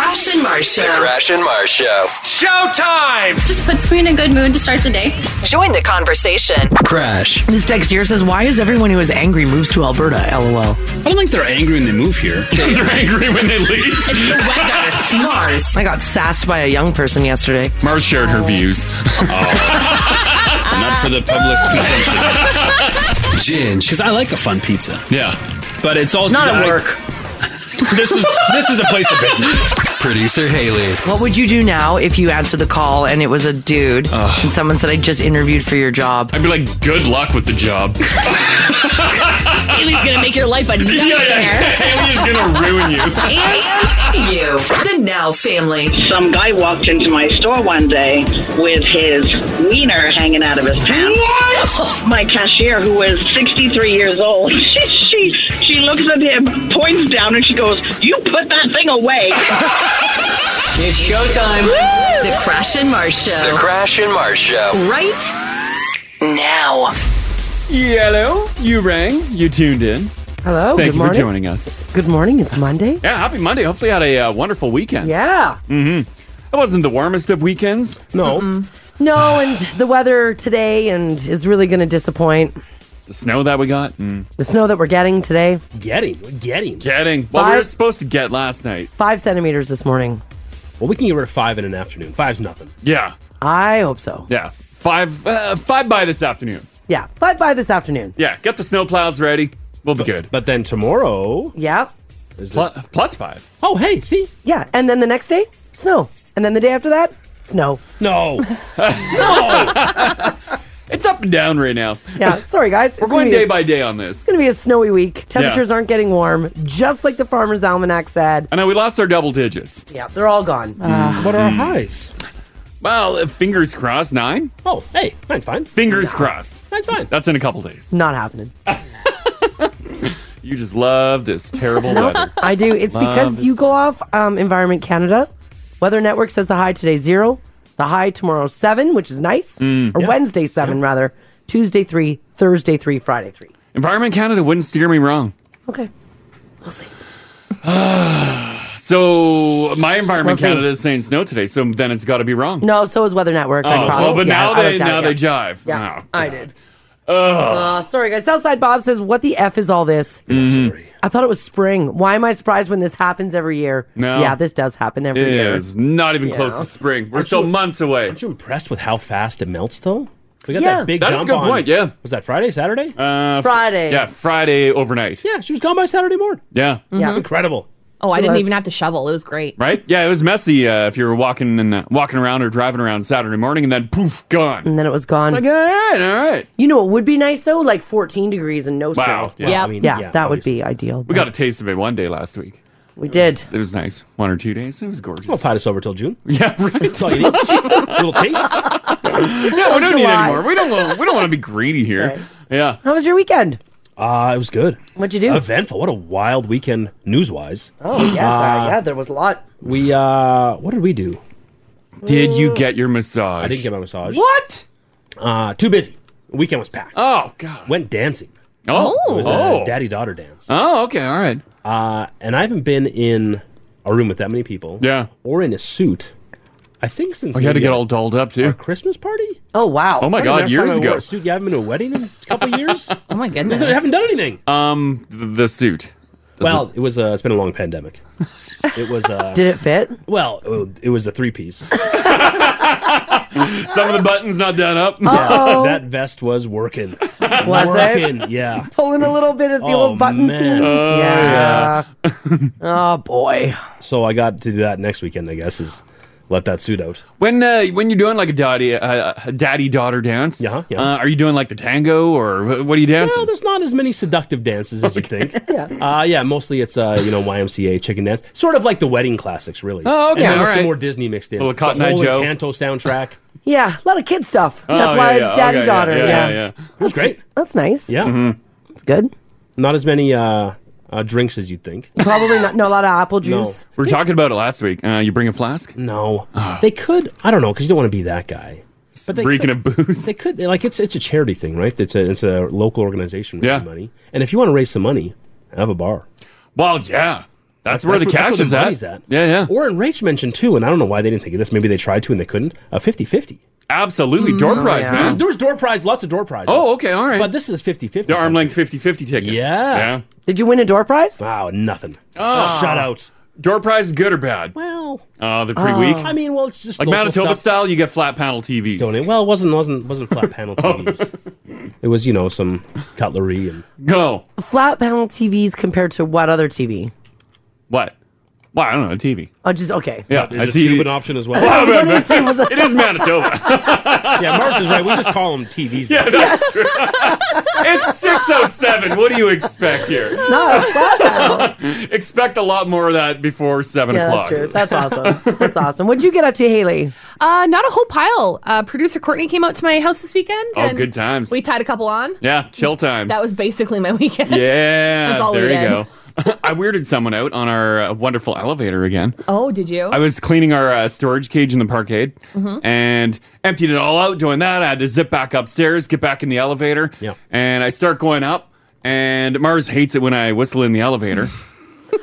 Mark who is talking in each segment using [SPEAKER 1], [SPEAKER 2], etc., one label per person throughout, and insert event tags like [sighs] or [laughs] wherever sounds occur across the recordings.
[SPEAKER 1] Marsha.
[SPEAKER 2] Crash and Mars Show.
[SPEAKER 3] Showtime!
[SPEAKER 4] Just puts me in a good mood to start the day.
[SPEAKER 5] Join the conversation.
[SPEAKER 2] Crash.
[SPEAKER 6] This text here says, "Why is everyone who is angry moves to Alberta?" LOL.
[SPEAKER 7] I don't think they're angry when they move here.
[SPEAKER 3] [laughs] They're angry when they
[SPEAKER 5] [laughs]
[SPEAKER 3] leave.
[SPEAKER 4] Mars.
[SPEAKER 6] I got sassed by a young person yesterday.
[SPEAKER 3] Mars shared her
[SPEAKER 7] [laughs]
[SPEAKER 3] views.
[SPEAKER 7] Oh, Not for the public consumption.
[SPEAKER 2] Ginge.
[SPEAKER 7] Because I like a fun pizza,
[SPEAKER 3] Yeah.
[SPEAKER 7] but it's also
[SPEAKER 6] Not
[SPEAKER 7] I-
[SPEAKER 6] at work.
[SPEAKER 7] [laughs] This is this is a place of [laughs] business.
[SPEAKER 2] Producer Haley.
[SPEAKER 6] What would you do now if you answered the call and it was a dude and someone said, "I just interviewed for your job"?
[SPEAKER 3] I'd be like, good luck with the job.
[SPEAKER 5] Haley's gonna make your
[SPEAKER 3] [laughs]
[SPEAKER 5] life a nightmare.
[SPEAKER 3] Haley is going to ruin [laughs] you.
[SPEAKER 5] And you, the Now family.
[SPEAKER 8] Some guy walked into my store one day with his wiener hanging out of his pants. What? My cashier, who was 63
[SPEAKER 9] [laughs]
[SPEAKER 8] years old, she, she, she looks at him, points down, and she goes, You put that thing away.
[SPEAKER 5] The Crash and Mars
[SPEAKER 2] The
[SPEAKER 5] Show.
[SPEAKER 2] Crash and Mars Show.
[SPEAKER 5] right now.
[SPEAKER 3] Hello. You rang. You tuned in.
[SPEAKER 6] Hello.
[SPEAKER 3] Thank
[SPEAKER 6] good
[SPEAKER 3] you
[SPEAKER 6] morning.
[SPEAKER 3] for joining us.
[SPEAKER 6] Good morning. It's Monday.
[SPEAKER 3] Yeah, happy Monday. Hopefully, you had a uh, wonderful weekend. Mm-hmm.
[SPEAKER 10] Yeah.
[SPEAKER 3] It wasn't the warmest of weekends.
[SPEAKER 7] No,
[SPEAKER 10] No, and the weather today and is really going to disappoint.
[SPEAKER 3] The snow that we got. Mm.
[SPEAKER 10] The snow that we're getting today,
[SPEAKER 7] getting, we're getting.
[SPEAKER 3] Getting. Well, we were
[SPEAKER 10] Five-
[SPEAKER 3] supposed to get last night.
[SPEAKER 10] five centimeters this morning.
[SPEAKER 7] Well, we can get rid of five in an afternoon. Five's nothing.
[SPEAKER 3] Yeah.
[SPEAKER 10] I hope so.
[SPEAKER 3] Yeah. Five, uh, five by this afternoon.
[SPEAKER 10] Yeah, but by this afternoon.
[SPEAKER 3] Yeah. Get the snow plows ready. We'll be good.
[SPEAKER 7] But then tomorrow
[SPEAKER 10] Yeah.
[SPEAKER 7] is
[SPEAKER 3] Pl- plus five.
[SPEAKER 7] Oh, hey, see?
[SPEAKER 10] Yeah. And then the next day, snow. And then the day after that, snow.
[SPEAKER 7] No,
[SPEAKER 3] It's up and down right now. [laughs]
[SPEAKER 10] Yeah.
[SPEAKER 7] [laughs]
[SPEAKER 10] Sorry, guys.
[SPEAKER 3] We're going day by day on this.
[SPEAKER 10] It's going to be a snowy week. Temperatures aren't getting warm, just like the Farmer's Almanac said.
[SPEAKER 3] I know we lost our double digits. Mm.
[SPEAKER 10] Yeah, they're all [laughs] gone.
[SPEAKER 7] what are our highs?
[SPEAKER 3] Well, uh, fingers crossed, nine.
[SPEAKER 7] Oh, hey, mine's fine.
[SPEAKER 3] Fingers crossed.
[SPEAKER 7] Mine's fine.
[SPEAKER 3] That's in a couple days.
[SPEAKER 10] Not happening.
[SPEAKER 3] You just love this terrible weather.
[SPEAKER 10] I do. It's because
[SPEAKER 3] is
[SPEAKER 10] you go off um, Environment Canada. Weather Network says the high today zero, the high tomorrow seven, which is nice,
[SPEAKER 3] Mm,
[SPEAKER 10] or Wednesday seven rather, Tuesday three, Thursday three, Friday three.
[SPEAKER 3] Environment Canada wouldn't steer me wrong.
[SPEAKER 10] Okay, we'll see.
[SPEAKER 3] [sighs] So my Environment
[SPEAKER 10] We'll see.
[SPEAKER 3] Canada is saying snow today, so then it's got to be wrong.
[SPEAKER 10] No, so is Weather Network.
[SPEAKER 3] Oh, well, but now they now
[SPEAKER 10] yeah.
[SPEAKER 3] they jive.
[SPEAKER 10] Yeah,
[SPEAKER 3] Oh,
[SPEAKER 10] I
[SPEAKER 3] God.
[SPEAKER 10] did. Uh, sorry, guys. Southside Bob says, "What the f is all this?"
[SPEAKER 3] Mm-hmm.
[SPEAKER 7] Sorry.
[SPEAKER 10] I thought it was spring. Why am I surprised when this happens every year?
[SPEAKER 3] No.
[SPEAKER 10] Yeah, this does happen every
[SPEAKER 3] It
[SPEAKER 10] year.
[SPEAKER 3] is not even close to spring. We're still months away.
[SPEAKER 7] Aren't you impressed with how fast it melts, though? We got
[SPEAKER 10] Yeah.
[SPEAKER 7] that big
[SPEAKER 3] That's a
[SPEAKER 7] jump
[SPEAKER 3] good
[SPEAKER 7] on-
[SPEAKER 3] point, yeah.
[SPEAKER 7] Was that Friday, Saturday?
[SPEAKER 3] Uh,
[SPEAKER 10] Friday.
[SPEAKER 3] Yeah, Friday overnight.
[SPEAKER 7] yeah, she was gone [laughs] by Saturday morning.
[SPEAKER 3] Yeah.
[SPEAKER 10] Yeah.
[SPEAKER 7] Incredible.
[SPEAKER 9] Oh, I didn't
[SPEAKER 10] was-
[SPEAKER 9] even have to shovel. It was great.
[SPEAKER 3] Right? Yeah, it was messy uh, if you were walking and uh, walking around or driving around Saturday morning, and then poof, gone.
[SPEAKER 10] And then it was gone.
[SPEAKER 3] Like, all right, all right.
[SPEAKER 10] you know what would be nice though? Like 14 degrees and no snow.
[SPEAKER 3] Wow.
[SPEAKER 7] Well,
[SPEAKER 9] Yeah.
[SPEAKER 7] I mean,
[SPEAKER 10] Yeah, that
[SPEAKER 7] obviously.
[SPEAKER 10] would be [laughs] ideal.
[SPEAKER 3] We got a taste of it one day last week.
[SPEAKER 10] we did.
[SPEAKER 3] It was nice. One or two days. It was gorgeous.
[SPEAKER 7] We'll tide us over till June.
[SPEAKER 3] [laughs] yeah, right.
[SPEAKER 7] That's all you need.
[SPEAKER 3] [laughs]
[SPEAKER 7] little taste.
[SPEAKER 3] Yeah, we don't need
[SPEAKER 10] July.
[SPEAKER 3] anymore. We don't. Want, we don't want to be greedy here.
[SPEAKER 10] That's right.
[SPEAKER 3] Yeah.
[SPEAKER 10] How was your weekend?
[SPEAKER 7] Uh, it was good.
[SPEAKER 10] What'd you do?
[SPEAKER 7] Eventful. What a wild weekend news-wise.
[SPEAKER 10] oh yes, uh, yeah, there was a lot.
[SPEAKER 7] We, uh, what did we do?
[SPEAKER 3] Did you get your massage?
[SPEAKER 7] I didn't get my massage.
[SPEAKER 3] What?
[SPEAKER 7] Uh, too busy. Weekend was packed.
[SPEAKER 3] Oh God.
[SPEAKER 7] Went dancing.
[SPEAKER 3] Oh.
[SPEAKER 9] Oh. It
[SPEAKER 7] It was
[SPEAKER 3] Oh.
[SPEAKER 7] a daddy-daughter dance.
[SPEAKER 3] Oh, Okay. All right.
[SPEAKER 7] Uh, and I haven't been in a room with that many people.
[SPEAKER 3] Yeah.
[SPEAKER 7] Or in a suit. I think since
[SPEAKER 3] Oh, you had to
[SPEAKER 7] maybe
[SPEAKER 3] get
[SPEAKER 7] our-
[SPEAKER 3] all dolled up
[SPEAKER 7] our
[SPEAKER 3] too.
[SPEAKER 7] Christmas party.
[SPEAKER 10] Oh wow.
[SPEAKER 3] Oh my
[SPEAKER 7] I don't know,
[SPEAKER 3] God.
[SPEAKER 7] last time
[SPEAKER 3] Years
[SPEAKER 7] I wore
[SPEAKER 3] ago.
[SPEAKER 7] a suit. Yeah, I haven't been to a wedding in a couple years.
[SPEAKER 9] [laughs] Oh my goodness.
[SPEAKER 7] I haven't done anything.
[SPEAKER 3] Um, the, the suit.
[SPEAKER 7] well, it was. Uh, it's been a long pandemic. It was. Uh,
[SPEAKER 10] Did it fit?
[SPEAKER 7] well, it- it was a three
[SPEAKER 10] [laughs]
[SPEAKER 7] piece.
[SPEAKER 3] Some of the buttons not done up.
[SPEAKER 10] Oh,
[SPEAKER 7] that vest was working.
[SPEAKER 10] was it?
[SPEAKER 7] Working. Yeah.
[SPEAKER 10] Pulling a little bit at the
[SPEAKER 7] Oh,
[SPEAKER 10] old button
[SPEAKER 7] man.
[SPEAKER 10] seams.
[SPEAKER 7] Oh,
[SPEAKER 10] yeah. oh boy.
[SPEAKER 7] So I got to do that next weekend. I guess is let that suit out.
[SPEAKER 3] When uh, when you're doing like a daddy uh, a daddy daughter dance,
[SPEAKER 7] Yeah, yeah.
[SPEAKER 3] Uh, are you doing like the tango or wh- what are you dancing?
[SPEAKER 7] Well, there's not as many seductive dances as you
[SPEAKER 10] [laughs]
[SPEAKER 7] think. yeah. Uh, yeah, mostly it's uh, you know YMCA chicken dance, sort of like the wedding classics, really.
[SPEAKER 3] Oh,
[SPEAKER 7] And
[SPEAKER 3] okay,
[SPEAKER 7] then
[SPEAKER 3] all
[SPEAKER 7] there's
[SPEAKER 3] right.
[SPEAKER 7] some more Disney mixed in.
[SPEAKER 3] Little Cotton
[SPEAKER 7] the
[SPEAKER 3] Eye
[SPEAKER 7] whole
[SPEAKER 3] Joe.
[SPEAKER 7] Encanto soundtrack.
[SPEAKER 10] Yeah, a lot of kid stuff.
[SPEAKER 3] Oh,
[SPEAKER 10] That's
[SPEAKER 3] yeah,
[SPEAKER 10] why
[SPEAKER 3] yeah,
[SPEAKER 10] it's daddy
[SPEAKER 3] okay,
[SPEAKER 10] daughter.
[SPEAKER 3] Yeah, yeah, yeah.
[SPEAKER 7] It was great.
[SPEAKER 10] That's nice.
[SPEAKER 7] Yeah.
[SPEAKER 3] Mm-hmm.
[SPEAKER 10] It's good.
[SPEAKER 7] Not as many uh, uh, drinks as you'd think.
[SPEAKER 10] Probably not. No, a lot of apple juice.
[SPEAKER 3] We were talking about it last week. Uh, you bring a flask, Ah.
[SPEAKER 7] No, they could. I don't know because you don't want to be that guy. But they
[SPEAKER 3] reeking
[SPEAKER 7] could,
[SPEAKER 3] of booze.
[SPEAKER 7] they could like it's it's a charity thing, right? It's a it's a local organization raising
[SPEAKER 3] Yeah.
[SPEAKER 7] money, and if you want to raise some money, have a bar.
[SPEAKER 3] Well, yeah. That's where the cash is at.
[SPEAKER 7] money's Yeah, yeah. Or in Rach mentioned too, and I don't know why they didn't think of this. Maybe they tried to and they couldn't. A 50 50.
[SPEAKER 3] Absolutely. Door Mm, prize, yeah. man.
[SPEAKER 7] There was, there was door prize, lots of door prizes.
[SPEAKER 3] Oh, okay, all right.
[SPEAKER 7] But this is 50 50.
[SPEAKER 3] The arm length 50 50 tickets.
[SPEAKER 7] Yeah.
[SPEAKER 3] Yeah.
[SPEAKER 10] Did you win a door prize?
[SPEAKER 7] Wow, nothing.
[SPEAKER 3] Oh.
[SPEAKER 7] Shout out.
[SPEAKER 3] Door prize is good or bad?
[SPEAKER 7] Well,
[SPEAKER 3] Oh, they're pretty
[SPEAKER 7] Oh.
[SPEAKER 3] weak.
[SPEAKER 7] I mean, well, it's just
[SPEAKER 3] like
[SPEAKER 7] local
[SPEAKER 3] Manitoba
[SPEAKER 7] stuff.
[SPEAKER 3] style. You get flat panel TVs.
[SPEAKER 7] Don't it? Well, it wasn't wasn't wasn't flat
[SPEAKER 3] [laughs]
[SPEAKER 7] panel
[SPEAKER 3] Oh.
[SPEAKER 7] TVs. It was you know some cutlery and
[SPEAKER 3] go
[SPEAKER 10] Flat panel TVs compared to what other TV?
[SPEAKER 3] what? Well, I don't know a TV.
[SPEAKER 10] Oh, just okay.
[SPEAKER 3] Yeah,
[SPEAKER 7] Is a tube an option as
[SPEAKER 3] [laughs]
[SPEAKER 7] well?
[SPEAKER 3] Wow, man, man.
[SPEAKER 10] It's only a tube.
[SPEAKER 3] it is Manitoba.
[SPEAKER 7] yeah, Mars is right. We just call them TVs.
[SPEAKER 3] Yeah, that's true. it's six oh seven. [laughs] What do you expect here? No, [laughs] expect a lot more of that before seven
[SPEAKER 10] yeah, that's
[SPEAKER 3] o'clock.
[SPEAKER 10] true. That's
[SPEAKER 3] [laughs]
[SPEAKER 10] awesome. That's awesome. What'd you get up to, Haley?
[SPEAKER 1] Uh, not a whole pile. Uh, producer Courtney came out to my house this weekend.
[SPEAKER 3] Oh, good times.
[SPEAKER 1] We tied a couple on.
[SPEAKER 3] Yeah, chill times.
[SPEAKER 1] That was basically my [laughs] weekend.
[SPEAKER 3] yeah.
[SPEAKER 1] [laughs] That's all
[SPEAKER 3] there
[SPEAKER 1] we
[SPEAKER 3] you
[SPEAKER 1] did.
[SPEAKER 3] go. [laughs] I weirded someone out on our uh, wonderful elevator again.
[SPEAKER 1] Oh, did you?
[SPEAKER 3] I was cleaning our uh, storage cage in the parkade
[SPEAKER 1] Mhm.
[SPEAKER 3] and emptied it all out doing that. I had to zip back upstairs, get back in the elevator.
[SPEAKER 7] Yeah.
[SPEAKER 3] And I start going up, and Mars hates it when I whistle in the
[SPEAKER 7] [laughs]
[SPEAKER 3] elevator.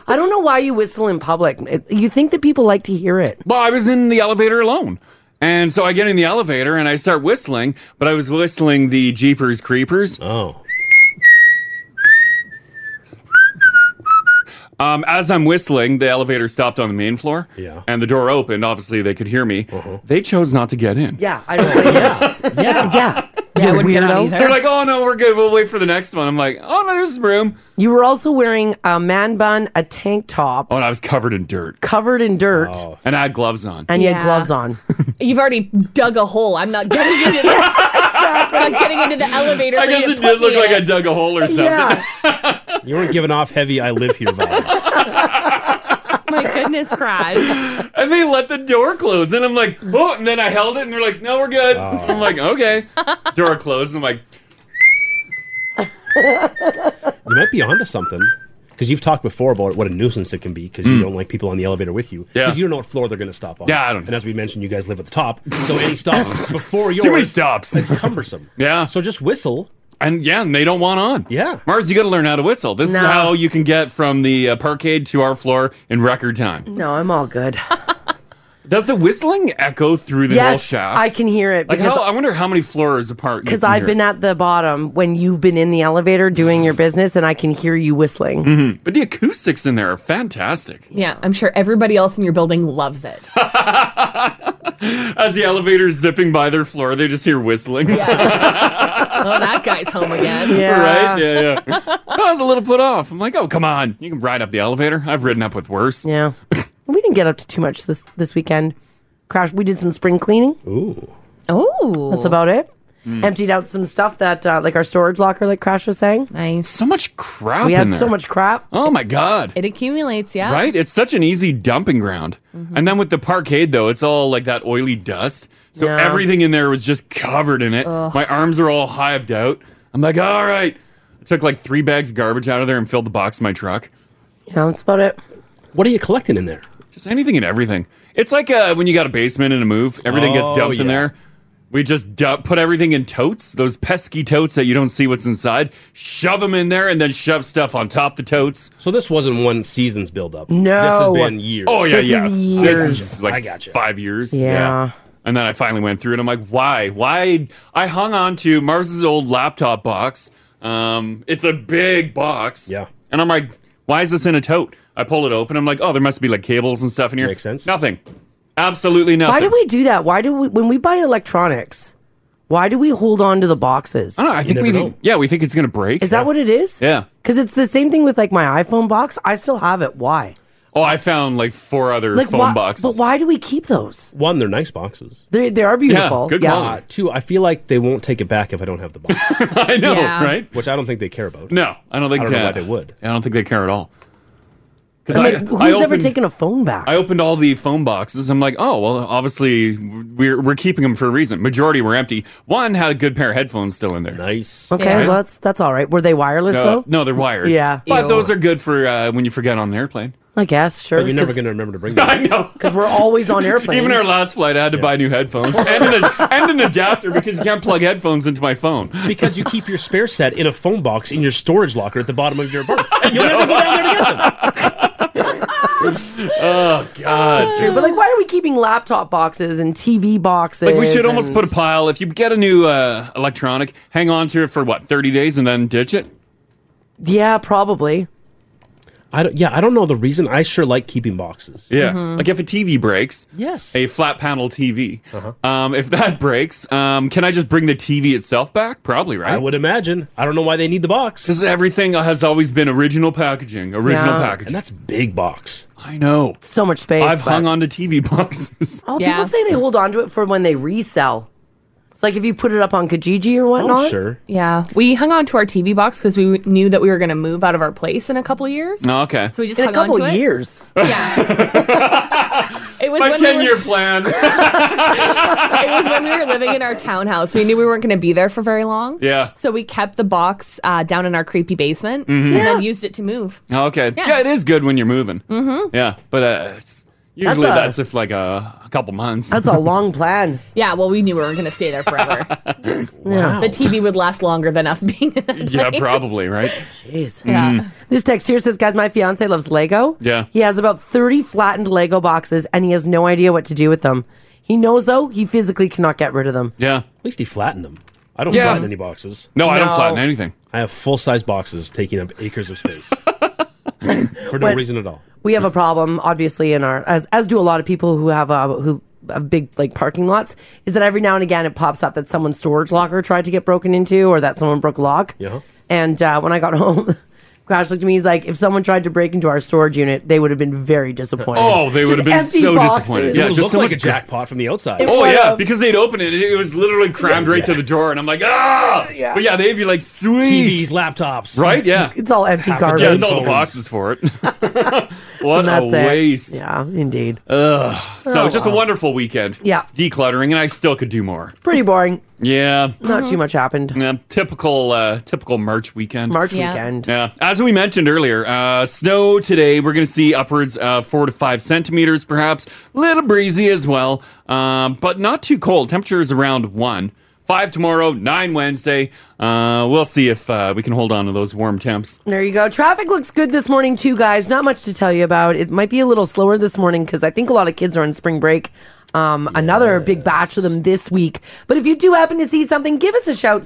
[SPEAKER 10] I don't know why you whistle in public. It- You think that people like to hear it.
[SPEAKER 3] Well, I was in the elevator alone. And so I get in the elevator and I start whistling, but I was whistling the Jeepers Creepers.
[SPEAKER 7] Oh.
[SPEAKER 3] Um, as I'm whistling, the elevator stopped on the main floor.
[SPEAKER 7] Yeah. Uh-huh.
[SPEAKER 3] And the door opened. Obviously, they could hear me. They chose not to get in.
[SPEAKER 10] Yeah, I don't blame
[SPEAKER 7] you. Yeah.
[SPEAKER 10] yeah.
[SPEAKER 1] I wouldn't get on either.
[SPEAKER 3] They're like, oh, no, we're good. We'll wait for the next one. I'm like, [laughs] oh, no, there's room.
[SPEAKER 10] You were also wearing a man bun, a tank top,
[SPEAKER 3] Oh, and I was covered in dirt. Oh.
[SPEAKER 10] covered in dirt,
[SPEAKER 3] And I had gloves on.
[SPEAKER 10] and you
[SPEAKER 1] Yeah.
[SPEAKER 10] had gloves on.
[SPEAKER 1] You've already dug a hole. I'm not getting into the, [laughs] I'm not getting into the elevator.
[SPEAKER 3] I
[SPEAKER 1] for
[SPEAKER 3] guess
[SPEAKER 1] you
[SPEAKER 3] it
[SPEAKER 1] to
[SPEAKER 3] did
[SPEAKER 1] put
[SPEAKER 3] look
[SPEAKER 1] me
[SPEAKER 3] like
[SPEAKER 1] in
[SPEAKER 3] I dug a hole or something.
[SPEAKER 7] [laughs] You weren't giving off heavy I live here vibes.
[SPEAKER 3] [laughs]
[SPEAKER 1] My goodness, Crash.
[SPEAKER 3] And they let the door close. And I'm like, oh, and then I held it and they're like, no, we're good. I'm like,
[SPEAKER 10] [laughs]
[SPEAKER 3] okay. Door closed. I'm like,
[SPEAKER 7] You might be onto something. Because you've talked before about what a nuisance it can be because you don't like people on the elevator with you.
[SPEAKER 3] Hmm. Yeah.
[SPEAKER 7] Because you don't know what floor they're going to stop on.
[SPEAKER 3] Yeah, I don't know.
[SPEAKER 7] And as we mentioned, you guys live at the top. So any stop before yours
[SPEAKER 3] too many stops.
[SPEAKER 7] is cumbersome.
[SPEAKER 3] [laughs] Yeah.
[SPEAKER 7] So just whistle.
[SPEAKER 3] And yeah, and they don't want on.
[SPEAKER 7] Yeah.
[SPEAKER 3] Mars, you got to learn how to whistle. This
[SPEAKER 10] No.
[SPEAKER 3] is how you can get from the uh, parkade to our floor in record time.
[SPEAKER 10] No, I'm
[SPEAKER 3] [laughs]
[SPEAKER 10] all good.
[SPEAKER 3] Does the whistling echo through the whole
[SPEAKER 10] yes,
[SPEAKER 3] shaft?
[SPEAKER 10] I can hear it
[SPEAKER 3] like
[SPEAKER 10] because
[SPEAKER 3] how, I wonder how many floors apart. you
[SPEAKER 10] because
[SPEAKER 3] can
[SPEAKER 10] I've
[SPEAKER 3] hear
[SPEAKER 10] been
[SPEAKER 3] it.
[SPEAKER 10] at the bottom when you've been in the elevator doing your business, and I can hear you whistling.
[SPEAKER 3] Mhm. But the acoustics in there are fantastic.
[SPEAKER 1] Yeah, I'm sure everybody else in your building loves it.
[SPEAKER 3] As the elevator's zipping by their floor, they just hear whistling.
[SPEAKER 1] oh, that guy's home again.
[SPEAKER 3] [laughs] right? Yeah, yeah. I was a little put off. I'm like, oh, come on. You can ride up the elevator. I've ridden up with worse.
[SPEAKER 10] Yeah, we didn't get up to too much this this weekend. Crash. We did some spring cleaning.
[SPEAKER 7] Ooh.
[SPEAKER 1] Oh,
[SPEAKER 10] That's about it.
[SPEAKER 3] Mm.
[SPEAKER 10] Emptied out some stuff that uh, like our storage locker, like Crash was saying.
[SPEAKER 1] nice.
[SPEAKER 3] So much crap
[SPEAKER 10] we
[SPEAKER 3] in
[SPEAKER 10] had
[SPEAKER 3] there.
[SPEAKER 10] so much crap.
[SPEAKER 3] Oh, my God.
[SPEAKER 1] It accumulates, yeah.
[SPEAKER 3] Right? It's such an easy dumping ground.
[SPEAKER 10] Mm-hmm.
[SPEAKER 3] And then with the parkade, though, it's all like that oily dust. So
[SPEAKER 10] Yeah.
[SPEAKER 3] everything in there was just covered in it. My arms are all hived out. I'm like, all right. I took like three bags of garbage out of there and filled the box in my truck.
[SPEAKER 10] Yeah, that's about it.
[SPEAKER 7] What are you collecting in there?
[SPEAKER 3] Just anything and everything. It's like uh, when you got a basement and a move, everything
[SPEAKER 7] Oh,
[SPEAKER 3] gets dumped in
[SPEAKER 7] yeah.
[SPEAKER 3] there. We just dump, put everything in totes, those pesky totes that you don't see what's inside, shove them in there, and then shove stuff on top the totes.
[SPEAKER 7] So this wasn't one season's buildup.
[SPEAKER 10] No.
[SPEAKER 7] This has been years.
[SPEAKER 3] Oh yeah,
[SPEAKER 10] This is
[SPEAKER 3] yeah.
[SPEAKER 10] years.
[SPEAKER 3] This is like
[SPEAKER 7] I gotcha.
[SPEAKER 3] five years.
[SPEAKER 10] Yeah.
[SPEAKER 3] And then I finally went through it. I'm like, why? Why? I hung on to Mars's old laptop box. Um, it's a big box.
[SPEAKER 7] Yeah.
[SPEAKER 3] And I'm like, why is this in a tote? I pull it open. I'm like, oh, there must be like cables and stuff in here.
[SPEAKER 7] Makes sense.
[SPEAKER 3] Nothing. Absolutely nothing.
[SPEAKER 10] Why do we do that? Why do we when we buy electronics? Why do we hold on to the boxes?
[SPEAKER 3] I don't know. I think
[SPEAKER 7] never
[SPEAKER 3] we think,
[SPEAKER 7] know.
[SPEAKER 3] yeah, we think it's gonna break.
[SPEAKER 10] Is that what it is?
[SPEAKER 3] Yeah.
[SPEAKER 10] Because it's the same thing with like my iPhone box. I still have it. Why?
[SPEAKER 3] Oh, I found like four other [laughs]
[SPEAKER 10] Like
[SPEAKER 3] phone
[SPEAKER 10] why,
[SPEAKER 3] boxes.
[SPEAKER 10] But why do we keep those?
[SPEAKER 7] One, they're nice boxes.
[SPEAKER 10] They they are beautiful.
[SPEAKER 3] good
[SPEAKER 7] Uh,
[SPEAKER 3] quality.
[SPEAKER 7] two, I feel like they won't take it back if I don't have the box,
[SPEAKER 3] [laughs] I know,
[SPEAKER 1] Yeah.
[SPEAKER 3] right?
[SPEAKER 7] which I don't think they care about.
[SPEAKER 3] No, I don't think
[SPEAKER 7] I don't know
[SPEAKER 3] uh,
[SPEAKER 7] why they would.
[SPEAKER 3] I don't think they care at all.
[SPEAKER 10] And, like, who's
[SPEAKER 3] I
[SPEAKER 10] ever
[SPEAKER 3] opened-
[SPEAKER 10] taken a phone back?
[SPEAKER 3] I opened all the phone boxes. I'm like, oh well, obviously we're we're keeping them for a reason. Majority were empty. One had a good pair of headphones still in there.
[SPEAKER 7] Nice.
[SPEAKER 10] okay,
[SPEAKER 3] Yeah.
[SPEAKER 10] well that's that's all right. Were they wireless
[SPEAKER 3] No,
[SPEAKER 10] though?
[SPEAKER 3] no, they're wired.
[SPEAKER 10] Yeah.
[SPEAKER 3] but
[SPEAKER 1] Ew.
[SPEAKER 3] those are good for uh, when you forget on an airplane.
[SPEAKER 10] I guess sure.
[SPEAKER 7] But you're never
[SPEAKER 10] because-
[SPEAKER 7] going to remember to
[SPEAKER 10] [laughs]
[SPEAKER 7] bring
[SPEAKER 3] I
[SPEAKER 7] that.
[SPEAKER 3] [laughs] know.
[SPEAKER 10] because we're always [laughs] on airplanes.
[SPEAKER 3] Even our last flight, I had to buy new headphones [laughs] and an, and an adapter because you can't plug headphones into my phone. [laughs]
[SPEAKER 7] because you keep your spare set in a phone box in your storage locker at the bottom of your apartment. You'll never go down there to get them.
[SPEAKER 3] that's true.
[SPEAKER 10] But like, why are we keeping laptop boxes and TV boxes?
[SPEAKER 3] Like we should almost
[SPEAKER 10] and-
[SPEAKER 3] put a pile. If you get a new uh, electronic, hang on to it for what thirty days and then ditch it.
[SPEAKER 10] [laughs] Yeah, probably.
[SPEAKER 7] I don't, yeah, I don't know the reason. I sure like keeping boxes.
[SPEAKER 3] Yeah,
[SPEAKER 10] Mm-hmm.
[SPEAKER 3] like if a TV breaks,
[SPEAKER 7] Mm-hmm. yes,
[SPEAKER 3] a flat panel TV. Um, if that [laughs] breaks, um, can I just bring the TV itself back? Probably, right?
[SPEAKER 7] I would imagine. I don't know why they need the box
[SPEAKER 3] because everything has always been original packaging. Original
[SPEAKER 10] Yeah.
[SPEAKER 3] packaging,
[SPEAKER 7] and that's big box.
[SPEAKER 3] I know.
[SPEAKER 10] So much space.
[SPEAKER 3] I've
[SPEAKER 10] but-
[SPEAKER 3] hung on to TV
[SPEAKER 7] [laughs]
[SPEAKER 3] boxes.
[SPEAKER 10] [laughs] Oh,
[SPEAKER 1] Yeah.
[SPEAKER 10] people say they hold on to it for when they resell. It's like if you put it up on Kijiji or whatnot.
[SPEAKER 7] sure.
[SPEAKER 1] Yeah, we hung on to our TV box because we w- knew that we were going to move out of our place in a couple years. [laughs]
[SPEAKER 3] Oh, okay.
[SPEAKER 1] So we just
[SPEAKER 10] In a
[SPEAKER 1] hung on
[SPEAKER 10] couple
[SPEAKER 1] to it.
[SPEAKER 10] years.
[SPEAKER 3] [laughs]
[SPEAKER 1] [laughs] It was
[SPEAKER 3] My
[SPEAKER 1] when we were-
[SPEAKER 3] ten-year plan. [laughs]
[SPEAKER 1] it was when we were living in our townhouse. We knew we weren't going to be there for very long.
[SPEAKER 3] yeah.
[SPEAKER 1] So we kept the box uh, down in our creepy basement
[SPEAKER 3] Mm-hmm.
[SPEAKER 1] and then used it to move.
[SPEAKER 3] Oh, Okay. Yeah.
[SPEAKER 1] Yeah.
[SPEAKER 3] it is good when you're moving. Mm-hmm. Yeah, but uh, it's, usually
[SPEAKER 10] Hmm. a-
[SPEAKER 3] that's, if like a, a couple months.
[SPEAKER 10] That's a long plan.
[SPEAKER 1] Yeah, well, we knew we weren't going to stay there forever.
[SPEAKER 7] Wow.
[SPEAKER 1] the TV would last longer than us being in that
[SPEAKER 3] [laughs] yeah,
[SPEAKER 1] place.
[SPEAKER 3] probably right. Hmm.
[SPEAKER 10] Jeez.
[SPEAKER 1] Yeah.
[SPEAKER 10] This text here says, guys, my fiance loves Lego.
[SPEAKER 3] Yeah.
[SPEAKER 10] He has about 30 flattened Lego boxes and he has no idea what to do with them. He knows, though, he physically cannot get rid of them.
[SPEAKER 3] Yeah.
[SPEAKER 7] At least he flattened them. I don't
[SPEAKER 3] Yeah.
[SPEAKER 7] flatten any boxes.
[SPEAKER 3] No, I don't
[SPEAKER 10] No.
[SPEAKER 3] flatten anything.
[SPEAKER 7] I have full size boxes taking up acres of
[SPEAKER 10] [laughs]
[SPEAKER 7] space for no
[SPEAKER 10] What-
[SPEAKER 7] reason at all.
[SPEAKER 10] We have a problem, obviously, in our, as, as do a lot of people who have, uh, who, have big like parking lots is that every now and again it pops up that someone's storage locker tried to get broken into or that someone broke a lock.
[SPEAKER 7] Yeah.
[SPEAKER 10] And uh, when I got [laughs] home, Crash looked at me. He's like, if someone tried to break into our storage unit, they would have been very disappointed.
[SPEAKER 3] Oh, they would
[SPEAKER 10] Just
[SPEAKER 3] have been
[SPEAKER 10] empty
[SPEAKER 3] so
[SPEAKER 10] boxes.
[SPEAKER 3] disappointed.
[SPEAKER 7] Yeah,
[SPEAKER 3] Yeah,
[SPEAKER 7] it
[SPEAKER 3] just
[SPEAKER 7] looked
[SPEAKER 3] so
[SPEAKER 7] like a
[SPEAKER 3] much gra-
[SPEAKER 7] jackpot from the outside.
[SPEAKER 10] It
[SPEAKER 3] Oh
[SPEAKER 10] Wow.
[SPEAKER 3] yeah, because they'd open it, and it was literally crammed right to the door, and I'm like, ah.
[SPEAKER 10] Yeah.
[SPEAKER 3] But yeah, they'd be like, sweet,
[SPEAKER 7] TVs, laptops.
[SPEAKER 3] right? Yeah.
[SPEAKER 10] It's all empty
[SPEAKER 7] Half a
[SPEAKER 10] garbage.
[SPEAKER 3] Yeah, it's all the
[SPEAKER 7] Phones.
[SPEAKER 3] boxes for
[SPEAKER 10] [laughs]
[SPEAKER 3] it. [laughs] what
[SPEAKER 10] And
[SPEAKER 3] a
[SPEAKER 10] that's it.
[SPEAKER 3] waste.
[SPEAKER 10] Yeah, indeed. Oh.
[SPEAKER 3] Ugh. So just a wonderful weekend.
[SPEAKER 10] Yeah.
[SPEAKER 3] Decluttering, and I still could do more.
[SPEAKER 10] Pretty boring.
[SPEAKER 3] Yeah.
[SPEAKER 10] Not too much happened.
[SPEAKER 3] yeah, typical, uh, typical merch weekend.
[SPEAKER 10] March
[SPEAKER 1] Yeah.
[SPEAKER 10] weekend.
[SPEAKER 3] Yeah. As we mentioned earlier, uh, snow today, we're going to see upwards of four to five centimeters, perhaps. little breezy as well, um, but not too cold. Temperature is around one. Five tomorrow, nine Wednesday. Uh, we'll see if uh, we can hold on to those warm temps.
[SPEAKER 10] There you go. Traffic looks good this morning too, guys. Not much to tell you about. It might be a little slower this morning because I think a lot of kids are on spring break. Um, Another big batch of them this week. But if you do happen to see something, give us a shout.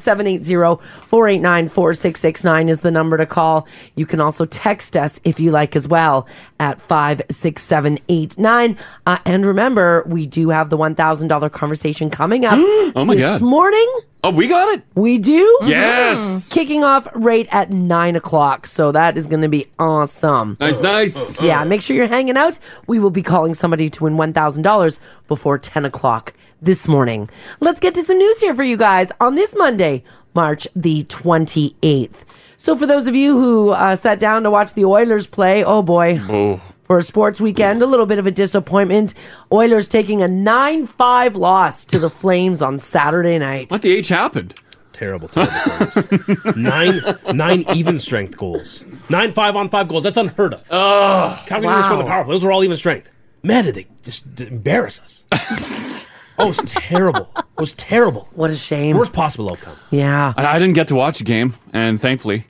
[SPEAKER 10] 780-489-4669 is the number to call. You can also text us if you like as well at 56789. Uh, and remember, we do have the $1,000 conversation coming
[SPEAKER 3] [gasps]
[SPEAKER 10] up
[SPEAKER 3] Oh my God.
[SPEAKER 10] this morning.
[SPEAKER 3] Oh, we got it.
[SPEAKER 10] We do?
[SPEAKER 3] Yes.
[SPEAKER 10] Kicking off right at nine o'clock. So that is going to be awesome.
[SPEAKER 3] Nice, nice.
[SPEAKER 10] Yeah, make sure you're hanging out. We will be calling somebody to win $1,000 before 10 o'clock this morning. Let's get to some news here for you guys on this Monday, March the 28th. So, for those of you who uh, sat down to watch the Oilers play, oh boy. For a sports weekend, a little bit of a disappointment. Oilers taking a 9 5 loss to the Flames on Saturday night.
[SPEAKER 3] What the H happened?
[SPEAKER 7] Terrible, terrible
[SPEAKER 3] [laughs]
[SPEAKER 7] things. nine, nine even strength goals. Nine five on five goals. That's unheard of. Oh, Calgary wow. scored the
[SPEAKER 10] wow.
[SPEAKER 7] power play. Those were all even strength. Man, did they just d- embarrass
[SPEAKER 10] [laughs]
[SPEAKER 7] us? oh, it was terrible. It was terrible.
[SPEAKER 10] What a shame.
[SPEAKER 7] Worst possible outcome.
[SPEAKER 10] Yeah.
[SPEAKER 3] I I didn't get to watch the game, and thankfully,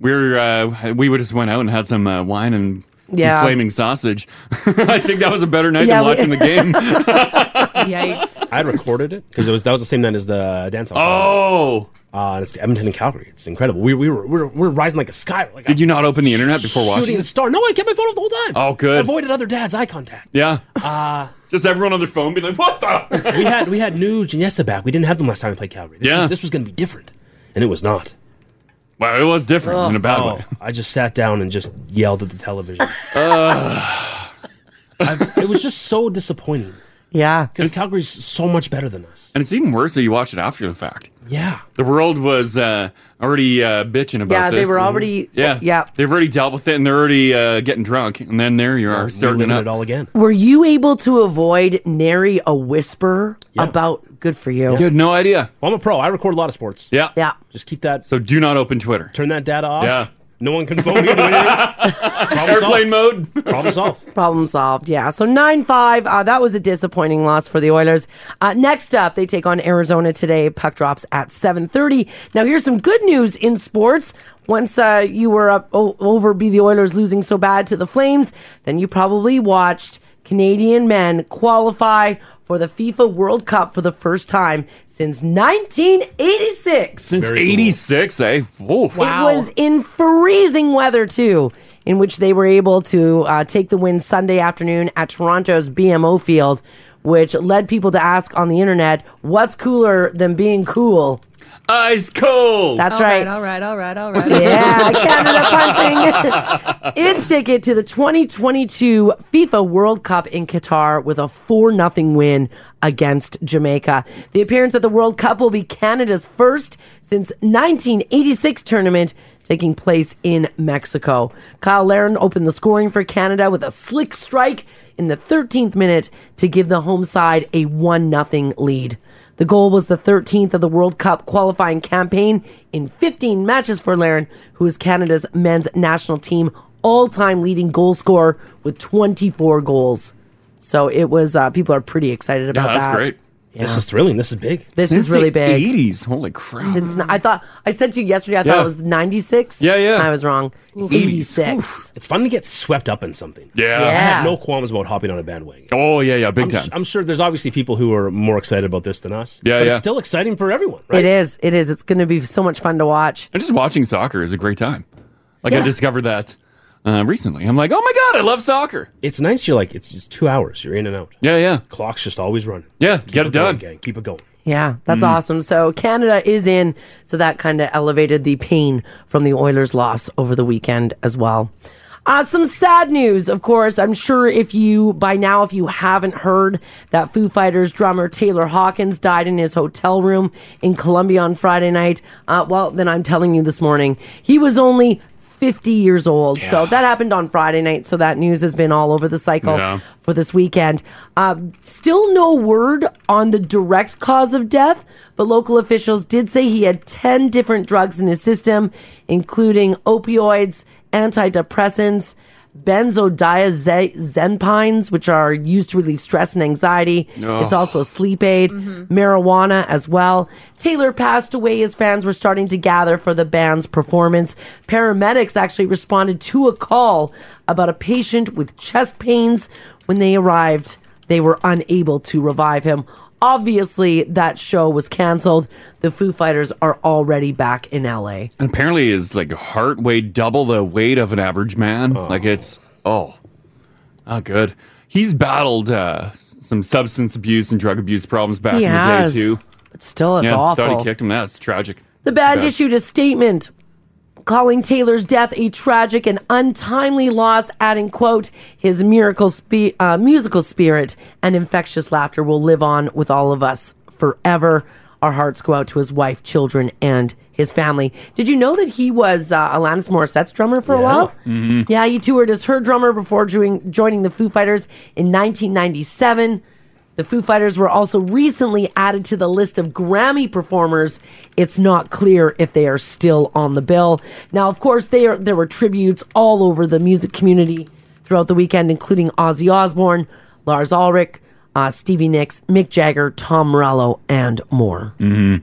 [SPEAKER 3] we were, uh, we would just went out and had some uh, wine and some
[SPEAKER 10] Yeah.
[SPEAKER 3] flaming sausage. [laughs] I think that was a better night
[SPEAKER 10] Yeah,
[SPEAKER 3] than
[SPEAKER 10] we-
[SPEAKER 3] watching the
[SPEAKER 11] [laughs]
[SPEAKER 10] [laughs]
[SPEAKER 3] game.
[SPEAKER 1] Yikes.
[SPEAKER 7] I had recorded it because it was that was the same night as the dance off.
[SPEAKER 3] oh,
[SPEAKER 7] uh, and it's Edmonton and Calgary. It's incredible. We, we were we were, we were rising like a sky. Like
[SPEAKER 3] did you not open the internet before
[SPEAKER 7] shooting
[SPEAKER 3] watching?
[SPEAKER 7] a star? No, I kept my phone up the whole time.
[SPEAKER 3] Oh, good.
[SPEAKER 7] Avoided other dads' eye contact.
[SPEAKER 3] Yeah. just everyone on their phone being like, "What the?"
[SPEAKER 7] we had we had new Janessa back. We didn't have them last time we played Calgary. This,
[SPEAKER 3] Yeah.
[SPEAKER 7] this was going to be different, and it was not.
[SPEAKER 3] well, it was different in a bad
[SPEAKER 7] Oh,
[SPEAKER 3] way.
[SPEAKER 7] I just sat down and just yelled at the
[SPEAKER 3] [laughs]
[SPEAKER 7] television. I- it was just so disappointing
[SPEAKER 10] Yeah.
[SPEAKER 7] because Calgary's so much better than us.
[SPEAKER 3] And it's even worse that you watch it after the fact.
[SPEAKER 7] Yeah,
[SPEAKER 3] The world was uh, already uh, bitching about
[SPEAKER 10] Yeah,
[SPEAKER 3] this.
[SPEAKER 10] they were
[SPEAKER 3] and-
[SPEAKER 10] already-
[SPEAKER 3] Yeah,
[SPEAKER 10] yeah.
[SPEAKER 3] They've already dealt with it, and they're already uh, getting drunk. And then there you are,
[SPEAKER 7] we're
[SPEAKER 3] starting
[SPEAKER 7] living
[SPEAKER 3] it up.
[SPEAKER 7] it all again.
[SPEAKER 10] Were you able to avoid nary a whisper about good for you?
[SPEAKER 3] You had no idea.
[SPEAKER 7] Well, I'm a pro. I record a lot of sports.
[SPEAKER 3] Yeah.
[SPEAKER 10] Yeah.
[SPEAKER 7] just keep that.
[SPEAKER 3] So do not open Twitter.
[SPEAKER 7] Turn that data off.
[SPEAKER 3] Yeah.
[SPEAKER 7] No one can phone me. do anything.
[SPEAKER 3] [laughs]
[SPEAKER 7] Problem
[SPEAKER 3] Airplane
[SPEAKER 7] solved.
[SPEAKER 3] mode.
[SPEAKER 7] Problem solved.
[SPEAKER 10] [laughs] Problem solved. Yeah. So 9 5. Uh, that was a disappointing loss for the Oilers. Uh, next up, they take on Arizona today. Puck drops at 7.30. Now, here's some good news in sports. Once uh, you were up o- over be the Oilers losing so bad to the Flames, then you probably watched Canadian men qualify for the FIFA World Cup for the first time since 1986.
[SPEAKER 3] Since 86, eh? Whoa.
[SPEAKER 10] It was in freezing weather, too, in which they were able to uh, take the win Sunday afternoon at Toronto's BMO Field, which led people to ask on the internet, what's cooler than being cool?
[SPEAKER 3] Ice cold.
[SPEAKER 10] That's
[SPEAKER 1] All
[SPEAKER 10] right.
[SPEAKER 1] All right. All right. All right.
[SPEAKER 10] Yeah,
[SPEAKER 1] [laughs]
[SPEAKER 10] Canada punching [laughs] its ticket to the 2022 FIFA World Cup in Qatar with a 4 0 win against Jamaica. The appearance at the World Cup will be Canada's first since 1986 tournament taking place in Mexico. Kyle Laren opened the scoring for Canada with a slick strike in the 13th minute to give the home side a 1 0 lead. The goal was the 13th of the World Cup qualifying campaign in 15 matches for Laren, who is Canada's men's national team all time leading goal scorer with 24 goals. So it was, uh, people are pretty excited about that.
[SPEAKER 7] This is thrilling. This is big.
[SPEAKER 10] This is really big.
[SPEAKER 3] 80s. Holy crap.
[SPEAKER 10] Since n- I thought, I said to you yesterday, I thought
[SPEAKER 7] Yeah.
[SPEAKER 10] it was 96.
[SPEAKER 7] Yeah, yeah.
[SPEAKER 10] I was wrong. 86.
[SPEAKER 7] It's fun to get swept up in something.
[SPEAKER 3] Yeah.
[SPEAKER 7] I
[SPEAKER 10] Yeah.
[SPEAKER 7] have no qualms about hopping on a bandwagon.
[SPEAKER 3] Oh, yeah, yeah. Big
[SPEAKER 7] I'm
[SPEAKER 3] time.
[SPEAKER 7] s- I'm sure there's obviously people who are more excited about this than us.
[SPEAKER 3] Yeah,
[SPEAKER 7] but
[SPEAKER 3] yeah.
[SPEAKER 7] It's still exciting for everyone, right?
[SPEAKER 10] It is. It is. It's going to be so much fun to watch.
[SPEAKER 3] And just watching soccer is a great time. Like I
[SPEAKER 7] Yeah.
[SPEAKER 3] discovered that uh, recently. I'm like, oh my god, I love soccer.
[SPEAKER 7] It's nice. You're like, it's just two hours. You're in and out.
[SPEAKER 3] Yeah, yeah.
[SPEAKER 7] Clock's just always running.
[SPEAKER 3] Yeah, get it done.
[SPEAKER 7] Gang, keep it going.
[SPEAKER 10] Yeah, that's
[SPEAKER 7] Mm.
[SPEAKER 10] awesome. So Canada is in, so that kind of elevated the pain from the Oilers' loss over the weekend as well. Uh, some sad news, of course. I'm sure if you, by now, if you haven't heard that Foo Fighters drummer Taylor Hawkins died in his hotel room in Columbia on Friday night, uh, well, then I'm telling you this morning, he was only 50 years old. So that happened on Friday night. So that news has been all over the cycle
[SPEAKER 9] Yeah.
[SPEAKER 10] for this weekend. Uh, still no word on the direct cause of death, but local officials did say he had 10 different drugs in his system, including opioids, antidepressants, benzodiazepines, which are used to relieve stress and anxiety.
[SPEAKER 9] Ugh.
[SPEAKER 10] It's also a sleep aid, marijuana as well. Taylor passed away as fans were starting to gather for the band's performance. Paramedics actually responded to a call about a patient with chest pains. When they arrived, they were unable to revive him. Obviously, that show was canceled. The Foo Fighters are already back in LA.
[SPEAKER 3] And apparently his like heart weighed double the weight of an average man. Like it's oh, not good. He's battled uh, s- some substance abuse and drug abuse problems back
[SPEAKER 10] He
[SPEAKER 3] in the
[SPEAKER 10] has.
[SPEAKER 3] day too.
[SPEAKER 10] But still, it's
[SPEAKER 3] yeah, Thought
[SPEAKER 10] awful.
[SPEAKER 3] he kicked him. That's tragic.
[SPEAKER 10] The
[SPEAKER 3] That's
[SPEAKER 10] band
[SPEAKER 3] too
[SPEAKER 10] issued a statement calling Taylor's death a tragic and untimely loss, adding, quote, his miracle spe- uh, musical spirit and infectious laughter will live on with all of us forever. Our hearts go out to his wife, children, and his family. Did you know that he was uh, Alanis Morissette's drummer for a while?
[SPEAKER 9] Mhm.
[SPEAKER 10] Yeah, he toured as her drummer before joining, joining the Foo Fighters in 1997. The Foo Fighters were also recently added to the list of Grammy performers. It's not clear if they are still on the bill. Now, of course, they are, there were tributes all over the music community throughout the weekend, including Ozzy Osbourne, Lars Ulrich, uh, Stevie Nicks, Mick Jagger, Tom Morello, and more.
[SPEAKER 3] Mhm.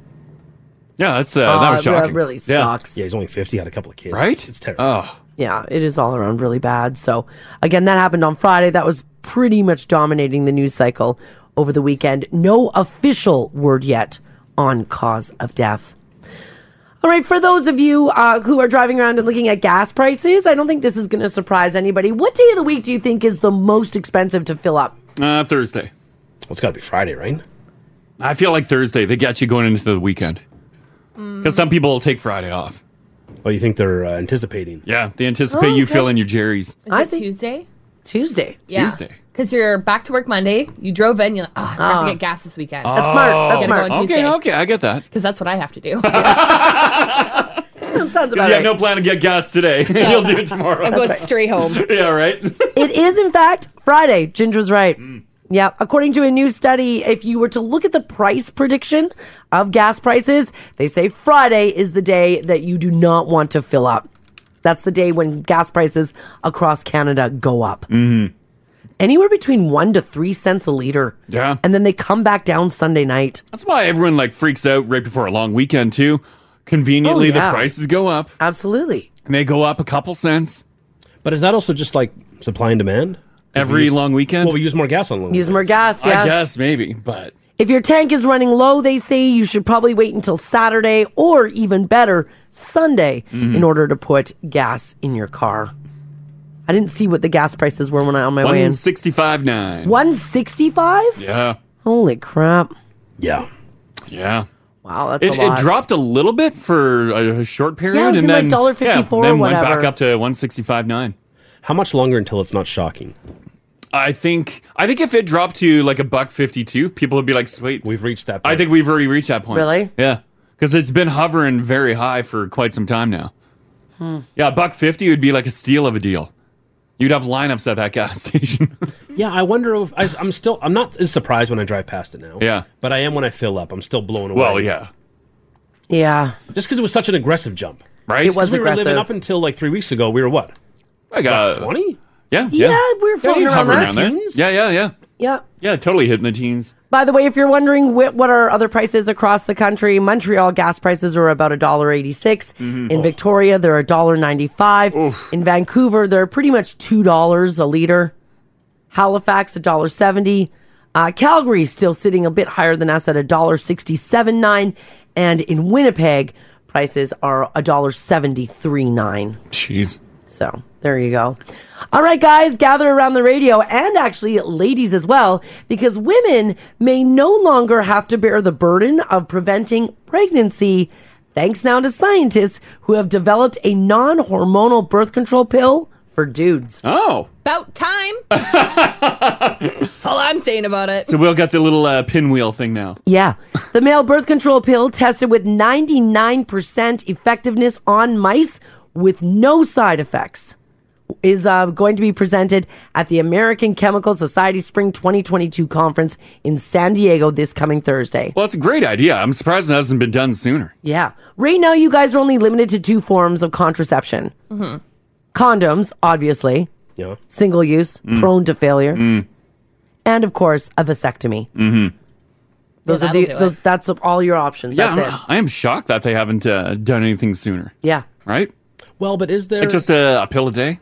[SPEAKER 3] Yeah, that's uh, that
[SPEAKER 10] Oh,
[SPEAKER 3] was
[SPEAKER 10] it re-
[SPEAKER 3] shocking.
[SPEAKER 10] really
[SPEAKER 3] yeah.
[SPEAKER 10] sucks.
[SPEAKER 7] Yeah, he's only 50, had a couple of kids.
[SPEAKER 3] Right?
[SPEAKER 7] It's terrible.
[SPEAKER 3] Oh.
[SPEAKER 10] Yeah, it is all around really bad. So, again, that happened on Friday. That was pretty much dominating the news cycle over the weekend. No official word yet on cause of death. All right, for those of you uh, who are driving around and looking at gas prices, I don't think this is going to surprise anybody. What day of the week do you think is the most expensive to fill up?
[SPEAKER 3] Uh, Thursday.
[SPEAKER 7] Well, it's got to be Friday, right?
[SPEAKER 3] I feel like Thursday. They got you going into the weekend because some people will take Friday off.
[SPEAKER 7] Oh, you think they're uh, anticipating?
[SPEAKER 3] Yeah, they anticipate
[SPEAKER 1] Oh,
[SPEAKER 3] you
[SPEAKER 1] okay.
[SPEAKER 3] filling your jerrys.
[SPEAKER 1] Is it Tuesday?
[SPEAKER 10] Tuesday.
[SPEAKER 3] Tuesday.
[SPEAKER 1] Because you're back to work Monday. You drove in. You're like, oh, I forgot
[SPEAKER 10] Ah.
[SPEAKER 1] to get gas this weekend.
[SPEAKER 3] Ah.
[SPEAKER 1] Gotta go on
[SPEAKER 3] Oh. Okay,
[SPEAKER 1] Tuesday.
[SPEAKER 3] okay, I get that.
[SPEAKER 1] Because that's what I have to do. [laughs]
[SPEAKER 10] Sounds
[SPEAKER 3] 'Cause you have no plan to get gas today. [laughs] You'll
[SPEAKER 10] [laughs]
[SPEAKER 3] do it tomorrow.
[SPEAKER 1] I'll go straight home.
[SPEAKER 3] [laughs] yeah, right.
[SPEAKER 10] it is, in fact, Friday. Ginger's right.
[SPEAKER 3] Mm.
[SPEAKER 10] Yeah. According to a new study, if you were to look at the price prediction of gas prices, they say Friday is the day that you do not want to fill up. That's the day when gas prices across Canada go up.
[SPEAKER 3] Mm.
[SPEAKER 9] Mm-hmm.
[SPEAKER 10] Anywhere between one to three cents a liter.
[SPEAKER 3] Yeah.
[SPEAKER 10] And then they come back down Sunday night.
[SPEAKER 3] That's why everyone like freaks out right before a long weekend too. Conveniently,
[SPEAKER 10] Oh, yeah.
[SPEAKER 3] the prices go up.
[SPEAKER 10] Absolutely.
[SPEAKER 3] And they go up a couple cents.
[SPEAKER 7] But is that also just like supply and demand?
[SPEAKER 3] Every long weekend? Well, we
[SPEAKER 7] use more gas on long
[SPEAKER 10] Use more gas, yeah.
[SPEAKER 3] Oh, I guess, maybe, but
[SPEAKER 10] If your tank is running low, they say you should probably wait until Saturday or even better, Sunday
[SPEAKER 3] Mhm.
[SPEAKER 10] in order to put gas in your car. I didn't see what the gas prices were when I on my way in.
[SPEAKER 3] 165.9.
[SPEAKER 10] 165?
[SPEAKER 3] Yeah.
[SPEAKER 10] Holy crap.
[SPEAKER 7] Yeah.
[SPEAKER 3] Yeah.
[SPEAKER 10] Wow, that's
[SPEAKER 3] it,
[SPEAKER 10] a lot.
[SPEAKER 3] it dropped a little bit for a, a short period,
[SPEAKER 10] was
[SPEAKER 3] and
[SPEAKER 10] in, like,
[SPEAKER 3] then yeah,
[SPEAKER 10] $1.54 or
[SPEAKER 3] then went back
[SPEAKER 10] whatever.
[SPEAKER 3] up to uh, one sixty five nine.
[SPEAKER 7] How much longer until it's not shocking?
[SPEAKER 3] I think I think if it dropped to like a buck fifty two, people would be like, "Sweet,
[SPEAKER 7] we've reached that."
[SPEAKER 3] I think we've already reached that point.
[SPEAKER 10] Really?
[SPEAKER 3] Yeah, because it's been hovering very high for quite some time now.
[SPEAKER 10] Hmm.
[SPEAKER 3] Yeah, a buck fifty would be like a steal of a deal. You'd have lineups at that gas [laughs] station.
[SPEAKER 7] Yeah, I wonder if I, am still. I'm not as surprised when I drive past it now.
[SPEAKER 3] Yeah.
[SPEAKER 7] but I am when I fill up. I'm still blown away.
[SPEAKER 3] Well, yeah.
[SPEAKER 10] Yeah.
[SPEAKER 7] Just because it was such an aggressive jump,
[SPEAKER 3] right?
[SPEAKER 10] It was
[SPEAKER 7] 'Cause we were living
[SPEAKER 10] aggressive.
[SPEAKER 7] up until like three weeks ago. We were what?
[SPEAKER 3] Like uh,
[SPEAKER 7] twenty.
[SPEAKER 3] Yeah,
[SPEAKER 10] Yeah,
[SPEAKER 3] yeah.
[SPEAKER 10] we were floating
[SPEAKER 3] you'd
[SPEAKER 10] around
[SPEAKER 3] hover
[SPEAKER 10] that.
[SPEAKER 3] there.
[SPEAKER 10] Teens?
[SPEAKER 3] Yeah, yeah, yeah.
[SPEAKER 10] Yeah.
[SPEAKER 3] Yeah, totally hitting the teens.
[SPEAKER 10] By the way, if you're wondering wh- what are other prices across the country, Montreal gas prices are about $1.86.
[SPEAKER 9] Mhm.
[SPEAKER 10] In
[SPEAKER 9] Oh.
[SPEAKER 10] Victoria, they're $1.95. In Vancouver, they're pretty much $2 a liter. Halifax, $1.70. Uh, Calgary still sitting a bit higher than us at $1.679. And in Winnipeg, prices are $1.739.
[SPEAKER 3] Jeez.
[SPEAKER 10] So there you go. All right, guys, gather around the radio and actually ladies as well, because women may no longer have to bear the burden of preventing pregnancy thanks now to scientists who have developed a non hormonal birth control pill for dudes.
[SPEAKER 3] Oh.
[SPEAKER 1] About time. That's all I'm saying about it.
[SPEAKER 3] So we'll get the little uh, pinwheel thing now.
[SPEAKER 10] Yeah. [laughs] The male birth control pill tested with 99% effectiveness on mice with no side effects is uh, going to be presented at the American Chemical Society Spring 2022 conference in San Diego this coming Thursday.
[SPEAKER 3] Well, it's a great idea. I'm surprised it hasn't been done sooner.
[SPEAKER 10] Yeah. Right now, you guys are only limited to two forms of contraception
[SPEAKER 1] Mhm.
[SPEAKER 10] condoms, obviously,
[SPEAKER 7] Yeah.
[SPEAKER 10] single use,
[SPEAKER 7] Mm.
[SPEAKER 10] prone to failure, and of course, a vasectomy.
[SPEAKER 3] Mm-hmm.
[SPEAKER 10] Those
[SPEAKER 1] Yeah,
[SPEAKER 10] are
[SPEAKER 1] that'll do
[SPEAKER 10] the
[SPEAKER 1] it.
[SPEAKER 10] those, that's all your options.
[SPEAKER 3] Yeah,
[SPEAKER 10] that's it.
[SPEAKER 3] I'm- I am shocked that they haven't uh, done anything sooner.
[SPEAKER 10] Yeah.
[SPEAKER 3] Right?
[SPEAKER 7] Well, but is there Hmm.
[SPEAKER 3] Like just a, a pill a day?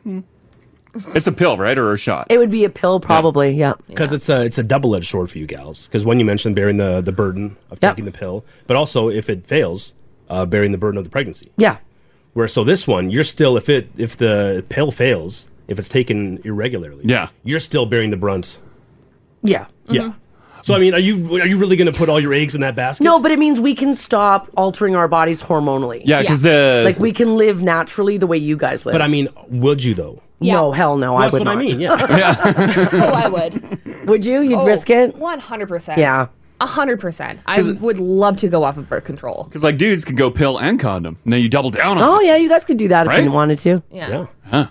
[SPEAKER 3] It's a pill, right, or a shot?
[SPEAKER 10] It would be a pill, probably. Yeah.
[SPEAKER 7] Because it's a it's a double edged sword for you gals. Because one you mentioned bearing the the burden of taking the pill, but also if it fails, uh, bearing the burden of the pregnancy.
[SPEAKER 10] Yeah.
[SPEAKER 7] Where so this one you're still if it if the pill fails if it's taken irregularly, yeah, you're still bearing the brunt.
[SPEAKER 10] Yeah.
[SPEAKER 1] Mm-hmm.
[SPEAKER 7] Yeah. So I mean, are you are you really going to put all your eggs in that basket?
[SPEAKER 10] No, but it means we can stop altering our bodies hormonally.
[SPEAKER 7] Yeah, 'cause, uh,
[SPEAKER 10] like we can live naturally the way you guys live.
[SPEAKER 7] But I mean, would you though?
[SPEAKER 10] no, hell no, I
[SPEAKER 7] That's
[SPEAKER 10] would
[SPEAKER 7] what I
[SPEAKER 10] not.
[SPEAKER 7] mean, yeah.
[SPEAKER 10] [laughs]
[SPEAKER 1] oh, I would.
[SPEAKER 10] Would you?
[SPEAKER 1] Oh.
[SPEAKER 10] You'd risk it?
[SPEAKER 1] One hundred percent.
[SPEAKER 3] Yeah.
[SPEAKER 1] A hundred percent. I would love to go off of birth control.
[SPEAKER 3] Because like dudes could go pill and condom. Now you double down on.
[SPEAKER 10] Oh yeah, you guys could do that if
[SPEAKER 3] Right?
[SPEAKER 10] you wanted to.
[SPEAKER 1] Yeah.
[SPEAKER 7] Yeah.
[SPEAKER 3] Huh?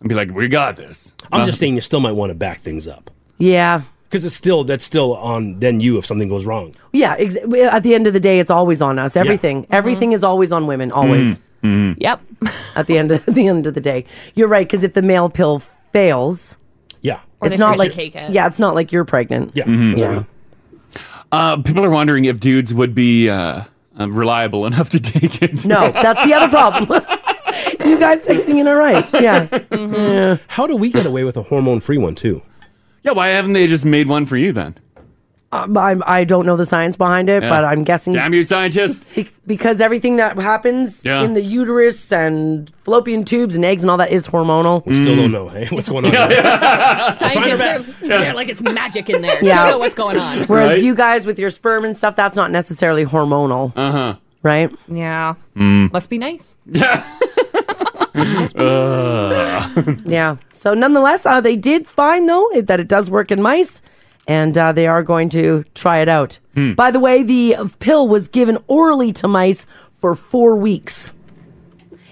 [SPEAKER 3] And be like, we got this.
[SPEAKER 7] I'm just saying, you still might want to back things up
[SPEAKER 10] Yeah.
[SPEAKER 7] because it's still that's still on then you if something goes wrong.
[SPEAKER 10] Yeah, ex- at the end of the day, it's always on us. Everything, everything is always on women. Always.
[SPEAKER 7] Mm.
[SPEAKER 3] Mm-hmm.
[SPEAKER 1] Yep.
[SPEAKER 10] [laughs] At the end, of, at the end of the day, you're right. Because if the male pill fails,
[SPEAKER 7] Yeah.
[SPEAKER 10] it's not like yeah, it's not like you're pregnant.
[SPEAKER 7] Yeah. Mm-hmm.
[SPEAKER 10] Yeah.
[SPEAKER 3] Uh, people are wondering if dudes would be uh, uh, reliable enough to [laughs] take it.
[SPEAKER 10] No,
[SPEAKER 3] [laughs]
[SPEAKER 10] that's the other problem. you guys texting in are right. Yeah. yeah.
[SPEAKER 7] How do we get away with a hormone free one too?
[SPEAKER 3] Yeah, why haven't they just made one for you then?
[SPEAKER 10] Um, I'm, I don't know the science behind it,
[SPEAKER 3] Yeah.
[SPEAKER 10] but I'm guessing
[SPEAKER 3] Damn you, scientists!
[SPEAKER 10] [laughs] Be- because everything that happens
[SPEAKER 3] Yeah.
[SPEAKER 10] in the uterus and fallopian tubes and eggs and all that is hormonal. Mm.
[SPEAKER 7] We still don't
[SPEAKER 3] Mm.
[SPEAKER 7] know. Hey, what's
[SPEAKER 3] [laughs]
[SPEAKER 7] going on?
[SPEAKER 1] Scientists are they're like it's magic in there.
[SPEAKER 10] Yeah.
[SPEAKER 1] Don't know what's going on.
[SPEAKER 10] Whereas you guys with your sperm and stuff, that's not necessarily hormonal.
[SPEAKER 3] Uh huh.
[SPEAKER 10] Right?
[SPEAKER 1] Yeah.
[SPEAKER 3] Mm.
[SPEAKER 10] [laughs]
[SPEAKER 1] Must be nice.
[SPEAKER 10] Yeah. So, nonetheless, uh, they did find, though, it- that it does work in mice, and uh, they are going to try it out.
[SPEAKER 9] Hmm.
[SPEAKER 10] By the way, the uh, pill was given orally to mice for four weeks.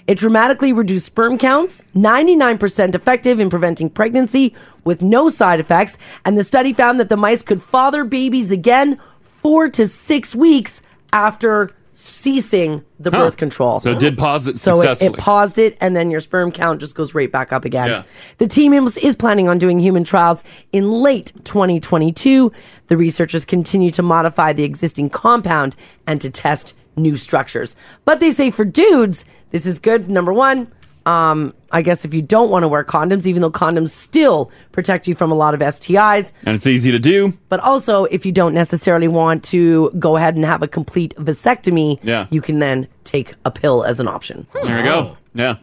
[SPEAKER 10] It dramatically reduced sperm counts, 99% effective in preventing pregnancy with no side effects. And the study found that the mice could father babies again four to six weeks after ceasing the
[SPEAKER 3] Huh.
[SPEAKER 10] birth control.
[SPEAKER 3] So it did pause it
[SPEAKER 10] So it,
[SPEAKER 3] successfully.
[SPEAKER 10] it paused it, and then your sperm count just goes right back up again.
[SPEAKER 3] Yeah.
[SPEAKER 10] The team is, is planning on doing human trials in late 2022. The researchers continue to modify the existing compound and to test new structures. But they say for dudes, this is good. Number one, Um, I guess if you don't want to wear condoms, even though condoms still protect you from a lot of STIs,
[SPEAKER 3] And it's easy to do.
[SPEAKER 10] but also if you don't necessarily want to go ahead and have a complete vasectomy,
[SPEAKER 3] Yeah.
[SPEAKER 10] you can then take a pill as an option.
[SPEAKER 3] There we go. Yeah.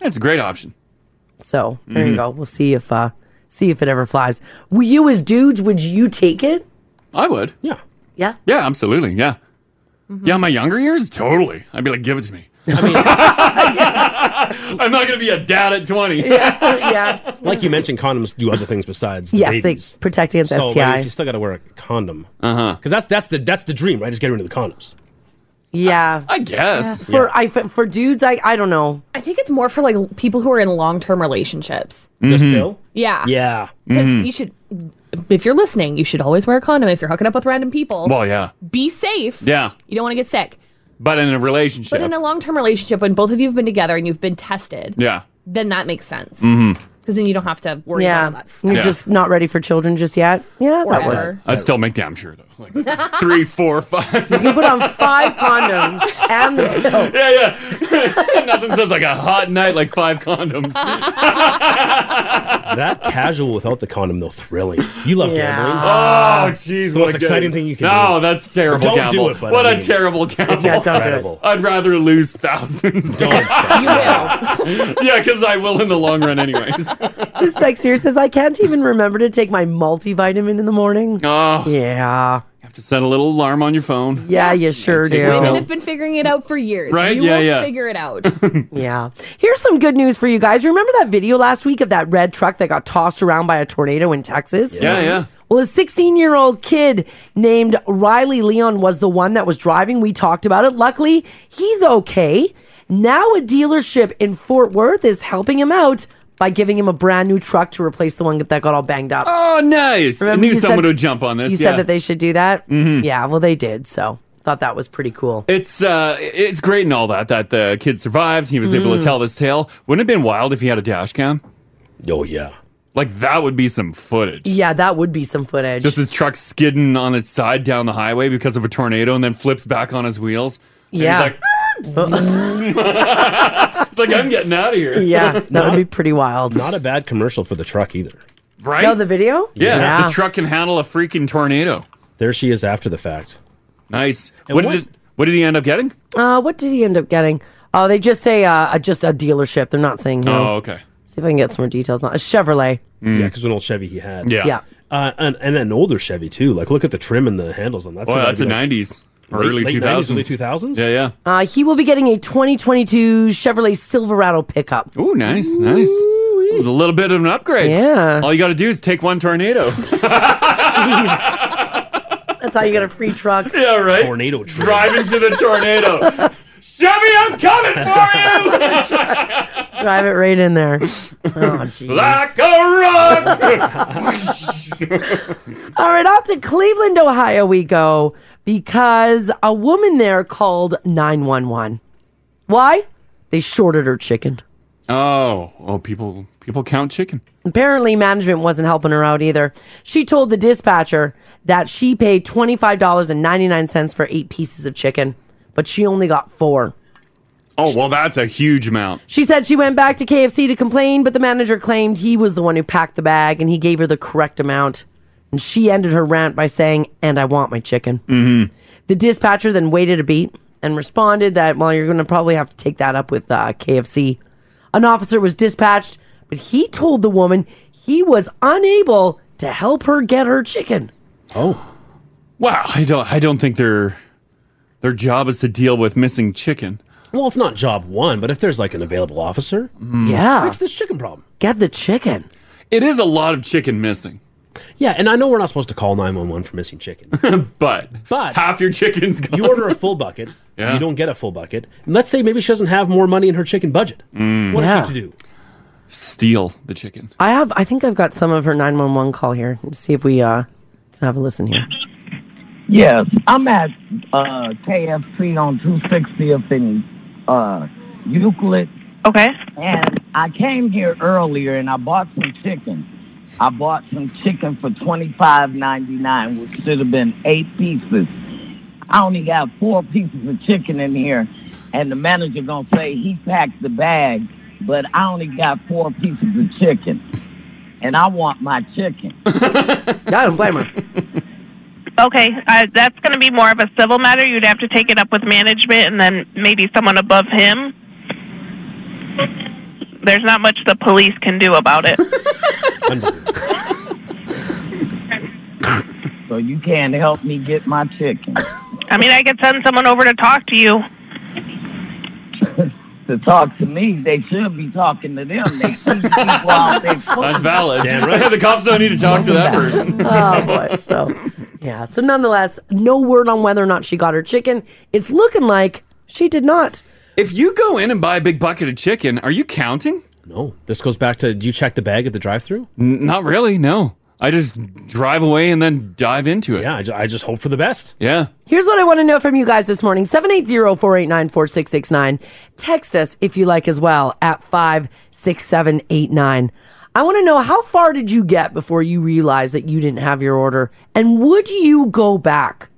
[SPEAKER 3] That's a great option.
[SPEAKER 10] So there you
[SPEAKER 3] Mhm.
[SPEAKER 10] go. We'll see if uh see if it ever flies. Will you as dudes, would you take it?
[SPEAKER 3] I would.
[SPEAKER 7] Yeah.
[SPEAKER 10] Yeah. Mm-hmm.
[SPEAKER 3] Yeah, absolutely. Yeah. Yeah, my younger years? Totally. I'd be like, give it to me. I mean, I'm not going to be a dad at 20.
[SPEAKER 10] yeah.
[SPEAKER 7] [laughs] Like you mentioned, condoms do other things besides. The
[SPEAKER 10] yes,
[SPEAKER 7] babies.
[SPEAKER 10] they protect against
[SPEAKER 7] so,
[SPEAKER 10] STI.
[SPEAKER 7] Like, you still got to wear a condom. Uh
[SPEAKER 3] Uh-huh.
[SPEAKER 7] huh. Because that's that's the that's the dream, right? Just get rid of the condoms.
[SPEAKER 10] yeah.
[SPEAKER 7] I guess.
[SPEAKER 10] For
[SPEAKER 7] Yeah.
[SPEAKER 10] I for, for dudes, I I don't know.
[SPEAKER 1] I think it's more for like people who are in long term relationships.
[SPEAKER 3] Mm-hmm.
[SPEAKER 7] This pill.
[SPEAKER 1] Yeah.
[SPEAKER 7] Yeah.
[SPEAKER 1] Because you should, if you're listening, you should always wear a condom if you're hooking up with random people.
[SPEAKER 10] Oh.
[SPEAKER 3] Well, yeah.
[SPEAKER 1] Be safe.
[SPEAKER 3] Yeah.
[SPEAKER 1] You don't want to get sick.
[SPEAKER 3] But in a relationship.
[SPEAKER 1] But in a long term relationship, when both of you have been together and you've been tested,
[SPEAKER 3] yeah.
[SPEAKER 1] then that makes sense.
[SPEAKER 3] Mm-hmm.
[SPEAKER 1] Because then you don't have to worry
[SPEAKER 10] Yeah.
[SPEAKER 1] about
[SPEAKER 10] You're
[SPEAKER 3] Yeah.
[SPEAKER 10] just not ready for children just yet. Yeah, that
[SPEAKER 1] Whatever.
[SPEAKER 10] works.
[SPEAKER 3] I'd still make damn sure, though.
[SPEAKER 10] [laughs]
[SPEAKER 3] Like,
[SPEAKER 1] all that.
[SPEAKER 3] three, four, five. [laughs]
[SPEAKER 10] You can put on five condoms and the pill.
[SPEAKER 3] Yeah, yeah. Nothing says like a hot night like five condoms.
[SPEAKER 7] that casual without the condom, though, thrilling. You love gambling.
[SPEAKER 10] Ah.
[SPEAKER 7] Ah.
[SPEAKER 3] Oh, jeez.
[SPEAKER 7] It's the most exciting thing you can
[SPEAKER 3] no,
[SPEAKER 7] do.
[SPEAKER 3] that's terrible
[SPEAKER 7] Don't
[SPEAKER 3] gamble.
[SPEAKER 7] do it, but
[SPEAKER 3] what
[SPEAKER 7] I
[SPEAKER 3] a
[SPEAKER 7] mean-
[SPEAKER 3] terrible gamble.
[SPEAKER 7] Yeah, don't do it.
[SPEAKER 3] I'd rather lose
[SPEAKER 7] [laughs]
[SPEAKER 3] thousands. Don't. [laughs] yeah, because I will in the long
[SPEAKER 7] [laughs]
[SPEAKER 3] run, anyways.
[SPEAKER 10] This text here says I can't even remember to take my multivitamin in the morning.
[SPEAKER 3] Oh.
[SPEAKER 10] Yeah.
[SPEAKER 3] Have to set a little alarm on your phone.
[SPEAKER 10] Yeah, you sure
[SPEAKER 3] Take a
[SPEAKER 10] do.
[SPEAKER 3] pill.
[SPEAKER 1] Women have been figuring it out for years.
[SPEAKER 3] Right?
[SPEAKER 1] You
[SPEAKER 3] Yeah,
[SPEAKER 1] will
[SPEAKER 3] yeah.
[SPEAKER 1] figure it
[SPEAKER 3] [laughs]
[SPEAKER 1] out.
[SPEAKER 10] [laughs] Yeah. Here's some good news for you guys. Remember that video last week of that red truck that got tossed around by a tornado in Texas?
[SPEAKER 3] Yeah, yeah.
[SPEAKER 10] Well, a 16 year old kid named Riley Leon was the one that was driving. We talked about it. Luckily, he's okay. Now, a dealership in Fort Worth is helping him out by giving him a brand new truck to replace the one that got all banged up.
[SPEAKER 3] Oh, nice.
[SPEAKER 10] Remember
[SPEAKER 3] I knew
[SPEAKER 10] you
[SPEAKER 3] someone
[SPEAKER 10] said-
[SPEAKER 3] would jump on this.
[SPEAKER 10] you
[SPEAKER 3] yeah.
[SPEAKER 10] said that they should do that? Mm-hmm. Yeah, well, they did. So, thought that was pretty cool.
[SPEAKER 3] It's uh, it's great and all that that the kid survived. He was able to
[SPEAKER 10] Mm.
[SPEAKER 3] tell this tale. Wouldn't it have been wild if he had a dash cam?
[SPEAKER 7] Oh yeah,
[SPEAKER 3] like that would be some footage.
[SPEAKER 10] Yeah, that would be some footage.
[SPEAKER 3] Just his truck skidding on its side down the highway because of a tornado, and then flips back on his wheels. And
[SPEAKER 10] Yeah.
[SPEAKER 3] [laughs] he's like, [laughs] it's like I'm getting out of here. [laughs]
[SPEAKER 7] Not-
[SPEAKER 10] pretty wild.
[SPEAKER 7] Not a bad commercial for the truck either.
[SPEAKER 3] right.
[SPEAKER 10] No, the video?
[SPEAKER 3] yeah, the truck can handle a freaking tornado.
[SPEAKER 7] There she is after the fact.
[SPEAKER 3] Nice. What, did it, what did he end up getting?
[SPEAKER 10] Uh, what did he end up getting? Oh, they just say uh, a- just a dealership. They're not saying. who.
[SPEAKER 7] Oh, okay.
[SPEAKER 10] See if I can get some more details. on A Chevrolet.
[SPEAKER 3] Hmm.
[SPEAKER 7] Yeah, because an old Chevy he had.
[SPEAKER 10] Yeah. Yeah.
[SPEAKER 7] Uh, and, and an older Chevy too. Like look at the trim and the handles on that.
[SPEAKER 3] Well,
[SPEAKER 7] gotta
[SPEAKER 3] that's
[SPEAKER 7] be,
[SPEAKER 3] a
[SPEAKER 7] like,
[SPEAKER 3] 90s or
[SPEAKER 7] late-
[SPEAKER 3] early
[SPEAKER 7] late 90s,
[SPEAKER 3] 2000s.
[SPEAKER 7] early 2000s?
[SPEAKER 3] Yeah, yeah.
[SPEAKER 10] Uh, he will be getting a 2022 Chevrolet Silverado pickup.
[SPEAKER 3] Ooh, nice, nice. It was a little bit of an upgrade.
[SPEAKER 10] Yeah.
[SPEAKER 3] All you got to do is take one tornado. [laughs]
[SPEAKER 10] That's how you get a free truck.
[SPEAKER 3] [laughs] yeah, right.
[SPEAKER 7] Tornado trim.
[SPEAKER 3] Drive into the tornado. Chevy, I'm
[SPEAKER 7] [laughs]
[SPEAKER 3] coming for you.
[SPEAKER 10] Drive it right
[SPEAKER 3] [laughs]
[SPEAKER 10] in there. Oh, jeez.
[SPEAKER 3] like a rock.
[SPEAKER 10] [laughs] All right, off to Cleveland, Ohio we go because a woman there called 911. Why? They shorted her chicken.
[SPEAKER 3] oh, oh, people, people count chicken.
[SPEAKER 10] Apparently, management wasn't helping her out either. She told the dispatcher that she paid $25.99 for eight pieces of chicken, but she only got four.
[SPEAKER 3] Oh, well, that's a huge amount.
[SPEAKER 10] She said she went back to KFC to complain, but the manager claimed he was the one who packed the bag and he gave her the correct amount. And she ended her rant by saying, And I want my chicken.
[SPEAKER 9] Mm-hmm.
[SPEAKER 10] The dispatcher then waited a beat and responded that, well, you're going to probably have to take that up with uh, KFC. An officer was dispatched, but he told the woman he was unable to help her get her chicken.
[SPEAKER 7] Oh,
[SPEAKER 3] wow. I don't, I don't think their their job is to deal with missing chicken.
[SPEAKER 7] Well, it's not job one, but if there's like an available officer,
[SPEAKER 10] Mm. Yeah.
[SPEAKER 7] fix this chicken problem.
[SPEAKER 10] Get the chicken.
[SPEAKER 3] It is a lot of chicken missing,
[SPEAKER 7] Yeah, and I know we're not supposed to call 911 for missing chicken.
[SPEAKER 3] but
[SPEAKER 7] But
[SPEAKER 3] half your chicken's gone.
[SPEAKER 7] you order a full bucket,
[SPEAKER 3] [laughs] Yeah.
[SPEAKER 7] you don't get a full bucket. And let's say maybe she doesn't have more money in her chicken budget. What is
[SPEAKER 10] Yeah.
[SPEAKER 7] she to do?
[SPEAKER 3] Mm. steal the
[SPEAKER 10] [laughs]
[SPEAKER 3] chicken.
[SPEAKER 10] I have, I think I've got some of her 911 call here. Let's see if we uh, can have a listen here.
[SPEAKER 12] Yes, I'm at uh, KFC on 260th in uh, Euclid. Okay. And I came here earlier and I bought some chicken. I bought some chicken for twenty five ninety nine, which should have been eight pieces. I only got four pieces of chicken in here, and the manager gonna say he packed the bag but I only got four pieces of chicken, and I want my
[SPEAKER 10] [laughs]
[SPEAKER 12] chicken.
[SPEAKER 10] I don't blame her.
[SPEAKER 9] Okay, uh, that's going to be more of a civil matter. You'd have to take it up with management and then maybe someone above him. There's not much the police can do about
[SPEAKER 12] [laughs]
[SPEAKER 9] it.
[SPEAKER 12] So you can't help me get my chicken
[SPEAKER 9] I mean, I could send someone over to talk to you.
[SPEAKER 12] [laughs] to talk to me. They should be talking to them. They
[SPEAKER 3] [laughs]
[SPEAKER 12] keep people out there.
[SPEAKER 3] That's valid.
[SPEAKER 12] Damn right.
[SPEAKER 3] [laughs] the cops don't need to talk to that person.
[SPEAKER 10] oh boy. So yeah. So nonetheless, no word on whether or not she got her chicken. It's looking like she did not.
[SPEAKER 3] If you go in and buy a big bucket of chicken, are you counting?
[SPEAKER 7] No. This goes back to do you check the bag at the drive thru?
[SPEAKER 3] Not really, no. I just drive away and then dive into it.
[SPEAKER 7] Yeah, I, ju- I just hope for the best.
[SPEAKER 3] Yeah.
[SPEAKER 10] Here's what I want to know from you guys this morning 780 489 4669. Text us if you like as well at 56789. I want to know how far did you get before you realized that you didn't have your order? And would you go back?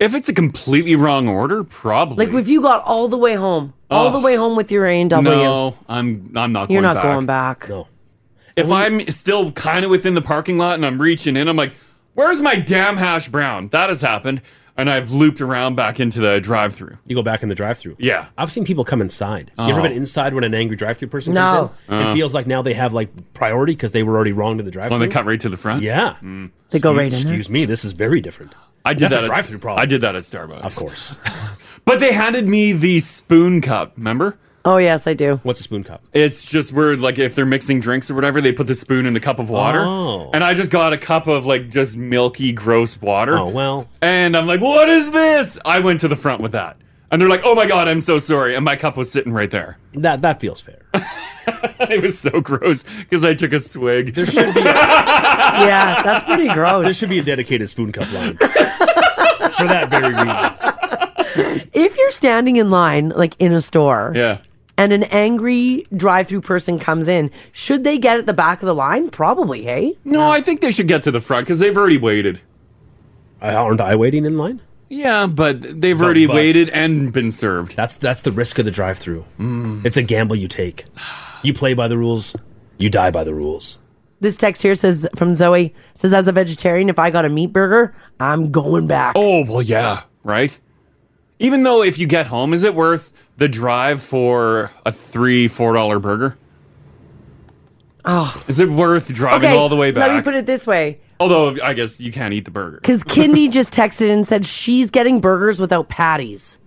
[SPEAKER 3] If it's a completely wrong order, probably.
[SPEAKER 10] Like if you got all the way home, all the
[SPEAKER 3] Ugh.
[SPEAKER 10] way home with your A and W.
[SPEAKER 3] No, I'm I'm not
[SPEAKER 10] You're
[SPEAKER 3] going
[SPEAKER 10] not
[SPEAKER 3] back.
[SPEAKER 10] going back.
[SPEAKER 7] No.
[SPEAKER 3] If I'm still kind of within the parking lot and I'm reaching in, I'm like, where's my damn hash brown? That has happened. And I've looped around back into the drive thru.
[SPEAKER 7] You go back in the drive thru.
[SPEAKER 3] Yeah.
[SPEAKER 7] I've seen people come inside. You
[SPEAKER 3] Oh.
[SPEAKER 7] ever been inside when an angry drive thru person
[SPEAKER 10] No.
[SPEAKER 7] comes in and
[SPEAKER 3] Uh.
[SPEAKER 7] feels like now they have like priority because they were already wrong to the drive thru?
[SPEAKER 3] When they cut right to the front?
[SPEAKER 7] Yeah.
[SPEAKER 10] They go right in there.
[SPEAKER 7] Excuse me, this is very different.
[SPEAKER 3] I did
[SPEAKER 7] That's a
[SPEAKER 3] that at
[SPEAKER 7] drive thru problem.
[SPEAKER 3] I did that at Starbucks. Of
[SPEAKER 7] course.
[SPEAKER 3] [laughs] but they handed me the spoon cup, remember?
[SPEAKER 10] Oh yes, I do.
[SPEAKER 7] What's a spoon cup?
[SPEAKER 3] It's just weird, like if they're mixing drinks or whatever, they put the spoon in the cup of water.
[SPEAKER 7] Oh.
[SPEAKER 3] And I just got a cup of like just milky, gross water.
[SPEAKER 7] Oh, well.
[SPEAKER 3] And I'm like, what is this? I went to the front with that. And they're like, oh my God, I'm so sorry. And my cup was sitting right there.
[SPEAKER 7] That that feels fair.
[SPEAKER 3] [laughs] it was so gross because I took a swig. There
[SPEAKER 7] should be.
[SPEAKER 10] [laughs] yeah,
[SPEAKER 7] [laughs]
[SPEAKER 10] that's pretty gross.
[SPEAKER 7] There should be a dedicated spoon cup line [laughs] for that very reason.
[SPEAKER 10] If you're standing in line, like in a store,
[SPEAKER 3] yeah.
[SPEAKER 10] and an angry drive-through person comes in, should they get at the back of the line? Probably, hey.
[SPEAKER 3] No, I think they should get to the front because they've already waited.
[SPEAKER 7] Aren't I waiting in line?
[SPEAKER 3] Yeah, but they've already
[SPEAKER 7] but-
[SPEAKER 3] waited and been served.
[SPEAKER 7] That's that's the risk of the drive-through.
[SPEAKER 3] Mm.
[SPEAKER 7] It's a gamble you take. You play by the rules, you die by the rules.
[SPEAKER 10] This text here says from Zoe says, as a vegetarian, if I got a meat burger, I'm going back.
[SPEAKER 3] Oh well, yeah, right. Even though if you get home, is it worth the drive for a three four dollar burger?
[SPEAKER 10] Oh,
[SPEAKER 3] Is it worth driving all the way back?
[SPEAKER 10] Let me put it this way.
[SPEAKER 3] Although I guess you can't eat the
[SPEAKER 10] [laughs]
[SPEAKER 3] burger.
[SPEAKER 10] Because Kindy just texted and said she's getting burgers without patties.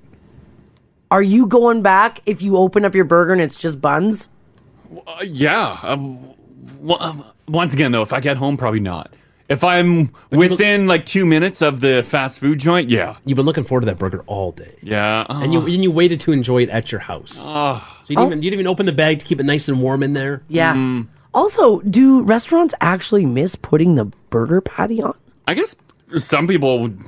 [SPEAKER 10] Are you going back if you open up your burger and it's just buns?
[SPEAKER 3] Uh, yeah. Um, w- um, once again, though, if I get home, probably not. If I'm within like two minutes of the fast food joint, yeah,
[SPEAKER 7] You've been looking forward to that burger all day.
[SPEAKER 3] yeah. uh-huh. Uh,
[SPEAKER 7] And you and you waited to enjoy it at your house.
[SPEAKER 3] Ah.
[SPEAKER 7] So you didn't,
[SPEAKER 10] Oh.
[SPEAKER 7] even, you didn't even open the bag to keep it nice and warm in there.
[SPEAKER 10] Yeah.
[SPEAKER 3] Mm.
[SPEAKER 10] Also, do restaurants actually miss putting the burger patty on?
[SPEAKER 3] I guess some people would,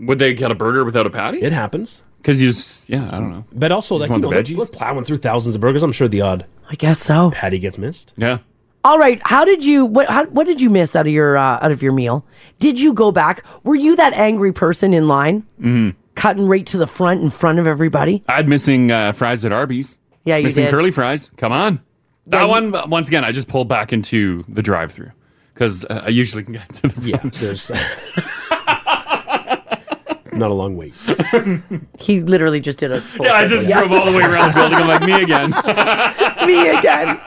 [SPEAKER 3] would they get a burger without a patty? It
[SPEAKER 7] happens
[SPEAKER 3] because you just yeah. I don't know.
[SPEAKER 7] But also, like you
[SPEAKER 3] want
[SPEAKER 7] know,
[SPEAKER 3] the
[SPEAKER 7] they're,
[SPEAKER 3] veggies?
[SPEAKER 7] they're plowing through thousands of burgers. I'm sure the odd,
[SPEAKER 10] I guess so.
[SPEAKER 7] Patty gets missed.
[SPEAKER 3] Yeah.
[SPEAKER 10] All right, how did you what how, what did you miss out of your uh, out of your meal? Did you go back? Were you that angry person in line
[SPEAKER 3] Mm.
[SPEAKER 10] cutting right to the front in front
[SPEAKER 3] [laughs]
[SPEAKER 10] of everybody?
[SPEAKER 3] I had missing uh, fries at Arby's.
[SPEAKER 10] Yeah, you
[SPEAKER 3] missing
[SPEAKER 10] did.
[SPEAKER 3] curly fries. Come on, that one. uh, Once again, I just pulled back into the drive-through because uh, I usually can get to the front.
[SPEAKER 7] Yeah, there's [laughs] not a long wait.
[SPEAKER 10] He literally just did a
[SPEAKER 3] [laughs]
[SPEAKER 10] full
[SPEAKER 3] yeah. I
[SPEAKER 10] circle.
[SPEAKER 3] just drove all the way around the building. I'm
[SPEAKER 7] [laughs]
[SPEAKER 3] like me again.
[SPEAKER 10] [laughs] me again.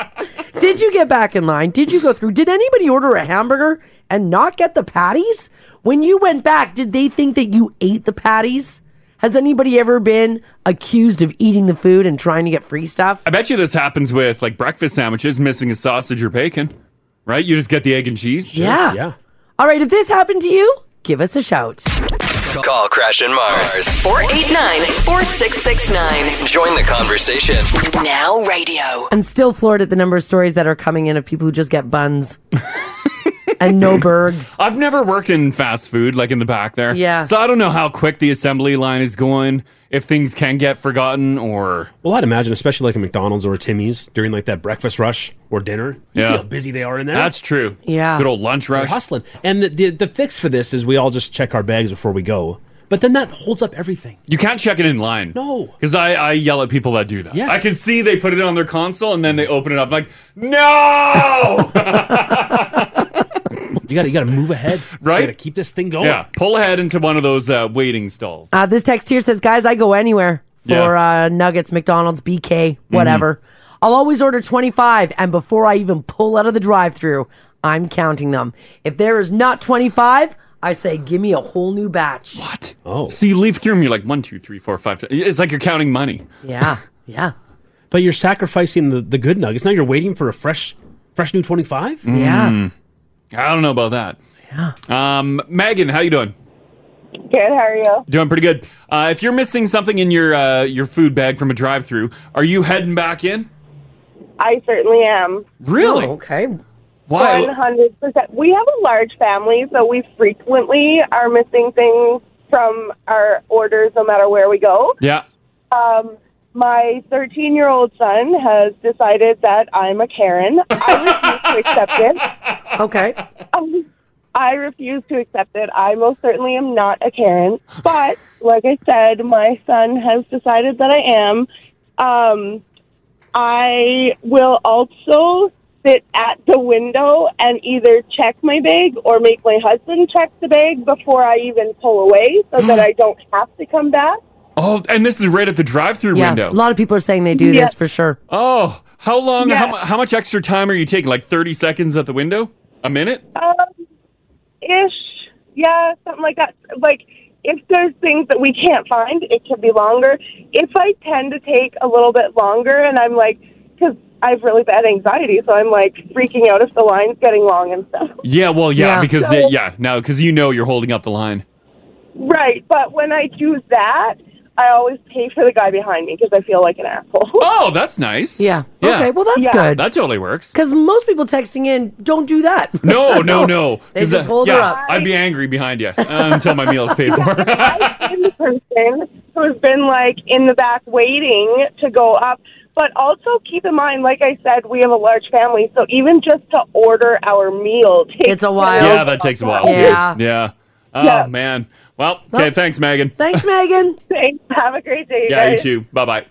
[SPEAKER 10] Did you get back in line? Did you go through? Did anybody order a hamburger and not get the patties? When you went back, did they think that you ate the patties? Has anybody ever been accused of eating the food and trying to get free stuff?
[SPEAKER 3] I bet you this happens with like breakfast sandwiches missing a sausage or bacon, right? You just get the egg and cheese.
[SPEAKER 10] Yeah. Yeah. All right, if this happened to you, give us a shout.
[SPEAKER 2] Call Crash and Mars.
[SPEAKER 5] 489 4669.
[SPEAKER 2] Join the conversation.
[SPEAKER 5] Now radio.
[SPEAKER 10] I'm still floored at the number of stories that are coming in of people who just get
[SPEAKER 3] [laughs]
[SPEAKER 10] buns and no burgs.
[SPEAKER 3] I've never worked in fast food, like in the back there.
[SPEAKER 10] Yeah.
[SPEAKER 3] So I don't know how quick the assembly line is going, if things can get forgotten or.
[SPEAKER 7] Well, I'd imagine, especially like a McDonald's or a Timmy's during like that breakfast rush or dinner. You see
[SPEAKER 3] Yeah.
[SPEAKER 7] how busy they are in there.
[SPEAKER 3] That's true.
[SPEAKER 7] Yeah.
[SPEAKER 3] Good old lunch
[SPEAKER 7] They're
[SPEAKER 3] rush.
[SPEAKER 7] hustling. And the, the the fix for this is we all just check our bags before we go. But then that holds up everything.
[SPEAKER 3] You can't check it in line.
[SPEAKER 7] No.
[SPEAKER 3] Because I, I yell at people that do that.
[SPEAKER 7] Yes.
[SPEAKER 3] I can see they put it on their console and then they open it up like, no!
[SPEAKER 7] [laughs] you gotta you gotta move ahead.
[SPEAKER 3] Right?
[SPEAKER 7] You gotta keep this thing going.
[SPEAKER 3] Yeah. Pull ahead into one of those uh, waiting stalls.
[SPEAKER 10] Uh, this text here says, guys, I go anywhere for uh, nuggets, McDonald's, BK, whatever.
[SPEAKER 3] Mm-hmm.
[SPEAKER 10] I'll always order 25, and before I even pull out of the drive through, I'm counting them. If there is not 25, I say, give me a whole new batch.
[SPEAKER 3] What? Oh. So you leave through and you're like, one, two, three, four, five. six." It's like you're counting money.
[SPEAKER 10] Yeah. Yeah.
[SPEAKER 7] But you're sacrificing the, the good nuggets. Now you're waiting for a fresh fresh new twenty five?
[SPEAKER 3] Mm. I don't know about that. Yeah. Um, Megan, how you doing?
[SPEAKER 9] Good. How are you?
[SPEAKER 3] Doing pretty good. Uh, if you're missing something in your uh, your food bag from a drive-through, are you heading back in?
[SPEAKER 9] I certainly am.
[SPEAKER 3] Really?
[SPEAKER 10] Oh, okay.
[SPEAKER 3] Why?
[SPEAKER 9] One hundred percent. We have a large family, so we frequently are missing things from our orders, no matter where we go.
[SPEAKER 3] Yeah.
[SPEAKER 9] Um, my thirteen-year-old son has decided that I'm a Karen. I refuse to accept it.
[SPEAKER 10] Okay.
[SPEAKER 9] Um, I refuse to accept it. I most certainly am not a Karen. But like I said, my son has decided that I am. Um, I will also sit at the window and either check my bag or make my husband check the bag before I even pull away so that I don't have to come back.
[SPEAKER 3] Oh, and this is right at the drive-through
[SPEAKER 10] Yeah.
[SPEAKER 3] window.
[SPEAKER 10] A lot of people are saying they do
[SPEAKER 3] Yeah.
[SPEAKER 10] this for sure.
[SPEAKER 3] Oh, how long?
[SPEAKER 9] Yeah.
[SPEAKER 3] How, mu- how much extra time are you taking? Like thirty seconds at the window? A minute?
[SPEAKER 9] Um, ish, yeah, something like that. Like if there's things that we can't find, it could be longer. If I tend to take a little bit longer, and I'm like, because I have really bad anxiety, so I'm like freaking out if the line's getting long and stuff. [laughs]
[SPEAKER 3] Yeah. Well, yeah,
[SPEAKER 9] Yeah.
[SPEAKER 3] because
[SPEAKER 9] So-
[SPEAKER 3] yeah, no, because you know you're holding up the line.
[SPEAKER 9] Right, but when I do that, I always pay for the guy behind me because I feel like an asshole. [laughs]
[SPEAKER 3] Oh, that's nice. Yeah.
[SPEAKER 10] Okay, well, that's Yeah. good.
[SPEAKER 3] That totally works.
[SPEAKER 10] Because most people texting in don't do that.
[SPEAKER 3] [laughs]
[SPEAKER 10] [laughs]
[SPEAKER 3] No, no, no.
[SPEAKER 10] They
[SPEAKER 3] 'Cause,
[SPEAKER 10] just
[SPEAKER 3] uh,
[SPEAKER 10] hold
[SPEAKER 3] yeah,
[SPEAKER 10] her up.
[SPEAKER 3] I'd be angry behind you uh, until my meal's paid
[SPEAKER 9] [laughs]
[SPEAKER 3] for.
[SPEAKER 9] I'm the person who's been like in the back waiting to go up. But also keep in mind, like I said, we have a large family, so even just to order our meal takes
[SPEAKER 10] [laughs] It's a
[SPEAKER 3] yeah, that takes a while. too.
[SPEAKER 10] Yeah.
[SPEAKER 3] Yeah. Oh
[SPEAKER 9] Yeah.
[SPEAKER 3] man. Well, okay. Thanks, Megan.
[SPEAKER 10] Thanks, Megan.
[SPEAKER 9] [laughs] Thanks. Have a great day.
[SPEAKER 3] yeah, you too. Bye bye.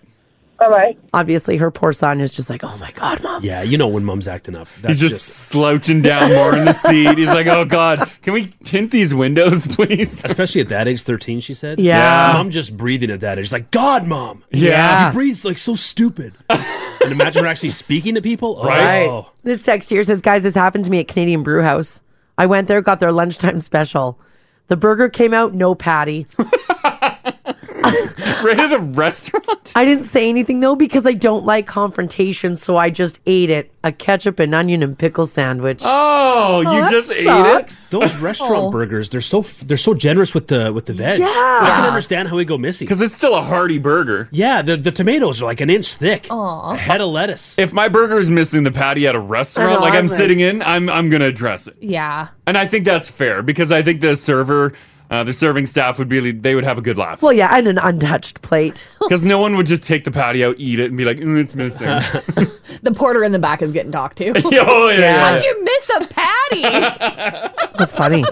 [SPEAKER 9] Bye bye.
[SPEAKER 10] Obviously, her poor son is just like, oh my God, mom.
[SPEAKER 7] Yeah, you know when mom's acting up.
[SPEAKER 3] He's just, slouching down more in the seat. He's like, "Oh God, can we tint these windows, [laughs] please?"
[SPEAKER 7] Especially at that age, thirteen, she said.
[SPEAKER 3] Yeah.
[SPEAKER 7] Mom just breathing at that age. Like, God, mom.
[SPEAKER 3] Yeah. Yeah.
[SPEAKER 7] You breathe like so stupid. and imagine her actually speaking to
[SPEAKER 3] [laughs]
[SPEAKER 7] people. Oh.
[SPEAKER 10] Right. This text here says, guys, this happened to me at Canadian Brew House. I went there, got their lunchtime special. The burger came out, no patty.
[SPEAKER 3] [laughs] right at a restaurant?
[SPEAKER 10] I didn't say anything though because I don't like confrontation, so I just ate it. A ketchup and onion and pickle sandwich.
[SPEAKER 3] Oh,
[SPEAKER 10] Oh, that
[SPEAKER 3] you just
[SPEAKER 10] sucks.
[SPEAKER 7] Those restaurant
[SPEAKER 10] Oh.
[SPEAKER 7] burgers, they're so they're so generous with the with the veg.
[SPEAKER 10] Yeah.
[SPEAKER 7] I can understand how we go missing because
[SPEAKER 3] it's still a hearty burger.
[SPEAKER 7] Yeah, the, the tomatoes are like an inch thick.
[SPEAKER 10] Aw.
[SPEAKER 7] A head of lettuce.
[SPEAKER 3] If my burger is missing the patty at a restaurant,
[SPEAKER 1] know,
[SPEAKER 3] like I'm
[SPEAKER 1] I'm like-
[SPEAKER 3] sitting in, I'm I'm gonna address it,
[SPEAKER 1] Yeah.
[SPEAKER 3] and I think that's fair because I think the server, uh, the serving staff would be they would have a good laugh.
[SPEAKER 10] Well, yeah, and an
[SPEAKER 3] [laughs]
[SPEAKER 10] untouched plate.
[SPEAKER 3] Because no one would just take the patty out, eat it, and be like, mm, it's missing. [laughs]
[SPEAKER 1] The porter in the back is getting talked to.
[SPEAKER 3] Oh, [laughs] yeah, yeah,
[SPEAKER 1] How'd
[SPEAKER 3] yeah.
[SPEAKER 1] you miss a patty?
[SPEAKER 10] That's funny.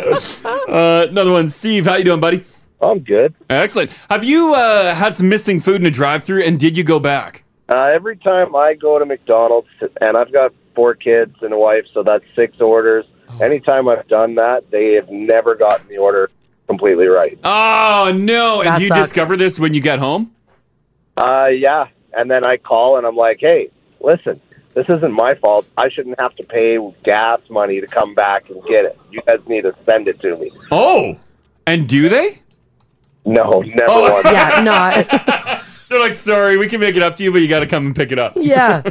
[SPEAKER 3] uh, another one. Steve, how you doing, buddy?
[SPEAKER 11] I'm good.
[SPEAKER 3] Excellent. Have you uh, had some missing food in a drive through and did you go back?
[SPEAKER 11] Uh, every time I go to McDonald's, and I've got four kids and a wife, so that's six orders. Anytime I've done that, they have never gotten the order completely right.
[SPEAKER 3] Oh, no. and
[SPEAKER 11] That
[SPEAKER 3] do you
[SPEAKER 11] sucks.
[SPEAKER 3] discover this when you get home?
[SPEAKER 11] Uh, yeah, and then I call and I'm like, "Hey, listen, this isn't my fault. I shouldn't have to pay gas money to come back and get it. You guys need to send it to me."
[SPEAKER 3] Oh, and do they? Oh.
[SPEAKER 11] No,
[SPEAKER 3] [laughs]
[SPEAKER 11] never once.
[SPEAKER 10] Yeah, no.
[SPEAKER 3] They're like, sorry, we can make it up to you, but you got to come and pick it up.
[SPEAKER 10] Yeah.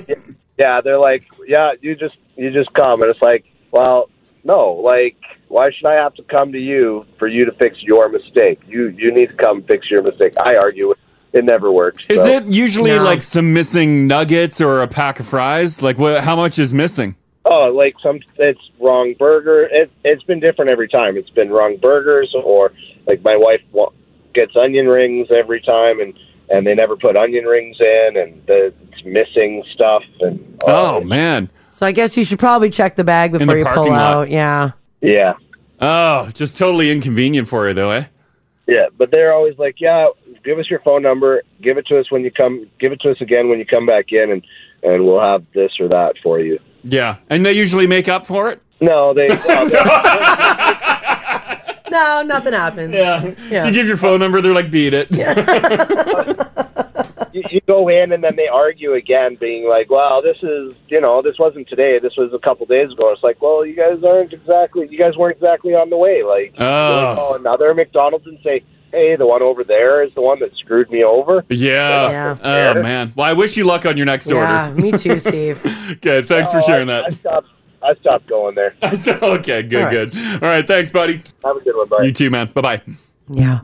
[SPEAKER 11] yeah, they're like, yeah, you just you just come, and it's like, well, no, like, why should I have to come to you for you to fix your mistake? You you need to come fix your mistake. I argue with. It never works.
[SPEAKER 3] Is
[SPEAKER 11] so.
[SPEAKER 3] it usually like some missing nuggets or a pack of fries? Like, wha how much is missing?
[SPEAKER 11] Oh, like some it's wrong burger. It it's been different every time. It's been wrong burgers or like my wife wa- gets onion rings every time, and and they never put onion rings in, and the, it's missing stuff. And
[SPEAKER 3] Oh, man.
[SPEAKER 10] So I guess you should probably check the bag
[SPEAKER 3] the
[SPEAKER 10] before you pull
[SPEAKER 3] parking lot.
[SPEAKER 10] out. Yeah.
[SPEAKER 11] yeah.
[SPEAKER 3] Oh, just totally inconvenient for you, though, eh?
[SPEAKER 11] Yeah, but they're always like, "Yeah, give us your phone number. Give it to us when you come. Give it to us again when you come back in, and and we'll have this or that for you."
[SPEAKER 3] Yeah, and they usually make up for it.
[SPEAKER 11] No, they.
[SPEAKER 10] No, nothing happens.
[SPEAKER 3] Yeah. [laughs] You give your phone number, they're like, "Beat it."
[SPEAKER 11] you, you go in and then they argue again, being like, "Well, this is you know this wasn't today. This was a couple days ago." It's like, "Well, you guys aren't exactly you guys weren't exactly on the way." Like, you
[SPEAKER 3] Oh.
[SPEAKER 11] call another McDonald's and say, "Hey, the one over there is the one that screwed me over."
[SPEAKER 3] [laughs] Yeah. Oh
[SPEAKER 11] Yeah.
[SPEAKER 3] man. Well, I wish you luck on your next
[SPEAKER 11] Yeah,
[SPEAKER 3] order. [laughs]
[SPEAKER 11] me too, Steve.
[SPEAKER 3] okay. Thanks for
[SPEAKER 11] No, Oh, I-
[SPEAKER 3] sharing
[SPEAKER 11] I
[SPEAKER 3] that.
[SPEAKER 11] stopped. I stopped going
[SPEAKER 3] [laughs]
[SPEAKER 11] there.
[SPEAKER 3] okay. Good.
[SPEAKER 11] All right.
[SPEAKER 3] Good. All right. Thanks, buddy.
[SPEAKER 11] Have a good one. Bye.
[SPEAKER 3] You too, man. Bye bye.
[SPEAKER 10] Yeah.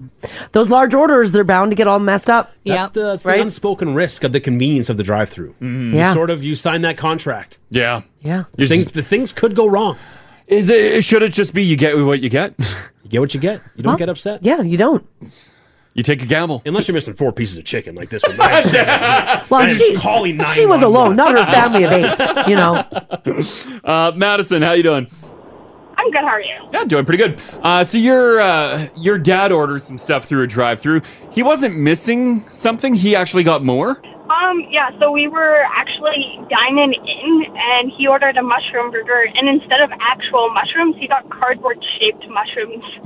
[SPEAKER 10] Those large orders, they're bound to get all messed up.
[SPEAKER 7] That's, the, that's the unspoken risk of the convenience of the drive-through.
[SPEAKER 10] Yeah.
[SPEAKER 7] You sort of you sign that contract.
[SPEAKER 3] Mm-hmm. Yeah.
[SPEAKER 10] Yeah.
[SPEAKER 7] The things, the things could go wrong.
[SPEAKER 3] Is it? Should it just be you get what you get? [laughs] you
[SPEAKER 7] get what you get. You don't
[SPEAKER 10] Well,
[SPEAKER 7] get upset.
[SPEAKER 10] Yeah, you don't.
[SPEAKER 3] You take a gamble.
[SPEAKER 7] Unless you're missing four pieces of chicken like this one.
[SPEAKER 10] [laughs]
[SPEAKER 7] well,
[SPEAKER 10] she-
[SPEAKER 7] calling nine.
[SPEAKER 10] she was alone, not her family of eight, you know.
[SPEAKER 3] Uh, Madison, how you doing?
[SPEAKER 13] I'm good. How are you?
[SPEAKER 3] Yeah, doing pretty good. Uh, so your uh, your dad ordered some stuff through a drive-through. He wasn't missing something. He actually got more.
[SPEAKER 13] Um, yeah, so we were actually dining in and he ordered a mushroom burger and instead of actual mushrooms, he got cardboard shaped mushrooms. [laughs]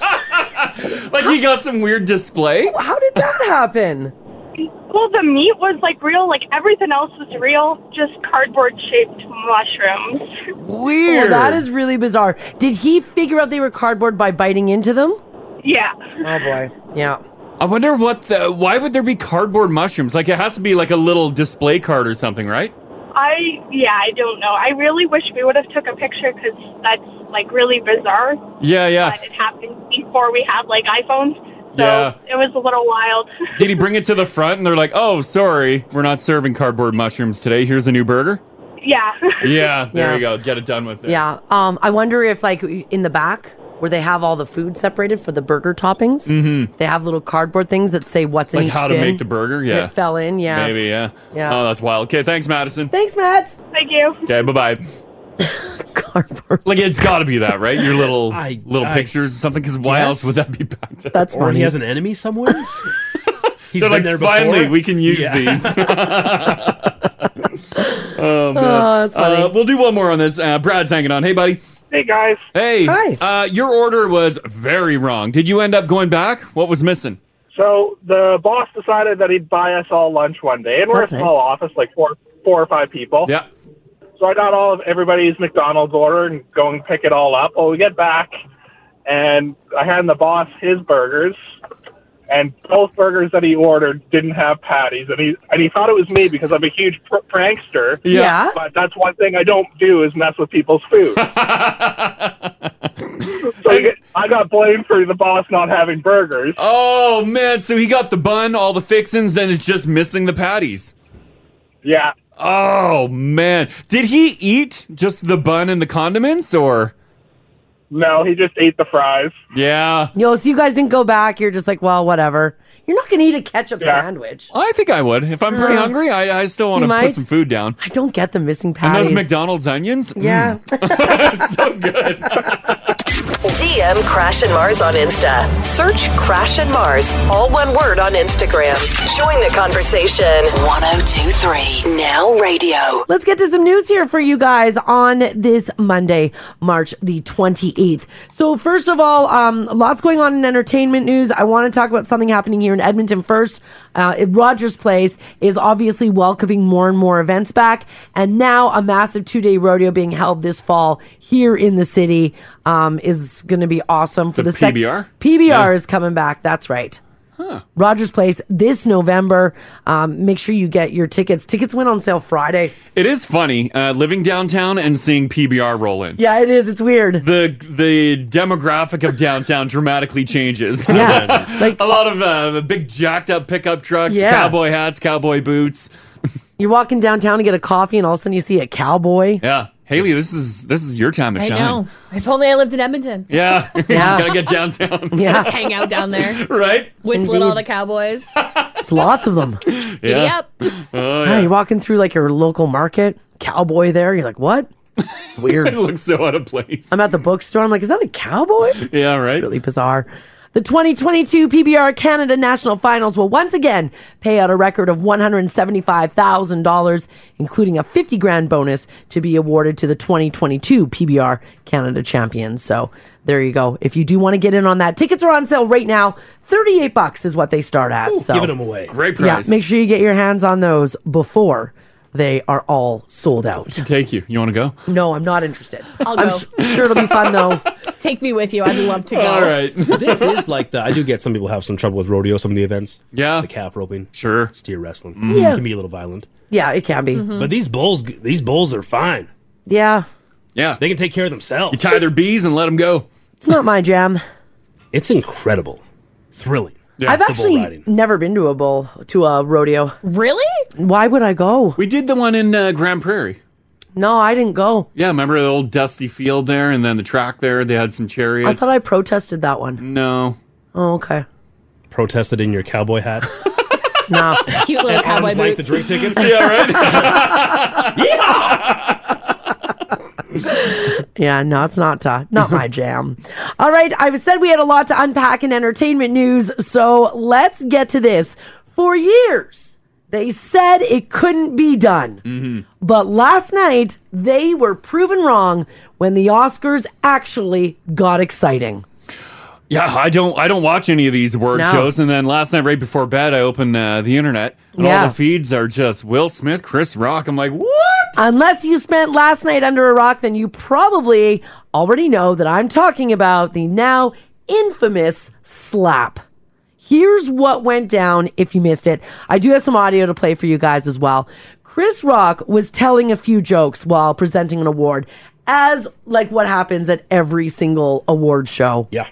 [SPEAKER 3] Like he got some weird display.
[SPEAKER 10] Oh, How did that happen?
[SPEAKER 13] Well, the meat was like real, like everything else was real, just cardboard shaped mushrooms.
[SPEAKER 10] Weird. that is really bizarre. Did he figure out they were cardboard by biting into them?
[SPEAKER 13] Yeah.
[SPEAKER 10] Oh boy. Yeah.
[SPEAKER 3] I wonder what the why would there be cardboard mushrooms? Like it has to be like a little display card or something, right?
[SPEAKER 13] I, yeah, I don't know. I really wish we would have took a picture because that's like really bizarre
[SPEAKER 3] Yeah, yeah,
[SPEAKER 13] that it happened before we had like iPhones.
[SPEAKER 3] yeah.
[SPEAKER 13] It was a little wild. [laughs]
[SPEAKER 3] Did he bring it to the front and they're like, "Oh, sorry, we're not serving cardboard mushrooms today. Here's a new burger."
[SPEAKER 13] yeah.
[SPEAKER 3] [laughs] Yeah, there
[SPEAKER 10] Yeah.
[SPEAKER 3] you go. Get it done with. It.
[SPEAKER 10] Yeah. Um, I wonder if like in the back where they have all the food separated for the burger toppings,
[SPEAKER 3] Mhm.
[SPEAKER 10] they have little cardboard things that say what's in
[SPEAKER 3] Like
[SPEAKER 10] each
[SPEAKER 3] how to
[SPEAKER 10] bin.
[SPEAKER 3] make the burger.
[SPEAKER 10] And
[SPEAKER 3] Yeah.
[SPEAKER 10] It fell in. Yeah.
[SPEAKER 3] Maybe. Yeah.
[SPEAKER 10] Yeah.
[SPEAKER 3] Oh, that's wild. Okay, thanks, Madison.
[SPEAKER 10] Thanks, Matt.
[SPEAKER 13] Thank you.
[SPEAKER 3] Okay, bye bye. Cardboard. Like it's got to be that, right? Your little
[SPEAKER 7] [laughs]
[SPEAKER 3] little
[SPEAKER 7] I
[SPEAKER 3] pictures or something. Because why else would that be back there?
[SPEAKER 7] That's or he has an enemy
[SPEAKER 3] [laughs]
[SPEAKER 7] somewhere. He's
[SPEAKER 3] They're
[SPEAKER 7] been
[SPEAKER 3] like,
[SPEAKER 7] there before.
[SPEAKER 3] finally, we can use
[SPEAKER 7] Yeah. [laughs]
[SPEAKER 3] these. [laughs] oh, man.
[SPEAKER 7] Oh, that's funny.
[SPEAKER 3] Uh, we'll do one more on this. Uh, Brad's hanging on. Hey, buddy.
[SPEAKER 14] Hey, guys.
[SPEAKER 3] Hey.
[SPEAKER 14] Hi.
[SPEAKER 3] Uh, your order was very wrong. Did you end up going back? What was missing?
[SPEAKER 14] So the boss decided that he'd buy us all lunch one day, and we're
[SPEAKER 3] That's
[SPEAKER 14] a
[SPEAKER 3] nice.
[SPEAKER 14] small office, like four, four or five people.
[SPEAKER 3] Yeah.
[SPEAKER 14] So I got all of everybody's McDonald's order and go and pick it all up. Well, we get back, and I hand the boss his burgers, and both burgers that he ordered didn't have patties, and he and he thought it was me because I'm a huge pr- prankster.
[SPEAKER 10] Yeah.
[SPEAKER 14] But that's one thing I don't do is mess with people's food. so I, get, I got blamed for the boss not having burgers.
[SPEAKER 3] Oh, man. So he got the bun, all the fixins, then it's just missing the patties.
[SPEAKER 14] Yeah.
[SPEAKER 3] Oh, man. Did he eat just the bun and the condiments or?
[SPEAKER 14] No, he just ate the fries.
[SPEAKER 3] Yeah.
[SPEAKER 10] Yo, so you guys didn't go back. You're just like, well, whatever. You're not gonna eat a ketchup sandwich.
[SPEAKER 3] I think I would. If I'm pretty
[SPEAKER 10] Uh,
[SPEAKER 3] hungry, I, I still want to
[SPEAKER 10] you might.
[SPEAKER 3] put some food down.
[SPEAKER 10] I don't get the missing
[SPEAKER 3] And
[SPEAKER 10] patties.
[SPEAKER 3] those McDonald's onions? Mm.
[SPEAKER 10] yeah.
[SPEAKER 5] DM Crash and Mars on Insta. Search Crash and Mars, all one word on Instagram. Join the conversation. 1023 Now Radio.
[SPEAKER 10] Let's get to some news here for you guys on this Monday, March the 28th. So, first of all, um, lots going on in entertainment news. I want to talk about something happening here in Edmonton first. Uh, at Rogers Place is obviously welcoming more and more events back, and now a massive two day rodeo being held this fall here in the city um, is going to be awesome for
[SPEAKER 3] The
[SPEAKER 10] the, sec-
[SPEAKER 3] PBR?
[SPEAKER 10] PBR is coming back. That's right. Rogers Place this November. Um, make sure you get your tickets. Tickets went on sale Friday.
[SPEAKER 3] It is funny uh, living downtown and seeing PBR roll in.
[SPEAKER 10] Yeah, it is. It's weird.
[SPEAKER 3] The the demographic of downtown [laughs] dramatically changes. [laughs]
[SPEAKER 10] Yeah, like
[SPEAKER 3] a lot of uh, big jacked up pickup trucks,
[SPEAKER 10] Yeah.
[SPEAKER 3] cowboy hats, cowboy boots.
[SPEAKER 10] You're walking downtown to get a coffee, and all of a sudden you see a cowboy.
[SPEAKER 3] Yeah, Haley, this is this is your time to
[SPEAKER 1] I
[SPEAKER 3] shine.
[SPEAKER 1] know. If only I lived in Edmonton.
[SPEAKER 3] Yeah, [laughs]
[SPEAKER 1] Yeah.
[SPEAKER 3] gotta get
[SPEAKER 10] [laughs]
[SPEAKER 3] downtown.
[SPEAKER 1] Just hang out down there.
[SPEAKER 3] [laughs] right?
[SPEAKER 1] Whistling all the
[SPEAKER 3] [laughs]
[SPEAKER 1] cowboys.
[SPEAKER 10] There's lots of them. yeah.
[SPEAKER 1] Yep.
[SPEAKER 3] Oh,
[SPEAKER 10] you're walking through like your local market, cowboy there. You're like, what? It's weird.
[SPEAKER 3] it looks so out of place.
[SPEAKER 10] I'm at the bookstore. I'm like, is that a cowboy?
[SPEAKER 3] Yeah, right.
[SPEAKER 10] It's really bizarre. The 2022 PBR Canada National Finals will once again pay out a record of $175,000, including a 50 grand bonus to be awarded to the 2022 PBR Canada champions. So there you go. If you do want to get in on that, tickets are on sale right now. 38 bucks is what they start at. so
[SPEAKER 7] giving 'em away. Great price.
[SPEAKER 10] Yeah, make sure you get your hands on those before they are all sold out.
[SPEAKER 3] Take you. You want to go?
[SPEAKER 10] No, I'm not interested.
[SPEAKER 1] I'll
[SPEAKER 10] I'm
[SPEAKER 1] go.
[SPEAKER 10] s- sure it'll be fun though.
[SPEAKER 1] [laughs] Take me with you. I'd love to go. [laughs]
[SPEAKER 7] this is like the. I do get some people have some trouble with rodeo, some of the events.
[SPEAKER 3] Yeah.
[SPEAKER 7] The calf roping.
[SPEAKER 3] Sure. Mm-hmm.
[SPEAKER 7] Steer wrestling.
[SPEAKER 10] Mhm. Yeah. Mm-hmm.
[SPEAKER 7] Can be a little violent.
[SPEAKER 10] Yeah, it can be.
[SPEAKER 7] But these bulls, these bulls are fine.
[SPEAKER 10] yeah,
[SPEAKER 3] Yeah.
[SPEAKER 7] They can take care of themselves.
[SPEAKER 3] You tie their bees and let them go.
[SPEAKER 10] it's not my jam.
[SPEAKER 7] It's incredible. Thrilling.
[SPEAKER 10] I've actually never been to a bull to a rodeo.
[SPEAKER 1] Really?
[SPEAKER 10] Why would I go?
[SPEAKER 3] We did the one in uh, Grand Prairie.
[SPEAKER 10] No, I didn't go.
[SPEAKER 3] Yeah, remember the old dusty field there, and then the track there. They had some chariots.
[SPEAKER 10] I thought I protested that
[SPEAKER 3] Mm.
[SPEAKER 10] one.
[SPEAKER 3] No.
[SPEAKER 10] Oh, okay.
[SPEAKER 7] Protested in your cowboy
[SPEAKER 3] [laughs]
[SPEAKER 7] hat.
[SPEAKER 10] [laughs] No.
[SPEAKER 1] Cute little
[SPEAKER 7] And
[SPEAKER 1] cowboy
[SPEAKER 7] arms
[SPEAKER 1] boots.
[SPEAKER 7] like the drink
[SPEAKER 10] [laughs]
[SPEAKER 7] tickets.
[SPEAKER 10] Yeah, no, it's not uh, not my jam. All right, I've said we had a lot to unpack in entertainment news, so let's get to this. For years, they said it couldn't be done.
[SPEAKER 7] Mm-hmm.
[SPEAKER 10] But last night, they were proven wrong when the Oscars actually got exciting.
[SPEAKER 3] Yeah, I don't. I don't watch any of these award
[SPEAKER 10] No.
[SPEAKER 3] shows. And then last night, right before bed, I opened uh, the internet, and all
[SPEAKER 10] Yeah.
[SPEAKER 3] the feeds are just Will Smith, Chris Rock. I'm like, what?
[SPEAKER 10] Unless you spent last night under a rock, then you probably already know that I'm talking about the now infamous slap. Here's what went down if you missed it. I do have some audio to play for you guys as well. Chris Rock was telling a few jokes while presenting an award, as like what happens at every single award show.
[SPEAKER 7] Yeah.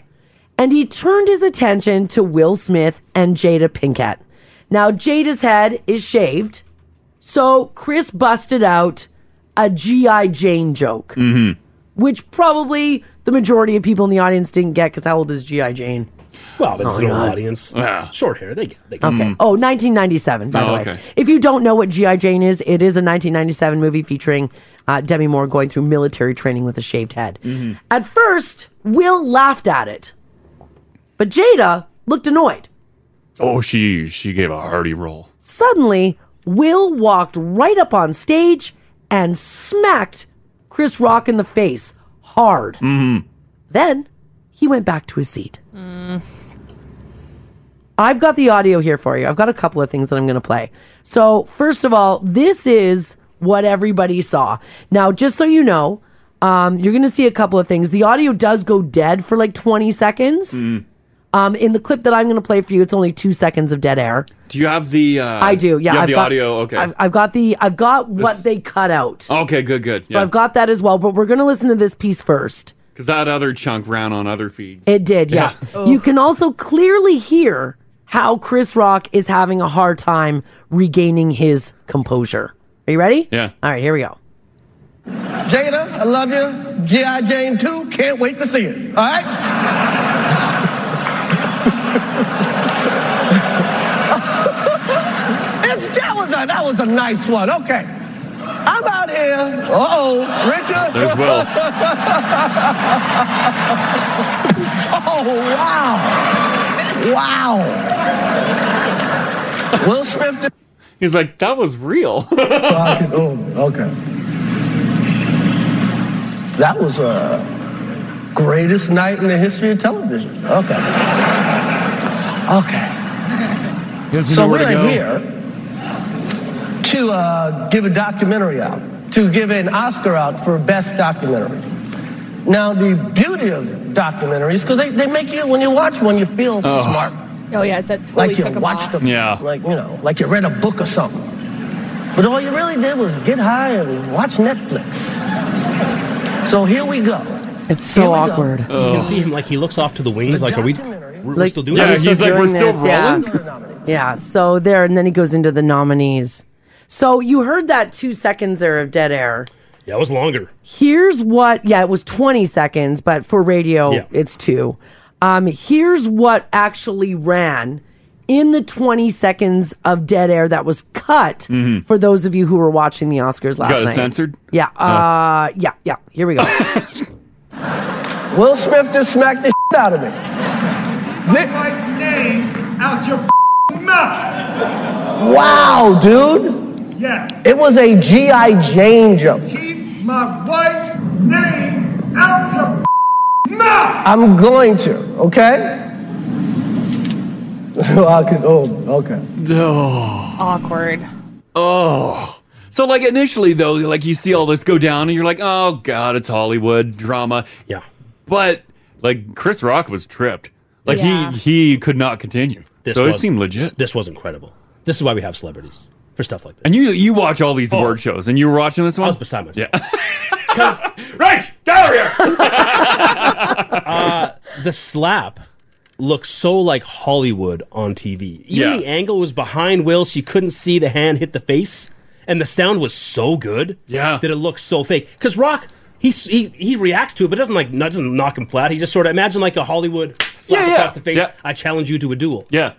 [SPEAKER 10] And he turned his attention to Will Smith and Jada Pinkett. Now, Jada's head is shaved. So Chris busted out a G.I. Jane joke,
[SPEAKER 3] Mm-hmm.
[SPEAKER 10] which probably the majority of people in the audience didn't get because how old is G.I. Jane?
[SPEAKER 7] Well, but it's
[SPEAKER 10] Oh,
[SPEAKER 7] an old
[SPEAKER 10] God.
[SPEAKER 7] audience. Short hair. They get. They
[SPEAKER 10] Okay.
[SPEAKER 7] get.
[SPEAKER 10] Oh, 1997, by
[SPEAKER 7] Oh,
[SPEAKER 10] the way.
[SPEAKER 7] okay.
[SPEAKER 10] If you don't know what G.I. Jane is, it is a 1997 movie featuring uh, Demi Moore going through military training with a shaved head.
[SPEAKER 7] Mm-hmm.
[SPEAKER 10] At first, Will laughed at it, but Jada looked annoyed.
[SPEAKER 3] Oh, she she gave a hearty roll.
[SPEAKER 10] Suddenly, Will walked right up on stage and smacked Chris Rock in the face hard. Then he went back to his seat.
[SPEAKER 15] Mm.
[SPEAKER 10] I've got the audio here for you. I've got a couple of things that I'm going to play. So, first of all, this is what everybody saw. Now, just so you know, um, you're going to see a couple of things. The audio does go dead for like 20 seconds.
[SPEAKER 3] Mm.
[SPEAKER 10] Um, in the clip that I'm going to play for you, it's only two seconds of dead air.
[SPEAKER 3] Do you have the? Uh,
[SPEAKER 10] I do. Yeah,
[SPEAKER 3] you have
[SPEAKER 10] I've
[SPEAKER 3] the
[SPEAKER 10] got,
[SPEAKER 3] audio. Okay.
[SPEAKER 10] I've, I've got the. I've got what
[SPEAKER 3] This-
[SPEAKER 10] they cut out.
[SPEAKER 3] okay. Good. Good.
[SPEAKER 10] So I've got that as well. But we're gonna listen to this piece first.
[SPEAKER 3] Because that other chunk ran on other feeds.
[SPEAKER 10] It did. Yeah. You can also clearly hear how Chris Rock is having a hard time regaining his composure. Are you ready?
[SPEAKER 3] Yeah.
[SPEAKER 10] All right. Here we go.
[SPEAKER 16] Jada, I love you. G.I. Jane 2, can't wait to see it. All right? [laughs] It's- that, was a, that was a nice one. Okay. I'm out here. Uh oh. Richard.
[SPEAKER 3] There's Will.
[SPEAKER 16] [laughs] oh, wow.
[SPEAKER 10] [laughs]
[SPEAKER 16] Wow. Will Smith. Did-
[SPEAKER 3] He's like, that was real. [laughs]
[SPEAKER 16] oh, okay. That was a greatest night in the history of television. Okay. Okay. So we're here to uh, give a documentary out, to give an Oscar out for best documentary. Now the beauty of documentaries, because they, they make you when you watch one, you feel
[SPEAKER 1] Oh.
[SPEAKER 16] smart
[SPEAKER 1] Oh yeah, that totally
[SPEAKER 16] like you
[SPEAKER 1] took him
[SPEAKER 16] watched
[SPEAKER 1] off.
[SPEAKER 16] them, like you know, like you read a book or something. But all you really did was get high and watch Netflix. So here we go.
[SPEAKER 10] It's
[SPEAKER 16] so awkward.
[SPEAKER 7] You can see him like he looks off to the wings. like, are we? We're, we're still doing.
[SPEAKER 10] I'm
[SPEAKER 7] this?
[SPEAKER 10] doing this, Yeah. yeah. So there, and then he goes into the nominees. So you heard that two seconds there of dead air.
[SPEAKER 7] Yeah, it was longer.
[SPEAKER 10] Here's what, yeah, it was 20 seconds, but for radio,
[SPEAKER 7] Yeah.
[SPEAKER 10] it's two. Um, here's what actually ran in the 20 seconds of dead air that was cut
[SPEAKER 7] Mm-hmm.
[SPEAKER 3] Mhm.
[SPEAKER 10] for those of you who were watching the Oscars last
[SPEAKER 3] got it
[SPEAKER 10] night.
[SPEAKER 3] censored?
[SPEAKER 10] Yeah. Uh, yeah. Yeah.
[SPEAKER 7] [laughs]
[SPEAKER 10] Here we go.
[SPEAKER 16] Will Smith just smacked the shit out of me.
[SPEAKER 17] my wife's name out your f***ing mouth.
[SPEAKER 16] Wow, dude.
[SPEAKER 17] Yeah.
[SPEAKER 16] It was a G.I. Jane jump.
[SPEAKER 17] My wife's name out your f***ing
[SPEAKER 16] I'm going to, okay? [laughs] I could, oh, okay.
[SPEAKER 3] Oh.
[SPEAKER 1] Awkward.
[SPEAKER 3] Oh. So like initially though, like you see all this go down and you're like, oh god, it's Hollywood drama.
[SPEAKER 7] Yeah.
[SPEAKER 3] But like Chris Rock was tripped. Like
[SPEAKER 7] Yeah.
[SPEAKER 3] he he could not continue.
[SPEAKER 7] This
[SPEAKER 3] so it
[SPEAKER 7] was-
[SPEAKER 3] seemed legit.
[SPEAKER 7] This was incredible. This is why we have celebrities for stuff like this. Oh.
[SPEAKER 3] And you you watch all these award shows and you were watching this one? I was
[SPEAKER 7] beside myself.
[SPEAKER 3] Yeah. [laughs]
[SPEAKER 7] [laughs] right, get out of here. [laughs] uh, the slap looked so like Hollywood on TV. Even
[SPEAKER 3] Yeah.
[SPEAKER 7] the angle was behind Will. She couldn't see the hand hit the face, and the sound was so good. Yeah, that it looked so fake. Because Rock. He, s- he, he reacts to it, but doesn't like not, doesn't knock him flat. He just sort of imagine like a Hollywood slap
[SPEAKER 3] Yeah, yeah.
[SPEAKER 7] across the face.
[SPEAKER 3] Yeah.
[SPEAKER 7] I challenge you to a duel.
[SPEAKER 3] Yeah.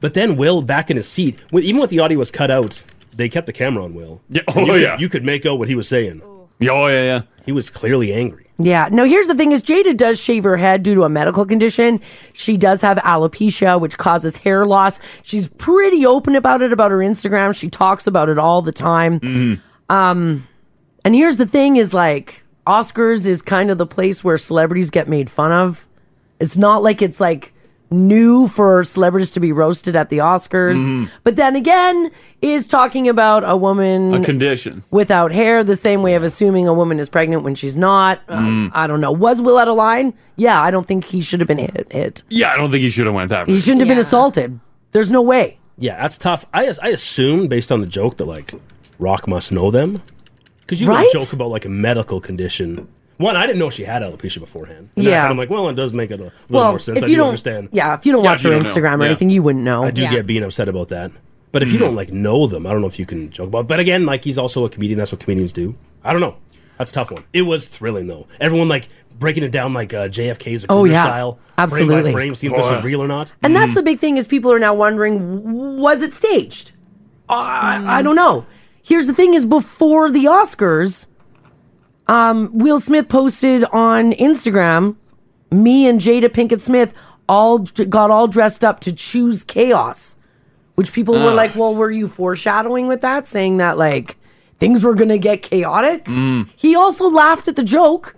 [SPEAKER 7] But then Will back in his seat, with, even with the audio was cut out, they kept the camera on Will. Yeah.
[SPEAKER 3] oh,
[SPEAKER 7] you could,
[SPEAKER 3] yeah.
[SPEAKER 7] You could make out what he was saying. Oh
[SPEAKER 3] yeah, yeah.
[SPEAKER 7] He was clearly angry.
[SPEAKER 10] Yeah. No, here's the thing is Jada does shave her head due to a medical condition. She does have alopecia, which causes hair loss. She's pretty open about it about her Instagram. She talks about it all the time.
[SPEAKER 3] Mm-hmm.
[SPEAKER 10] Um and here's the thing is like Oscars is kind of the place where celebrities get made fun of. It's not like it's like new for celebrities to be roasted at the Oscars.
[SPEAKER 3] Mhm.
[SPEAKER 10] But then again, is talking about a woman
[SPEAKER 3] A condition.
[SPEAKER 10] without hair, the same way of assuming a woman is pregnant when she's not. Um, I don't know. Was Will out of line? Yeah, I don't think he should have been hit. hit.
[SPEAKER 3] Yeah, I don't think he should have went that
[SPEAKER 10] He shouldn't have been assaulted. There's no way.
[SPEAKER 7] Yeah, that's tough. I as- I assume based on the joke that like Rock must know them because you
[SPEAKER 10] Right?
[SPEAKER 7] would joke about like a medical condition. One, I didn't know she had alopecia beforehand. And
[SPEAKER 10] Yeah.
[SPEAKER 7] yeah, I'm like, well, it does make it a little
[SPEAKER 10] Well,
[SPEAKER 7] more sense.
[SPEAKER 10] if
[SPEAKER 7] I
[SPEAKER 10] you
[SPEAKER 7] do
[SPEAKER 10] don't-
[SPEAKER 7] understand.
[SPEAKER 10] yeah, if you don't watch her Instagram or anything, you wouldn't know. Mm-hmm.
[SPEAKER 7] I do
[SPEAKER 10] Yeah.
[SPEAKER 7] get being upset about that. But if you don't like know them, I don't know if you can joke about. But again, like he's also a comedian. That's what comedians do. I don't know. That's a tough one. It was thrilling though. Everyone like breaking it down like uh, JFK's
[SPEAKER 10] Oh,
[SPEAKER 7] Kruger
[SPEAKER 10] yeah.
[SPEAKER 7] style, frame
[SPEAKER 10] Absolutely.
[SPEAKER 7] by frame, seeing if this
[SPEAKER 10] Boy.
[SPEAKER 7] was real or not.
[SPEAKER 10] And that's the big thing is people are now wondering, was it staged? I, I don't know. Here's the thing is before the Oscars, um, Will Smith posted on Instagram, me and Jada Pinkett Smith all d- got all dressed up to choose chaos, which people were
[SPEAKER 6] Ah.
[SPEAKER 10] like, well, were you foreshadowing with that? Saying that like things were going to get chaotic.
[SPEAKER 3] Mm.
[SPEAKER 10] He also laughed at the joke,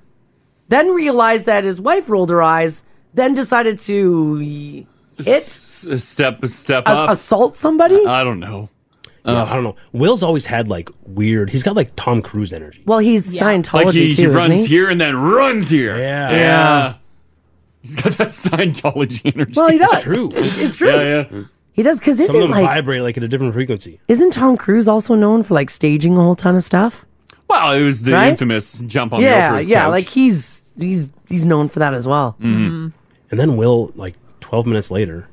[SPEAKER 10] then realized that his wife rolled her eyes, then decided to y- hit,
[SPEAKER 3] S- s- step step
[SPEAKER 10] a-
[SPEAKER 3] up.
[SPEAKER 10] assault somebody.
[SPEAKER 3] I don't know.
[SPEAKER 7] Yeah, I don't know. Will's always had like weird. He's got like Tom Cruise energy.
[SPEAKER 10] Well, he's Scientology
[SPEAKER 3] like he,
[SPEAKER 10] too,
[SPEAKER 3] he
[SPEAKER 10] isn't
[SPEAKER 3] runs
[SPEAKER 10] he?
[SPEAKER 3] here and then runs here.
[SPEAKER 7] Yeah.
[SPEAKER 3] Yeah. He's got that [laughs] Scientology energy.
[SPEAKER 10] Well, he does.
[SPEAKER 7] true.
[SPEAKER 10] It's true.
[SPEAKER 3] Yeah, yeah.
[SPEAKER 10] He does because
[SPEAKER 7] Some of
[SPEAKER 10] isn't
[SPEAKER 7] them
[SPEAKER 10] like
[SPEAKER 7] vibrate like at a different frequency.
[SPEAKER 10] isn't Tom Cruise also known for like staging a whole ton of stuff?
[SPEAKER 3] Well, it was the
[SPEAKER 10] Right?
[SPEAKER 3] infamous jump on the
[SPEAKER 10] yeah,
[SPEAKER 3] Oprah's
[SPEAKER 10] yeah.
[SPEAKER 3] couch. Mm-hmm.
[SPEAKER 10] Like he's he's he's known for that as well.
[SPEAKER 7] Mm-hmm. And then Will, like 12 minutes later,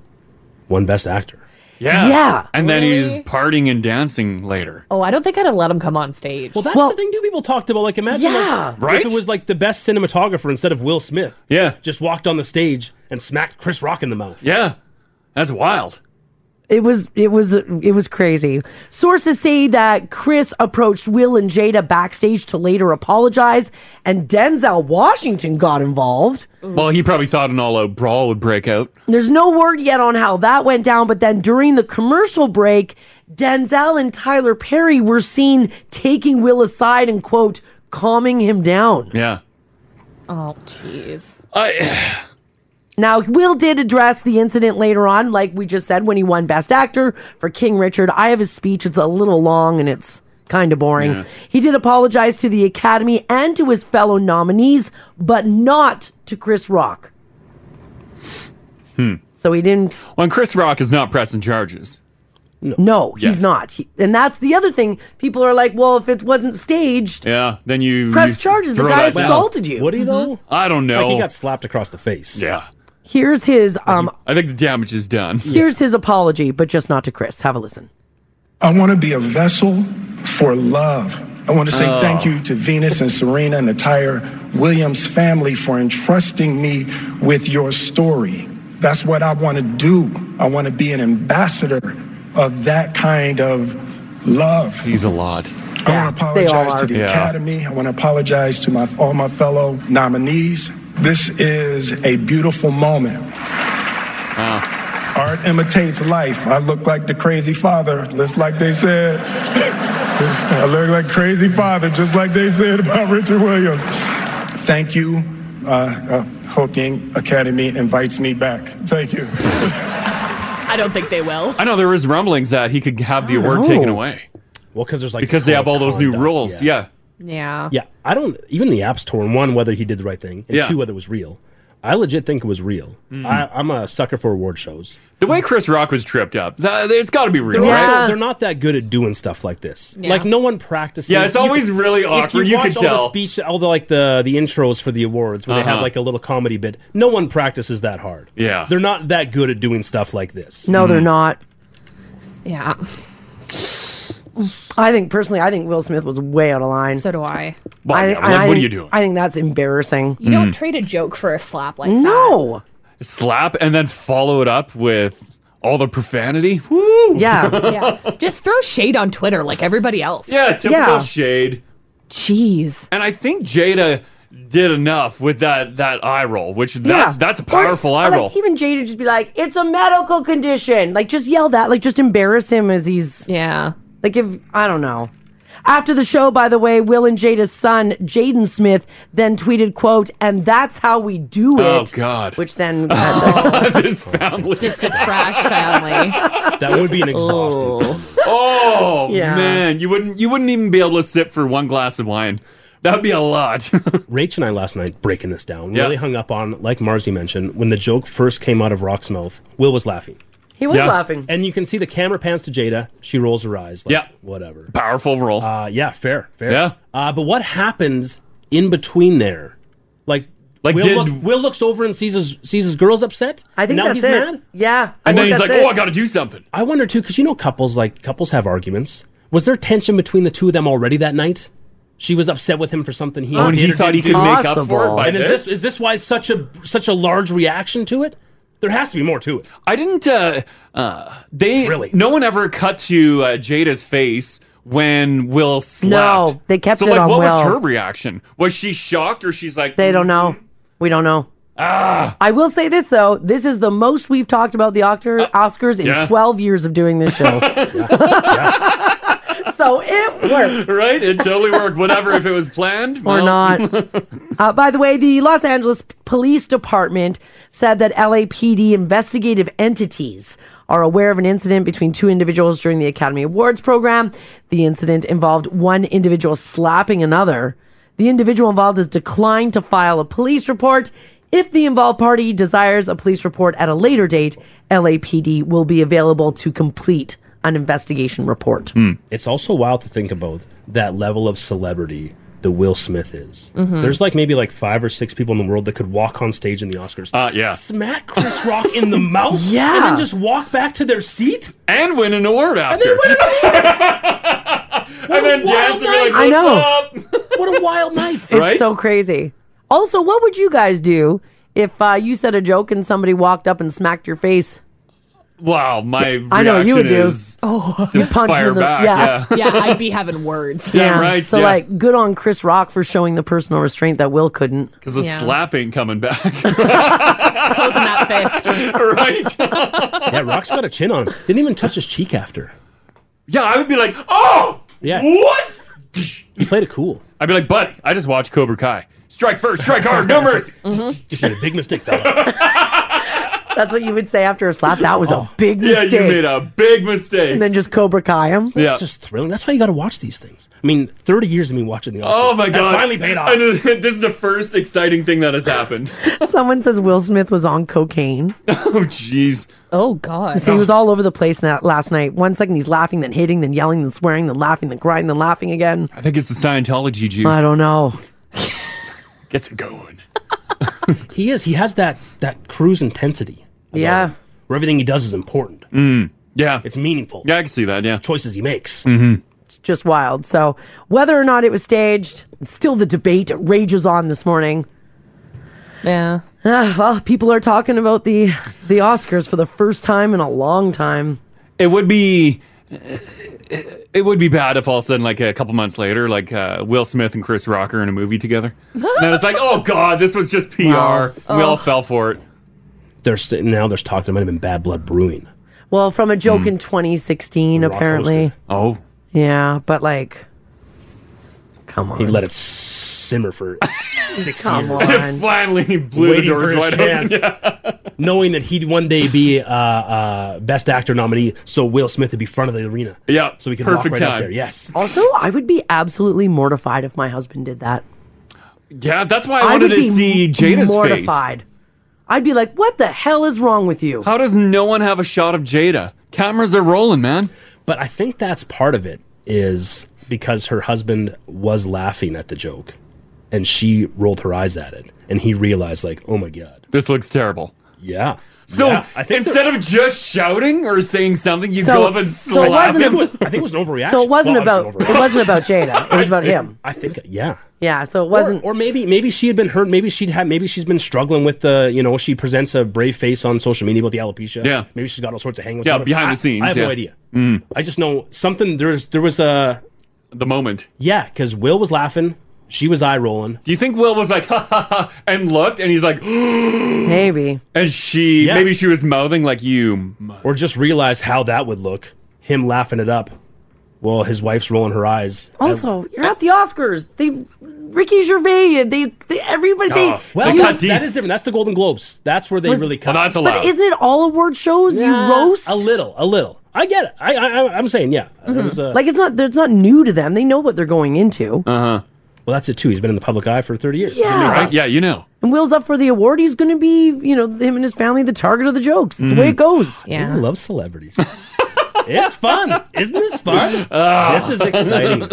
[SPEAKER 7] won Best Actor.
[SPEAKER 3] yeah.
[SPEAKER 10] Yeah.
[SPEAKER 3] And then he's partying and dancing later.
[SPEAKER 1] Oh, I don't think I'd have let him come on stage.
[SPEAKER 7] Well, that's the thing. Two people talked about like imagine,
[SPEAKER 1] Yeah.
[SPEAKER 7] like,
[SPEAKER 3] Right?
[SPEAKER 7] If it was like the best cinematographer instead of Will Smith,
[SPEAKER 3] yeah,
[SPEAKER 7] just walked on the stage and smacked Chris Rock in the mouth.
[SPEAKER 3] Yeah, that's wild.
[SPEAKER 10] It was it was it was crazy. Sources say that Chris approached Will and Jada backstage to later apologize, and Denzel Washington got involved.
[SPEAKER 3] Well, he probably thought an all-out brawl would break out.
[SPEAKER 10] There's no word yet on how that went down, but then during the commercial break, Denzel and Tyler Perry were seen taking Will aside and quote calming him down.
[SPEAKER 3] Yeah.
[SPEAKER 1] Oh, jeez.
[SPEAKER 3] I.
[SPEAKER 10] Now, Will did address the incident later on, like we just said, when he won Best Actor for King Richard. I have his speech. It's a little long and it's kind of boring.
[SPEAKER 6] Yeah.
[SPEAKER 10] He did apologize to the Academy and to his fellow nominees, but not to Chris Rock.
[SPEAKER 3] Hmm.
[SPEAKER 10] So he didn't.
[SPEAKER 3] Well, and Chris Rock is not pressing charges.
[SPEAKER 10] No,
[SPEAKER 3] Yeah.
[SPEAKER 10] he's not. He- and that's the other thing. People are like, well, if it wasn't staged,
[SPEAKER 3] Yeah. Then you
[SPEAKER 10] Press
[SPEAKER 3] you
[SPEAKER 10] charges, the
[SPEAKER 3] throw
[SPEAKER 10] guy
[SPEAKER 3] that down.
[SPEAKER 10] assaulted you. Would he,
[SPEAKER 1] Mm-hmm.
[SPEAKER 10] though? Mhm.
[SPEAKER 3] I don't know.
[SPEAKER 7] Like he got slapped across the face.
[SPEAKER 3] Yeah.
[SPEAKER 10] here's his um,
[SPEAKER 3] I think the damage is done.
[SPEAKER 10] [laughs] here's his apology, but just not to Chris. Have a listen.
[SPEAKER 18] I want to be a vessel for love. I want to say
[SPEAKER 19] Oh.
[SPEAKER 18] thank you to Venus and Serena and the entire Williams family for entrusting me with your story. That's what I want to do. I want to be an ambassador of that kind of love.
[SPEAKER 3] He's a lot.
[SPEAKER 18] I want to apologize to the
[SPEAKER 3] Yeah.
[SPEAKER 18] Academy. I want to apologize to my, all my fellow nominees. This is a beautiful moment.
[SPEAKER 3] Uh,
[SPEAKER 18] Art imitates life. I look like the crazy father, just like they said. [laughs] I look like crazy father, just like they said about Richard Williams. Thank you. Uh, uh, Hooking Academy invites me back. Thank you. [laughs]
[SPEAKER 1] I don't think they will.
[SPEAKER 3] I know there was rumblings that he could have the award
[SPEAKER 7] know.
[SPEAKER 3] taken away.
[SPEAKER 7] Well, because there's like
[SPEAKER 3] Because they have
[SPEAKER 7] code
[SPEAKER 3] all
[SPEAKER 7] of
[SPEAKER 3] those new
[SPEAKER 7] conduct,
[SPEAKER 3] rules, yeah.
[SPEAKER 1] Yeah.
[SPEAKER 7] Yeah, I don't. Even the app's torn. One, whether he did the right thing, and
[SPEAKER 3] Yeah.
[SPEAKER 7] two, whether it was real. I legit think it was real.
[SPEAKER 3] Mm.
[SPEAKER 7] I, I'm a sucker for award shows.
[SPEAKER 3] The way Chris Rock was tripped up, that, it's got to be real,
[SPEAKER 7] They're,
[SPEAKER 3] right?
[SPEAKER 7] also- they're not that good at doing stuff like this.
[SPEAKER 3] Yeah.
[SPEAKER 7] Like no one practices.
[SPEAKER 3] Yeah, it's
[SPEAKER 7] You
[SPEAKER 3] always really
[SPEAKER 7] if
[SPEAKER 3] awkward, you
[SPEAKER 7] watch
[SPEAKER 3] could
[SPEAKER 7] all the
[SPEAKER 3] tell.
[SPEAKER 7] speech, all the like the the intros for the awards where they have
[SPEAKER 3] Uh-huh.
[SPEAKER 7] like a little comedy bit. No one practices that hard.
[SPEAKER 3] Yeah.
[SPEAKER 7] they're not that good at doing stuff like this.
[SPEAKER 10] No,
[SPEAKER 3] Mm.
[SPEAKER 10] they're not.
[SPEAKER 1] Yeah.
[SPEAKER 10] I think personally, I think Will Smith was way out of line. So
[SPEAKER 1] do I.
[SPEAKER 3] Well, yeah, what- what are you doing? Mm.
[SPEAKER 10] I think that's embarrassing.
[SPEAKER 1] You don't trade a joke for a slap like that.
[SPEAKER 10] No.
[SPEAKER 3] Slap and then follow it up with all the profanity.
[SPEAKER 7] [laughs]
[SPEAKER 3] Woo!
[SPEAKER 1] yeah. Just throw shade on Twitter like everybody else.
[SPEAKER 3] Yeah, typical shade.
[SPEAKER 1] Jeez.
[SPEAKER 3] And I think Jada did enough with that that eye roll, which that's
[SPEAKER 10] Yeah.
[SPEAKER 3] that's a powerful
[SPEAKER 10] Or,
[SPEAKER 3] eye
[SPEAKER 10] like,
[SPEAKER 3] roll.
[SPEAKER 10] even Jada just be like, "It's a medical condition." Like just yell that. Like just embarrass him as he's
[SPEAKER 1] yeah.
[SPEAKER 10] Like if I don't know. After the show, by the way, Will and Jada's son, Jaden Smith, then tweeted, "quote And that's how we do it."
[SPEAKER 7] Oh,
[SPEAKER 3] God. [laughs] Oh.
[SPEAKER 10] Which then uh, [laughs]
[SPEAKER 3] this family,
[SPEAKER 1] just a trash family.
[SPEAKER 7] That would be an exhausting film.
[SPEAKER 3] Oh
[SPEAKER 7] Yeah.
[SPEAKER 3] man, you wouldn't you wouldn't even be able to sip for one glass of wine. That'd be a lot. [laughs]
[SPEAKER 7] Rach and I last night breaking this down
[SPEAKER 3] Yeah.
[SPEAKER 7] really hung up on, like Marzi mentioned, when the joke first came out of Rock's mouth, Will was laughing.
[SPEAKER 10] He was Yeah. laughing.
[SPEAKER 7] And you can see the camera pans to Jada. She rolls her eyes. Like,
[SPEAKER 3] Yeah.
[SPEAKER 7] Whatever.
[SPEAKER 3] Powerful roll.
[SPEAKER 7] Uh, yeah, fair, fair.
[SPEAKER 3] Yeah.
[SPEAKER 7] Uh, but what happens in between there? Like,
[SPEAKER 3] Like,
[SPEAKER 7] Will,
[SPEAKER 3] did-
[SPEAKER 7] look- Will looks over and sees his, sees his girl's upset.
[SPEAKER 10] I think
[SPEAKER 7] now
[SPEAKER 10] that's
[SPEAKER 7] he's
[SPEAKER 10] it.
[SPEAKER 7] mad.
[SPEAKER 10] Yeah.
[SPEAKER 7] I
[SPEAKER 3] and then
[SPEAKER 7] think
[SPEAKER 3] he's like,
[SPEAKER 7] that's it.
[SPEAKER 3] "Oh, I got to do something."
[SPEAKER 7] I wonder too, because you know, couples like couples have arguments. Was there tension between the two of them already that night? She was upset with him for something he
[SPEAKER 3] Oh, and
[SPEAKER 7] did
[SPEAKER 3] he
[SPEAKER 7] or
[SPEAKER 3] thought he
[SPEAKER 7] didn't
[SPEAKER 3] could
[SPEAKER 7] do.
[SPEAKER 3] make up for it Possible. by
[SPEAKER 7] and is
[SPEAKER 3] this?
[SPEAKER 7] this is this why it's such a such a large reaction to it? There has to be more to it.
[SPEAKER 3] I didn't. Uh, uh, they really. No one ever cut to uh, Jada's face when Will slapped.
[SPEAKER 10] No, they kept
[SPEAKER 3] so,
[SPEAKER 10] it
[SPEAKER 3] like,
[SPEAKER 10] on
[SPEAKER 3] what
[SPEAKER 10] Will.
[SPEAKER 3] was her reaction? Was she shocked or she's like,
[SPEAKER 10] They don't know. We don't know.
[SPEAKER 3] Ah.
[SPEAKER 10] I will say this though: this is the most we've talked about the Oscar- Oscars in
[SPEAKER 3] Uh, yeah.
[SPEAKER 10] twelve years of doing
[SPEAKER 3] [laughs]
[SPEAKER 10] this show. [laughs] so it worked,
[SPEAKER 3] [laughs] right? It totally worked. Whatever, if it was planned [laughs]
[SPEAKER 10] Or not. Uh, by the way, the Los Angeles Police Department said that LAPD investigative entities are aware of an incident between two individuals during the Academy Awards program. The incident involved one individual slapping another. The individual involved has declined to file a police report. If the involved party desires a police report at a later date, LAPD will be available to complete an investigation report.
[SPEAKER 3] Hmm.
[SPEAKER 7] It's also wild to think about that level of celebrity that Will Smith is.
[SPEAKER 10] Mhm.
[SPEAKER 7] There's like maybe like five or six people in the world that could walk on stage in the Oscars. Uh,
[SPEAKER 3] yeah.
[SPEAKER 7] Smack Chris Rock in the mouth.
[SPEAKER 10] Yeah.
[SPEAKER 7] And then just walk back to their seat.
[SPEAKER 3] And win an award after.
[SPEAKER 7] And
[SPEAKER 3] then dance [laughs] and be like,
[SPEAKER 10] I know. [laughs]
[SPEAKER 7] what a wild night.
[SPEAKER 10] It's so crazy. Also, what would you guys do if uh, you said a joke and somebody walked up and smacked your face?
[SPEAKER 3] Wow, my
[SPEAKER 10] I know you would do.
[SPEAKER 1] Oh,
[SPEAKER 10] [laughs] You punch him in the
[SPEAKER 3] back,
[SPEAKER 10] yeah.
[SPEAKER 1] yeah, I'd be having
[SPEAKER 7] [laughs]
[SPEAKER 1] words.
[SPEAKER 10] So like, good on Chris Rock for showing the personal restraint that Will couldn't.
[SPEAKER 3] because the
[SPEAKER 1] Yeah.
[SPEAKER 3] slap ain't coming back.
[SPEAKER 1] closing that
[SPEAKER 3] [laughs]
[SPEAKER 1] fist.
[SPEAKER 10] [laughs]
[SPEAKER 7] yeah, Rock's got a chin on. him. Didn't even touch his cheek after.
[SPEAKER 3] Yeah, I would be like, oh,
[SPEAKER 7] yeah,
[SPEAKER 3] what?
[SPEAKER 7] He played it cool.
[SPEAKER 3] I'd be like, buddy, I just watched Cobra Kai. Strike first, strike hard, no mercy.
[SPEAKER 7] Just made a big mistake, though.
[SPEAKER 10] [laughs] That's what you would say after a slap. That was
[SPEAKER 7] Oh.
[SPEAKER 10] a big
[SPEAKER 3] Oh. Yeah,
[SPEAKER 10] mistake.
[SPEAKER 3] you made a big mistake.
[SPEAKER 10] and then just Cobra Kai him. [laughs]
[SPEAKER 7] It's just thrilling. That's why you got to watch these things. I mean, 30 years of me watching the Oscars.
[SPEAKER 3] Oh my
[SPEAKER 7] That's
[SPEAKER 3] god!
[SPEAKER 7] finally paid off.
[SPEAKER 3] And then- [laughs] this is the first exciting thing that
[SPEAKER 7] [laughs]
[SPEAKER 3] has happened.
[SPEAKER 10] Someone says Will Smith was on cocaine.
[SPEAKER 3] oh jeez.
[SPEAKER 1] Oh God.
[SPEAKER 10] So he was all over the place na- last night. One second he's laughing, then hitting, then yelling, then swearing, then laughing, then crying, then laughing again.
[SPEAKER 3] I think it's the Scientology juice.
[SPEAKER 10] I don't know.
[SPEAKER 3] Gets it going.
[SPEAKER 7] He is. He has that that cruise intensity.
[SPEAKER 10] Yeah.
[SPEAKER 7] Where everything he does is important.
[SPEAKER 3] Mm, yeah.
[SPEAKER 7] It's meaningful.
[SPEAKER 3] Yeah, I can see that. Yeah.
[SPEAKER 7] Choices he makes.
[SPEAKER 3] Mm-hmm.
[SPEAKER 10] It's just wild. So whether or not it was staged, it's still the debate rages on this morning. Ah,
[SPEAKER 1] Yeah.
[SPEAKER 10] well, people are talking about the the Oscars for the first time in a long time.
[SPEAKER 3] It would be. It would be bad if all of a sudden, like a couple months later, like uh, Will Smith and Chris Rock are in a movie together. And then it's like, oh god, this was just PR.
[SPEAKER 7] Wow.
[SPEAKER 3] We all
[SPEAKER 7] Ugh.
[SPEAKER 3] fell for it.
[SPEAKER 7] There's now there's talk there might have been bad blood brewing.
[SPEAKER 10] Well, from a
[SPEAKER 3] Hmm.
[SPEAKER 10] joke in 2016,
[SPEAKER 7] Rock
[SPEAKER 10] apparently.
[SPEAKER 7] hosted. Oh,
[SPEAKER 10] Yeah, but like, come on.
[SPEAKER 7] He let it simmer for six
[SPEAKER 10] Oh,
[SPEAKER 3] [laughs]
[SPEAKER 10] Come
[SPEAKER 7] years.
[SPEAKER 10] on.
[SPEAKER 3] Finally, he [laughs] blew
[SPEAKER 7] Waiting
[SPEAKER 3] the doors
[SPEAKER 7] for his
[SPEAKER 3] wide [laughs]
[SPEAKER 7] chance,
[SPEAKER 3] open.
[SPEAKER 7] knowing that he'd one day be uh, uh, best actor nominee, so Will Smith would be front of the arena. Yeah, so we could walk right up there. Yes,
[SPEAKER 10] Also, I would be absolutely mortified if my husband did that.
[SPEAKER 3] Yeah, that's why I,
[SPEAKER 10] would
[SPEAKER 3] wanted to
[SPEAKER 10] be
[SPEAKER 3] see Jada's
[SPEAKER 10] mortified. I'd be like, "What the hell is wrong with you?"
[SPEAKER 3] face. How does no one have a shot of Jada? Cameras are rolling, man.
[SPEAKER 7] But I think that's part of it is because her husband was laughing at the joke, and she rolled her eyes at it, and he realized like, oh my god,
[SPEAKER 3] this looks terrible.
[SPEAKER 7] Yeah.
[SPEAKER 3] So
[SPEAKER 7] Yeah, I think
[SPEAKER 3] instead of just shouting or saying something, you
[SPEAKER 7] So-
[SPEAKER 3] go up and
[SPEAKER 7] so it
[SPEAKER 3] slap
[SPEAKER 7] wasn't
[SPEAKER 3] him.
[SPEAKER 7] a- I think it was an overreaction.
[SPEAKER 10] So it wasn't
[SPEAKER 7] Well,
[SPEAKER 10] about
[SPEAKER 7] it was an
[SPEAKER 10] it wasn't about Jada. It was about
[SPEAKER 7] [laughs] I-
[SPEAKER 10] him.
[SPEAKER 7] I think yeah.
[SPEAKER 10] Yeah, so it
[SPEAKER 7] wasn't or, maybe maybe she had been hurt maybe she'd had maybe she's been struggling with the you know she presents a brave face on social media about the alopecia
[SPEAKER 3] Yeah.
[SPEAKER 7] maybe she's got all sorts of hangovers
[SPEAKER 3] Yeah,
[SPEAKER 7] Whatever.
[SPEAKER 3] behind
[SPEAKER 7] I-
[SPEAKER 3] the scenes.
[SPEAKER 7] i have
[SPEAKER 3] yeah.
[SPEAKER 7] no idea
[SPEAKER 3] Mm.
[SPEAKER 7] i just know something there's there was a
[SPEAKER 3] the moment
[SPEAKER 7] yeah because will was laughing she was eye rolling
[SPEAKER 3] Do you think Will was like, [laughs] ha ha ha, and looked, and he's like, [gasps]
[SPEAKER 10] maybe.
[SPEAKER 3] And she,
[SPEAKER 7] Yeah.
[SPEAKER 3] maybe she was mouthing like you.
[SPEAKER 7] or just realized how that would look him laughing it up well his wife's rolling her eyes
[SPEAKER 10] Also, you're at the Oscars. They, Ricky Gervais. They, they everybody.
[SPEAKER 3] Oh.
[SPEAKER 10] They,
[SPEAKER 7] Oh, well
[SPEAKER 10] you-
[SPEAKER 7] that's, that is different that's the golden globes that's where they
[SPEAKER 10] Was-
[SPEAKER 7] really cut
[SPEAKER 10] But isn't it all award shows?
[SPEAKER 7] Nah,
[SPEAKER 10] you roast.
[SPEAKER 7] a little a little i get it i, I I- i'm saying yeah It
[SPEAKER 10] Mhm.
[SPEAKER 7] was, uh,
[SPEAKER 10] like it's not. It's not new to them. They know what they're going into.
[SPEAKER 3] Uh huh.
[SPEAKER 7] Well, that's it too. He's been in the public eye for thirty years.
[SPEAKER 10] Yeah. Right?
[SPEAKER 3] Yeah, you know.
[SPEAKER 10] And Will's up for the award. He's going to be, you know, him and his family, the target of the jokes. That's the way
[SPEAKER 7] Mhm.
[SPEAKER 10] it goes.
[SPEAKER 7] I love celebrities. it's fun, isn't this fun?
[SPEAKER 10] Ah.
[SPEAKER 7] This is exciting.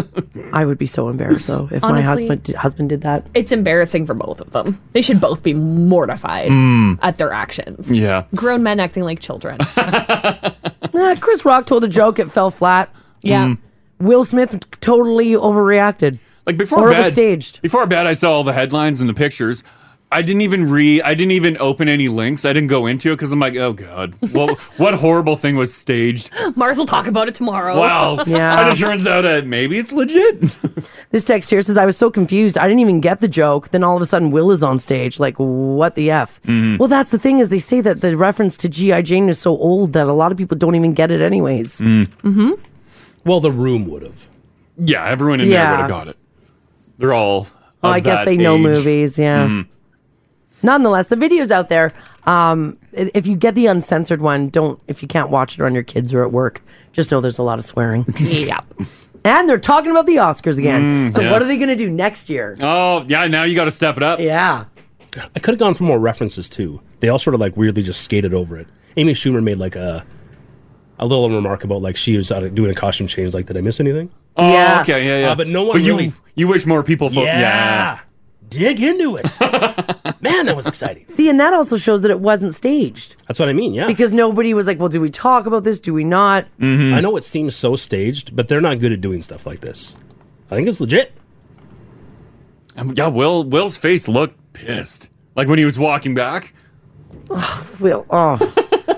[SPEAKER 10] I would be so embarrassed though if my
[SPEAKER 1] Honestly-
[SPEAKER 10] husband did, husband did that.
[SPEAKER 1] [laughs] It's embarrassing for both of them. They should both be mortified
[SPEAKER 10] Mm.
[SPEAKER 1] at their actions.
[SPEAKER 3] Yeah.
[SPEAKER 1] Grown men acting like children.
[SPEAKER 7] [laughs]
[SPEAKER 10] Nah, Chris Rock told a joke. It fell flat.
[SPEAKER 1] Yeah. Mm.
[SPEAKER 10] Will Smith totally overreacted.
[SPEAKER 3] Like before
[SPEAKER 10] or
[SPEAKER 3] bed,
[SPEAKER 10] overstayed.
[SPEAKER 3] before bed, I saw all the headlines and the pictures. I didn't even read. I didn't even open any links. I didn't go into it because I'm like, oh god, well, what [laughs] horrible thing was staged?
[SPEAKER 1] Mars will talk about it tomorrow.
[SPEAKER 7] [laughs]
[SPEAKER 3] Wow. And it turns out uh, maybe it's legit.
[SPEAKER 10] This text here says I was so confused. I didn't even get the joke. Then all of a sudden, Will is on stage. Like what the f?
[SPEAKER 3] Mm-hmm.
[SPEAKER 10] Well, that's the thing is they say that the reference to GI Jane is so old that a lot of people don't even get it anyways. Mm-hmm.
[SPEAKER 7] Mm. Well, the room would have.
[SPEAKER 3] Mm. Yeah, everyone in there
[SPEAKER 10] Yeah.
[SPEAKER 3] would have got it. They're all.
[SPEAKER 10] Oh,
[SPEAKER 3] of
[SPEAKER 10] I guess
[SPEAKER 3] that
[SPEAKER 10] they know
[SPEAKER 3] age.
[SPEAKER 10] movies. Yeah.
[SPEAKER 3] Mm.
[SPEAKER 10] Nonetheless, the video's out there. Um, i- if you get the uncensored one, don't. If you can't watch it on your kids or at work, just know there's a lot
[SPEAKER 3] [laughs]
[SPEAKER 10] of swearing.
[SPEAKER 1] yep.
[SPEAKER 10] And they're talking about the Oscars again.
[SPEAKER 3] Mm,
[SPEAKER 10] so
[SPEAKER 3] yeah.
[SPEAKER 10] what are they going to do next year?
[SPEAKER 3] Oh yeah, now you got to step it up.
[SPEAKER 10] Yeah.
[SPEAKER 7] I could have gone for more references too. They all sort of like weirdly just skated over it. Amy Schumer made like a a little remark about like she was out doing a costume change. Like, did I miss anything?
[SPEAKER 3] Oh, okay, yeah, yeah.
[SPEAKER 7] Uh, but no one
[SPEAKER 3] you
[SPEAKER 7] really-
[SPEAKER 3] you wish more people. Fo-
[SPEAKER 7] Yeah.
[SPEAKER 3] yeah.
[SPEAKER 7] Dig into it.
[SPEAKER 3] [laughs]
[SPEAKER 7] Man, that was exciting.
[SPEAKER 10] See, and that also shows that it wasn't staged
[SPEAKER 7] That's what I mean. Yeah.
[SPEAKER 3] [laughs]
[SPEAKER 10] because nobody was like, "Well, do we talk about this? Do we not?"
[SPEAKER 7] I know it seems so staged, but they're not good at doing stuff like this. I think it's legit.
[SPEAKER 3] Um, Yeah, Will Will's face looked pissed. Like when he was walking back.
[SPEAKER 10] [sighs] Will,
[SPEAKER 3] [laughs]
[SPEAKER 10] oh.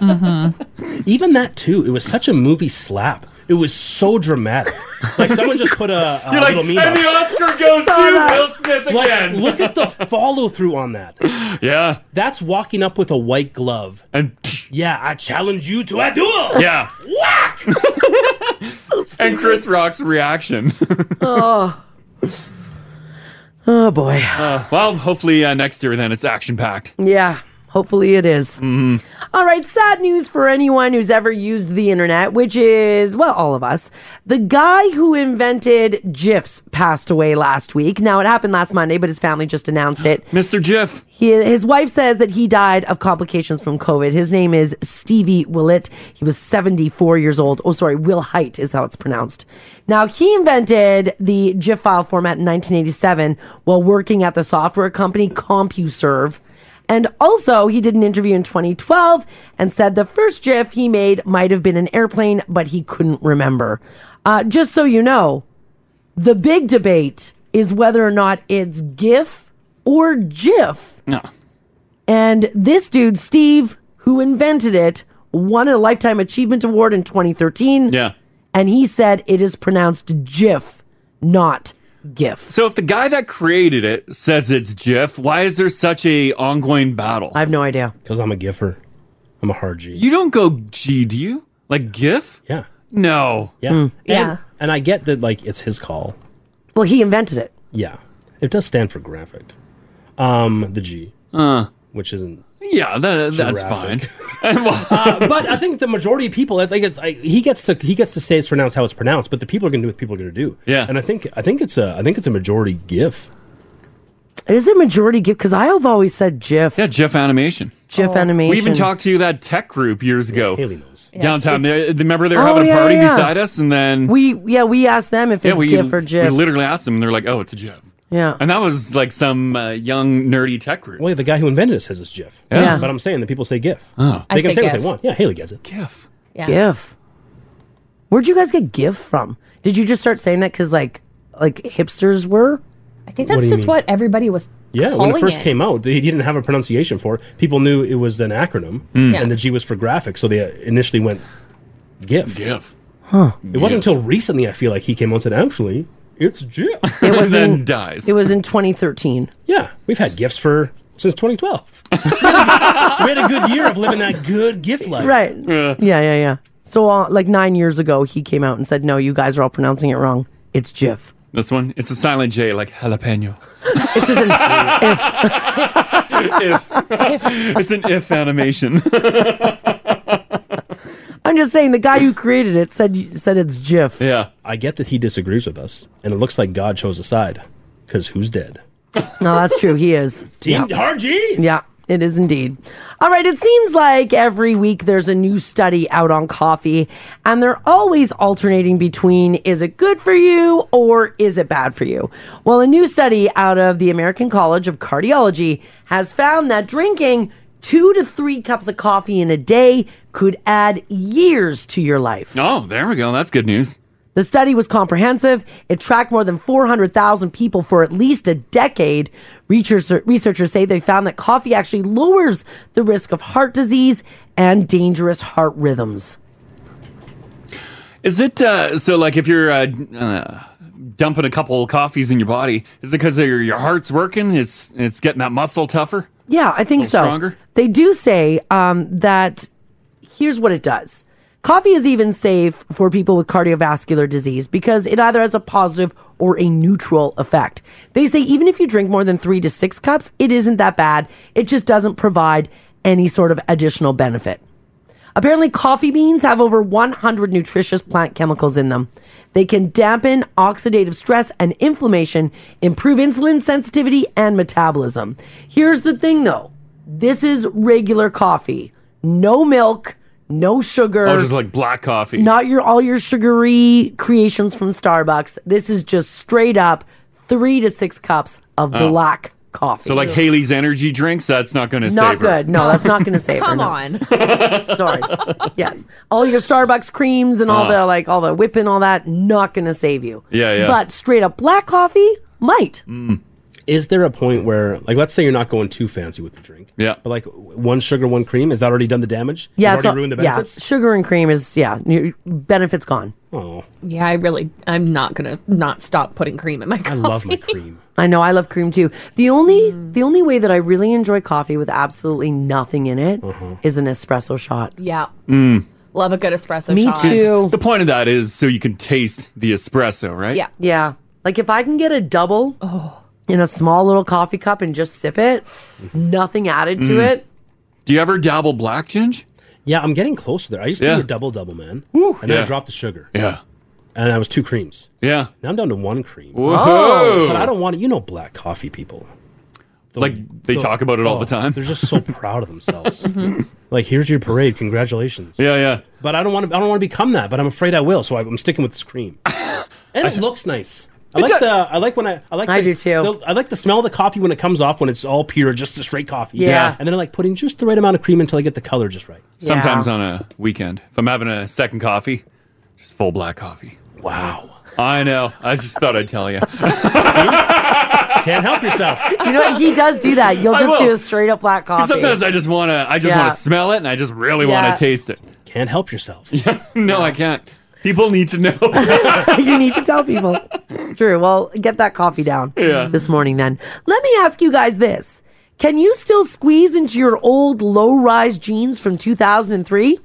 [SPEAKER 3] Mm-hmm.
[SPEAKER 7] Even that too. It was such a movie slap. It was so
[SPEAKER 3] [laughs]
[SPEAKER 7] dramatic. Like someone just put a, a
[SPEAKER 3] You're like,
[SPEAKER 7] little meme.
[SPEAKER 3] "And
[SPEAKER 7] up."
[SPEAKER 3] the Oscar goes Saw to that. Will Smith
[SPEAKER 7] Like,
[SPEAKER 3] again.
[SPEAKER 7] look at
[SPEAKER 3] [laughs]
[SPEAKER 7] the follow through on that.
[SPEAKER 3] Yeah.
[SPEAKER 7] That's walking up with a white glove.
[SPEAKER 3] And
[SPEAKER 7] yeah, I challenge you to a duel.
[SPEAKER 3] Yeah. [laughs] and Chris Rock's reaction.
[SPEAKER 10] oh. Oh boy.
[SPEAKER 3] Uh, [laughs] well, hopefully uh, next year then it's action packed.
[SPEAKER 10] Yeah. Hopefully it is. All right, sad news for anyone who's ever used the internet, which is, well, all of us. The guy who invented GIFs passed away last week. Now, it happened last Monday, but his family just announced it.
[SPEAKER 3] Mr. GIF.
[SPEAKER 10] He, his wife says that he died of complications from COVID. His name is Stevie Willett. He was 74 years old. Oh, sorry, Will Height is how it's pronounced. Now, he invented the GIF file format in 1987 while working at the software company CompuServe. And also, he did an interview in 2012 and said the first GIF he made might have been an airplane, but he couldn't remember. Uh, just so you know, the big debate is whether or not it's GIF or JIF.
[SPEAKER 3] No.
[SPEAKER 10] And this dude, Steve, who invented it, won a Lifetime Achievement Award in 2013.
[SPEAKER 3] Yeah.
[SPEAKER 10] And he said it is pronounced JIF, not GIF.
[SPEAKER 3] So if the guy that created it says it's GIF, why is there such a ongoing battle? I
[SPEAKER 10] have no idea.
[SPEAKER 7] Because I'm a giffer. I'm a hard G.
[SPEAKER 3] You don't go G, do you? Like GIF?
[SPEAKER 7] Yeah.
[SPEAKER 3] No.
[SPEAKER 7] Yeah. And,
[SPEAKER 10] Hmm. Yeah.
[SPEAKER 7] And I get that, like, it's his call.
[SPEAKER 10] Well, he invented it.
[SPEAKER 7] Yeah. It does stand for graphic. Um, the G.
[SPEAKER 3] Uh.
[SPEAKER 7] Which isn't.
[SPEAKER 3] Yeah, that, that's fine.
[SPEAKER 7] [laughs]
[SPEAKER 10] [laughs]
[SPEAKER 7] uh, but I think the majority of people, I think it's I, he gets to he gets to say it's pronounced how it's pronounced, but the people are going to do what people are going to do.
[SPEAKER 3] Yeah.
[SPEAKER 7] And I think I think it's a I think it's a majority GIF.
[SPEAKER 10] Is it majority GIF? Because I have always said GIF.
[SPEAKER 3] Yeah, GIF animation.
[SPEAKER 10] GIF animation.
[SPEAKER 3] Oh. We even talked to that tech group years ago.
[SPEAKER 7] Haley knows.
[SPEAKER 10] Yeah.
[SPEAKER 3] Downtown. They, they- remember they were
[SPEAKER 10] Oh,
[SPEAKER 3] having a
[SPEAKER 10] yeah,
[SPEAKER 3] party
[SPEAKER 10] yeah.
[SPEAKER 3] beside us, and then
[SPEAKER 10] We yeah we asked them if
[SPEAKER 3] yeah,
[SPEAKER 10] it's
[SPEAKER 3] we,
[SPEAKER 10] GIF or
[SPEAKER 3] we
[SPEAKER 10] GIF.
[SPEAKER 3] literally asked them, and they're like, "Oh, it's a GIF."
[SPEAKER 10] yeah.
[SPEAKER 3] And that was like some uh, young nerdy tech group.
[SPEAKER 7] Well, the guy who invented it says it's GIF.
[SPEAKER 3] Yeah.
[SPEAKER 7] But I'm saying that people say GIF.
[SPEAKER 3] Oh.
[SPEAKER 7] They
[SPEAKER 10] I
[SPEAKER 7] can say,
[SPEAKER 10] say
[SPEAKER 7] what
[SPEAKER 10] GIF.
[SPEAKER 7] they want. Yeah, Haley gets it.
[SPEAKER 3] GIF.
[SPEAKER 1] Yeah.
[SPEAKER 10] GIF. Where'd you guys get GIF from? Did you just start saying that because like like hipsters were?
[SPEAKER 1] I think
[SPEAKER 7] What
[SPEAKER 1] that's
[SPEAKER 7] do you
[SPEAKER 1] just
[SPEAKER 7] mean?
[SPEAKER 1] what everybody was.
[SPEAKER 7] Yeah, when it
[SPEAKER 1] calling
[SPEAKER 7] first came out, they didn't have a pronunciation for it. People knew it was an acronym,
[SPEAKER 10] Hmm.
[SPEAKER 1] Mm. Yeah.
[SPEAKER 7] and the G was for graphic, so they uh, initially went GIF.
[SPEAKER 3] GIF.
[SPEAKER 10] Huh.
[SPEAKER 7] It wasn't until recently I feel like he came out and said, actually, it's GIF. [laughs]
[SPEAKER 10] It
[SPEAKER 3] [laughs]
[SPEAKER 10] was Then in-
[SPEAKER 3] dies.
[SPEAKER 10] It was in 2013.
[SPEAKER 7] Yeah, we've had GIFs for since 2012. [laughs] we had a good year of living that good GIF life.
[SPEAKER 10] Right. Yeah. Yeah. Yeah. So uh, like nine years ago, he came out and said, "No, you guys are all pronouncing it wrong. It's GIF."
[SPEAKER 3] This one, it's a silent J, like jalapeno.
[SPEAKER 10] [laughs] It's just an
[SPEAKER 3] [laughs] if. [laughs] it's an if animation.
[SPEAKER 10] I'm just saying the guy who created it said said it's GIF.
[SPEAKER 3] Yeah.
[SPEAKER 7] I get that he disagrees with us, and it looks like God chose a side, because who's dead?
[SPEAKER 10] No, that's true. He is.
[SPEAKER 7] Team RG?
[SPEAKER 10] Yeah, it is indeed. All right. It seems like every week there's a new study out on coffee, and they're always alternating between is it good for you or is it bad for you? Well, a new study out of the American College of Cardiology has found that drinking two to three cups of coffee in a day could add years to your life.
[SPEAKER 3] oh, there we go. That's good news.
[SPEAKER 10] The study was comprehensive. It tracked more than 400,000 people for at least a decade. Researchers, researchers say they found that coffee actually lowers the risk of heart disease and dangerous heart rhythms.
[SPEAKER 3] Is it uh, so? Like, if you're uh, uh, dumping a couple of coffees in your body, is it because your your heart's working? It's it's getting that muscle tougher.
[SPEAKER 10] Yeah, I think
[SPEAKER 3] Little
[SPEAKER 10] so.
[SPEAKER 3] stronger?
[SPEAKER 10] They do say um, that here's what it does. Coffee is even safe for people with cardiovascular disease because it either has a positive or a neutral effect. They say even if you drink more than three to six cups, it isn't that bad. It just doesn't provide any sort of additional benefit. Apparently, coffee beans have over 100 nutritious plant chemicals in them. They can dampen oxidative stress and inflammation, improve insulin sensitivity and metabolism. Here's the thing though this is regular coffee, no milk, no sugar.
[SPEAKER 3] Oh, just like black coffee.
[SPEAKER 10] Not your all your sugary creations from Starbucks. This is just straight up three to six cups of
[SPEAKER 3] Oh.
[SPEAKER 10] black coffee.
[SPEAKER 3] So, like Haley's energy drinks, that's not going to
[SPEAKER 10] Not
[SPEAKER 3] save her.
[SPEAKER 10] good. No,
[SPEAKER 1] [laughs]
[SPEAKER 10] that's not going to save her.
[SPEAKER 1] Come
[SPEAKER 10] no.
[SPEAKER 1] on.
[SPEAKER 10] [laughs] Sorry. Yes. All your Starbucks creams and all
[SPEAKER 1] Uh-huh.
[SPEAKER 3] Uh.
[SPEAKER 10] the like all the whip and all that not going to save you.
[SPEAKER 7] Yeah, yeah.
[SPEAKER 10] But straight up black coffee might.
[SPEAKER 7] Mm. Is there a point where, like, let's say you're not going too fancy with the drink? Yeah. But like w- one sugar, one cream, has that already done the damage?
[SPEAKER 10] Yeah,
[SPEAKER 7] You've
[SPEAKER 10] it's
[SPEAKER 7] already
[SPEAKER 10] all-
[SPEAKER 7] ruined the
[SPEAKER 10] yeah,
[SPEAKER 7] benefits.
[SPEAKER 10] sugar and cream is yeah, your benefits gone.
[SPEAKER 7] Oh,
[SPEAKER 1] Yeah, I really, I'm not gonna not stop putting cream in my coffee. [laughs] I love my
[SPEAKER 7] cream.
[SPEAKER 10] I know I love cream too. The only
[SPEAKER 1] Mm.
[SPEAKER 10] the only way that I really enjoy coffee with absolutely nothing in it is
[SPEAKER 7] Uh-huh.
[SPEAKER 10] an espresso shot.
[SPEAKER 1] yeah,
[SPEAKER 3] Mm.
[SPEAKER 1] love a good espresso.
[SPEAKER 10] Me
[SPEAKER 1] shot.
[SPEAKER 3] 'Cause The point of that is so you can taste the espresso, right?
[SPEAKER 1] Yeah.
[SPEAKER 10] Yeah. Like if I can get a double in a small little coffee cup and just sip it, nothing added to
[SPEAKER 3] Mm.
[SPEAKER 10] it.
[SPEAKER 3] Do you ever dabble black, Ginge?
[SPEAKER 7] Yeah, I'm getting close to there. I used to
[SPEAKER 3] Yeah.
[SPEAKER 7] be a double double man, and then
[SPEAKER 3] Yeah.
[SPEAKER 7] I dropped the sugar.
[SPEAKER 3] Yeah.
[SPEAKER 7] and I was two creams.
[SPEAKER 3] Yeah,
[SPEAKER 7] now I'm down to one cream.
[SPEAKER 3] Whoa. Oh.
[SPEAKER 7] But I don't want to. You know, black coffee people.
[SPEAKER 3] Like, they talk about it all the time.
[SPEAKER 7] oh, They're
[SPEAKER 3] [laughs]
[SPEAKER 7] just so proud of themselves.
[SPEAKER 10] Mm-hmm.
[SPEAKER 7] Like, here's your parade. Congratulations.
[SPEAKER 3] Yeah, yeah.
[SPEAKER 7] But I don't want to. I don't want to become that. But I'm afraid I will. So I- I'm sticking with this
[SPEAKER 3] [laughs]
[SPEAKER 7] cream. and it looks nice. I
[SPEAKER 10] It
[SPEAKER 7] like
[SPEAKER 10] do-
[SPEAKER 7] the. I like when I. I like.
[SPEAKER 10] I
[SPEAKER 7] the,
[SPEAKER 10] do too.
[SPEAKER 7] the- I like the smell of the coffee when it comes off when it's all pure, just the straight coffee.
[SPEAKER 10] Yeah. Yeah.
[SPEAKER 7] And then I like putting just the right amount of cream until I get the color just right.
[SPEAKER 3] Sometimes on a weekend, if I'm having a second coffee, just full black coffee.
[SPEAKER 7] Wow.
[SPEAKER 3] I know. I just thought I'd tell you.
[SPEAKER 7] [laughs] Can't help yourself.
[SPEAKER 10] You know he does do that. You'll
[SPEAKER 3] I
[SPEAKER 10] just do
[SPEAKER 3] will.
[SPEAKER 10] a straight up black coffee.
[SPEAKER 3] Sometimes I just want to. I just
[SPEAKER 10] Yeah.
[SPEAKER 3] want to smell it, and I just really
[SPEAKER 10] Yeah.
[SPEAKER 3] want to taste it.
[SPEAKER 7] Can't help yourself.
[SPEAKER 3] [laughs] no, I can't. People need to
[SPEAKER 10] [laughs]
[SPEAKER 3] know.
[SPEAKER 10] you need to tell people. It's true. Well, get that coffee down
[SPEAKER 3] Yeah.
[SPEAKER 10] this morning then. Let me ask you guys this. Can you still squeeze into your old low-rise jeans from 2003?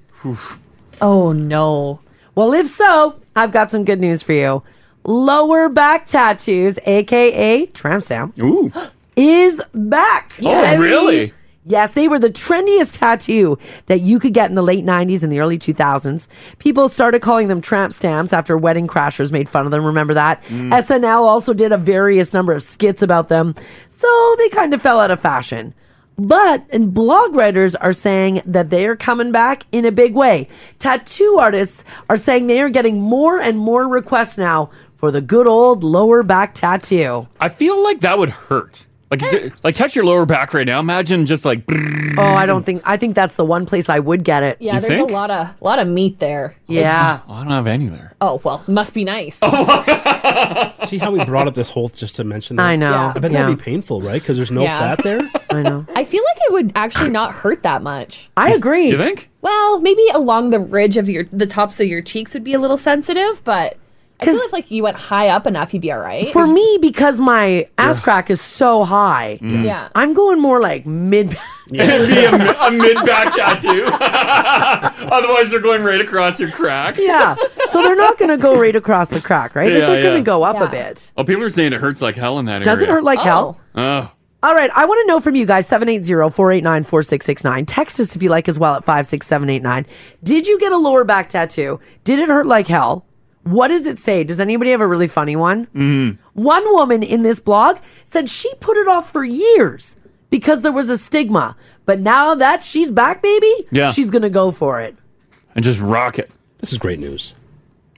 [SPEAKER 10] Oh no. Well, if so, I've got some good news for you. Lower back tattoos, aka tramp stamp,
[SPEAKER 3] Ooh.
[SPEAKER 10] [gasps] is back.
[SPEAKER 3] [laughs]
[SPEAKER 10] Yes.
[SPEAKER 3] Oh, really?
[SPEAKER 10] Yes, they were the trendiest tattoo that you could get in the late 90s and the early 2000s. People started calling them tramp stamps after Wedding Crashers made fun of them. Remember that?
[SPEAKER 19] Mm.
[SPEAKER 10] SNL also did a various number of skits about them. So they kind of fell out of fashion. But and blog writers are saying that they are coming back in a big way. Tattoo artists are saying they are getting more and more requests now for the good old lower back tattoo.
[SPEAKER 3] I feel like that would hurt. Like,
[SPEAKER 10] Eh.
[SPEAKER 3] d- like touch your lower back right now. Imagine just like.
[SPEAKER 7] [laughs]
[SPEAKER 10] Oh, I don't think I think that's the one place I would get it.
[SPEAKER 1] Yeah, there's a lot of lot of meat there.
[SPEAKER 10] Yeah.
[SPEAKER 3] "Oh, I don't have any there.
[SPEAKER 1] Oh well, must be
[SPEAKER 7] [laughs]
[SPEAKER 1] nice.
[SPEAKER 7] Oh, See how we brought up this whole just to mention that?
[SPEAKER 1] I know. Yeah.
[SPEAKER 7] I bet
[SPEAKER 1] Yeah.
[SPEAKER 7] that'd be painful, right? Because there's no
[SPEAKER 1] Yeah.
[SPEAKER 7] fat there.
[SPEAKER 10] [laughs] I know.
[SPEAKER 1] I feel like it would actually not hurt that much.
[SPEAKER 10] I agree.
[SPEAKER 7] You think?
[SPEAKER 1] Well, maybe along the ridge of your the tops of your cheeks would be a little sensitive, but I feel like, like you went high up enough, you'd be all right.
[SPEAKER 10] For me, because my ass crack is so high,
[SPEAKER 1] Mm. Yeah.
[SPEAKER 10] I'm going more like mid.
[SPEAKER 3] It'd be a, a mid back tattoo. [laughs] Otherwise, they're going right across your crack.
[SPEAKER 10] [laughs] yeah. So they're not going to go right across the crack, right? Like,
[SPEAKER 3] Yeah,
[SPEAKER 10] they're going
[SPEAKER 3] yeah.
[SPEAKER 10] to go up
[SPEAKER 1] Yeah.
[SPEAKER 10] a bit.
[SPEAKER 3] [laughs] Oh, people are saying it hurts like hell in that
[SPEAKER 10] Does
[SPEAKER 3] area.
[SPEAKER 10] it hurt like hell?
[SPEAKER 3] Oh.
[SPEAKER 10] All right, I want to know from you guys 780-489-4669. Text us if you like as well at 56789. Did you get a lower back tattoo? Did it hurt like hell? What does it say? Does anybody have a really funny one?
[SPEAKER 3] Mm.
[SPEAKER 10] One woman in this blog said she put it off for years because there was a stigma. But now that she's back, baby,
[SPEAKER 3] Yeah.
[SPEAKER 10] she's going to go for it.
[SPEAKER 3] And just rock it.
[SPEAKER 7] This is great news.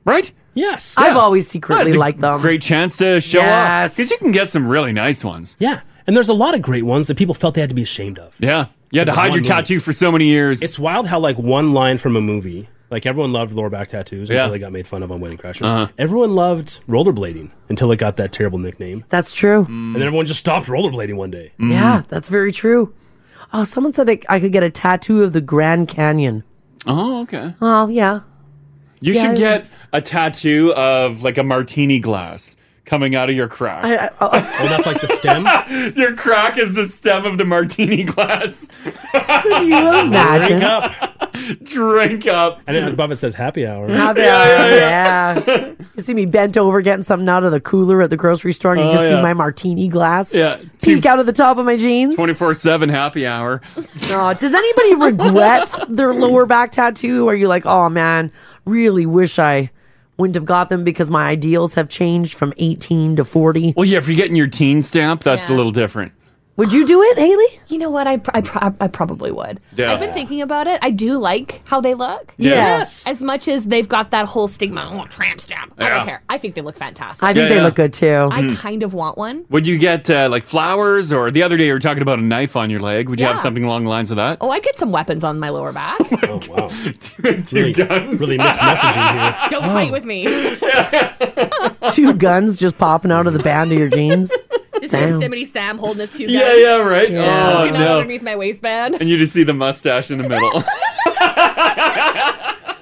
[SPEAKER 3] Right?
[SPEAKER 7] Yes.
[SPEAKER 10] I've always secretly
[SPEAKER 3] That's a
[SPEAKER 10] liked them.
[SPEAKER 3] Great chance to show off.
[SPEAKER 7] Yes.
[SPEAKER 3] Because you can get some really nice ones.
[SPEAKER 7] Yeah. And there's a lot of great ones that people felt they had to be ashamed of.
[SPEAKER 3] Yeah. You had to
[SPEAKER 7] There's
[SPEAKER 3] hide
[SPEAKER 7] one
[SPEAKER 3] your
[SPEAKER 7] movie.
[SPEAKER 3] tattoo for so many years.
[SPEAKER 7] It's wild how like one line from a movie, like everyone loved lower back tattoos
[SPEAKER 3] Yeah.
[SPEAKER 7] until they got made fun of on Wedding Crashers.
[SPEAKER 3] Uh-huh.
[SPEAKER 7] Everyone loved rollerblading until it got that terrible nickname.
[SPEAKER 10] That's
[SPEAKER 3] Mm.
[SPEAKER 10] true.
[SPEAKER 7] And then everyone just stopped rollerblading one day.
[SPEAKER 10] Yeah, that's very true. Oh, someone said I, I could get a tattoo of the Grand Canyon.
[SPEAKER 3] Oh, okay.
[SPEAKER 10] Oh, yeah.
[SPEAKER 3] You
[SPEAKER 10] Yeah,
[SPEAKER 3] should
[SPEAKER 10] I-
[SPEAKER 3] get a tattoo of like a martini glass coming out of your crack.
[SPEAKER 10] I, I,
[SPEAKER 7] oh, that's like the stem?
[SPEAKER 3] [laughs] your crack is the stem of the martini glass.
[SPEAKER 10] Could
[SPEAKER 3] [laughs]
[SPEAKER 10] you imagine?
[SPEAKER 7] Drink up.
[SPEAKER 3] Drink up.
[SPEAKER 7] And then above it says happy hour.
[SPEAKER 10] Happy
[SPEAKER 7] Yeah,
[SPEAKER 10] hour,
[SPEAKER 7] yeah,
[SPEAKER 10] [laughs] yeah, You see me bent over getting something out of the cooler at the grocery store, and you
[SPEAKER 3] Oh,
[SPEAKER 10] just
[SPEAKER 3] yeah.
[SPEAKER 10] see my martini glass
[SPEAKER 3] Yeah.
[SPEAKER 10] peek out of the top of my jeans.
[SPEAKER 3] 24 7 happy hour.
[SPEAKER 10] Oh, does anybody regret [laughs] their lower back tattoo? Are you like, oh man, really wish I wouldn't have got them because my ideals have changed from 18 to 40?
[SPEAKER 3] Well, yeah, if you're getting your teen stamp, that's a little different.
[SPEAKER 10] Would you do it, Haley?
[SPEAKER 1] You know what? I pr- I, pr- I probably would.
[SPEAKER 3] Yeah.
[SPEAKER 1] I've been thinking about it. I do like how they look.
[SPEAKER 3] Yeah. Yes.
[SPEAKER 1] As much as they've got that whole stigma, oh, tramp stamp. I
[SPEAKER 3] Yeah.
[SPEAKER 1] don't care. I think they look fantastic.
[SPEAKER 3] I think Yeah, they yeah. look
[SPEAKER 10] good too.
[SPEAKER 3] [laughs]
[SPEAKER 1] I
[SPEAKER 3] Mhm.
[SPEAKER 1] kind of want one.
[SPEAKER 3] Would you get uh, like flowers or the other day you were talking about a knife on your leg? Would you have
[SPEAKER 1] Yeah.
[SPEAKER 3] something along the lines
[SPEAKER 7] [laughs]
[SPEAKER 3] of that?
[SPEAKER 1] Oh, I'd get some weapons on my lower back.
[SPEAKER 3] Two guns.
[SPEAKER 7] Really mixed messaging
[SPEAKER 1] [laughs]
[SPEAKER 7] here.
[SPEAKER 1] Don't fight with
[SPEAKER 3] [laughs]
[SPEAKER 1] me.
[SPEAKER 10] Two guns just popping out of the band of
[SPEAKER 3] [laughs]
[SPEAKER 10] your jeans.
[SPEAKER 1] Just
[SPEAKER 10] Damn.
[SPEAKER 1] Yosemite Sam holding his two guns.
[SPEAKER 3] Yeah, yeah, right. Yeah. Oh,
[SPEAKER 1] Poking out
[SPEAKER 3] no.
[SPEAKER 1] underneath my waistband.
[SPEAKER 3] And you just see the mustache in the middle.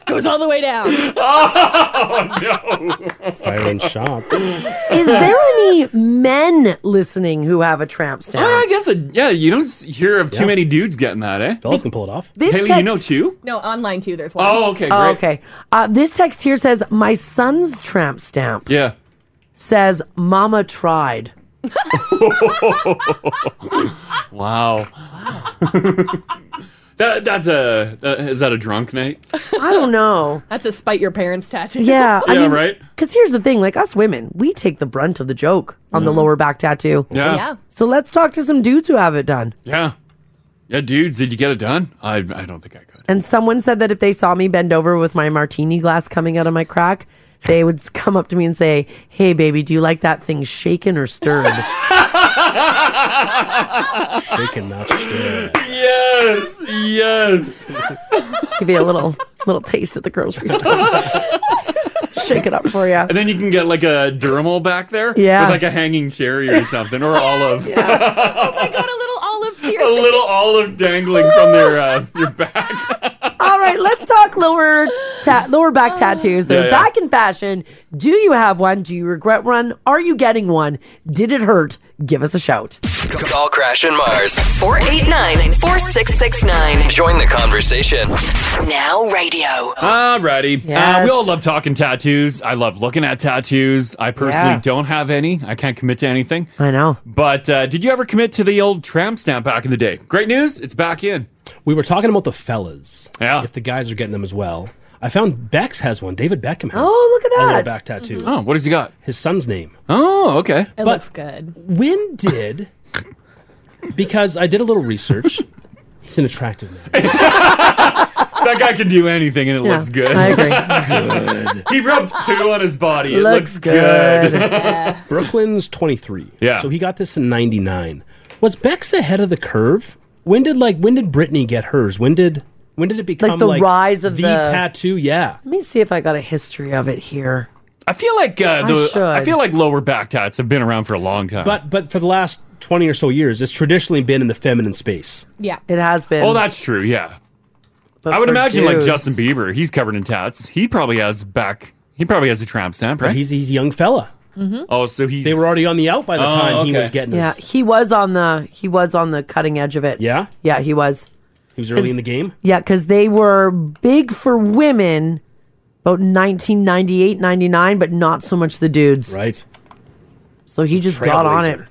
[SPEAKER 1] Goes all the way down.
[SPEAKER 3] [laughs] oh, no.
[SPEAKER 7] Firing shots.
[SPEAKER 10] Is there any men listening who have a tramp
[SPEAKER 3] Oh,
[SPEAKER 10] stamp?
[SPEAKER 3] yeah, I guess, it, yeah, you don't s- hear of too many dudes getting that, eh?
[SPEAKER 7] Fellas can pull it off.
[SPEAKER 10] This
[SPEAKER 3] Haley, you know
[SPEAKER 10] text-
[SPEAKER 3] two?
[SPEAKER 1] No, online too. There's one.
[SPEAKER 10] Oh, okay. Uh, this text here says, "My son's tramp stamp
[SPEAKER 3] Yeah.
[SPEAKER 10] says,
[SPEAKER 3] [laughs]
[SPEAKER 10] Mama tried."
[SPEAKER 3] Wow. that, that's a, that, is that a drunk night?
[SPEAKER 10] I don't know.
[SPEAKER 1] That's a spite your parents tattoo.
[SPEAKER 10] Yeah,
[SPEAKER 3] Yeah, right?
[SPEAKER 10] Because here's the thing: like us women, we take the brunt of the joke on the lower back tattoo.
[SPEAKER 3] Mm-hmm. Yeah. Yeah.
[SPEAKER 10] So let's talk to some dudes who have it done.
[SPEAKER 3] Yeah. Yeah, dudes, did you get it done? I, I don't think I could.
[SPEAKER 10] And someone said that if they saw me bend over with my martini glass coming out of my crack, they would [laughs] s- come up to me and say, "Hey, baby, do you like that thing shaken or stirred?"
[SPEAKER 7] Shaken, not stirred.
[SPEAKER 3] Yes, yes.
[SPEAKER 10] Give you a little little taste at the grocery store. [laughs] Shake it up for you. And
[SPEAKER 3] then you can get like a dermal back there.
[SPEAKER 10] Yeah.
[SPEAKER 3] With like a hanging cherry or something, or olive.
[SPEAKER 1] A little olive
[SPEAKER 3] [laughs] a little olive dangling from their uh, your back.
[SPEAKER 10] All right, let's talk lower ta- lower back tattoos. They're
[SPEAKER 6] Yeah, yeah.
[SPEAKER 10] back in fashion. Do you have one? Do you regret one? Are you getting one? Did it hurt? Give us a shout.
[SPEAKER 2] Call Crash and Mars.
[SPEAKER 5] 489 4669.
[SPEAKER 2] Join the conversation.
[SPEAKER 5] Now radio.
[SPEAKER 3] Alrighty. Uh, we all love talking tattoos. I love looking at tattoos. I personally
[SPEAKER 5] Yeah.
[SPEAKER 3] don't have any. I can't commit to anything.
[SPEAKER 10] I know.
[SPEAKER 3] But uh, did you ever commit to the old tramp stamp back in the day? Great news. It's back in.
[SPEAKER 7] We were talking about the fellas. Yeah. If the guys are getting them as well. I found Bex has one. David Beckham has.
[SPEAKER 10] Oh, look
[SPEAKER 7] A
[SPEAKER 10] at
[SPEAKER 7] little
[SPEAKER 10] that.
[SPEAKER 7] back tattoo.
[SPEAKER 3] Oh, what has he got?
[SPEAKER 7] His son's name.
[SPEAKER 3] Oh, okay.
[SPEAKER 1] It looks good.
[SPEAKER 7] When did? Because I did a little research. He's an attractive man.
[SPEAKER 3] [laughs] that guy can do anything and it
[SPEAKER 7] Yeah,
[SPEAKER 3] looks good.
[SPEAKER 7] I
[SPEAKER 3] [laughs] agree. he rubbed poo on his body. It looks, [laughs] good.
[SPEAKER 7] Brooklyn's 23.
[SPEAKER 3] Yeah.
[SPEAKER 7] So he got this in 99. Was Bex ahead of the curve? When did like when did Britney get hers? When did when did it become
[SPEAKER 10] Like the rise of the,
[SPEAKER 7] tattoo? Yeah.
[SPEAKER 10] Let me see if I got a history of it here.
[SPEAKER 3] I feel like uh,
[SPEAKER 10] I
[SPEAKER 3] the,
[SPEAKER 10] should.
[SPEAKER 3] I, feel like lower back tats have been around for a long time.
[SPEAKER 7] But but for the last 20 or so years, it's traditionally been in the feminine space.
[SPEAKER 1] Yeah.
[SPEAKER 10] It has been.
[SPEAKER 3] oh, that's true. Yeah,
[SPEAKER 10] But
[SPEAKER 3] I would
[SPEAKER 10] for
[SPEAKER 3] imagine like
[SPEAKER 10] dudes-
[SPEAKER 3] Justin Bieber. He's covered in tats. He probably has back. He probably has a tramp stamp, right?
[SPEAKER 7] He's he's a young fella.
[SPEAKER 10] Mhm.
[SPEAKER 3] Oh, so he's
[SPEAKER 7] They were already on the out Mm-hmm. by the
[SPEAKER 3] Oh,
[SPEAKER 7] time he
[SPEAKER 3] okay.
[SPEAKER 7] was getting
[SPEAKER 10] Yeah,
[SPEAKER 7] his.
[SPEAKER 10] he was on the he was on the cutting edge of it.
[SPEAKER 7] Yeah?
[SPEAKER 10] Yeah, he was.
[SPEAKER 7] He was early
[SPEAKER 10] 'Cause-
[SPEAKER 7] in the game.
[SPEAKER 10] Yeah, because they were big for women about 1998, 99, but not so much the dudes.
[SPEAKER 7] Right.
[SPEAKER 10] So he just got on it.
[SPEAKER 3] Trailblazer.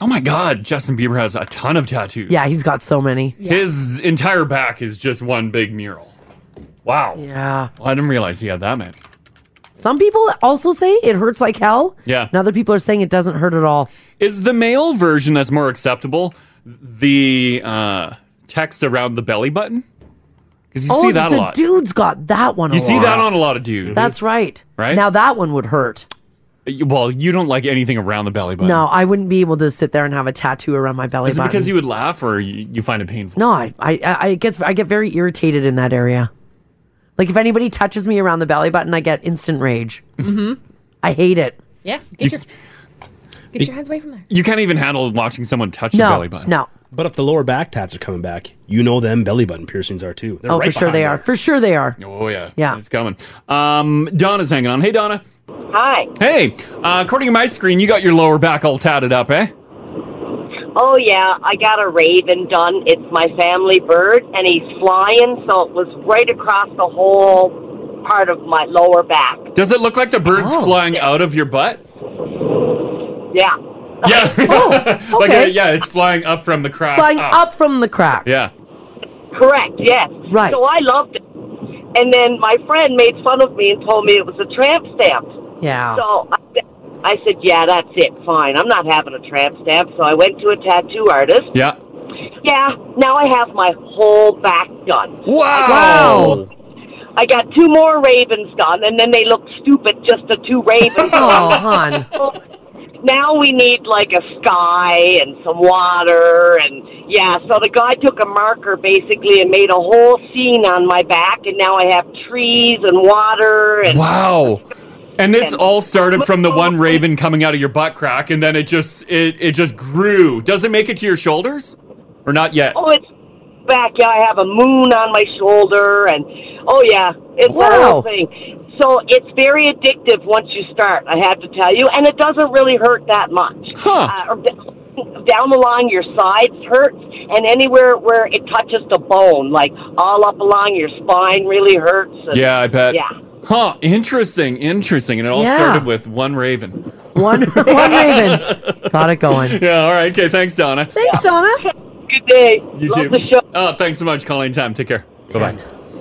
[SPEAKER 3] Oh my God, Justin Bieber has a ton of tattoos.
[SPEAKER 10] Yeah, he's got so many.
[SPEAKER 3] His entire back is just one big mural. Wow.
[SPEAKER 10] Yeah.
[SPEAKER 3] Well, I didn't realize he had that many.
[SPEAKER 10] Some people also say it hurts like hell.
[SPEAKER 3] Yeah.
[SPEAKER 10] And other people are saying it doesn't hurt at all.
[SPEAKER 3] Is the male version that's more acceptable the uh, text around the belly button? Because you
[SPEAKER 10] oh,
[SPEAKER 3] see that
[SPEAKER 10] the
[SPEAKER 3] a lot.
[SPEAKER 10] dude's got that one.
[SPEAKER 3] you
[SPEAKER 10] a
[SPEAKER 3] see
[SPEAKER 10] lot.
[SPEAKER 3] that on a lot of dudes.
[SPEAKER 10] That's right.
[SPEAKER 3] Right?
[SPEAKER 10] Now that one would hurt.
[SPEAKER 3] Well, you don't like anything around the belly button.
[SPEAKER 10] No, I wouldn't be able to sit there and have a tattoo around my belly
[SPEAKER 3] Is it
[SPEAKER 10] button.
[SPEAKER 3] because you would laugh or you, you find it painful?
[SPEAKER 10] No, I, I, I it gets, I get very irritated in that area. Like if anybody touches me around the belly button, I get instant rage. Mm-hmm. I hate it.
[SPEAKER 1] Yeah.
[SPEAKER 3] You-
[SPEAKER 1] Get your get your hands away from there.
[SPEAKER 3] You can't even handle watching someone touch
[SPEAKER 10] No,
[SPEAKER 3] your belly button.
[SPEAKER 10] no.
[SPEAKER 7] But if the lower back tats are coming back, you know them belly button piercings are too. They're
[SPEAKER 10] oh,
[SPEAKER 7] right
[SPEAKER 10] for sure
[SPEAKER 7] behind
[SPEAKER 10] they
[SPEAKER 7] there.
[SPEAKER 10] are. For sure they are.
[SPEAKER 3] Oh yeah,
[SPEAKER 10] Yeah.
[SPEAKER 3] it's coming. Um, Donna's hanging on. Hey, Donna.
[SPEAKER 19] Hi.
[SPEAKER 3] Hey, uh, according to my screen, you got your lower back all tatted up, eh?
[SPEAKER 19] Oh yeah, I got a raven done. It's my family bird, and he's flying, so it was right across the whole part of my lower back.
[SPEAKER 3] Does it look like the bird's
[SPEAKER 10] Oh.
[SPEAKER 3] flying out of your butt? [laughs]
[SPEAKER 19] Yeah.
[SPEAKER 3] Yeah. like
[SPEAKER 10] okay.
[SPEAKER 3] uh, yeah, it's flying up from the crack. Ah,
[SPEAKER 10] Flying up from the crack.
[SPEAKER 3] Yeah.
[SPEAKER 19] Correct, yes.
[SPEAKER 10] Right.
[SPEAKER 19] So I loved it. And then my friend made fun of me and told me it was a tramp stamp.
[SPEAKER 10] Yeah.
[SPEAKER 19] So I, said- I said, yeah, that's it. Fine. I'm not having a tramp stamp. So I went to a tattoo artist.
[SPEAKER 3] Yeah. [laughs]
[SPEAKER 19] Yeah, now I have my whole back done.
[SPEAKER 3] Wow.
[SPEAKER 19] I got two more ravens done, and then they looked stupid, just the two ravens.
[SPEAKER 10] Oh, hon.
[SPEAKER 19] Now we need like a sky and some water, and yeah. So the guy took a marker basically and made a whole scene on my back, and now I have trees and water and
[SPEAKER 3] Wow. And this all started from the one raven coming out of your butt crack, and then it just it, it just grew. Does it make it to your shoulders, or not yet?
[SPEAKER 19] Oh, it's back. Yeah, I have a moon on my shoulder, and oh yeah, it's the
[SPEAKER 3] Wow.
[SPEAKER 19] whole thing. So it's very addictive once you start. I have to tell you, and it doesn't really hurt that much.
[SPEAKER 3] Huh.
[SPEAKER 19] Uh, or d- down along your sides hurts, and anywhere where it touches the bone, like all up along your spine, really hurts. and- [laughs]
[SPEAKER 3] Yeah, I bet.
[SPEAKER 19] Yeah.
[SPEAKER 3] Huh. Interesting. Interesting. And it all
[SPEAKER 19] Yeah.
[SPEAKER 3] started with one raven.
[SPEAKER 10] One
[SPEAKER 19] [laughs]
[SPEAKER 10] one raven. Got it
[SPEAKER 3] [laughs]
[SPEAKER 10] going.
[SPEAKER 3] Yeah. All right. Okay. Thanks, Donna.
[SPEAKER 10] Thanks, Donna.
[SPEAKER 19] Good day.
[SPEAKER 3] You too. Oh, thanks so much, Colleen. Time. Take care. Bye bye.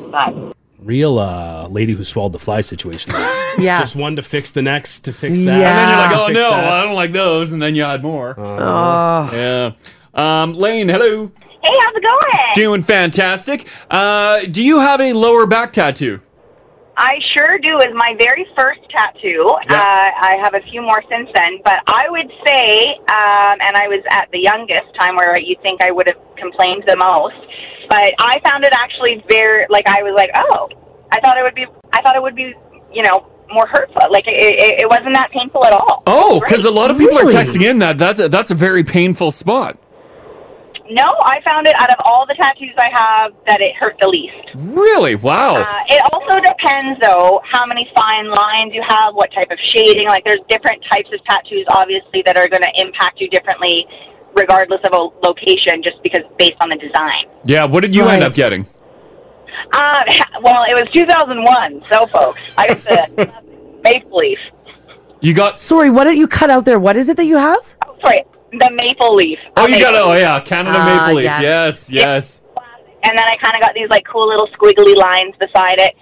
[SPEAKER 19] Bye.
[SPEAKER 7] Real uh, lady who swallowed the fly situation.
[SPEAKER 3] [laughs]
[SPEAKER 10] Yeah.
[SPEAKER 7] Just one to fix the next, to fix that.
[SPEAKER 3] And then you're like,
[SPEAKER 7] to
[SPEAKER 3] oh
[SPEAKER 7] fix
[SPEAKER 3] no,
[SPEAKER 7] that."
[SPEAKER 3] I don't like those, and then you add more.
[SPEAKER 7] Uh-huh.
[SPEAKER 3] yeah. Um, Lane, hello.
[SPEAKER 20] Hey, how's it going?
[SPEAKER 3] Doing fantastic. Uh, do you have a lower back tattoo?
[SPEAKER 20] I sure do. Is my very first tattoo. Uh,
[SPEAKER 3] Yeah.
[SPEAKER 20] I have a few more since then, but I would say, um, and I was at the youngest time where you think I would have complained the most, but I found it actually very like I was like, oh, I thought it would be, I thought it would be, you know, more hurtful. Like it, it, it wasn't that painful at all.
[SPEAKER 3] Oh, because Oh, a lot of people
[SPEAKER 20] Really?
[SPEAKER 3] are texting in that that's a, that's a very painful spot.
[SPEAKER 20] no, I found it out of all the tattoos I have that it hurt the least.
[SPEAKER 3] Really? Wow.
[SPEAKER 20] Uh, it also depends, though, how many fine lines you have, what type of shading. Like, there's different types of tattoos, obviously, that are going to impact you differently, regardless of a location, just because based on the design.
[SPEAKER 3] yeah. What did you end up getting?
[SPEAKER 20] Uh, [laughs] well, it was 2001, so folks, I got
[SPEAKER 3] [laughs]
[SPEAKER 20] the maple leaf.
[SPEAKER 3] You got
[SPEAKER 10] sorry. What did you cut out there? What is it that you have?
[SPEAKER 20] Sorry, the maple leaf.
[SPEAKER 3] Oh,
[SPEAKER 20] A
[SPEAKER 3] you got
[SPEAKER 20] maple
[SPEAKER 3] oh
[SPEAKER 20] leaf.
[SPEAKER 3] yeah, Canada
[SPEAKER 20] Ah,
[SPEAKER 3] Maple Leaf.
[SPEAKER 20] yes.
[SPEAKER 3] Yes, yes.
[SPEAKER 20] and then I kind of got these like cool little squiggly lines beside it.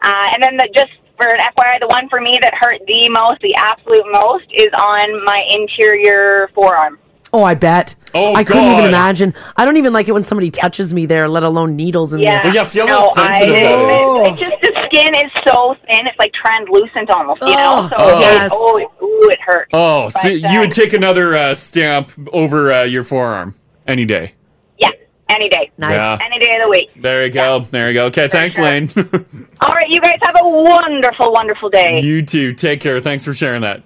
[SPEAKER 20] Uh, and then the, just for an FYI, the one for me that hurt the most, the absolute most, is on my interior forearm.
[SPEAKER 10] Oh, I bet.
[SPEAKER 3] Oh,
[SPEAKER 10] I couldn't even
[SPEAKER 20] God.
[SPEAKER 10] imagine. I don't even like it when somebody touches me there, let alone needles in
[SPEAKER 20] Yeah,
[SPEAKER 10] there.
[SPEAKER 20] no, I,
[SPEAKER 3] Oh.
[SPEAKER 20] It's just the skin is so thin; it's like translucent almost, you know. So
[SPEAKER 3] Oh.
[SPEAKER 20] it's like,
[SPEAKER 3] Yes.
[SPEAKER 20] oh, it- ooh, it hurt.
[SPEAKER 3] Oh, so you would take another uh, stamp over uh, your forearm any day.
[SPEAKER 20] Yeah, any day.
[SPEAKER 3] Nice. Yeah.
[SPEAKER 20] Any day of the week.
[SPEAKER 3] There you go. There you go. Okay, thanks, Lane. [laughs]
[SPEAKER 20] All right, you guys have a wonderful, wonderful day.
[SPEAKER 3] you too. Take care. Thanks for sharing that.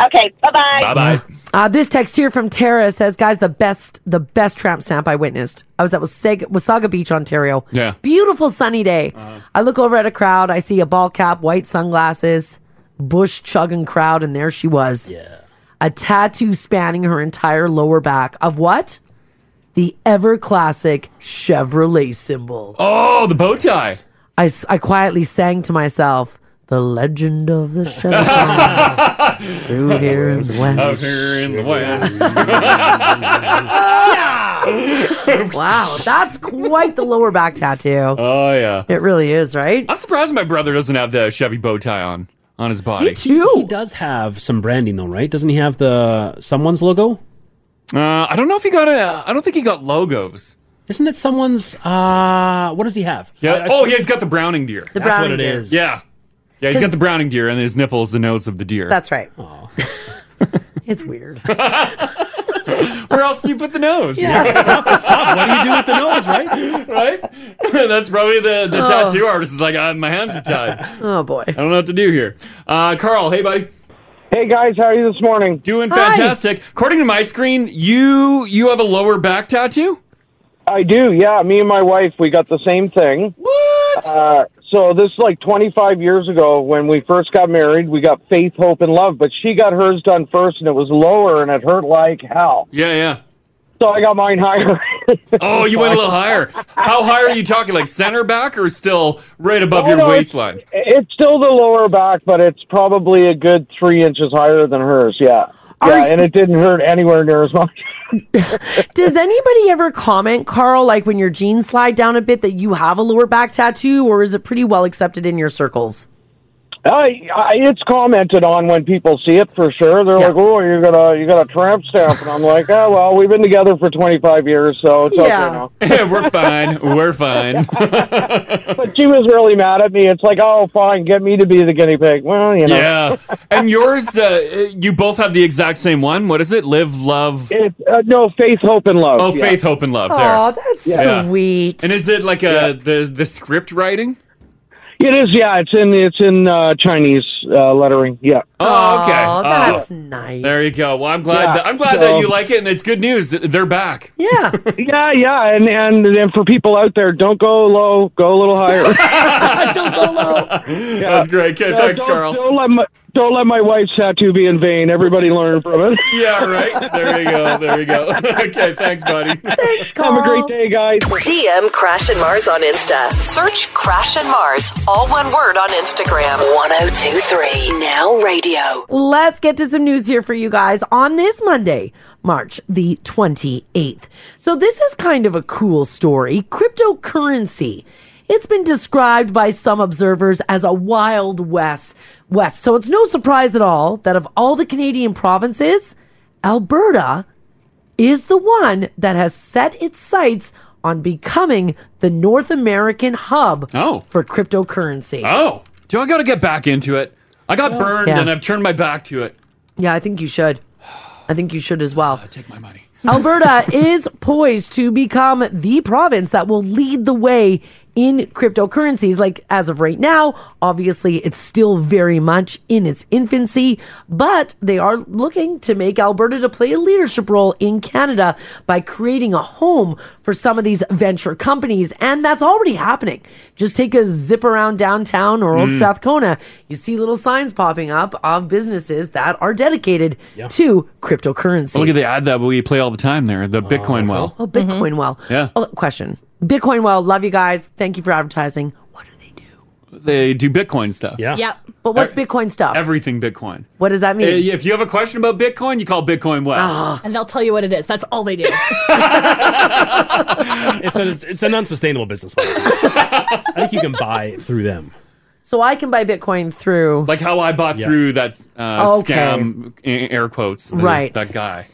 [SPEAKER 20] Okay, bye bye.
[SPEAKER 3] Bye bye.
[SPEAKER 10] Uh, this text here from Tara says, "Guys, the best, the best tramp stamp I witnessed. I was at Wasag- Wasaga Beach, Ontario.
[SPEAKER 3] Yeah. Uh-huh.
[SPEAKER 10] beautiful sunny day. I look over at a crowd. I see a ball cap, white sunglasses, bush chugging crowd, and there she was. Yeah, a tattoo spanning her entire lower back of what? The ever classic Chevrolet symbol.
[SPEAKER 3] Oh, the bow tie.
[SPEAKER 10] I, s- I quietly sang to myself." The legend of
[SPEAKER 3] [laughs]
[SPEAKER 10] the Chevrolet. Through here is
[SPEAKER 3] Out
[SPEAKER 10] West.
[SPEAKER 3] here in the
[SPEAKER 10] [laughs]
[SPEAKER 3] west. [laughs]
[SPEAKER 10] [laughs] wow, that's quite the lower back tattoo.
[SPEAKER 3] Oh yeah,
[SPEAKER 10] it really is, right?
[SPEAKER 3] I'm surprised my brother doesn't have the Chevy bow tie on on his body.
[SPEAKER 7] He does have some branding though, right? Doesn't he have the someone's logo?
[SPEAKER 3] Uh, I don't know if he got a. I don't think he got logos.
[SPEAKER 7] Isn't it someone's? Uh, what does he have?
[SPEAKER 3] Yeah.
[SPEAKER 7] I- I-
[SPEAKER 3] oh, yeah, he's got the Browning deer.
[SPEAKER 7] The That's what Browning it deer. is.
[SPEAKER 3] Yeah. Yeah, he's got
[SPEAKER 10] 'Cause-
[SPEAKER 3] the Browning deer, and his nipple is the nose of the deer.
[SPEAKER 10] That's right. [laughs]
[SPEAKER 3] [laughs]
[SPEAKER 10] it's weird.
[SPEAKER 3] Where else do [laughs] you put the nose?
[SPEAKER 10] Yeah, it's tough,
[SPEAKER 3] That's
[SPEAKER 10] it's
[SPEAKER 7] tough. What do you do with the nose,
[SPEAKER 3] right? right? [laughs] That's probably the, the
[SPEAKER 10] Oh.
[SPEAKER 3] tattoo artist is like, uh, my hands
[SPEAKER 7] [laughs]
[SPEAKER 3] are tied.
[SPEAKER 10] Oh boy. I
[SPEAKER 3] don't know what to do here. Uh, Carl, hey buddy.
[SPEAKER 15] Hey guys, how are you this morning?
[SPEAKER 3] Doing
[SPEAKER 15] Hi.
[SPEAKER 3] fantastic. According to my screen, you you have a lower back tattoo?
[SPEAKER 15] I do, yeah. Me and my wife, we got the same thing.
[SPEAKER 3] What?
[SPEAKER 15] Uh, so this is like 25 years ago when we first got married. We got faith, hope, and love, but she got hers done first, and it was lower, and it hurt like hell.
[SPEAKER 3] Yeah, yeah.
[SPEAKER 15] So I got [laughs] mine higher.
[SPEAKER 3] [laughs] Oh, you went a little higher. How high are you talking? Like center back or still right above
[SPEAKER 15] Oh,
[SPEAKER 3] your
[SPEAKER 15] no, it's-
[SPEAKER 3] waistline?
[SPEAKER 15] It's still the lower back, but it's probably a good three inches higher than hers. Yeah, yeah, and it didn't hurt anywhere near as much.
[SPEAKER 10] Does anybody ever comment, Carl, like when your jeans slide down a bit that you have a lower back tattoo, or is it pretty well accepted in your circles?
[SPEAKER 15] I, I, it's commented on when people see it for sure. They're like, "Oh, you got a you got a tramp stamp," and I'm like, "Oh, well, we've been together for 25 years, so it's okay now."
[SPEAKER 3] [laughs] We're fine. We're fine.
[SPEAKER 15] But she was really mad at me. It's like, "Oh, fine, get me to be the guinea pig." Well, you know,
[SPEAKER 3] Yeah. And yours, uh, you both have the exact same one. What is it? Live, love.
[SPEAKER 15] It, uh, no, faith, hope, and love.
[SPEAKER 3] Oh,
[SPEAKER 15] Yeah.
[SPEAKER 3] faith, hope, and love.
[SPEAKER 15] Aw,
[SPEAKER 3] there.
[SPEAKER 15] that's
[SPEAKER 10] sweet.
[SPEAKER 3] And is it like a the the script writing?
[SPEAKER 15] it is. Yeah, it's in it's in uh, Chinese uh, lettering. Yeah.
[SPEAKER 3] Oh, okay.
[SPEAKER 10] Oh,
[SPEAKER 3] Oh.
[SPEAKER 10] that's nice.
[SPEAKER 3] There you go. Well, I'm glad.
[SPEAKER 15] Yeah,
[SPEAKER 3] that, I'm glad
[SPEAKER 15] so-
[SPEAKER 3] that you like it, and it's good news. They're
[SPEAKER 10] [laughs]
[SPEAKER 3] back.
[SPEAKER 10] Yeah.
[SPEAKER 15] [laughs] yeah, yeah, and and and for people out there, don't go low, go a little higher.
[SPEAKER 10] don't go low.
[SPEAKER 3] That's great. Okay,
[SPEAKER 15] No,
[SPEAKER 3] thanks,
[SPEAKER 15] don't-
[SPEAKER 3] Carl.
[SPEAKER 15] [laughs] Don't let my don't let my wife's tattoo be in vain. Everybody learn from it. [laughs]
[SPEAKER 3] Yeah, right. There you go. There you go. [laughs] okay, thanks, buddy.
[SPEAKER 10] Thanks,
[SPEAKER 15] Carl. Have a great day, guys.
[SPEAKER 5] DM Crash and Mars on Insta. Search Crash and Mars, all one word on Instagram. 1023 Now Radio.
[SPEAKER 10] Let's get to some news here for you guys on this Monday, March the 28th. So, this is kind of a cool story cryptocurrency. It's been described by some observers as a wild west. West. So, it's no surprise at all that of all the Canadian provinces, Alberta is the one that has set its sights on becoming the North American hub for cryptocurrency.
[SPEAKER 3] [laughs] Oh, do I got to get back into it? I got
[SPEAKER 10] Well-
[SPEAKER 3] burned,
[SPEAKER 10] Oh, Yeah.
[SPEAKER 3] and I've turned my back to it.
[SPEAKER 10] Yeah, I think you should. I think you should as well.
[SPEAKER 3] [sighs] take my
[SPEAKER 10] [laughs]
[SPEAKER 3] money.
[SPEAKER 10] Alberta is poised to become the province that will lead the way in cryptocurrencies. Like as of right now, obviously it's still very much in its infancy, but they are looking to make Alberta to play a leadership role in Canada by creating a home for some of these venture companies. And that's already happening. Just take a zip around downtown or Old
[SPEAKER 6] Mm.
[SPEAKER 10] Strathcona. You see little signs popping up of businesses that are dedicated to cryptocurrency.
[SPEAKER 3] Well, look at the ad that we play all the time there, the Bitcoin well.
[SPEAKER 10] Oh,
[SPEAKER 1] Mm-hmm.
[SPEAKER 10] Bitcoin well.
[SPEAKER 3] Yeah.
[SPEAKER 10] Oh, question. Bitcoin well. Love you guys. Thank you for advertising.
[SPEAKER 3] They do Bitcoin stuff. Yeah.
[SPEAKER 10] But what's Bitcoin stuff?
[SPEAKER 3] Everything Bitcoin.
[SPEAKER 10] what does that
[SPEAKER 3] Uh,
[SPEAKER 10] mean? Ah.
[SPEAKER 3] If you have a question about Bitcoin, you call Bitcoin well.
[SPEAKER 1] Uh-huh. And they'll tell you what it is. That's all they
[SPEAKER 3] [laughs]
[SPEAKER 1] do.
[SPEAKER 7] it's, a, it's, it's an unsustainable business model. I think you can buy it through them.
[SPEAKER 10] So I can buy Bitcoin through.
[SPEAKER 3] Like how I bought through that uh,
[SPEAKER 10] Okay.
[SPEAKER 3] scam, in air quotes, the-
[SPEAKER 10] Right.
[SPEAKER 3] that guy,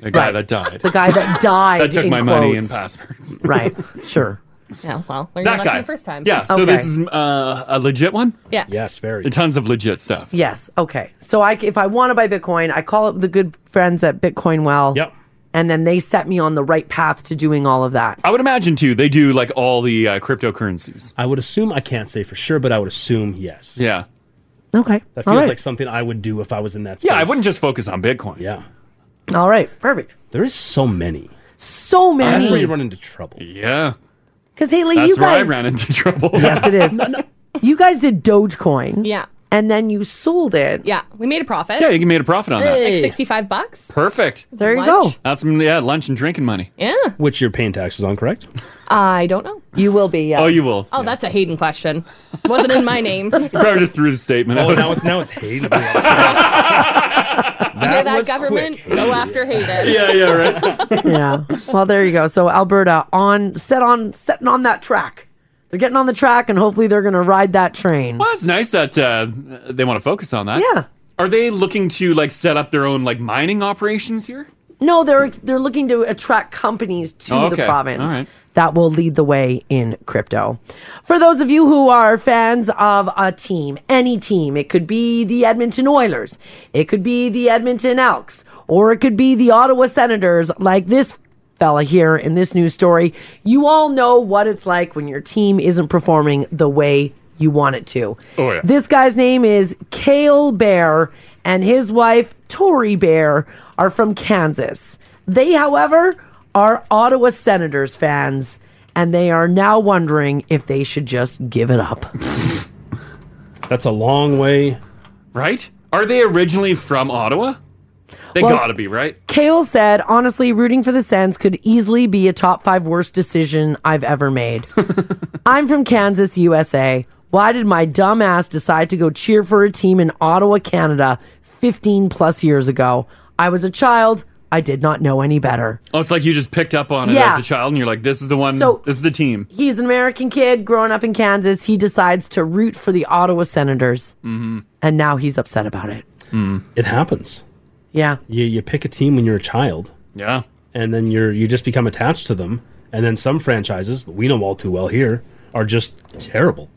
[SPEAKER 3] the guy
[SPEAKER 10] Right.
[SPEAKER 3] that died.
[SPEAKER 10] The
[SPEAKER 3] [laughs]
[SPEAKER 10] guy that died.
[SPEAKER 3] that took
[SPEAKER 10] in
[SPEAKER 3] my money and
[SPEAKER 10] quotes.
[SPEAKER 3] passwords.
[SPEAKER 10] [laughs] Right. Sure.
[SPEAKER 1] Yeah, well, learn your
[SPEAKER 3] that
[SPEAKER 1] lesson
[SPEAKER 3] guy.
[SPEAKER 1] the first time.
[SPEAKER 3] Yeah. So this is uh, a legit one?
[SPEAKER 1] Yeah.
[SPEAKER 7] Yes, very.
[SPEAKER 3] Tons of legit stuff.
[SPEAKER 10] Yes. Okay. So I, c- if I want to buy Bitcoin, I call up the good friends at Bitcoin Well. Yep. And then they set me on the right path to doing all of that.
[SPEAKER 3] I would imagine too. They do like all the uh, cryptocurrencies.
[SPEAKER 7] I would assume I can't say for sure, but I would assume yes.
[SPEAKER 3] Yeah.
[SPEAKER 10] Okay.
[SPEAKER 7] That
[SPEAKER 10] All
[SPEAKER 7] feels
[SPEAKER 10] right.
[SPEAKER 7] like something I would do if I was in that space.
[SPEAKER 3] Yeah, I wouldn't just focus on Bitcoin.
[SPEAKER 7] Yeah.
[SPEAKER 10] All right. Perfect.
[SPEAKER 7] There is so many.
[SPEAKER 3] Oh,
[SPEAKER 10] So
[SPEAKER 7] That's where you
[SPEAKER 10] many.
[SPEAKER 7] run into trouble.
[SPEAKER 3] Yeah.
[SPEAKER 10] Because Haley, you guys.
[SPEAKER 3] into trouble.
[SPEAKER 10] yes, it [laughs] is. You guys did Dogecoin.
[SPEAKER 1] Yeah.
[SPEAKER 10] And then you sold it.
[SPEAKER 1] Yeah. We made a profit.
[SPEAKER 3] Yeah, you made a profit on
[SPEAKER 1] Like
[SPEAKER 3] that.
[SPEAKER 1] 65 bucks.
[SPEAKER 3] Perfect.
[SPEAKER 1] There you go. Lunch.
[SPEAKER 3] That's some yeah, lunch and drinking money.
[SPEAKER 1] Yeah.
[SPEAKER 7] Which you're paying taxes on, correct?
[SPEAKER 1] I don't know.
[SPEAKER 10] You will be. Yeah.
[SPEAKER 3] Oh, you will.
[SPEAKER 1] Oh, that's a Hayden question. Wasn't in my
[SPEAKER 3] [laughs]
[SPEAKER 1] name.
[SPEAKER 3] Probably just threw the statement.
[SPEAKER 7] Oh,
[SPEAKER 3] out.
[SPEAKER 7] now it's now it's Hayden.
[SPEAKER 3] [laughs]
[SPEAKER 1] You hear that government? Go after Hayden.
[SPEAKER 3] [laughs] Yeah, yeah, right.
[SPEAKER 10] [laughs] yeah. Well, there you go. So Alberta on set on setting on that track. They're getting on the track, and hopefully they're going to ride that train.
[SPEAKER 3] Well, it's nice that uh, they want to focus on that. Yeah. Are they looking to like set up their own like mining operations here?
[SPEAKER 10] No, Oh, they're they're looking to attract companies to
[SPEAKER 3] Oh,
[SPEAKER 10] the
[SPEAKER 3] okay.
[SPEAKER 10] province.
[SPEAKER 3] All right.
[SPEAKER 10] That will lead the way in crypto. For those of you who are fans of a team, any team, it could be the Edmonton Oilers, it could be the Edmonton Elks, or it could be the Ottawa Senators, like this fella here in this news story. You all know what it's like when your team isn't performing the way you want it to.
[SPEAKER 4] Oh, yeah.
[SPEAKER 10] This guy's name is Kale Bear, and his wife, Tori Bear, are from Kansas. They, however, are Ottawa Senators fans, and they are now wondering if they should just give it up.
[SPEAKER 7] That's a long way.
[SPEAKER 3] Right? Are they originally from Ottawa? They
[SPEAKER 10] Well-
[SPEAKER 3] gotta be, right?
[SPEAKER 10] Kale said, honestly, rooting for the Sens could easily be a top five worst decision I've ever made. I'm from Kansas, USA. Why did my dumb ass decide to go cheer for a team in Ottawa, Canada 15 plus years ago? I was a child. I did not know any better.
[SPEAKER 3] Oh, it's like you just picked up on it
[SPEAKER 10] Yeah.
[SPEAKER 3] as a child and you're like, this is the one,
[SPEAKER 10] So-
[SPEAKER 3] this is the team.
[SPEAKER 10] He's an American kid growing up in Kansas. He decides to root for the Ottawa Senators.
[SPEAKER 7] Mm-hmm.
[SPEAKER 10] And now he's upset about it.
[SPEAKER 7] It happens.
[SPEAKER 10] Yeah.
[SPEAKER 7] You you pick a team when you're a child.
[SPEAKER 3] Yeah.
[SPEAKER 7] And then you're you just become attached to them. And then some franchises, we know all too well here, are just terrible.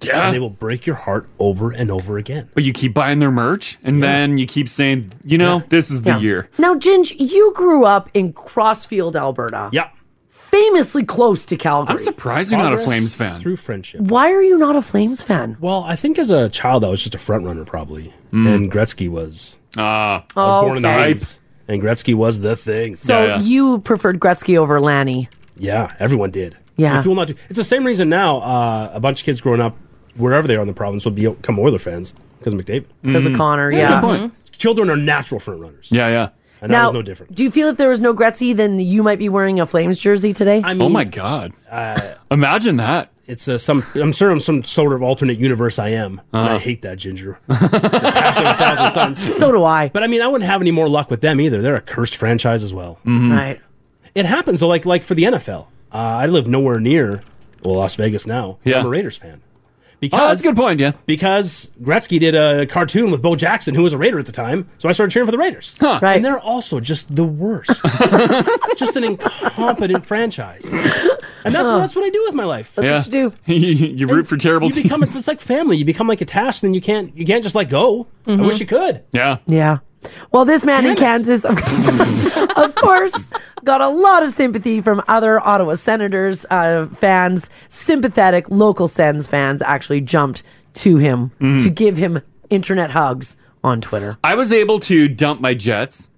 [SPEAKER 3] Yeah.
[SPEAKER 7] And they will break your heart over and over again.
[SPEAKER 3] But you keep buying their merch and then you keep saying, you know, this is the year.
[SPEAKER 10] Now, Ginge, you grew up in Crossfield, Alberta.
[SPEAKER 7] Yeah.
[SPEAKER 10] Famously close to Calgary. I'm
[SPEAKER 3] surprised
[SPEAKER 7] Progress Through friendship.
[SPEAKER 10] Why are you not a Flames fan?
[SPEAKER 7] Well, I think as a child I was just a front runner probably. And Gretzky was.
[SPEAKER 3] Mm. Ah.
[SPEAKER 7] I was
[SPEAKER 10] Oh,
[SPEAKER 7] born in the
[SPEAKER 10] okay.
[SPEAKER 7] 80s, And Gretzky was the thing.
[SPEAKER 10] So you preferred Gretzky over Lanny.
[SPEAKER 7] Yeah, everyone did.
[SPEAKER 10] Yeah.
[SPEAKER 7] If you will not do, it's the same reason now. Uh, a bunch of kids growing up, wherever they are in the province, will become Oiler fans because of McDavid, Mm-hmm.
[SPEAKER 10] 'Cause
[SPEAKER 3] Mm.
[SPEAKER 10] of Mhm. Connor, Yeah, yeah. good point.
[SPEAKER 7] Children are natural front runners.
[SPEAKER 3] Yeah, yeah.
[SPEAKER 7] And that was no different.
[SPEAKER 10] Do you feel if there was no Gretzky, then you might be wearing a Flames jersey today?
[SPEAKER 7] I mean,
[SPEAKER 3] oh my God.
[SPEAKER 7] Uh,
[SPEAKER 3] Imagine that.
[SPEAKER 7] It's uh, some. I'm sure I'm some sort of alternate universe. I
[SPEAKER 3] [laughs]
[SPEAKER 7] am. And I hate that ginger. Passion of a thousand suns.
[SPEAKER 10] So do I.
[SPEAKER 7] But I mean, I wouldn't have any more luck with them either. They're a cursed franchise as well.
[SPEAKER 3] Mm-hmm.
[SPEAKER 10] Right.
[SPEAKER 7] It happens though. Like like for the NFL, uh, I live nowhere near well Las Vegas now.
[SPEAKER 3] Yeah.
[SPEAKER 7] I'm a Raiders fan. Because, oh, that's a good
[SPEAKER 3] point, yeah.
[SPEAKER 7] Because Gretzky did a cartoon with Bo Jackson, who was a Raider at the time, so I started cheering for the Raiders.
[SPEAKER 10] Right.
[SPEAKER 7] And they're also just the
[SPEAKER 3] [laughs]
[SPEAKER 7] worst. just an incompetent franchise. And that's,
[SPEAKER 3] Huh.
[SPEAKER 7] that's what I do with my life.
[SPEAKER 3] yeah. what you do. [laughs] you root for terrible
[SPEAKER 7] You become it's just like family. You become like attached, and you can't you can't just like go. I
[SPEAKER 3] Mhm.
[SPEAKER 7] wish you could.
[SPEAKER 3] Yeah.
[SPEAKER 10] Yeah. Well, this man in Kansas, of [laughs] course, got a lot of sympathy from other Ottawa Senators uh, fans. Sympathetic local Sens fans actually jumped to him
[SPEAKER 7] Mm-hmm.
[SPEAKER 10] to give him internet hugs on Twitter.
[SPEAKER 3] I was able to dump my Jets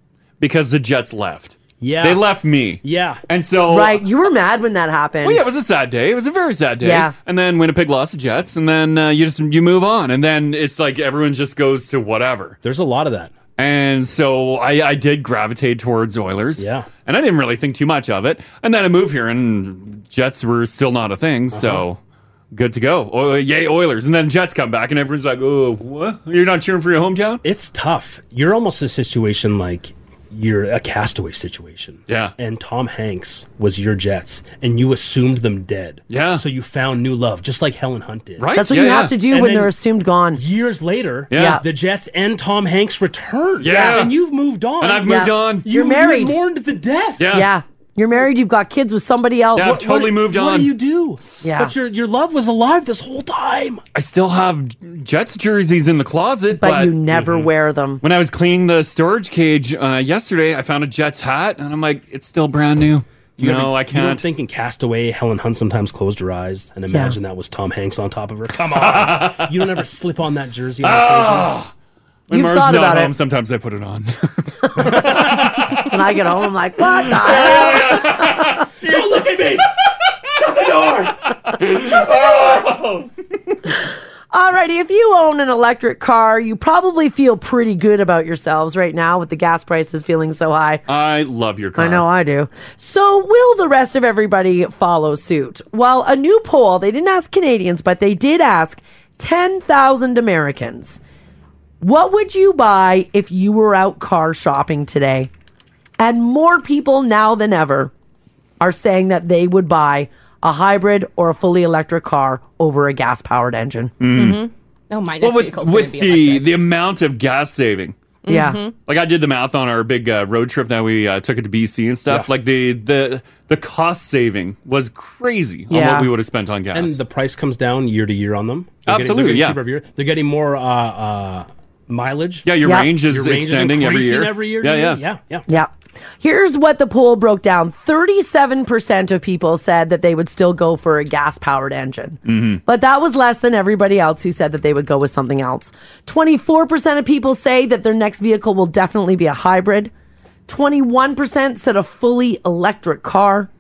[SPEAKER 3] because the Jets left.
[SPEAKER 7] Yeah.
[SPEAKER 3] They left me.
[SPEAKER 7] Yeah.
[SPEAKER 3] And so
[SPEAKER 10] right, you were mad when that happened.
[SPEAKER 3] Well, yeah, it was a sad day. It was a very sad day.
[SPEAKER 10] Yeah.
[SPEAKER 3] And then Winnipeg lost the Jets, and then uh, you just you move on, and then it's like everyone just goes to whatever.
[SPEAKER 7] There's a lot of that.
[SPEAKER 3] And so I, I did gravitate towards Oilers. Yeah. And I didn't really think too much of it. And then I moved here, and Jets were still not a thing.
[SPEAKER 7] Uh-huh.
[SPEAKER 3] So good to go. Oh, yay, Oilers. And then Jets come back, and everyone's like, oh, what? You're not cheering for your hometown?
[SPEAKER 7] It's tough. You're almost a situation like you're a castaway situation.
[SPEAKER 3] Yeah.
[SPEAKER 7] And Tom Hanks was your Jets, and you assumed them dead. Yeah. So you found new love, just like Helen Hunt did.
[SPEAKER 10] That's what you have to do
[SPEAKER 7] And
[SPEAKER 10] when
[SPEAKER 7] then
[SPEAKER 10] they're assumed gone.
[SPEAKER 7] Years later,
[SPEAKER 10] Yeah.
[SPEAKER 7] the Jets and Tom Hanks return.
[SPEAKER 10] Yeah.
[SPEAKER 7] And you've moved on.
[SPEAKER 10] And I've moved Yeah. on.
[SPEAKER 7] You,
[SPEAKER 10] You're married.
[SPEAKER 7] You mourned the death.
[SPEAKER 10] yeah. You're married. You've got kids with somebody else.
[SPEAKER 7] What- what, What do you do?
[SPEAKER 10] Yeah.
[SPEAKER 7] But your your love was alive this whole time.
[SPEAKER 3] I still have Jets jerseys in the closet,
[SPEAKER 10] But
[SPEAKER 3] but,
[SPEAKER 10] you never
[SPEAKER 7] Mm-hmm.
[SPEAKER 10] wear them.
[SPEAKER 3] When I was cleaning the storage cage uh, yesterday, I found a Jets hat, and I'm like, it's still brand new.
[SPEAKER 7] You
[SPEAKER 3] no,
[SPEAKER 7] ever-
[SPEAKER 3] I
[SPEAKER 7] You don't
[SPEAKER 3] [laughs] can't.
[SPEAKER 7] think in Castaway, Helen Hunt sometimes closed her eyes and imagine that was Tom Hanks on top of her. Come
[SPEAKER 3] [laughs]
[SPEAKER 7] on. you don't ever slip on that jersey on
[SPEAKER 3] Ah.
[SPEAKER 7] occasion.
[SPEAKER 3] When You've Mars thought not about home, it. sometimes I put it on. [laughs]
[SPEAKER 10] when I get home, I'm
[SPEAKER 7] [laughs]
[SPEAKER 10] like, what the
[SPEAKER 7] Don't look at me! Shut the door!
[SPEAKER 10] Shut the door! [laughs] Alrighty, if you own an electric car, you probably feel pretty good about yourselves right now with the gas prices feeling so high.
[SPEAKER 3] I love your car.
[SPEAKER 10] I know I do. So, will the rest of everybody follow suit? Well, a new poll, they didn't ask Canadians, but they did ask 10,000 Americans. What would you buy if you were out car shopping today? And more people now than ever are saying that they would buy a hybrid or a fully electric car over a gas powered engine.
[SPEAKER 1] Oh, my
[SPEAKER 3] Well,
[SPEAKER 1] next
[SPEAKER 3] with
[SPEAKER 1] vehicle's
[SPEAKER 3] with
[SPEAKER 1] going to be
[SPEAKER 3] the the amount of gas saving.
[SPEAKER 10] Yeah.
[SPEAKER 7] Mm-hmm.
[SPEAKER 10] Mhm.
[SPEAKER 3] like I did the math on our big uh, road trip that we uh, took it to BC and stuff. Like the the the cost saving was crazy on
[SPEAKER 7] Yeah.
[SPEAKER 3] what we would have spent on gas.
[SPEAKER 7] And the price comes down year to year on them. getting-
[SPEAKER 3] Absolutely,
[SPEAKER 7] getting
[SPEAKER 3] yeah.
[SPEAKER 7] cheaper every year. They're getting more uh, uh, mileage. Yeah,
[SPEAKER 3] your Yep. range is extending every year.
[SPEAKER 7] Every year, to
[SPEAKER 3] Yeah,
[SPEAKER 7] year.
[SPEAKER 3] yeah.
[SPEAKER 7] yeah, yeah.
[SPEAKER 10] Yeah. Here's what the poll broke down 37% of people said that they would still go for a gas powered engine.
[SPEAKER 4] Mm-hmm.
[SPEAKER 10] But that was less than everybody else who said that they would go with something else. 24% of people say that their next vehicle will definitely be a hybrid. 21% said a fully electric car.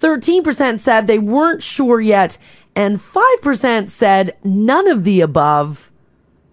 [SPEAKER 10] 13% said they weren't sure yet. And 5% said none of the above.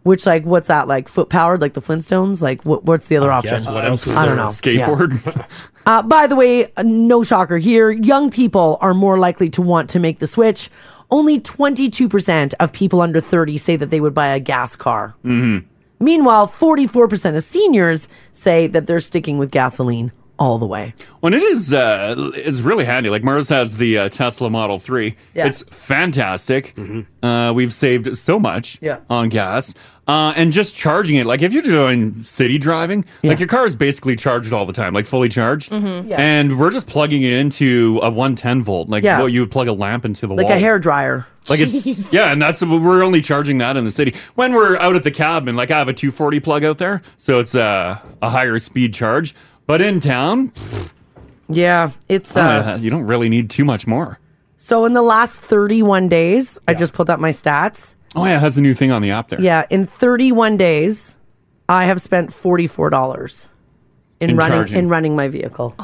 [SPEAKER 10] Which like what's that like foot powered like the Flintstones like what, what's the other option?
[SPEAKER 7] Guess what else is
[SPEAKER 10] I
[SPEAKER 7] there?
[SPEAKER 10] don't know. Yeah.
[SPEAKER 3] Skateboard.
[SPEAKER 10] Uh, by the way, uh, no shocker here. Young people are more likely to want to make the switch. Only 22% of people under 30 say that they would buy a gas car.
[SPEAKER 3] Mm-hmm.
[SPEAKER 10] Meanwhile, 44% of seniors say that they're sticking with gasoline all the way.
[SPEAKER 3] Well, and it is uh, it's really handy. Like Mars has the uh, Tesla Model Three.
[SPEAKER 10] Yeah.
[SPEAKER 3] It's fantastic. Uh, we've saved so much
[SPEAKER 10] Yeah.
[SPEAKER 3] on gas. Uh, and just charging it, like if you're doing city driving, like your car is basically charged all the time, like fully charged.
[SPEAKER 10] Mhm. Yeah.
[SPEAKER 3] And we're just plugging it into a 110 volt, like
[SPEAKER 10] Yeah.
[SPEAKER 3] what you would plug a lamp into the
[SPEAKER 10] Like
[SPEAKER 3] wall.
[SPEAKER 10] a hair dryer.
[SPEAKER 3] Like it's [laughs] yeah, and that's we're only charging that in the city. When we're out at the cabin, like I have a 240 plug out there, so it's uh, a higher speed charge. But in town,
[SPEAKER 10] Yeah, it's uh,
[SPEAKER 3] uh, you don't really need too much more.
[SPEAKER 10] so in the last 31 days, I just pulled up my stats.
[SPEAKER 3] Oh yeah, it has a new thing on the app there.
[SPEAKER 10] Yeah, in 31 days, I have spent $44 in,
[SPEAKER 3] In
[SPEAKER 10] running
[SPEAKER 3] charging.
[SPEAKER 10] in running my vehicle.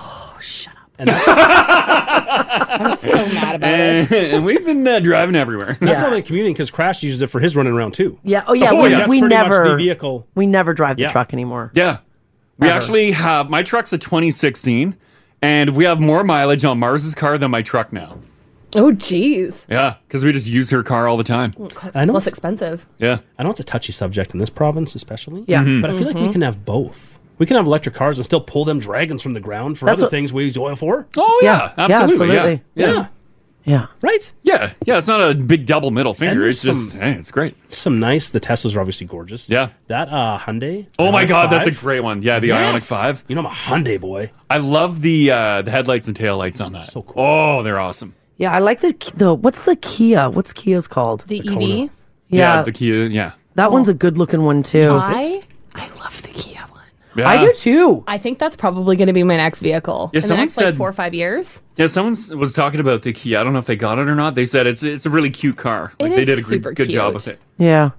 [SPEAKER 1] I'm so mad about it.
[SPEAKER 3] [laughs] and, and we've been uh, driving everywhere.
[SPEAKER 7] That's not only commuting because Crash uses it for his running around too.
[SPEAKER 10] Yeah. Oh, yeah. we
[SPEAKER 7] That's
[SPEAKER 10] we
[SPEAKER 7] pretty much
[SPEAKER 10] never
[SPEAKER 7] the vehicle.
[SPEAKER 10] We never drive the
[SPEAKER 3] Yeah.
[SPEAKER 10] truck anymore.
[SPEAKER 3] Yeah. We
[SPEAKER 10] Ever.
[SPEAKER 3] actually have my truck's a 2016, and we have more mileage on Mars's car than my truck now.
[SPEAKER 1] Oh, jeez.
[SPEAKER 3] Yeah, because we just use her car all the time.
[SPEAKER 7] I know
[SPEAKER 1] Less
[SPEAKER 7] it's-
[SPEAKER 1] expensive.
[SPEAKER 3] Yeah.
[SPEAKER 7] I know it's a touchy subject in this province, especially.
[SPEAKER 1] Yeah.
[SPEAKER 3] Mm-hmm.
[SPEAKER 1] Mhm.
[SPEAKER 7] But I feel like
[SPEAKER 1] Mhm.
[SPEAKER 7] we can have both. We can have electric cars and still pull them dragons from the ground for
[SPEAKER 3] That's
[SPEAKER 7] other
[SPEAKER 3] what-
[SPEAKER 7] things we use oil for.
[SPEAKER 3] Oh yeah, absolutely. Yeah, Yeah.
[SPEAKER 7] Yeah.
[SPEAKER 10] Yeah.
[SPEAKER 7] Right?
[SPEAKER 3] Yeah. Yeah. It's not a big double middle finger.
[SPEAKER 7] there's
[SPEAKER 3] It's just
[SPEAKER 7] some-
[SPEAKER 3] hey, it's great.
[SPEAKER 7] Some nice. The Teslas are obviously gorgeous.
[SPEAKER 3] Yeah.
[SPEAKER 7] That uh Hyundai.
[SPEAKER 3] Oh my
[SPEAKER 7] Ioniq
[SPEAKER 3] god, that's a
[SPEAKER 7] 5.
[SPEAKER 3] great one. Yeah, the Ionic
[SPEAKER 7] Yes.
[SPEAKER 3] Five.
[SPEAKER 7] You know I'm a Hyundai boy.
[SPEAKER 3] I love the uh, the headlights and taillights on that. So cool. Oh, they're awesome.
[SPEAKER 10] Yeah, I like the the what's the Kia? What's Kia's called? The
[SPEAKER 1] EV?
[SPEAKER 10] Yeah.
[SPEAKER 3] the Kia. Yeah.
[SPEAKER 10] that one's a good looking one too.
[SPEAKER 1] I, I love the Kia one.
[SPEAKER 10] Oh, I do too.
[SPEAKER 1] I think that's probably going to be my next vehicle
[SPEAKER 3] Yeah,
[SPEAKER 1] in the
[SPEAKER 3] someone
[SPEAKER 1] next like
[SPEAKER 3] said-
[SPEAKER 1] four or five years.
[SPEAKER 3] Yeah, someone s- was talking about the Kia. I don't know if they got it or not. They said it's it's a really cute car.
[SPEAKER 1] It
[SPEAKER 3] Like
[SPEAKER 1] is
[SPEAKER 3] they did a gre-
[SPEAKER 1] super
[SPEAKER 3] good job
[SPEAKER 1] cute.
[SPEAKER 3] with it.
[SPEAKER 10] Yeah.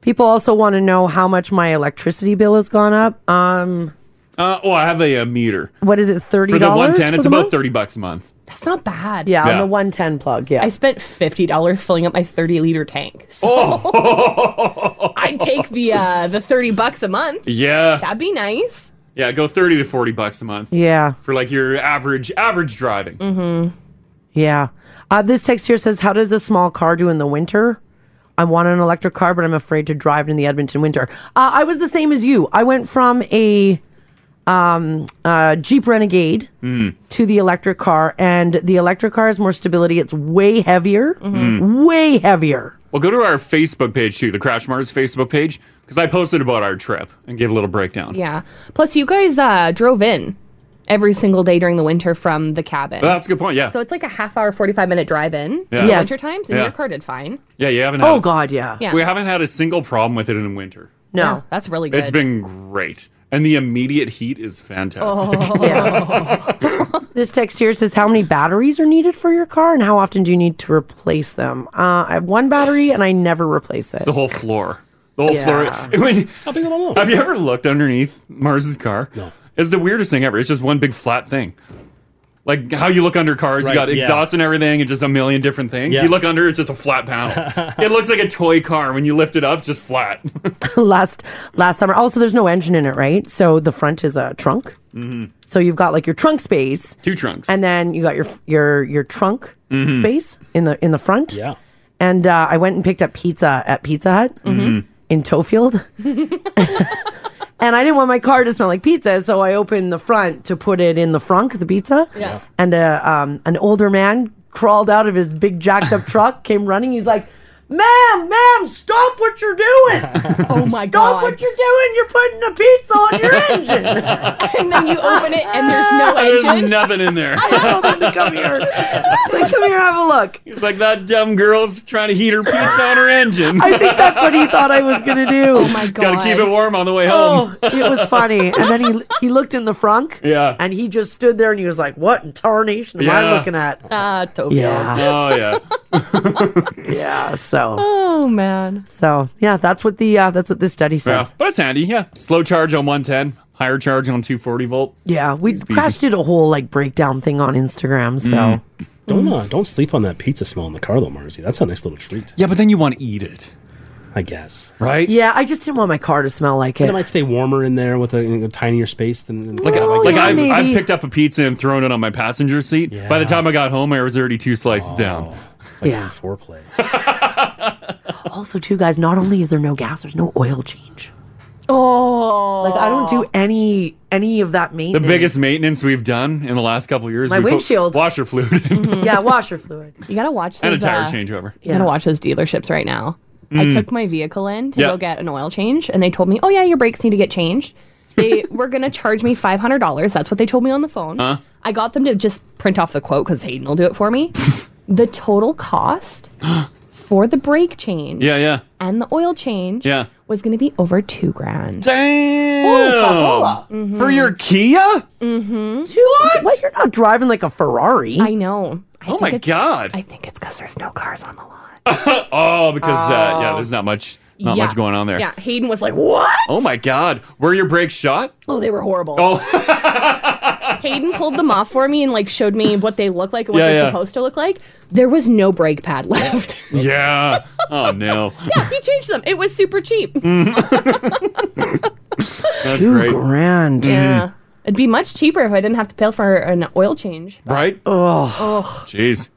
[SPEAKER 10] People also want to know how much my electricity bill has gone up. Um,
[SPEAKER 3] Uh, oh, I have a, uh meter
[SPEAKER 10] what is it? Thirty
[SPEAKER 3] for the
[SPEAKER 10] dollars
[SPEAKER 3] one ten. It's
[SPEAKER 10] the
[SPEAKER 3] about
[SPEAKER 10] month?
[SPEAKER 3] thirty bucks a month.
[SPEAKER 1] That's not bad.
[SPEAKER 10] Yeah, on
[SPEAKER 3] Yeah.
[SPEAKER 10] the one ten plug. Yeah.
[SPEAKER 1] I spent fifty dollars filling up my thirty liter tank. So [laughs] I'd take the uh, the thirty bucks a month.
[SPEAKER 3] Oh. Yeah,
[SPEAKER 1] That'd be nice.
[SPEAKER 3] yeah. Go thirty to forty bucks a month.
[SPEAKER 10] Yeah.
[SPEAKER 3] for like your average average driving.
[SPEAKER 10] Mm-hmm. Yeah. Uh, this text here says, "How does a small car do in the winter?" I want an electric car, but I'm afraid to drive in the Edmonton winter. Uh, I was the same as you. I went from a um, uh, Jeep Renegade
[SPEAKER 15] [laughs] Hmm.
[SPEAKER 10] to the electric car, and the electric car has more stability. It's way heavier,
[SPEAKER 1] Mm-hmm.
[SPEAKER 10] way heavier.
[SPEAKER 3] Well, go to our Facebook page too, the Crash Mars Facebook page, because I posted about our trip and gave a little breakdown.
[SPEAKER 1] Yeah. Plus, you guys uh, drove in every single day during the winter from the cabin.
[SPEAKER 3] Well, that's a good point, yeah.
[SPEAKER 1] So it's like a half hour, forty five minute drive in.
[SPEAKER 3] Yeah.
[SPEAKER 1] In
[SPEAKER 3] Yes.
[SPEAKER 1] Winter times, and
[SPEAKER 3] Yeah.
[SPEAKER 1] your car did fine.
[SPEAKER 3] Yeah, you haven't.
[SPEAKER 1] Oh,
[SPEAKER 3] had-
[SPEAKER 10] God, yeah.
[SPEAKER 1] Yeah.
[SPEAKER 3] We haven't had a single problem with it in winter.
[SPEAKER 10] No,
[SPEAKER 1] that's really good.
[SPEAKER 3] It's been great, and the immediate heat is fantastic.
[SPEAKER 1] Oh.
[SPEAKER 10] This text here says how many batteries are needed for your car and how often do you need to replace them? Uh, I have one battery and I never replace it.
[SPEAKER 3] It's the whole floor. The whole [laughs]
[SPEAKER 10] Uh, Yeah.
[SPEAKER 3] floor. When-
[SPEAKER 7] How big of a loaf?
[SPEAKER 3] have you ever looked underneath Mars's car? No. It's the weirdest thing ever. It's just one big flat thing. Like how you look under cars,
[SPEAKER 7] Right,
[SPEAKER 3] you got
[SPEAKER 7] yeah.
[SPEAKER 3] exhaust and everything, and just a million different things.
[SPEAKER 7] Yeah.
[SPEAKER 3] You look under, it's just a flat
[SPEAKER 7] [laughs]
[SPEAKER 3] panel. it looks like a toy car when you lift it up, just flat.
[SPEAKER 10] [laughs] last last summer. Also, there's no engine in it, right? So the front is a trunk.
[SPEAKER 3] Mhm.
[SPEAKER 10] So you've got like your trunk space,
[SPEAKER 3] Two trunks,
[SPEAKER 10] and then you got your your your trunk
[SPEAKER 3] Mhm.
[SPEAKER 10] space in the in the front.
[SPEAKER 7] Yeah.
[SPEAKER 10] And uh, I went and picked up pizza at Pizza Hut
[SPEAKER 3] Mm-hmm.
[SPEAKER 7] Mhm.
[SPEAKER 10] in Tofield. And I didn't want my car to smell like pizza, so I opened the front to put it in the frunk, the pizza.
[SPEAKER 1] Yeah.
[SPEAKER 10] And a, um, an older man crawled out of his big jacked up truck, came running. He's like, "Ma'am, ma'am, stop what you're doing! [laughs] oh my god, stop what you're doing! You're putting a pizza on [laughs] your engine!"
[SPEAKER 1] [laughs] and then you open it, and there's no
[SPEAKER 3] [laughs] There's
[SPEAKER 1] engine.
[SPEAKER 3] nothing in
[SPEAKER 10] [laughs]
[SPEAKER 3] there.
[SPEAKER 10] It's like, "Come here, have a look."
[SPEAKER 3] It's like that dumb girl's trying to heat her pizza on her engine.
[SPEAKER 10] I think that's what he thought I was gonna do. Oh my
[SPEAKER 3] Gotta keep it warm on the way home. [laughs]
[SPEAKER 10] Oh, it was funny. And then he he looked in the frunk.
[SPEAKER 3] Yeah.
[SPEAKER 10] And he just stood there and he was like, "What in tarnation am
[SPEAKER 3] Yeah.
[SPEAKER 10] I looking at?"
[SPEAKER 1] Ah,
[SPEAKER 10] Yeah.
[SPEAKER 3] Oh yeah.
[SPEAKER 10] [laughs] yeah. So
[SPEAKER 1] Oh man.
[SPEAKER 10] so yeah, that's what the uh, that's what this study
[SPEAKER 3] yeah.
[SPEAKER 10] says.
[SPEAKER 3] But it's handy, yeah. Slow charge on 110, higher charge on 240 volt.
[SPEAKER 10] Yeah, we
[SPEAKER 3] Easy Mm-hmm. peasy.
[SPEAKER 10] Crash did a whole like breakdown thing on Instagram. So
[SPEAKER 7] Mm. Don't uh, don't sleep on that pizza smell in the car though, Marzi. That's a nice little treat.
[SPEAKER 3] Yeah, but then you want to eat it.
[SPEAKER 7] I guess.
[SPEAKER 3] Right?
[SPEAKER 10] yeah, I just didn't want my car to smell like
[SPEAKER 7] And it
[SPEAKER 10] it.
[SPEAKER 7] might stay warmer in there with a, a tinier space than in the
[SPEAKER 3] Like,
[SPEAKER 7] car, I
[SPEAKER 10] Oh,
[SPEAKER 3] like
[SPEAKER 7] guess.
[SPEAKER 3] I've, I've picked up a pizza and thrown it on my passenger seat. By the time I got home, I was already two slices down.
[SPEAKER 7] It's
[SPEAKER 10] Oh. like Yeah.
[SPEAKER 7] foreplay.
[SPEAKER 10] Also, too, guys, not only is there no gas, there's no oil change.
[SPEAKER 1] Oh,
[SPEAKER 10] like I don't do any any of that
[SPEAKER 3] The
[SPEAKER 10] maintenance.
[SPEAKER 3] biggest maintenance we've done in the last couple of years.
[SPEAKER 10] My
[SPEAKER 3] we put
[SPEAKER 10] windshield.
[SPEAKER 3] washer fluid [laughs]
[SPEAKER 10] Mm-hmm. yeah, washer fluid.
[SPEAKER 1] You gotta watch
[SPEAKER 3] and
[SPEAKER 1] those.
[SPEAKER 3] a tire
[SPEAKER 1] uh,
[SPEAKER 3] changeover.
[SPEAKER 1] You gotta watch those dealerships right now. I
[SPEAKER 3] Mm.
[SPEAKER 1] took my vehicle in to
[SPEAKER 3] Yeah.
[SPEAKER 1] go get an oil change, and they told me, "Oh yeah, your brakes need to get changed."
[SPEAKER 3] [laughs]
[SPEAKER 1] They were gonna charge me five hundred dollars. That's what they told me on the phone.
[SPEAKER 3] Huh?
[SPEAKER 1] I got them to just print off the quote because Hayden will do it for
[SPEAKER 3] [laughs]
[SPEAKER 1] me. the total
[SPEAKER 3] [gasps]
[SPEAKER 1] cost for the brake change
[SPEAKER 3] Yeah, yeah,
[SPEAKER 1] and the oil change
[SPEAKER 3] yeah.
[SPEAKER 1] was gonna be over two grand.
[SPEAKER 3] Damn!
[SPEAKER 1] Mhm.
[SPEAKER 3] Mm-hmm. For your Oh Kia?
[SPEAKER 1] Mm-hmm.
[SPEAKER 10] What? What? You're not driving like a Ferrari.
[SPEAKER 1] I know. I
[SPEAKER 3] Oh
[SPEAKER 1] think
[SPEAKER 3] my
[SPEAKER 1] it's- [laughs]
[SPEAKER 3] God.
[SPEAKER 1] I think it's because there's no cars on the lot.
[SPEAKER 3] Oh, because uh, yeah,
[SPEAKER 1] Oh.
[SPEAKER 3] there's not much, not
[SPEAKER 1] Yeah.
[SPEAKER 3] much going on there.
[SPEAKER 1] Yeah, Hayden was like, "What?"
[SPEAKER 3] Oh my God! Were your brakes shot?
[SPEAKER 1] Oh, they were [laughs] horrible.
[SPEAKER 3] Oh. [laughs]
[SPEAKER 1] Hayden pulled them off for me and like showed me what they look like and what
[SPEAKER 3] Yeah,
[SPEAKER 1] they're
[SPEAKER 3] yeah.
[SPEAKER 1] supposed to look like. There was no brake pad left. [laughs]
[SPEAKER 3] yeah. Oh no.
[SPEAKER 1] yeah, he changed them. It was super [laughs] cheap.
[SPEAKER 3] That's
[SPEAKER 10] Two
[SPEAKER 3] great. Mm-hmm.
[SPEAKER 10] grand.
[SPEAKER 1] Yeah. It'd be much cheaper if I didn't have to pay for an oil change.
[SPEAKER 3] Right?
[SPEAKER 10] Oh.
[SPEAKER 1] Oh,
[SPEAKER 3] Jeez.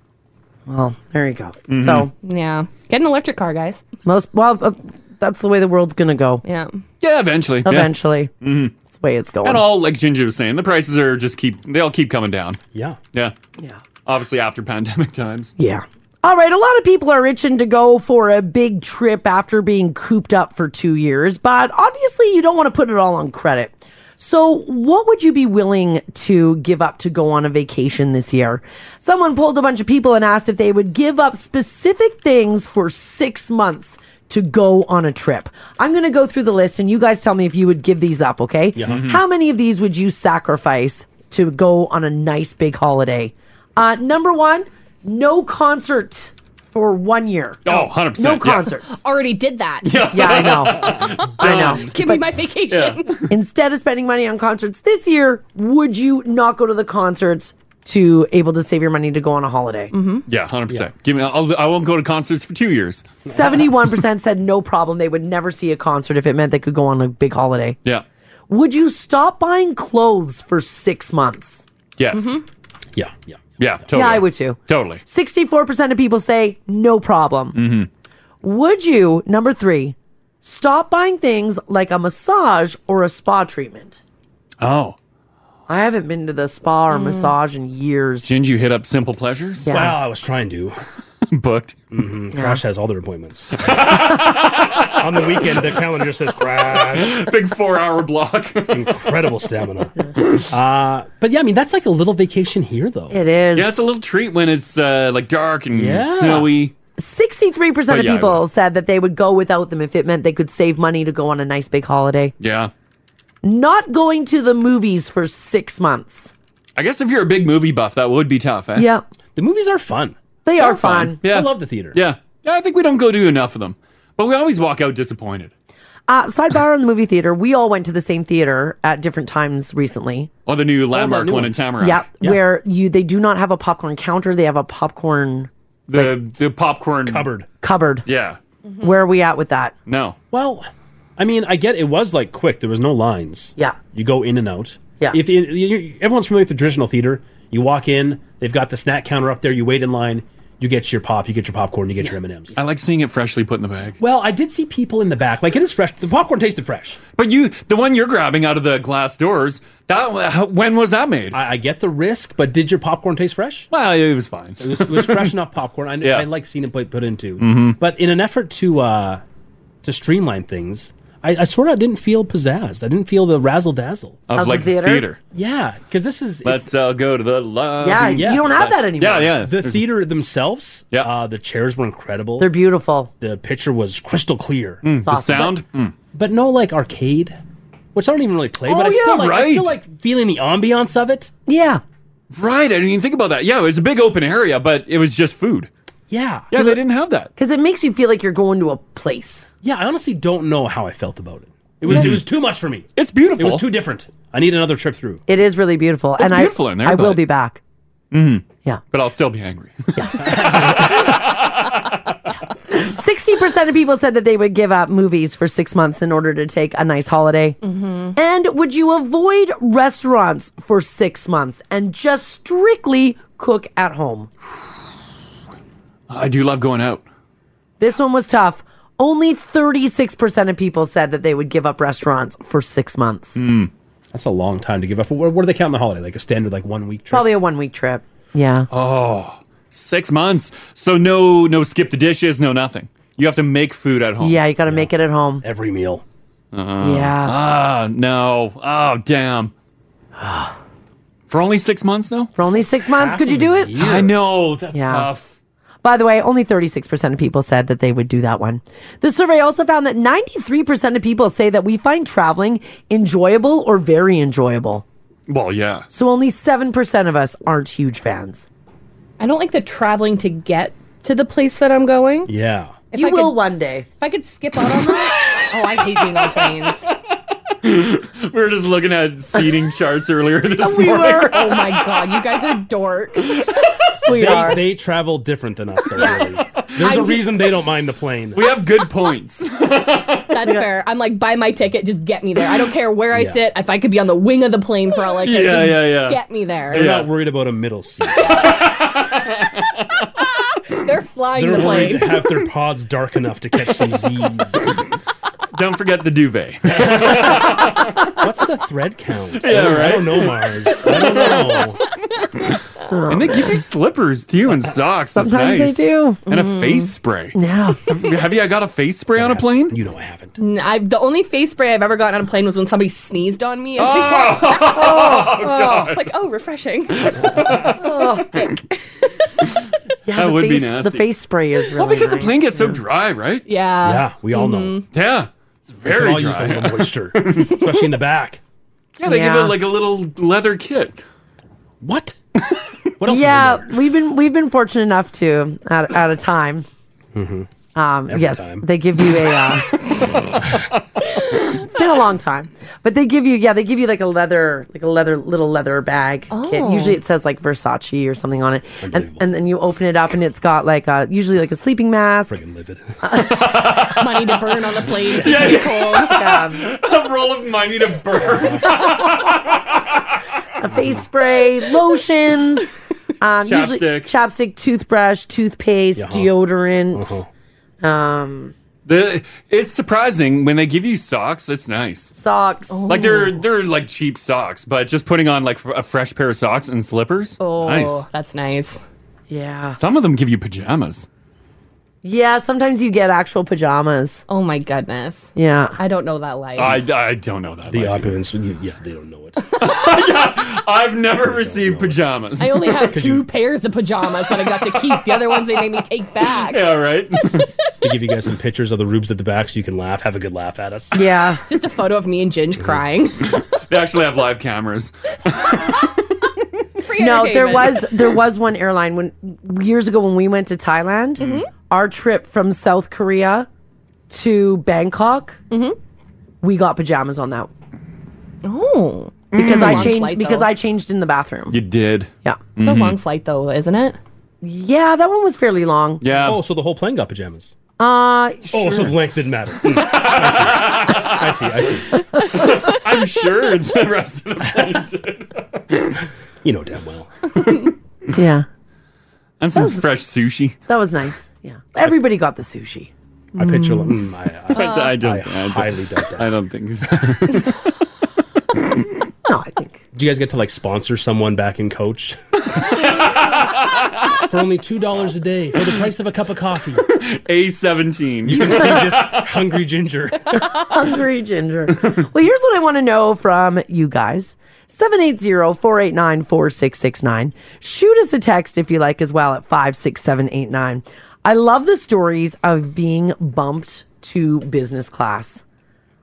[SPEAKER 3] Mm-hmm.
[SPEAKER 10] Well, there you go. So
[SPEAKER 1] yeah. Get an electric car, guys.
[SPEAKER 10] most well, uh, that's the way the world's gonna go.
[SPEAKER 1] Yeah.
[SPEAKER 3] Yeah, eventually. yeah.
[SPEAKER 10] Eventually,
[SPEAKER 3] Mhm.
[SPEAKER 10] that's the way it's going.
[SPEAKER 3] And all like Ginger was saying, the prices are just keep they all keep coming down.
[SPEAKER 7] Yeah.
[SPEAKER 3] Yeah.
[SPEAKER 10] Yeah.
[SPEAKER 3] Obviously after pandemic [laughs] times.
[SPEAKER 10] Yeah. All right, a lot of people are itching to go for a big trip after being cooped up for two years, but obviously you don't want to put it all on credit. So, what would you be willing to give up to go on a vacation this year? Someone pulled a bunch of people and asked if they would give up specific things for six months to go on a trip. I'm going to go through the list and you guys tell me if you would give these up, okay?
[SPEAKER 6] Yeah. Mhm.
[SPEAKER 10] How many of these would you sacrifice to go on a nice big holiday? Uh, number one, no concerts for one year.
[SPEAKER 3] Oh, 100%.
[SPEAKER 10] No
[SPEAKER 3] yeah.
[SPEAKER 10] concerts.
[SPEAKER 1] Already did that.
[SPEAKER 10] Yeah,
[SPEAKER 1] [laughs]
[SPEAKER 10] I know. I know.
[SPEAKER 1] Give me my vacation. [laughs]
[SPEAKER 10] Instead of spending money on concerts this year, would you not go to the concerts to able to save your money to go on a holiday? Mm-hmm.
[SPEAKER 3] Yeah, hundred percent. Give me. I'll, I won't go to concerts for two years.
[SPEAKER 10] 71% said no problem. They would never see a concert if it meant they could go on a big holiday.
[SPEAKER 3] Yeah.
[SPEAKER 10] Would you stop buying clothes for six months?
[SPEAKER 3] Yes.
[SPEAKER 7] Yeah. Yeah.
[SPEAKER 3] Mm-hmm. Yeah. Totally.
[SPEAKER 10] Yeah, I would too.
[SPEAKER 3] Totally.
[SPEAKER 10] 64% of people say no problem.
[SPEAKER 3] Mm-hmm.
[SPEAKER 10] Would you, number three, stop buying things like a massage or a spa treatment?
[SPEAKER 3] Oh.
[SPEAKER 10] I haven't been to the spa
[SPEAKER 3] Mm.
[SPEAKER 10] or massage in years.
[SPEAKER 3] Didn't you hit up Simple Pleasures?
[SPEAKER 10] Yeah. Well,
[SPEAKER 7] Oh, I was trying to.
[SPEAKER 3] [laughs] Booked.
[SPEAKER 7] Mm-hmm. Crash has all their
[SPEAKER 3] [laughs]
[SPEAKER 7] appointments. On the weekend, the calendar says [laughs] crash.
[SPEAKER 3] [laughs] Big four hour block. [laughs]
[SPEAKER 7] Incredible stamina. Uh, but yeah, I mean, that's like a little vacation here, though.
[SPEAKER 10] It is.
[SPEAKER 3] Yeah, it's a little treat when it's uh, like dark and
[SPEAKER 7] Yeah.
[SPEAKER 3] snowy.
[SPEAKER 10] 63%
[SPEAKER 3] Oh,
[SPEAKER 10] of
[SPEAKER 3] yeah, I
[SPEAKER 10] people said that they would go without them if it meant they could save money to go on a nice big holiday.
[SPEAKER 3] Yeah.
[SPEAKER 10] Not going to the movies for six months.
[SPEAKER 3] I guess if you're a big movie buff, that would be tough. Eh?
[SPEAKER 10] Yeah.
[SPEAKER 7] The movies are fun.
[SPEAKER 10] They are fun.
[SPEAKER 3] Yeah.
[SPEAKER 10] I love
[SPEAKER 7] the theater.
[SPEAKER 3] Yeah. Yeah, I think we don't go to enough of them, but we always walk out disappointed.
[SPEAKER 10] Uh, sidebar on the movie theater. We all went to the same theater at different times recently.
[SPEAKER 3] Or the new landmark one in Tamarack.
[SPEAKER 10] Yeah, where you they do not have a popcorn counter; they have a popcorn
[SPEAKER 3] The the popcorn
[SPEAKER 7] cupboard.
[SPEAKER 10] cupboard.
[SPEAKER 3] Yeah.
[SPEAKER 10] Mm-hmm. Where are we at with that?
[SPEAKER 3] No.
[SPEAKER 7] Well, I mean, I get it was like quick. There was no lines.
[SPEAKER 10] Yeah.
[SPEAKER 7] You go in and out.
[SPEAKER 10] Yeah.
[SPEAKER 7] If you, you- everyone's familiar with the traditional theater, you walk in. They've got the snack counter up there. You wait in line. You get your pop. You get your popcorn. You get your M and M's.
[SPEAKER 3] I like seeing it freshly put in the bag.
[SPEAKER 7] Well, I did see people in the back. Like it is fresh. The popcorn tasted fresh.
[SPEAKER 3] But you, the one you're grabbing out of the glass doors, that how- when was that made?
[SPEAKER 7] I, I get the risk, but did your popcorn taste fresh?
[SPEAKER 3] Well, it was fine.
[SPEAKER 7] It was, it was fresh enough popcorn. I,
[SPEAKER 3] Yeah.
[SPEAKER 7] I like seeing it put, put into.
[SPEAKER 3] Mhm.
[SPEAKER 7] But in an effort to uh, to streamline things, I, I sort of didn't feel pizzazzed. I didn't feel the razzle dazzle
[SPEAKER 3] Of, Of the like, theater? theater.
[SPEAKER 7] Yeah, because this is it's-
[SPEAKER 3] Let's uh, go to the love. Yeah, yeah.
[SPEAKER 7] The
[SPEAKER 3] There's-
[SPEAKER 7] theater themselves, yeah. Uh, the chairs were incredible.
[SPEAKER 10] They're beautiful.
[SPEAKER 7] The picture was crystal clear.
[SPEAKER 3] Mm, the Awesome. sound?
[SPEAKER 7] But, but no like arcade, which I don't even really play. but
[SPEAKER 3] Oh,
[SPEAKER 7] I still
[SPEAKER 3] yeah,
[SPEAKER 7] like I still
[SPEAKER 3] right.
[SPEAKER 7] like feeling the ambiance of it.
[SPEAKER 10] Yeah.
[SPEAKER 3] Right. I didn't even think about that. Yeah, it was a big open area, but it was just food.
[SPEAKER 7] Yeah.
[SPEAKER 3] Yeah, they didn't have that.
[SPEAKER 10] Because it makes you feel like you're going to a place.
[SPEAKER 7] Yeah, I honestly don't know how I felt about it. It
[SPEAKER 1] Mm-hmm.
[SPEAKER 7] was it was too much for me.
[SPEAKER 3] It's beautiful.
[SPEAKER 7] It was too different. I need another trip through.
[SPEAKER 10] It is really beautiful,
[SPEAKER 7] It's
[SPEAKER 10] and
[SPEAKER 7] beautiful
[SPEAKER 10] I
[SPEAKER 7] in there,
[SPEAKER 10] I will
[SPEAKER 7] but-
[SPEAKER 10] be back.
[SPEAKER 3] Mm-hmm.
[SPEAKER 10] Yeah.
[SPEAKER 3] But I'll still be angry.
[SPEAKER 10] Sixty percent of people said that they would give up movies for six months in order to take a nice holiday.
[SPEAKER 7] Mm-hmm.
[SPEAKER 10] And would you avoid restaurants for six months and just strictly cook at home?
[SPEAKER 3] I do love going out.
[SPEAKER 10] This one was tough. Only 36% of people said that they would give up restaurants for six months.
[SPEAKER 3] Hmm.
[SPEAKER 7] That's a long time to give up. What, what do they count in the holiday? Like a standard like one week trip.
[SPEAKER 10] Probably a one week trip. Yeah.
[SPEAKER 3] Oh, six months. So no, no skip the dishes, no nothing. You have to make food at home.
[SPEAKER 10] Yeah, you got to make it at home.
[SPEAKER 7] Every meal.
[SPEAKER 3] Uh,
[SPEAKER 10] Yeah.
[SPEAKER 3] Ah, no. Oh,
[SPEAKER 10] [sighs]
[SPEAKER 3] damn. For only six months, though?
[SPEAKER 10] For only six months, could you do it?
[SPEAKER 3] I know. That's
[SPEAKER 10] Yeah.
[SPEAKER 3] tough.
[SPEAKER 10] By the way, only 36% of people said that they would do that one. The survey also found that 93% of people say that we find traveling enjoyable or very enjoyable.
[SPEAKER 3] Well, yeah.
[SPEAKER 10] So only 7% of us aren't huge fans.
[SPEAKER 1] I don't like the traveling to get to the place that I'm going.
[SPEAKER 7] Yeah.
[SPEAKER 1] If
[SPEAKER 10] you
[SPEAKER 1] I
[SPEAKER 10] will
[SPEAKER 1] could-
[SPEAKER 10] one day.
[SPEAKER 1] If I could skip out on [laughs] that. oh, I hate being on planes.
[SPEAKER 10] [laughs]
[SPEAKER 3] [laughs] We were just looking at seating charts earlier this
[SPEAKER 1] we
[SPEAKER 3] morning.
[SPEAKER 1] were. Oh my god, you guys are dorks.
[SPEAKER 7] they, they travel different than us, though.
[SPEAKER 1] [laughs]
[SPEAKER 7] Really. There's a
[SPEAKER 1] I'm-
[SPEAKER 7] reason they don't mind the plane.
[SPEAKER 3] We have
[SPEAKER 1] [laughs]
[SPEAKER 3] good points.
[SPEAKER 1] That's fair. I'm like, buy my ticket, just get me there. I don't care where I
[SPEAKER 7] Yeah.
[SPEAKER 1] sit. If I could be on the wing of the plane for all I care,
[SPEAKER 7] Yeah,
[SPEAKER 1] just
[SPEAKER 7] yeah, yeah.
[SPEAKER 1] get me there.
[SPEAKER 7] They're not worried about a middle seat.
[SPEAKER 1] [laughs] They're flying
[SPEAKER 7] They're
[SPEAKER 1] the plane.
[SPEAKER 7] worried to have their pods dark enough to catch some Z's.
[SPEAKER 3] [laughs] Don't forget the duvet.
[SPEAKER 7] [laughs] What's the thread count?
[SPEAKER 3] [laughs]
[SPEAKER 7] I
[SPEAKER 3] Yeah,
[SPEAKER 7] don't- I
[SPEAKER 3] right?
[SPEAKER 7] don't know, Mars. I don't know.
[SPEAKER 3] and they give you slippers too and socks. That's
[SPEAKER 10] Sometimes they
[SPEAKER 3] nice.
[SPEAKER 10] do. Mm-hmm.
[SPEAKER 3] And
[SPEAKER 1] Mhm.
[SPEAKER 3] a face spray.
[SPEAKER 10] Yeah.
[SPEAKER 3] have you got a face [laughs] spray on a plane?
[SPEAKER 7] You know I haven't.
[SPEAKER 1] N- I've, the only face spray I've ever gotten on a plane was when somebody sneezed on me. It's like,
[SPEAKER 3] Oh!
[SPEAKER 1] [laughs] oh,
[SPEAKER 3] Oh, God. [laughs]
[SPEAKER 1] It's like, oh, refreshing. oh, ick.
[SPEAKER 10] Yeah,
[SPEAKER 3] that
[SPEAKER 10] the
[SPEAKER 3] would
[SPEAKER 10] face,
[SPEAKER 3] be nasty.
[SPEAKER 10] The face spray is really
[SPEAKER 3] well, because the
[SPEAKER 10] nice. Mm-hmm.
[SPEAKER 3] plane gets so dry, right?
[SPEAKER 1] Yeah.
[SPEAKER 7] we all know.
[SPEAKER 3] Yeah, it's very
[SPEAKER 7] all
[SPEAKER 3] dry.
[SPEAKER 7] use a little moisture, [laughs] especially in the back.
[SPEAKER 3] Yeah, they
[SPEAKER 10] Yeah.
[SPEAKER 3] give it like a little leather kit.
[SPEAKER 7] What?
[SPEAKER 10] yeah, we've been we've been fortunate enough to at, at a time. Um,
[SPEAKER 7] Mm-hmm. Every
[SPEAKER 10] yes,
[SPEAKER 7] time.
[SPEAKER 10] they give you a.
[SPEAKER 7] [laughs]
[SPEAKER 10] Uh, it's been a long time, but they give you yeah they give you like a leather like a leather little leather bag kit.
[SPEAKER 6] Oh.
[SPEAKER 10] Usually it says like Versace or something on it, and and then you open it up and it's got like a usually like a sleeping mask. Freaking
[SPEAKER 7] livid.
[SPEAKER 1] Money to burn on the
[SPEAKER 3] [laughs]
[SPEAKER 1] plane.
[SPEAKER 10] Yeah,
[SPEAKER 1] yeah.
[SPEAKER 3] a roll of money to burn.
[SPEAKER 10] a face spray,
[SPEAKER 7] [laughs]
[SPEAKER 10] lotions, um, usually
[SPEAKER 3] Chapstick.
[SPEAKER 10] chapstick, toothbrush, toothpaste,
[SPEAKER 3] Uh-huh.
[SPEAKER 10] deodorant. Um,
[SPEAKER 3] The it's surprising when they give you socks. It's nice
[SPEAKER 10] socks.
[SPEAKER 3] Like they're they're like cheap socks, but just putting on like a fresh pair of socks and slippers.
[SPEAKER 10] Oh,
[SPEAKER 3] nice.
[SPEAKER 1] that's nice.
[SPEAKER 10] Yeah.
[SPEAKER 3] Some of them give you pajamas.
[SPEAKER 10] Yeah, sometimes you get actual pajamas.
[SPEAKER 1] Oh my goodness.
[SPEAKER 10] Yeah.
[SPEAKER 1] I don't know that life.
[SPEAKER 3] I, I don't know that.
[SPEAKER 7] The opulence, you, yeah, they don't
[SPEAKER 3] [laughs]
[SPEAKER 7] know it.
[SPEAKER 3] I've never received pajamas.
[SPEAKER 1] I only
[SPEAKER 3] [laughs]
[SPEAKER 1] have two pairs of pajamas that I got to keep. The other ones they made me take back.
[SPEAKER 3] [laughs] Yeah, right.
[SPEAKER 7] They give you guys some pictures of the rubes at the back so you can laugh, have a good laugh at us.
[SPEAKER 10] Yeah.
[SPEAKER 1] It's just a photo of me and Ginge
[SPEAKER 3] [laughs]
[SPEAKER 1] crying.
[SPEAKER 3] They actually have live cameras.
[SPEAKER 1] Free
[SPEAKER 10] No, there
[SPEAKER 1] entertainment.
[SPEAKER 10] was there was one airline when years ago when we went to Thailand.
[SPEAKER 1] Mm-hmm.
[SPEAKER 10] Our trip from South Korea to Bangkok,
[SPEAKER 1] Mm-hmm.
[SPEAKER 10] we got pajamas on that.
[SPEAKER 1] Oh,
[SPEAKER 10] because
[SPEAKER 1] It's a
[SPEAKER 10] I
[SPEAKER 1] long
[SPEAKER 10] changed
[SPEAKER 1] flight,
[SPEAKER 10] because
[SPEAKER 1] though.
[SPEAKER 10] I changed in the bathroom.
[SPEAKER 3] You did. Mm-hmm.
[SPEAKER 10] Yeah.
[SPEAKER 1] It's a long flight though, isn't it?
[SPEAKER 10] Yeah, that one was fairly long.
[SPEAKER 3] Yeah.
[SPEAKER 7] Oh, so the whole plane got pajamas.
[SPEAKER 10] Uh,
[SPEAKER 7] Oh,
[SPEAKER 10] sure.
[SPEAKER 7] so the length didn't matter. Mm. I see. I see. I see. [laughs]
[SPEAKER 3] I'm sure the rest of the plane did.
[SPEAKER 7] You know damn well.
[SPEAKER 1] [laughs]
[SPEAKER 10] yeah.
[SPEAKER 3] And some fresh sushi.
[SPEAKER 10] That was nice. Yeah. Everybody got the sushi.
[SPEAKER 7] I picture. Mm, I,
[SPEAKER 3] I, [laughs] I don't. I,
[SPEAKER 7] highly doubt that.
[SPEAKER 3] I don't think. So.
[SPEAKER 7] Do you guys get to like sponsor someone back in coach? for only two dollars a day, for the price of a cup of coffee,
[SPEAKER 3] [laughs] a seventeen.
[SPEAKER 7] You can
[SPEAKER 3] [laughs]
[SPEAKER 7] feed this hungry ginger.
[SPEAKER 10] [laughs] Hungry Ginger. Well, here's what I want to know from you guys 780 489 4669. Shoot us a text if you like as well at 56789. I love the stories of being bumped to business class.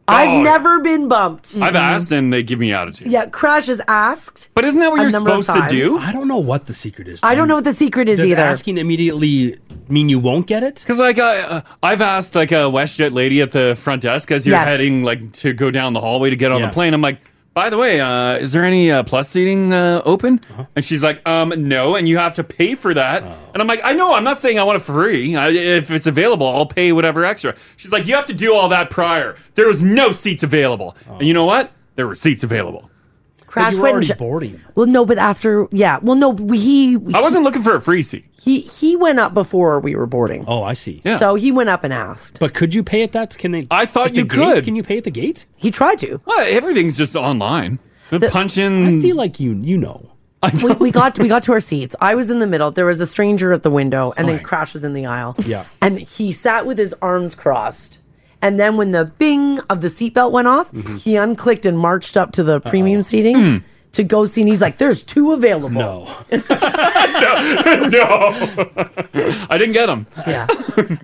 [SPEAKER 3] Oh.
[SPEAKER 10] I've never been bumped. Mm-hmm.
[SPEAKER 3] I've asked and they give me attitude.
[SPEAKER 10] Yeah, Crash has asked.
[SPEAKER 3] But isn't that
[SPEAKER 10] a number of times.
[SPEAKER 7] I don't know what the secret is.
[SPEAKER 10] I don't know what the secret is
[SPEAKER 7] Does
[SPEAKER 10] either.
[SPEAKER 7] asking immediately mean you won't get it?
[SPEAKER 3] Because like I, uh, I've asked like a WestJet lady at the front desk as you're
[SPEAKER 10] Yes.
[SPEAKER 3] heading like to go down the hallway to get on
[SPEAKER 7] Yeah.
[SPEAKER 3] the plane. I'm like, by the way, uh, is there any uh, plus seating uh, open?
[SPEAKER 7] Uh-huh.
[SPEAKER 3] And she's like, um, no, and you have to pay for that.
[SPEAKER 7] Oh.
[SPEAKER 3] And I'm like, I know, I'm not saying I want it free. I, if it's available, I'll pay whatever extra. She's like, you have to do all that prior. There was no seats available, and you know what? There were seats available.
[SPEAKER 10] Crash
[SPEAKER 7] Oh. you were
[SPEAKER 10] went
[SPEAKER 7] already
[SPEAKER 10] and ju-
[SPEAKER 7] boarding.
[SPEAKER 10] Well, no, but after, yeah. Well, no, he.
[SPEAKER 3] I wasn't looking for a free seat.
[SPEAKER 10] He he went up before we were boarding.
[SPEAKER 7] Oh, I see.
[SPEAKER 10] So he went up and asked.
[SPEAKER 7] But could you pay at that? Can they?
[SPEAKER 3] I thought
[SPEAKER 7] At the
[SPEAKER 3] you
[SPEAKER 7] gate?
[SPEAKER 3] could.
[SPEAKER 7] Can you pay at the gate?
[SPEAKER 10] He tried to.
[SPEAKER 3] Well, everything's just online. The, punch in. I
[SPEAKER 7] feel like you you know.
[SPEAKER 10] we, we got we got to our seats. I was in the middle. There was a stranger at the window, and then
[SPEAKER 7] Fine.
[SPEAKER 10] Crash was in the aisle.
[SPEAKER 7] Yeah.
[SPEAKER 10] And he sat with his arms crossed. And then when the bing of the seatbelt went off,
[SPEAKER 7] Mhm.
[SPEAKER 10] he unclicked and marched up to the
[SPEAKER 7] Hmm.
[SPEAKER 10] premium seating to go see. And he's like, "There's two available."
[SPEAKER 7] No.
[SPEAKER 3] no, I didn't get them.
[SPEAKER 10] Yeah.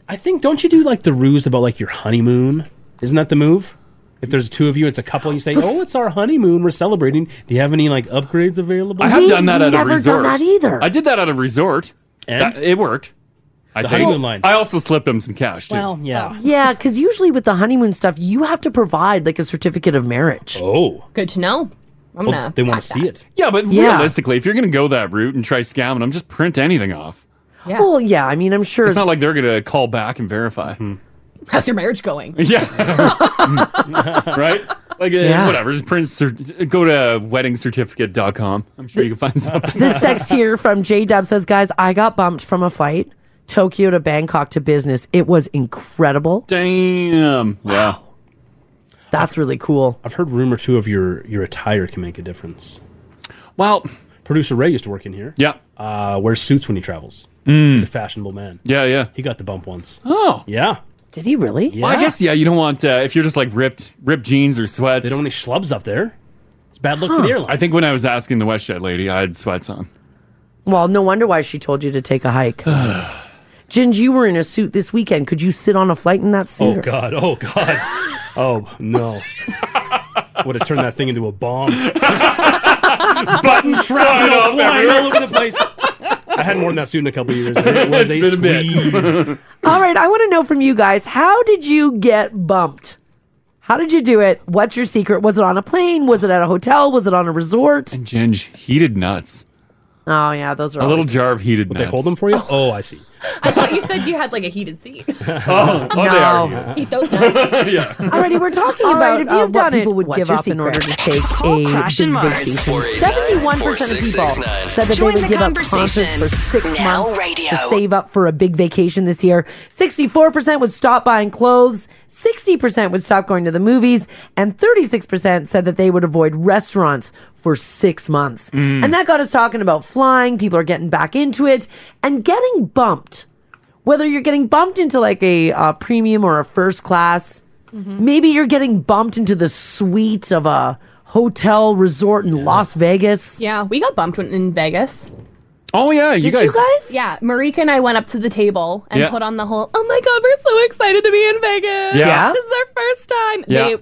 [SPEAKER 7] I think don't you do like the ruse about like your honeymoon? Isn't that the move? If there's two of you, it's a couple. You say, "Oh, it's our honeymoon. We're celebrating. Do you have any like upgrades available?"
[SPEAKER 3] [laughs] I have done that at a resort.
[SPEAKER 10] either.
[SPEAKER 3] I did that at a resort.
[SPEAKER 7] And?
[SPEAKER 3] That- it worked. I
[SPEAKER 7] The
[SPEAKER 3] think.
[SPEAKER 7] honeymoon line.
[SPEAKER 3] I also slipped him some cash too.
[SPEAKER 7] Well, yeah.
[SPEAKER 10] Yeah, because usually with the honeymoon stuff, you have to provide like a certificate of marriage.
[SPEAKER 7] Oh.
[SPEAKER 1] Good to know. I'm gonna.
[SPEAKER 3] they want to see it. Yeah, but
[SPEAKER 10] Yeah.
[SPEAKER 3] realistically, if you're going to go that route and try scamming them, just print anything off.
[SPEAKER 10] Well, yeah. I mean, I'm sure.
[SPEAKER 3] It's not like they're going to call back and verify.
[SPEAKER 7] Hmm.
[SPEAKER 1] How's your marriage going?
[SPEAKER 3] [laughs] Yeah. right? Like, uh,
[SPEAKER 10] Yeah.
[SPEAKER 3] whatever. Just print, cert- go to weddingcertificate.com. I'm sure you can find something.
[SPEAKER 10] This text here from J Dub says, "Guys, I got bumped from a flight, Tokyo to Bangkok to business. It was incredible.
[SPEAKER 3] Damn. Yeah.
[SPEAKER 10] That's really cool.
[SPEAKER 7] I've heard rumor too of your your attire can make a difference.
[SPEAKER 3] Well,
[SPEAKER 7] producer Ray used to work in here.
[SPEAKER 3] Yeah, Mm.
[SPEAKER 7] uh, wears suits when he travels. He's a fashionable man.
[SPEAKER 3] [laughs] Yeah, yeah.
[SPEAKER 7] He got the bump once.
[SPEAKER 3] Oh.
[SPEAKER 7] Yeah.
[SPEAKER 10] Did he really?
[SPEAKER 7] Yeah.
[SPEAKER 3] Well, I guess, yeah, you don't want, uh, if you're just like ripped ripped jeans or sweats. They don't
[SPEAKER 7] want any schlubs up there. It's bad look for the airline.
[SPEAKER 3] I think when I was asking the WestJet lady, I had sweats on.
[SPEAKER 10] Well, no wonder why she told you to take
[SPEAKER 3] [sighs]
[SPEAKER 10] a hike. Ginge, you were in a suit this weekend. Could you sit on a flight in that suit?
[SPEAKER 7] Oh God! Oh God! [laughs] Oh no! Would have turned that thing into a [laughs] bomb. Button
[SPEAKER 17] Flying
[SPEAKER 7] shrapnel
[SPEAKER 17] off
[SPEAKER 7] flying
[SPEAKER 17] everywhere.
[SPEAKER 7] all over the place. I hadn't worn that suit in a couple of years. and [laughs] It was a
[SPEAKER 17] It's been
[SPEAKER 7] squeeze. [laughs]
[SPEAKER 10] All right, I want to know from you guys how did you get bumped? How did you do it? What's your secret? Was it on a plane? Was it at a hotel? Was it on a resort?
[SPEAKER 3] Ginge, heated nuts.
[SPEAKER 10] Oh yeah, those are
[SPEAKER 3] A little
[SPEAKER 10] always- [laughs]
[SPEAKER 3] jar of heated nuts.
[SPEAKER 7] they hold them for you? Oh, I see.
[SPEAKER 1] I thought you said you had like a heated seat. [laughs]
[SPEAKER 3] Oh, oh, they are
[SPEAKER 1] No.
[SPEAKER 3] heated.
[SPEAKER 1] Eat those nuts.
[SPEAKER 10] Already, we're talking
[SPEAKER 1] All
[SPEAKER 10] about
[SPEAKER 1] right, if
[SPEAKER 10] uh,
[SPEAKER 1] you've
[SPEAKER 10] what
[SPEAKER 1] done it,
[SPEAKER 10] people would
[SPEAKER 1] what's
[SPEAKER 10] give
[SPEAKER 1] your
[SPEAKER 10] up in order to
[SPEAKER 1] secret?
[SPEAKER 10] take
[SPEAKER 1] Call
[SPEAKER 10] a
[SPEAKER 1] Crash
[SPEAKER 10] big
[SPEAKER 1] and Mars.
[SPEAKER 10] vacation.
[SPEAKER 1] 489
[SPEAKER 10] Seventy-one percent of people
[SPEAKER 1] 4669.
[SPEAKER 10] said that
[SPEAKER 1] Join
[SPEAKER 10] they would
[SPEAKER 1] the
[SPEAKER 10] give up concerts
[SPEAKER 1] conversation.
[SPEAKER 10] for six
[SPEAKER 1] Now
[SPEAKER 10] months
[SPEAKER 1] radio.
[SPEAKER 10] to save up for a big vacation this year. Sixty-four percent would stop buying clothes. Sixty percent would stop going to the movies, and thirty-six percent said that they would avoid restaurants for six months.
[SPEAKER 6] Mm.
[SPEAKER 10] And that got us talking about flying. People are getting back into it and getting bumped whether you're getting bumped into like a uh, premium or a first class,
[SPEAKER 1] Mm-hmm.
[SPEAKER 10] maybe you're getting bumped into the suite of a hotel resort in Las Vegas.
[SPEAKER 1] Yeah, we got bumped when- in Vegas.
[SPEAKER 3] Oh yeah, you guys.
[SPEAKER 1] Yeah, Marika and I went up to the table and
[SPEAKER 3] Yeah.
[SPEAKER 1] put on the whole. Oh my god, we're so excited to be in Vegas.
[SPEAKER 3] Yeah.
[SPEAKER 1] this is our first time.
[SPEAKER 3] Yeah.
[SPEAKER 1] They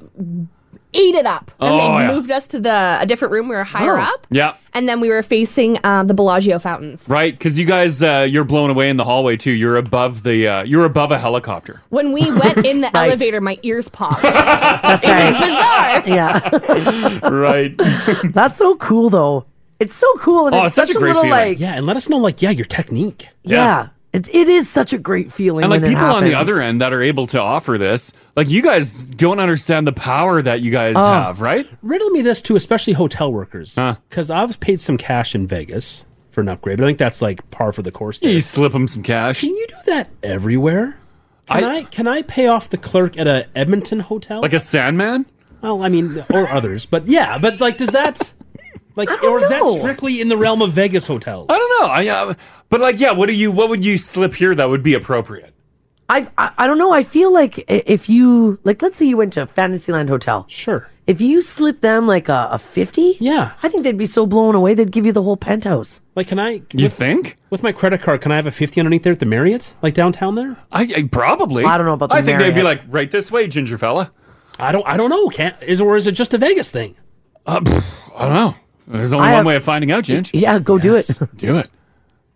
[SPEAKER 1] ate it up, and
[SPEAKER 3] Oh,
[SPEAKER 1] they
[SPEAKER 3] yeah.
[SPEAKER 1] moved us to the a different room. We were higher
[SPEAKER 3] Oh.
[SPEAKER 1] up,
[SPEAKER 3] Yeah.
[SPEAKER 1] and then we were facing um, the Bellagio fountains.
[SPEAKER 3] Right, because you guys, uh, you're blown away in the hallway too. You're above the, uh, you're above a helicopter.
[SPEAKER 1] When
[SPEAKER 3] [laughs]
[SPEAKER 1] we went in the
[SPEAKER 3] Right.
[SPEAKER 1] elevator, my ears
[SPEAKER 3] [laughs]
[SPEAKER 1] popped. That's
[SPEAKER 10] right.
[SPEAKER 1] bizarre.
[SPEAKER 10] Yeah.
[SPEAKER 3] right.
[SPEAKER 10] That's so cool though. It's so cool
[SPEAKER 7] Oh,
[SPEAKER 10] and it's Oh, such, a, little like
[SPEAKER 7] yeah, and let us know like yeah your technique.
[SPEAKER 10] yeah. It's it is such a great feeling.
[SPEAKER 3] And like
[SPEAKER 10] when it
[SPEAKER 3] people on the
[SPEAKER 10] happens.
[SPEAKER 3] other end that are able to offer this, like you guys don't understand the power that you guys
[SPEAKER 7] Oh.
[SPEAKER 3] have, right?
[SPEAKER 7] Riddle me this too, especially hotel workers, because I was paid some cash in Vegas for an upgrade, but I think that's like par for the course. There.
[SPEAKER 3] You slip them some cash. Can
[SPEAKER 7] you do that everywhere? Can I, can I pay off the clerk at a Edmonton hotel?
[SPEAKER 3] Like a Sandman?
[SPEAKER 7] Well, I mean, or others, but yeah, but like, does that like, or is
[SPEAKER 3] know.
[SPEAKER 7] that strictly in the realm of Vegas hotels?
[SPEAKER 3] I don't know. I, uh, but like, yeah, what do you, what would you slip here that would be appropriate?
[SPEAKER 10] I, I I don't know. I feel like i- if you like, let's say you went to Fantasyland Hotel.
[SPEAKER 7] Sure.
[SPEAKER 10] If you slip them like a, a fifty,
[SPEAKER 7] yeah,
[SPEAKER 10] I think they'd be so blown away they'd give you the whole penthouse.
[SPEAKER 7] Like, can I?
[SPEAKER 3] You think
[SPEAKER 7] with my credit card? Can I have a fifty underneath there at the Marriott, like downtown there?
[SPEAKER 3] I, I probably.
[SPEAKER 7] I don't know about the
[SPEAKER 3] I think they'd be like,
[SPEAKER 7] Marriott.
[SPEAKER 3] right this way, ginger fella.
[SPEAKER 7] I don't. I don't know. Can is or is it just a Vegas thing?
[SPEAKER 3] Uh, pff, I don't know. There's only
[SPEAKER 7] I
[SPEAKER 3] one
[SPEAKER 7] have-
[SPEAKER 3] way of finding out, Ginge.
[SPEAKER 10] Yeah, go do it.
[SPEAKER 3] do it.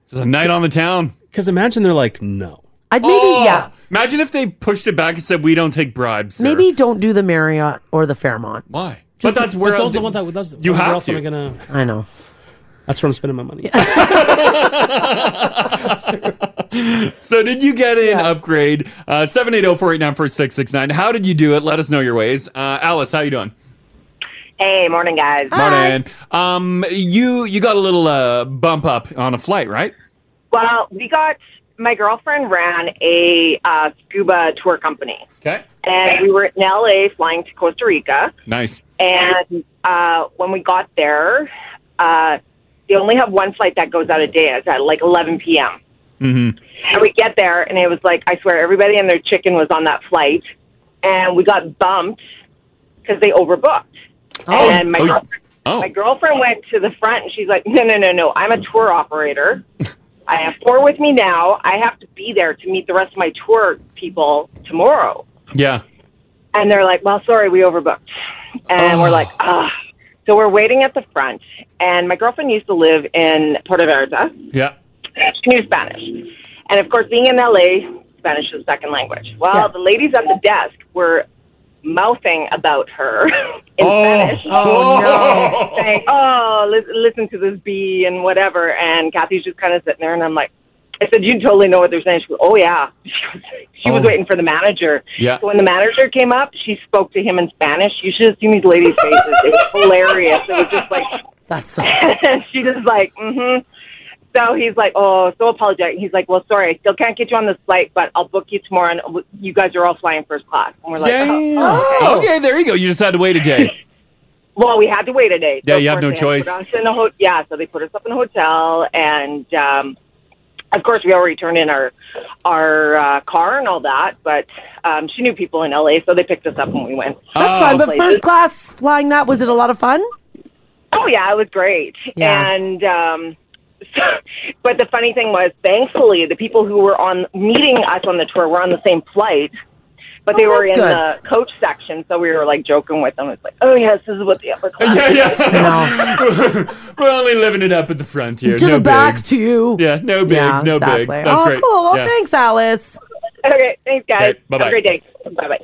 [SPEAKER 3] It's a night on the town. Oh,
[SPEAKER 7] Because imagine they're like, no.
[SPEAKER 10] I'd maybe yeah.
[SPEAKER 3] Imagine if they pushed it back and said, "We don't take bribes." sir."
[SPEAKER 10] Maybe don't do the Marriott or the Fairmont.
[SPEAKER 3] Why?
[SPEAKER 10] Just-
[SPEAKER 3] but that's where
[SPEAKER 10] but
[SPEAKER 7] those are the
[SPEAKER 3] I'm-
[SPEAKER 7] ones that- those-
[SPEAKER 3] you
[SPEAKER 7] where
[SPEAKER 3] have
[SPEAKER 7] else
[SPEAKER 3] to.
[SPEAKER 7] am I gonna-
[SPEAKER 10] I know.
[SPEAKER 7] That's where I'm spending my money.
[SPEAKER 3] So did you get an upgrade? Uh, 780-489-4669. How did you do it? Let us know your ways. Uh, Alice, how you doing?
[SPEAKER 4] Hey, morning, guys.
[SPEAKER 3] Morning. Um, you you got a little uh, bump up on a flight, right?
[SPEAKER 4] Well, we got my girlfriend ran a uh, scuba tour company,
[SPEAKER 3] Okay.
[SPEAKER 4] and we were in LA flying to Costa Rica.
[SPEAKER 3] Nice.
[SPEAKER 4] And uh, when we got there, uh, they only have one flight that goes out a day. It's at like 11 p.m.
[SPEAKER 17] Mm-hmm.
[SPEAKER 4] And we get there, and it was like, I swear, everybody and their chicken was on that flight. And we got bumped because they overbooked.
[SPEAKER 17] Oh,
[SPEAKER 4] and my,
[SPEAKER 17] oh,
[SPEAKER 4] girlfriend,
[SPEAKER 17] oh.
[SPEAKER 4] my girlfriend went to the front, and she's like, No, no, no, no. I'm a tour operator. I have four with me now. I have to be there to meet the rest of my tour people tomorrow.
[SPEAKER 3] Yeah.
[SPEAKER 4] And they're like, well, sorry, we overbooked. And we're like,
[SPEAKER 17] Oh.
[SPEAKER 4] ah. So we're waiting at the front. And my girlfriend used to live in Puerto Vallarta.
[SPEAKER 3] Yeah.
[SPEAKER 4] She knew Spanish. And of course, being in LA, Spanish is second language. Well, the ladies at the desk were mouthing about her [laughs] in Spanish.
[SPEAKER 17] Oh, no. [laughs]
[SPEAKER 4] Saying, oh, li- listen to this bee and whatever. And Kathy's just kind of sitting there. And I'm like, I said, you totally know what they're saying. She goes, oh, yeah. [laughs] She was
[SPEAKER 17] Oh.
[SPEAKER 4] waiting for the manager.
[SPEAKER 17] Yeah.
[SPEAKER 4] So when the manager came up, she spoke to him in Spanish. You should have seen [laughs] these ladies' faces. It was hilarious. It was just like
[SPEAKER 10] that's
[SPEAKER 4] [laughs] she just like, mm-hmm. So he's like, oh, so apologetic. He's like, well, sorry, I still can't get you on this flight, but I'll book you tomorrow, and w- you guys are all flying first class. And we're like,
[SPEAKER 3] Damn.
[SPEAKER 4] oh, oh, okay.
[SPEAKER 3] Okay, there you go. You just had to wait a day.
[SPEAKER 4] Well, we had to wait a day.
[SPEAKER 3] Yeah,
[SPEAKER 4] of
[SPEAKER 3] you have
[SPEAKER 4] course
[SPEAKER 3] no
[SPEAKER 4] they had to
[SPEAKER 3] choice.
[SPEAKER 4] put us in a ho- yeah, so they put us up in a hotel, and um, of course, we already turned in our our uh, car and all that. But um, she knew people in LA, so they picked us up and we went.
[SPEAKER 3] Oh.
[SPEAKER 10] That's fun.
[SPEAKER 4] Oh.
[SPEAKER 10] But first class flying that was it a lot of fun?
[SPEAKER 4] Oh yeah, it was great.
[SPEAKER 10] Yeah.
[SPEAKER 4] And um, [laughs] but the funny thing was, thankfully, the people who were on meeting us on the tour were on the same flight, but they
[SPEAKER 19] Oh,
[SPEAKER 4] were
[SPEAKER 19] that's
[SPEAKER 4] in
[SPEAKER 19] good.
[SPEAKER 4] the coach section, so we were like joking with them. It's like, oh yes, this is what the
[SPEAKER 3] [laughs]
[SPEAKER 4] upper class.
[SPEAKER 3] Yeah, We're only living it up at the front here.
[SPEAKER 10] To
[SPEAKER 3] no
[SPEAKER 10] the back
[SPEAKER 3] bigs.
[SPEAKER 10] to you.
[SPEAKER 3] Yeah, no bigs,
[SPEAKER 10] Yeah,
[SPEAKER 3] no
[SPEAKER 10] exactly.
[SPEAKER 3] bigs. That's
[SPEAKER 10] oh,
[SPEAKER 3] great.
[SPEAKER 10] cool. Well,
[SPEAKER 3] Yeah.
[SPEAKER 10] thanks, Alice.
[SPEAKER 4] Okay, thanks guys.
[SPEAKER 3] Okay, bye-bye.
[SPEAKER 4] Have a great day. Bye bye.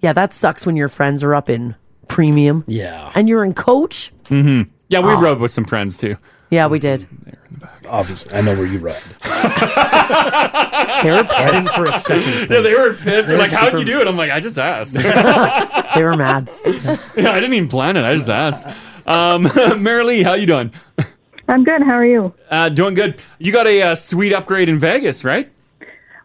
[SPEAKER 10] Yeah, that sucks when your friends are up in premium.
[SPEAKER 7] Yeah.
[SPEAKER 10] And you're in coach.
[SPEAKER 3] Mm-hmm. Yeah, we
[SPEAKER 10] Oh.
[SPEAKER 3] rode with some friends too.
[SPEAKER 10] Yeah, we did.
[SPEAKER 7] Obviously, I know where you ride. [laughs]
[SPEAKER 10] They were
[SPEAKER 7] I didn't
[SPEAKER 10] pissed.
[SPEAKER 7] for a second.
[SPEAKER 3] Yeah, they were pissed.
[SPEAKER 7] They're
[SPEAKER 3] like, how'd
[SPEAKER 7] super-
[SPEAKER 3] you do it? I'm like, I just asked.
[SPEAKER 10] [laughs] they were mad.
[SPEAKER 3] [laughs] yeah, I didn't even plan it. I just asked. Um, [laughs] Marilee, how you doing?
[SPEAKER 8] I'm good. How are you?
[SPEAKER 3] Uh, doing good. You got a uh, sweet upgrade in Vegas, right?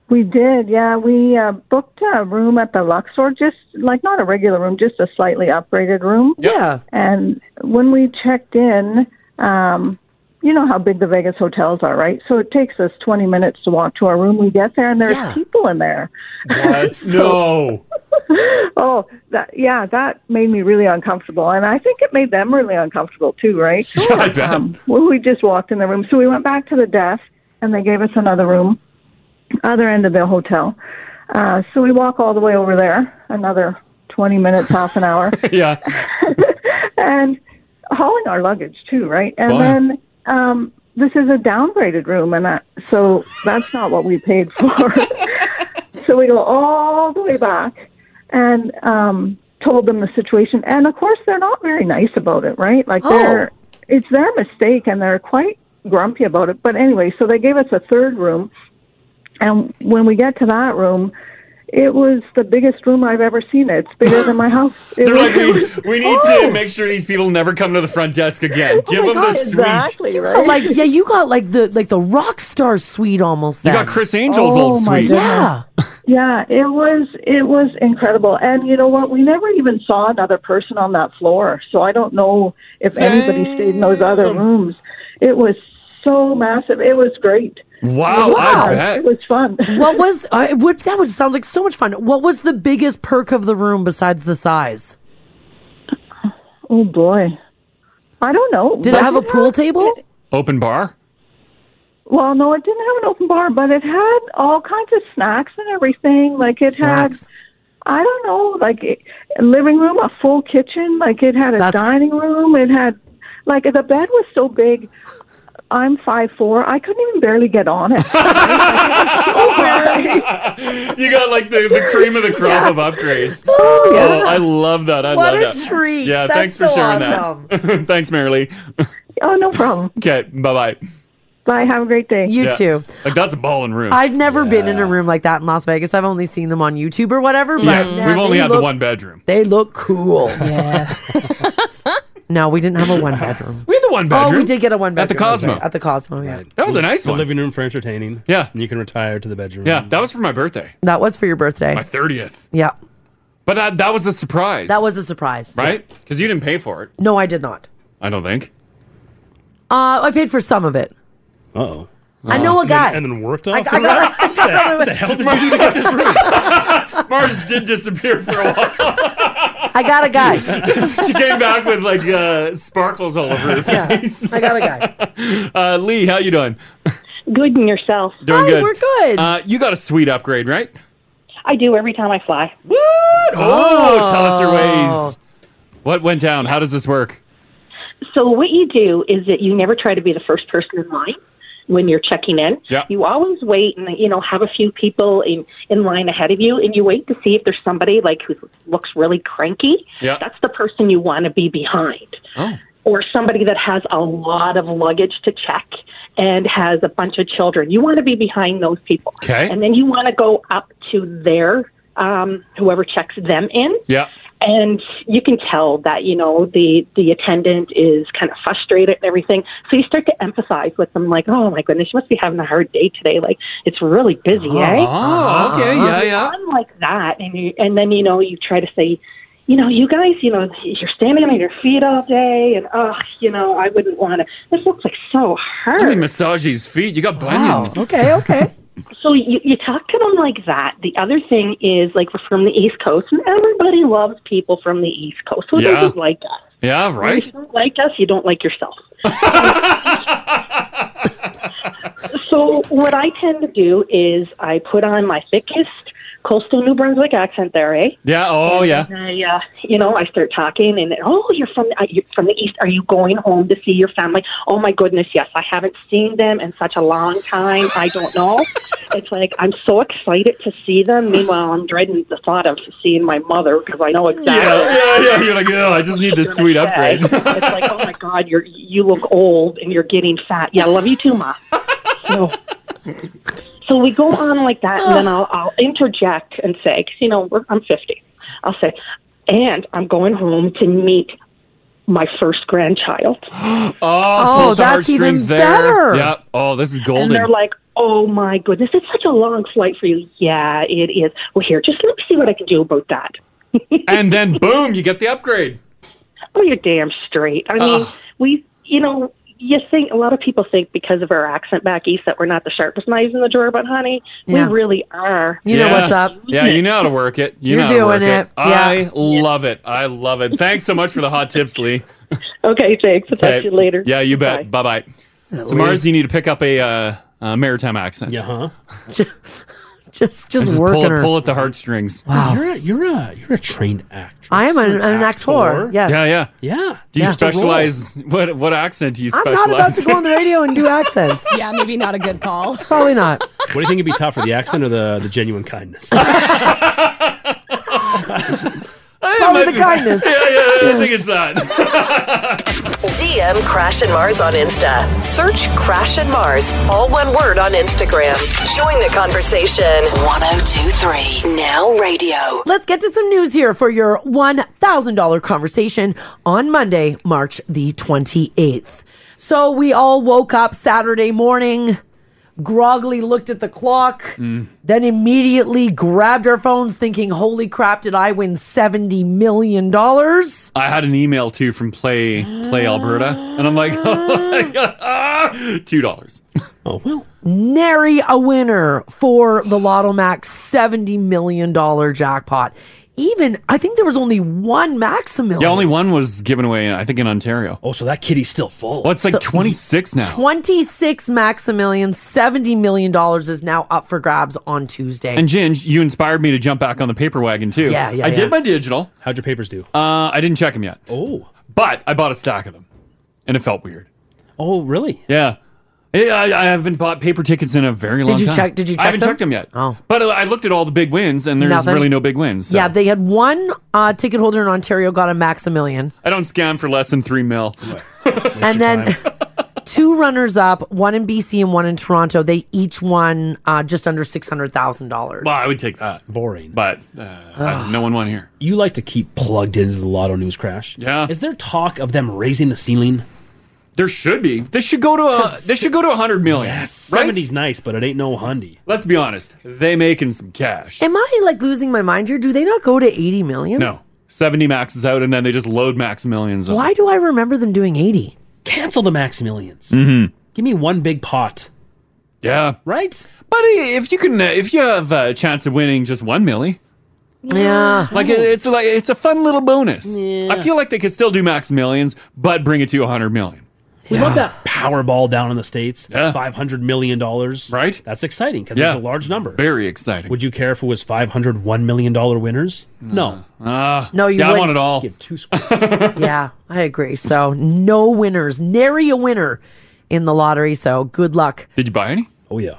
[SPEAKER 8] We did, yeah. We uh, booked a room at the Luxor, just like not a regular room, just a slightly upgraded room.
[SPEAKER 10] Yeah.
[SPEAKER 8] And when we checked in, um, you know how big the Vegas hotels are, right? So it takes us 20 minutes to walk to our room. We get there, and there's people in there. [laughs]
[SPEAKER 3] What?
[SPEAKER 7] [laughs]
[SPEAKER 3] [laughs] No.
[SPEAKER 8] Oh, that, yeah, that made me really uncomfortable. And I think it made them really uncomfortable too,
[SPEAKER 3] [laughs]
[SPEAKER 8] right?
[SPEAKER 3] I bet.
[SPEAKER 16] Um,
[SPEAKER 8] Well, we just walked in the room. So we went back to the desk, and they gave us another room, other end of the hotel. Uh, so we walk all the way over there, another 20 minutes, half an hour,
[SPEAKER 3] yeah.
[SPEAKER 8] and hauling our luggage too, right? And
[SPEAKER 21] Wow.
[SPEAKER 8] then um, this is a downgraded room, and I, so that's not what we paid [laughs] for. so we go all the way back and um, told them the situation. And of course, they're not very nice about it, right? Like
[SPEAKER 22] Oh.
[SPEAKER 8] they're it's their mistake, and they're quite grumpy about it. But anyway, so they gave us a third room, and when we get to that room. It was the biggest room I've ever seen. It's bigger than
[SPEAKER 3] [laughs]
[SPEAKER 8] my house. It
[SPEAKER 3] They're
[SPEAKER 8] was-
[SPEAKER 3] like, we, we need
[SPEAKER 8] Oh.
[SPEAKER 3] to make sure these people never come to the front desk again.
[SPEAKER 10] Oh
[SPEAKER 3] Give them the suite.
[SPEAKER 8] Exactly,
[SPEAKER 10] You
[SPEAKER 8] right?
[SPEAKER 10] got like yeah, you got like the like the rock star suite almost.
[SPEAKER 3] You
[SPEAKER 10] Then.
[SPEAKER 3] got Chris Angel's old
[SPEAKER 8] Oh, my
[SPEAKER 3] suite.
[SPEAKER 8] goodness. Yeah, it was it was incredible. And you know what? We never even saw another person on that floor. So I don't know if anybody stayed in those other rooms. It was so massive. It was great.
[SPEAKER 7] [laughs]
[SPEAKER 3] Wow,
[SPEAKER 10] Wow.
[SPEAKER 8] It was- It was fun. [laughs]
[SPEAKER 10] What was I would that would sound like so much fun. What was the biggest perk of the room besides the size?
[SPEAKER 8] Oh boy. I don't know.
[SPEAKER 10] Did it have a pool table?
[SPEAKER 3] Open bar?
[SPEAKER 8] Well, no, it didn't have an open bar, but it had all kinds of snacks and everything. Like it
[SPEAKER 10] had,
[SPEAKER 8] I don't know, like a a living room, a full kitchen. Like it had a dining room. It had, like the bed was so big. I'm five four. I couldn't even barely get on it.
[SPEAKER 3] You got like the, the cream of the crop of
[SPEAKER 10] [laughs]
[SPEAKER 3] upgrades.
[SPEAKER 8] yeah.
[SPEAKER 3] Oh, I love that. I
[SPEAKER 8] What
[SPEAKER 3] love
[SPEAKER 8] a
[SPEAKER 3] that.
[SPEAKER 8] treat.
[SPEAKER 3] Yeah,
[SPEAKER 8] That's
[SPEAKER 3] thanks for
[SPEAKER 8] so
[SPEAKER 3] sharing that. [laughs] thanks,
[SPEAKER 10] [laughs]
[SPEAKER 3] Marilee.
[SPEAKER 8] oh, no problem.
[SPEAKER 3] Okay, bye bye.
[SPEAKER 8] Bye. Have a great day.
[SPEAKER 10] You
[SPEAKER 3] Yeah.
[SPEAKER 10] too.
[SPEAKER 3] Like that's a ball and room.
[SPEAKER 10] I've never been in a room like that in Las Vegas. I've only seen them on YouTube or whatever. But
[SPEAKER 3] yeah,
[SPEAKER 10] man,
[SPEAKER 3] we've only
[SPEAKER 10] they
[SPEAKER 3] had the
[SPEAKER 10] look-
[SPEAKER 3] one bedroom.
[SPEAKER 10] They look cool. Yeah. [laughs] no, we didn't have a one bedroom.
[SPEAKER 3] We had the one
[SPEAKER 10] Oh, we
[SPEAKER 7] bedroom.
[SPEAKER 10] did get a one bedroom
[SPEAKER 7] At the Cosmo.
[SPEAKER 10] At the Cosmo, yeah.
[SPEAKER 3] That was a nice
[SPEAKER 7] the
[SPEAKER 3] one.
[SPEAKER 7] living room for entertaining.
[SPEAKER 3] Yeah.
[SPEAKER 7] And you can retire to the bedroom.
[SPEAKER 3] Yeah, that was for my birthday,
[SPEAKER 10] That was for your birthday.
[SPEAKER 3] my thirtieth.
[SPEAKER 10] Yeah.
[SPEAKER 3] But that that was a surprise.
[SPEAKER 10] That was a surprise.
[SPEAKER 3] right because you didn't pay for it.
[SPEAKER 10] No, I did not.
[SPEAKER 3] I don't think.
[SPEAKER 10] Uh, I paid for some of it.
[SPEAKER 7] Uh-oh.
[SPEAKER 10] I
[SPEAKER 3] Oh.
[SPEAKER 10] know a guy.
[SPEAKER 7] And then worked
[SPEAKER 10] I,
[SPEAKER 7] off.
[SPEAKER 10] [laughs] I got, I got
[SPEAKER 7] What the hell did you do to get this
[SPEAKER 3] [laughs]
[SPEAKER 7] room?
[SPEAKER 3] Mars did disappear for a while.
[SPEAKER 10] [laughs] I got a guy.
[SPEAKER 3] she came back with like uh, sparkles all over her [laughs] face.
[SPEAKER 10] I got a guy.
[SPEAKER 3] Uh, Lee, how you doing?
[SPEAKER 23] [laughs] Good in yourself.
[SPEAKER 3] Doing good.
[SPEAKER 23] good.
[SPEAKER 3] Uh, you got a sweet upgrade, right?
[SPEAKER 23] I do every time I fly.
[SPEAKER 3] What? Oh, tell us your ways. What went down? How does this work?
[SPEAKER 23] So what you do is that you never try to be the first person in line when you're checking in.
[SPEAKER 3] Yeah.
[SPEAKER 23] You always wait and you know have a few people in in line ahead of you, and you wait to see if there's somebody like who looks really cranky.
[SPEAKER 22] Yeah.
[SPEAKER 23] That's the person you want to be behind.
[SPEAKER 22] Oh.
[SPEAKER 23] or somebody that has a lot of luggage to check and has a bunch of children. You want to be behind those people.
[SPEAKER 22] Okay.
[SPEAKER 23] And then you want to go up to their, um, whoever checks them in.
[SPEAKER 22] Yeah.
[SPEAKER 23] And you can tell that, you know, the, the attendant is kind of frustrated and everything. So you start to empathize with them, like, oh my goodness, you must be having a hard day today. Like, it's really busy, eh?
[SPEAKER 22] Oh, okay, yeah, yeah.
[SPEAKER 23] I'm like that. And, you, and then, you know, you try to say, you know, you guys, you know, you're standing on your feet all day, and oh, you know, I wouldn't want to. This looks like so
[SPEAKER 3] Let me
[SPEAKER 23] hard.
[SPEAKER 3] massage these feet. You got bunions.
[SPEAKER 10] Okay, okay.
[SPEAKER 23] so you, you talk to them like that. The other thing is, like, we're from the East Coast, and everybody loves people from the East Coast. Who
[SPEAKER 3] Yeah.
[SPEAKER 23] doesn't like us?
[SPEAKER 3] Yeah,
[SPEAKER 23] If
[SPEAKER 3] right. [laughs]
[SPEAKER 23] you don't like us, you don't like yourself. so what I tend to do is I put on my thickest coastal New Brunswick accent there, eh?
[SPEAKER 3] Yeah. Oh, yeah.
[SPEAKER 23] And I, uh, you know, I start talking, and oh, you're from uh, you're from the east. Are you going home to see your family? Oh my goodness, yes. I haven't seen them in such a long time. I don't
[SPEAKER 3] [laughs]
[SPEAKER 23] know. it's like I'm so excited to see them. Meanwhile, I'm dreading the thought of seeing my mother because I know exactly.
[SPEAKER 3] Yeah, yeah, yeah. You're like, oh, I just need this sweet upgrade. [laughs]
[SPEAKER 23] it's like, oh my God, you're you look old and you're getting fat. Yeah, love you too, ma. So, so we go on like that, and then I'll I'll interject and say, 'cause, you know, we're, I'm 50. I'll say, and I'm going home to meet my first grandchild.
[SPEAKER 3] oh, pull the heartstrings there. Yep. Oh, this is golden.
[SPEAKER 23] And they're like, oh my goodness, it's such a long flight for you. Yeah, it is. Well, here, just let me see what I can do about that.
[SPEAKER 3] and then boom, you get the upgrade.
[SPEAKER 23] Oh, you're damn straight. I mean, we, you know, you think a lot of people think because of our accent back east that we're not the sharpest knives in the drawer, but honey,
[SPEAKER 3] Yeah.
[SPEAKER 23] we really are.
[SPEAKER 3] Yeah. Yeah, you know how
[SPEAKER 23] [laughs]
[SPEAKER 3] to work it. You
[SPEAKER 23] You're
[SPEAKER 3] know how to
[SPEAKER 23] doing
[SPEAKER 3] work
[SPEAKER 23] it. Yeah.
[SPEAKER 3] I love it. I love it. Thanks so much for the hot tips, Lee.
[SPEAKER 23] Okay, thanks. I'll talk to you later.
[SPEAKER 3] Yeah, you bet. Bye bye. So,
[SPEAKER 23] Lee.
[SPEAKER 3] Mars, you need to pick up a uh, uh, maritime accent. Yeah,
[SPEAKER 10] [laughs]
[SPEAKER 3] huh?
[SPEAKER 10] Just, just,
[SPEAKER 3] Just
[SPEAKER 10] working
[SPEAKER 3] pull,
[SPEAKER 10] her.
[SPEAKER 3] it, pull at the heartstrings.
[SPEAKER 10] Wow.
[SPEAKER 7] You're a, you're a you're a trained actor.
[SPEAKER 10] I am an, an actor. Yes.
[SPEAKER 3] Yeah, yeah.
[SPEAKER 7] Yeah.
[SPEAKER 3] Do you
[SPEAKER 10] Yeah.
[SPEAKER 3] specialize? What what accent do you
[SPEAKER 10] I'm
[SPEAKER 3] specialize?
[SPEAKER 10] not about to go [laughs] on the radio and do
[SPEAKER 3] [laughs]
[SPEAKER 10] accents.
[SPEAKER 1] yeah, maybe not a good call.
[SPEAKER 10] Probably not.
[SPEAKER 7] What do you think would be tougher, the accent or the the genuine kindness?
[SPEAKER 3] Uh,
[SPEAKER 10] Probably the kindness.
[SPEAKER 3] [laughs] yeah, yeah, I think it's that.
[SPEAKER 5] DM Crash and Mars on Insta. Search Crash and Mars, all one word on Instagram. Join the conversation. 1023 Now Radio.
[SPEAKER 10] Let's get to some news here for your $1,000 conversation on Monday, March the 28th. So we all woke up Saturday morning, groggily looked at the clock, then immediately grabbed our phones thinking, holy crap, did I win $70 million?
[SPEAKER 3] I had an email too from Play Play Alberta, and I'm like, [laughs] two dollars.
[SPEAKER 7] Ah. Oh well.
[SPEAKER 10] Nary a winner for the Lotto Max $70 million jackpot. Even, I think there was only one Maximilian.
[SPEAKER 3] Yeah, only one was given away, I think, in Ontario.
[SPEAKER 7] Oh, so that kitty's still full.
[SPEAKER 3] Well, it's like
[SPEAKER 10] So-
[SPEAKER 3] 26 now.
[SPEAKER 10] 26 Maximilian, $70 million is now up for grabs on Tuesday.
[SPEAKER 3] And Ginge, you inspired me to jump back on the paper wagon too.
[SPEAKER 10] Yeah, yeah,
[SPEAKER 3] I
[SPEAKER 10] yeah.
[SPEAKER 3] did my digital.
[SPEAKER 7] How'd your papers do?
[SPEAKER 3] Uh, I didn't check them yet.
[SPEAKER 7] Oh,
[SPEAKER 3] but I bought a stack of them, and it felt weird.
[SPEAKER 7] Oh, really?
[SPEAKER 3] Yeah. I, I I haven't bought paper tickets in a very
[SPEAKER 10] Did
[SPEAKER 3] long
[SPEAKER 10] you
[SPEAKER 3] time.
[SPEAKER 10] check- did you
[SPEAKER 3] I
[SPEAKER 10] check
[SPEAKER 3] haven't
[SPEAKER 10] them?
[SPEAKER 3] checked them yet. Oh, but I looked at all the big wins, and there's
[SPEAKER 10] Nothing?
[SPEAKER 3] really no big wins. so.
[SPEAKER 10] Yeah, they had one uh, ticket holder in Ontario got a Maximilian,
[SPEAKER 3] [laughs] I don't scam for less than three mil.
[SPEAKER 10] and then [laughs] two runners up, one in BC and one in Toronto. They each won uh, just under $600,000.
[SPEAKER 3] Well, I would take that.
[SPEAKER 7] Boring.
[SPEAKER 3] But uh,
[SPEAKER 10] Ah.
[SPEAKER 3] I- no one won here.
[SPEAKER 7] You like to keep plugged into the Lotto news crash.
[SPEAKER 3] Yeah.
[SPEAKER 7] Is there talk of them raising the ceiling?
[SPEAKER 3] There should be. This should go to a. This should go to a hundred million.
[SPEAKER 7] Yes.
[SPEAKER 3] right?
[SPEAKER 7] 70's nice, but it ain't no hundy.
[SPEAKER 3] Let's be honest. They making some cash.
[SPEAKER 10] Am I like losing my mind here? Do they not go to 80 million?
[SPEAKER 3] No, seventy max is out, and then they just load max millions. Up.
[SPEAKER 10] Why do I remember them doing 80?
[SPEAKER 7] Cancel the Maximilians.
[SPEAKER 3] Mm-hmm.
[SPEAKER 7] Give me one big pot.
[SPEAKER 3] Yeah.
[SPEAKER 7] Right.
[SPEAKER 3] But if you can, uh, if you have a chance of winning just one milli,
[SPEAKER 10] Yeah.
[SPEAKER 3] like it, it's like it's a fun little bonus. I feel like they could still do max millions, but bring it to a hundred million.
[SPEAKER 7] We love that Powerball down in the states.
[SPEAKER 3] Yeah.
[SPEAKER 7] Five hundred million dollars.
[SPEAKER 3] Right.
[SPEAKER 7] That's exciting because
[SPEAKER 3] Yeah.
[SPEAKER 7] it's a large number.
[SPEAKER 3] Very exciting.
[SPEAKER 7] Would you care if it was five hundred one million dollar winners? No.
[SPEAKER 3] Ah.
[SPEAKER 10] No, you yeah, I wouldn't. want it
[SPEAKER 3] all.
[SPEAKER 7] Give two. squ-
[SPEAKER 10] yeah, I agree. So no winners, nary a winner in the lottery. So good luck.
[SPEAKER 3] Did you buy any?
[SPEAKER 7] Oh yeah.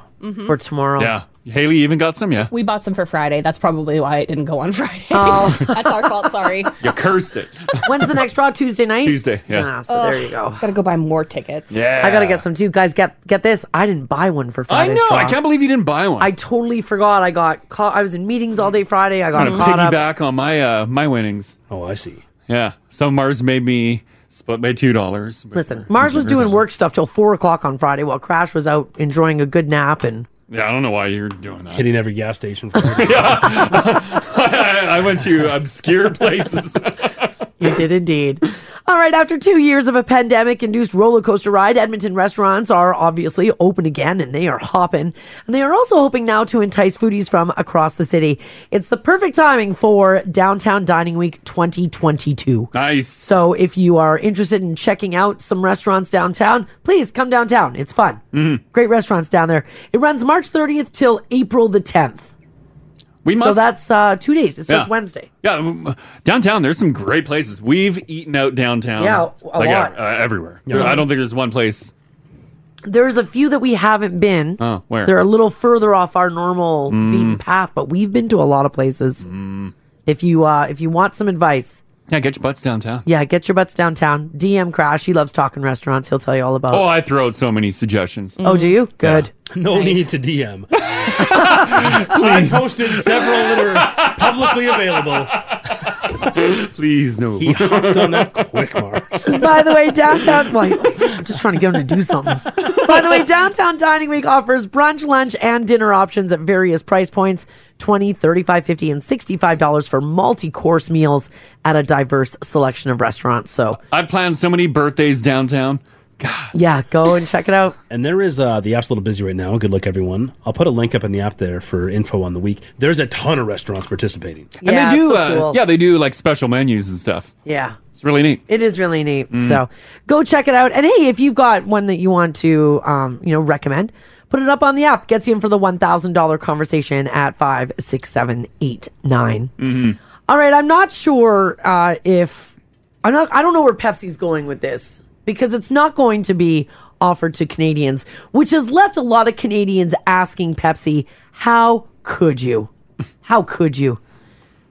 [SPEAKER 10] For tomorrow.
[SPEAKER 3] Yeah. Haley even got some. Yeah.
[SPEAKER 1] We bought some for Friday. That's probably why it didn't go on Friday.
[SPEAKER 10] Oh.
[SPEAKER 1] [laughs] That's our fault. Sorry.
[SPEAKER 3] You cursed it.
[SPEAKER 10] When's the next draw? Tuesday night.
[SPEAKER 3] Tuesday, yeah.
[SPEAKER 10] Ah, so there you go.
[SPEAKER 1] Gotta go buy more tickets.
[SPEAKER 3] Yeah.
[SPEAKER 10] I gotta get some too, guys. Get get this. I didn't buy one for
[SPEAKER 3] I
[SPEAKER 10] Friday.
[SPEAKER 3] know. I can't believe you didn't buy one.
[SPEAKER 10] I totally forgot. I got caught. I was in meetings all day Friday. I got
[SPEAKER 3] kind of
[SPEAKER 10] caught up.
[SPEAKER 3] piggyback on my uh, my winnings.
[SPEAKER 7] Oh, I see.
[SPEAKER 3] Yeah. So Mars made me split my two dollars.
[SPEAKER 10] Listen, Mars was doing work stuff till four o'clock on Friday, while Crash was out enjoying a good nap. And
[SPEAKER 3] Yeah, I don't know why you're doing that.
[SPEAKER 7] Hitting every gas
[SPEAKER 3] [laughs]
[SPEAKER 7] station. For
[SPEAKER 3] I, I went to obscure places.
[SPEAKER 10] You did indeed. All right, after two years of a pandemic induced roller coaster ride, Edmonton restaurants are obviously open again and they are hopping. And they are also hoping now to entice foodies from across the city. It's the perfect timing for Downtown Dining Week 2022.
[SPEAKER 3] Nice.
[SPEAKER 10] So if you are interested in checking out some restaurants downtown, please come downtown. It's fun.
[SPEAKER 3] Mm-hmm.
[SPEAKER 10] Great restaurants down there. It runs March 30th till April the 10th.
[SPEAKER 3] We
[SPEAKER 10] So
[SPEAKER 3] must-
[SPEAKER 10] that's uh, two days. It starts
[SPEAKER 3] Yeah.
[SPEAKER 10] Wednesday.
[SPEAKER 3] Yeah, um, downtown. There's some great places. We've eaten out downtown.
[SPEAKER 10] Yeah, a
[SPEAKER 3] like,
[SPEAKER 10] lot.
[SPEAKER 3] Uh, uh, everywhere.
[SPEAKER 10] Yeah.
[SPEAKER 3] I don't think there's one place.
[SPEAKER 10] There's a few that we haven't been.
[SPEAKER 3] Oh, where?
[SPEAKER 10] They're a little further off our normal
[SPEAKER 3] Mm.
[SPEAKER 10] beaten path, but we've been to a lot of places. If you uh, if you want some advice,
[SPEAKER 3] Yeah, get your butts downtown.
[SPEAKER 10] yeah, get your butts downtown. DM Crash. He loves talking restaurants. He'll tell you all about.
[SPEAKER 3] Oh, I throw out so many suggestions.
[SPEAKER 10] Uh, Oh, do you? Good.
[SPEAKER 7] No
[SPEAKER 10] Nice.
[SPEAKER 7] need to
[SPEAKER 10] [laughs]
[SPEAKER 7] DM. I posted several that are publicly available.
[SPEAKER 3] [laughs] Please no.
[SPEAKER 7] He hopped on that quick, Mark.
[SPEAKER 10] By the way, downtown. [laughs] Well, I'm just trying to get him to do something. By the way, Downtown Dining Week offers brunch, lunch, and dinner options at various price points 20 35 50 and $65 for multi course meals at a diverse selection of restaurants. So,
[SPEAKER 3] [laughs] I've planned so many birthdays downtown.
[SPEAKER 10] yeah, go and check it out.
[SPEAKER 7] And there is uh, the app's a little busy right now. Good luck, everyone. I'll put a link up in the app there for info on the week. There's a ton of restaurants participating.
[SPEAKER 3] and they do,
[SPEAKER 10] so
[SPEAKER 3] uh,
[SPEAKER 10] cool.
[SPEAKER 3] yeah, they do like special menus and stuff.
[SPEAKER 10] Yeah.
[SPEAKER 3] It's really neat.
[SPEAKER 10] It is really neat.
[SPEAKER 3] Mm.
[SPEAKER 10] So go check it out. And hey, if you've got one that you want to, um, you know, recommend, put it up on the app. Gets you in for the one thousand dollar conversation at five six seven eight nine. All right, I'm not sure uh, if I'm not. I don't know where Pepsi's going with this because it's not going to be offered to Canadians, which has left a lot of Canadians asking Pepsi, "How could you? How could you?"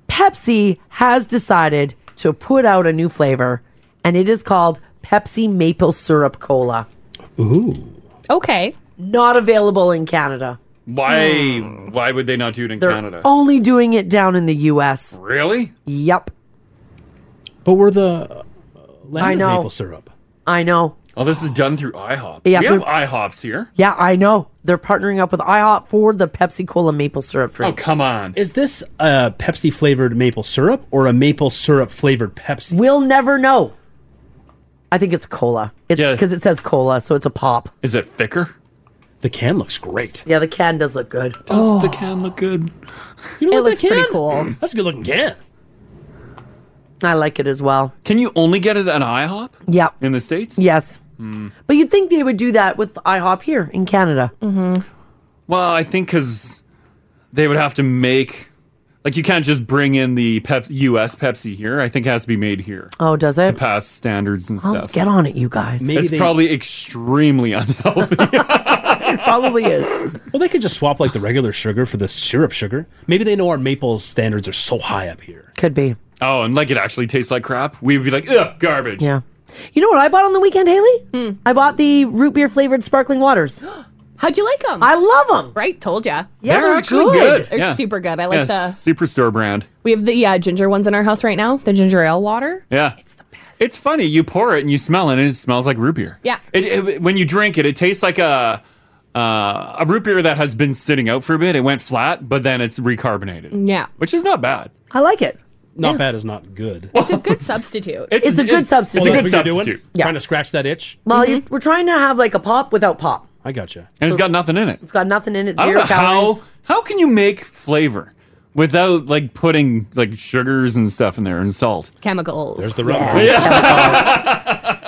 [SPEAKER 10] Pepsi has decided to put out a new flavor, and it is called Pepsi Maple Syrup Cola.
[SPEAKER 7] Ooh.
[SPEAKER 10] Okay. Not available in Canada.
[SPEAKER 3] Why? Why would they not do it in
[SPEAKER 10] Hmm. They're
[SPEAKER 3] Canada?
[SPEAKER 10] only doing it down in the U.S.
[SPEAKER 3] really?
[SPEAKER 10] Yep.
[SPEAKER 7] But we're the land
[SPEAKER 10] I
[SPEAKER 7] of
[SPEAKER 10] know.
[SPEAKER 7] maple syrup.
[SPEAKER 10] I know.
[SPEAKER 3] Oh, this is done through IHOP.
[SPEAKER 10] Yeah,
[SPEAKER 3] we have
[SPEAKER 10] they're-
[SPEAKER 3] IHOPs here.
[SPEAKER 10] Yeah, I know. They're partnering up with IHOP for the Pepsi Cola maple syrup
[SPEAKER 3] Oh,
[SPEAKER 10] drink.
[SPEAKER 3] come on.
[SPEAKER 7] Is this a Pepsi flavored maple syrup or a maple syrup flavored Pepsi?
[SPEAKER 10] We'll never know. I think it's cola. It's
[SPEAKER 7] Yeah.
[SPEAKER 10] because it says cola, so it's a pop.
[SPEAKER 3] Is it thicker?
[SPEAKER 7] The can looks great.
[SPEAKER 10] Yeah, the can does look good.
[SPEAKER 7] Does Oh. the
[SPEAKER 3] can look good?
[SPEAKER 7] You
[SPEAKER 10] it looks pretty cool.
[SPEAKER 7] Mm. That's a good looking can.
[SPEAKER 10] I like it as well.
[SPEAKER 3] Can you only get it at IHOP
[SPEAKER 10] Yep.
[SPEAKER 3] in the states?
[SPEAKER 10] Yes.
[SPEAKER 3] Hmm.
[SPEAKER 10] But you'd think they would do that with IHOP here in Canada. Mm-hmm.
[SPEAKER 3] Well, I think because they would have to make like you can't just bring in the Pep- U.S. Pepsi here. I think it has to be made here
[SPEAKER 10] Oh, does it?
[SPEAKER 3] to pass standards and
[SPEAKER 10] Oh,
[SPEAKER 3] stuff.
[SPEAKER 10] get on it, you guys.
[SPEAKER 3] it's probably extremely unhealthy.
[SPEAKER 10] it probably is.
[SPEAKER 7] Well, they could just swap like the regular sugar for the syrup sugar. Maybe they know our maple standards are so high up here.
[SPEAKER 10] Could be.
[SPEAKER 3] Oh, and like it actually tastes like crap. We'd be like, ugh, garbage.
[SPEAKER 10] Yeah. You know what I bought on the weekend, Haley?
[SPEAKER 1] Hmm.
[SPEAKER 10] I bought the root beer flavored
[SPEAKER 1] [gasps]
[SPEAKER 10] sparkling waters.
[SPEAKER 1] How'd you like them?
[SPEAKER 10] I love them.
[SPEAKER 1] Right? Told ya.
[SPEAKER 10] Yeah,
[SPEAKER 3] they're,
[SPEAKER 10] they're
[SPEAKER 3] actually
[SPEAKER 1] good.
[SPEAKER 3] good.
[SPEAKER 1] They're super good. I like
[SPEAKER 3] Yeah,
[SPEAKER 1] the-
[SPEAKER 3] superstore brand.
[SPEAKER 1] We have the yeah ginger ones in our house right now. The ginger ale water.
[SPEAKER 3] Yeah. It's the best. It's funny. You pour it and you smell it, and it smells like root beer.
[SPEAKER 1] Yeah.
[SPEAKER 3] It, it- when you drink it, it tastes like a uh, a root beer that has been sitting out for a bit. It went flat, but then it's recarbonated,
[SPEAKER 1] Yeah.
[SPEAKER 3] which is not bad.
[SPEAKER 10] I like it.
[SPEAKER 7] Not bad is not good.
[SPEAKER 1] It's a good substitute.
[SPEAKER 10] It's- It's a good it's- substitute.
[SPEAKER 7] Oh,
[SPEAKER 10] it's a
[SPEAKER 7] that's
[SPEAKER 10] good
[SPEAKER 7] what you're doing?
[SPEAKER 10] substitute. Yeah.
[SPEAKER 7] Trying to scratch that itch.
[SPEAKER 10] Well, you,
[SPEAKER 1] Mm-hmm.
[SPEAKER 10] we're trying to have like a pop without pop.
[SPEAKER 7] I gotcha.
[SPEAKER 3] And it's got nothing in it.
[SPEAKER 10] It's got nothing in it,
[SPEAKER 3] I don't
[SPEAKER 10] zero
[SPEAKER 3] know
[SPEAKER 10] calories.
[SPEAKER 3] how how can you make flavor without like putting like sugars and stuff in there and salt.
[SPEAKER 1] Chemicals.
[SPEAKER 3] There's the rub.
[SPEAKER 1] Yeah.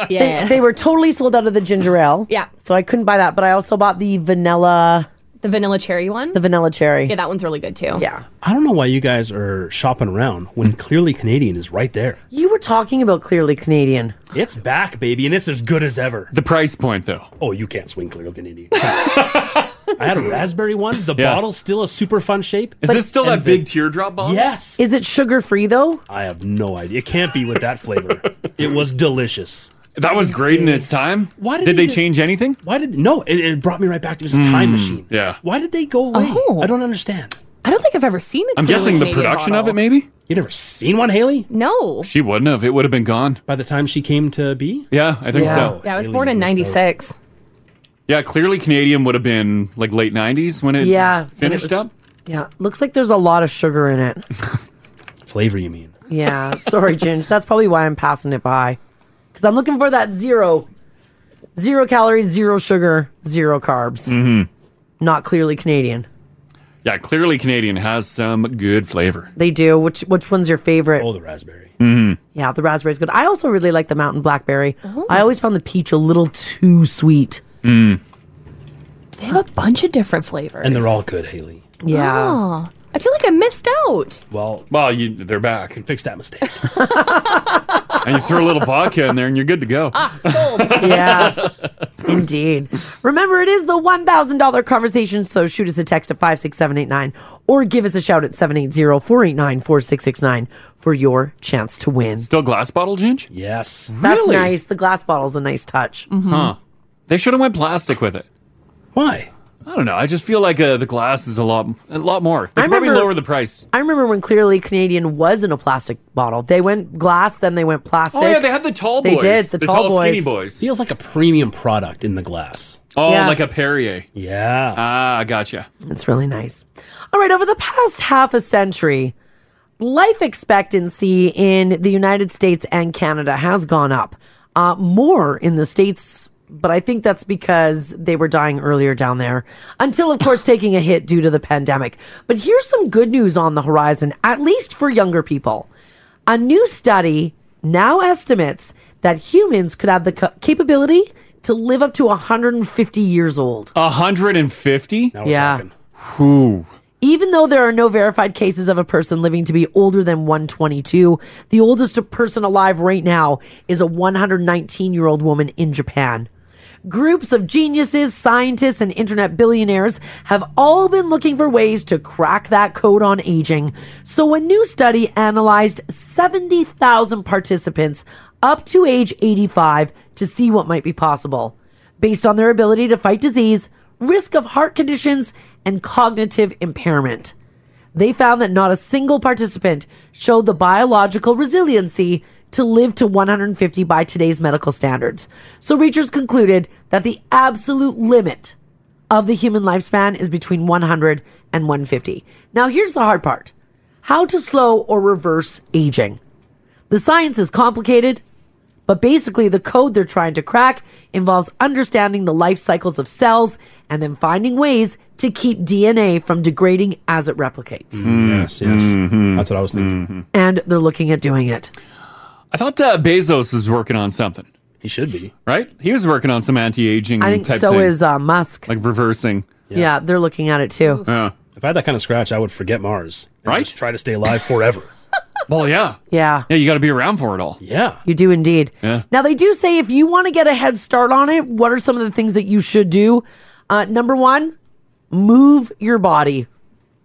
[SPEAKER 10] They, they were totally sold out of the ginger ale.
[SPEAKER 1] Yeah.
[SPEAKER 10] So I couldn't buy that, but I also bought the vanilla,
[SPEAKER 1] The vanilla cherry one.
[SPEAKER 10] the vanilla cherry.
[SPEAKER 1] Yeah, that one's really good too.
[SPEAKER 10] Yeah.
[SPEAKER 7] I don't know why you guys are shopping around when clearly Canadian is right there.
[SPEAKER 10] You were talking about clearly Canadian.
[SPEAKER 7] It's back, baby, and it's as good as ever.
[SPEAKER 3] The price point, though.
[SPEAKER 7] Oh, you can't swing clearly Canadian. [laughs] I had a raspberry one. The
[SPEAKER 3] Yeah.
[SPEAKER 7] bottle's still a super fun shape.
[SPEAKER 3] Is this still
[SPEAKER 7] And
[SPEAKER 3] that big teardrop bottle?
[SPEAKER 7] Yes.
[SPEAKER 10] Is it sugar free though?
[SPEAKER 7] I have no idea. It can't be with that flavor. it was delicious.
[SPEAKER 3] That was great in its time.
[SPEAKER 7] Why did,
[SPEAKER 3] Did they
[SPEAKER 7] do-
[SPEAKER 3] change anything?
[SPEAKER 7] Why did no? It, it brought me right back. to It was a time
[SPEAKER 3] Mm,
[SPEAKER 7] machine.
[SPEAKER 3] Yeah.
[SPEAKER 7] Why did they go away?
[SPEAKER 10] Oh.
[SPEAKER 7] I don't understand.
[SPEAKER 1] I don't think I've ever seen it.
[SPEAKER 3] I'm guessing the production of it, maybe?
[SPEAKER 7] You never seen one, Haley?
[SPEAKER 1] No.
[SPEAKER 3] She wouldn't have. It would have been gone.
[SPEAKER 7] By the time she came to be?
[SPEAKER 3] Yeah, I think
[SPEAKER 1] yeah.
[SPEAKER 3] so.
[SPEAKER 1] Yeah, I was born in '96.
[SPEAKER 3] Yeah, clearly Canadian would have been like late 90s when it
[SPEAKER 10] yeah. when it
[SPEAKER 3] finished
[SPEAKER 10] was-
[SPEAKER 3] up.
[SPEAKER 10] Yeah. Looks like there's a lot of sugar in it.
[SPEAKER 7] Flavor, you mean?
[SPEAKER 3] [laughs]
[SPEAKER 10] Yeah. Sorry, Ginge. That's probably why I'm passing it by. Because I'm looking for that zero, zero calories, zero sugar, zero carbs.
[SPEAKER 3] Mm-hmm.
[SPEAKER 10] Not clearly Canadian.
[SPEAKER 3] Yeah, clearly Canadian has some good flavor.
[SPEAKER 10] They do. Which which one's your favorite?
[SPEAKER 7] Oh, the raspberry.
[SPEAKER 3] Mm-hmm.
[SPEAKER 10] Yeah, the raspberry's good. I also really like the mountain blackberry.
[SPEAKER 7] Oh.
[SPEAKER 10] I always found the peach a little too sweet.
[SPEAKER 3] Mm.
[SPEAKER 1] They have a bunch of different flavors.
[SPEAKER 7] And they're all good, Haley.
[SPEAKER 10] Yeah.
[SPEAKER 1] Oh, I feel like I missed out. [laughs]
[SPEAKER 7] Well,
[SPEAKER 3] well, Oh, you, they're back. Can
[SPEAKER 7] fix that mistake.
[SPEAKER 3] and you throw a little vodka in there, and you're good to go.
[SPEAKER 1] Ah,
[SPEAKER 3] [laughs]
[SPEAKER 1] sold.
[SPEAKER 10] yeah, indeed. Remember, it is the $1,000 conversation, so shoot us a text at 56789 or give us a shout at 780-489-4669 for your chance to win.
[SPEAKER 3] Still glass bottle, Ginge?
[SPEAKER 7] Yes.
[SPEAKER 10] That's nice. The glass bottle's a nice touch.
[SPEAKER 3] Huh. They should have went plastic with it.
[SPEAKER 7] Hmm. Why?
[SPEAKER 3] I don't know. I just feel like uh, the glass is a lot, a lot more. They
[SPEAKER 10] I
[SPEAKER 3] could probably
[SPEAKER 10] remember-
[SPEAKER 3] lower the price.
[SPEAKER 10] I remember when clearly Canadian was in a plastic bottle. They went glass, then they went plastic.
[SPEAKER 3] Oh yeah, they had the tall boys.
[SPEAKER 10] They did the, tall, boys.
[SPEAKER 7] Feels like a premium product in the glass.
[SPEAKER 3] Oh,
[SPEAKER 10] Yeah.
[SPEAKER 3] like a Perrier.
[SPEAKER 7] Yeah.
[SPEAKER 3] Ah, gotcha.
[SPEAKER 10] It's really nice. All right, over the past half a century, life expectancy in the United States and Canada has gone up. Uh, more in the States, but I think that's because they were dying earlier down there, until, of course, taking a hit due to the pandemic. But here's some good news on the horizon, at least for younger people. A new study now estimates that humans could have the ca- capability to live up to 150 years old.
[SPEAKER 3] 150?
[SPEAKER 10] Yeah.
[SPEAKER 3] Who?
[SPEAKER 10] Even though there are no verified cases of a person living to be older than 122, the oldest person alive right now is a 119 year old woman in Japan. Groups of geniuses, scientists, and internet billionaires have all been looking for ways to crack that code on aging. So, a new study analyzed 70,000 participants up to age 85 to see what might be possible based on their ability to fight disease, risk of heart conditions, and cognitive impairment. They found that not a single participant showed the biological resiliency to live to 150 by today's medical standards. So, researchers concluded that the absolute limit of the human lifespan is between 100 and 150. Now, here's the hard part how to slow or reverse aging. The science is complicated, but basically, the code they're trying to crack involves understanding the life cycles of cells and then finding ways to keep DNA from degrading as it replicates.
[SPEAKER 7] Mm, Yes, yes.
[SPEAKER 3] Mm-hmm.
[SPEAKER 7] That's what I was thinking.
[SPEAKER 10] And they're looking at doing it.
[SPEAKER 3] I thought uh, Bezos is working on something.
[SPEAKER 7] He should be.
[SPEAKER 3] Right? He was working on some anti-aging
[SPEAKER 10] I think
[SPEAKER 3] type
[SPEAKER 10] so
[SPEAKER 3] thing,
[SPEAKER 10] is uh, Musk.
[SPEAKER 3] like reversing.
[SPEAKER 10] Yeah. they're looking at it too.
[SPEAKER 3] Yeah.
[SPEAKER 7] If I had that kind of scratch, I would forget Mars. Right? Just try to stay alive forever.
[SPEAKER 3] [laughs] well, yeah.
[SPEAKER 10] Yeah.
[SPEAKER 3] Yeah, you got to be around for it all.
[SPEAKER 7] Yeah.
[SPEAKER 10] Ah. You do indeed.
[SPEAKER 3] Yeah.
[SPEAKER 10] Now, they do say if you want to get a head start on it, what are some of the things that you should do? Uh, number one, move your body,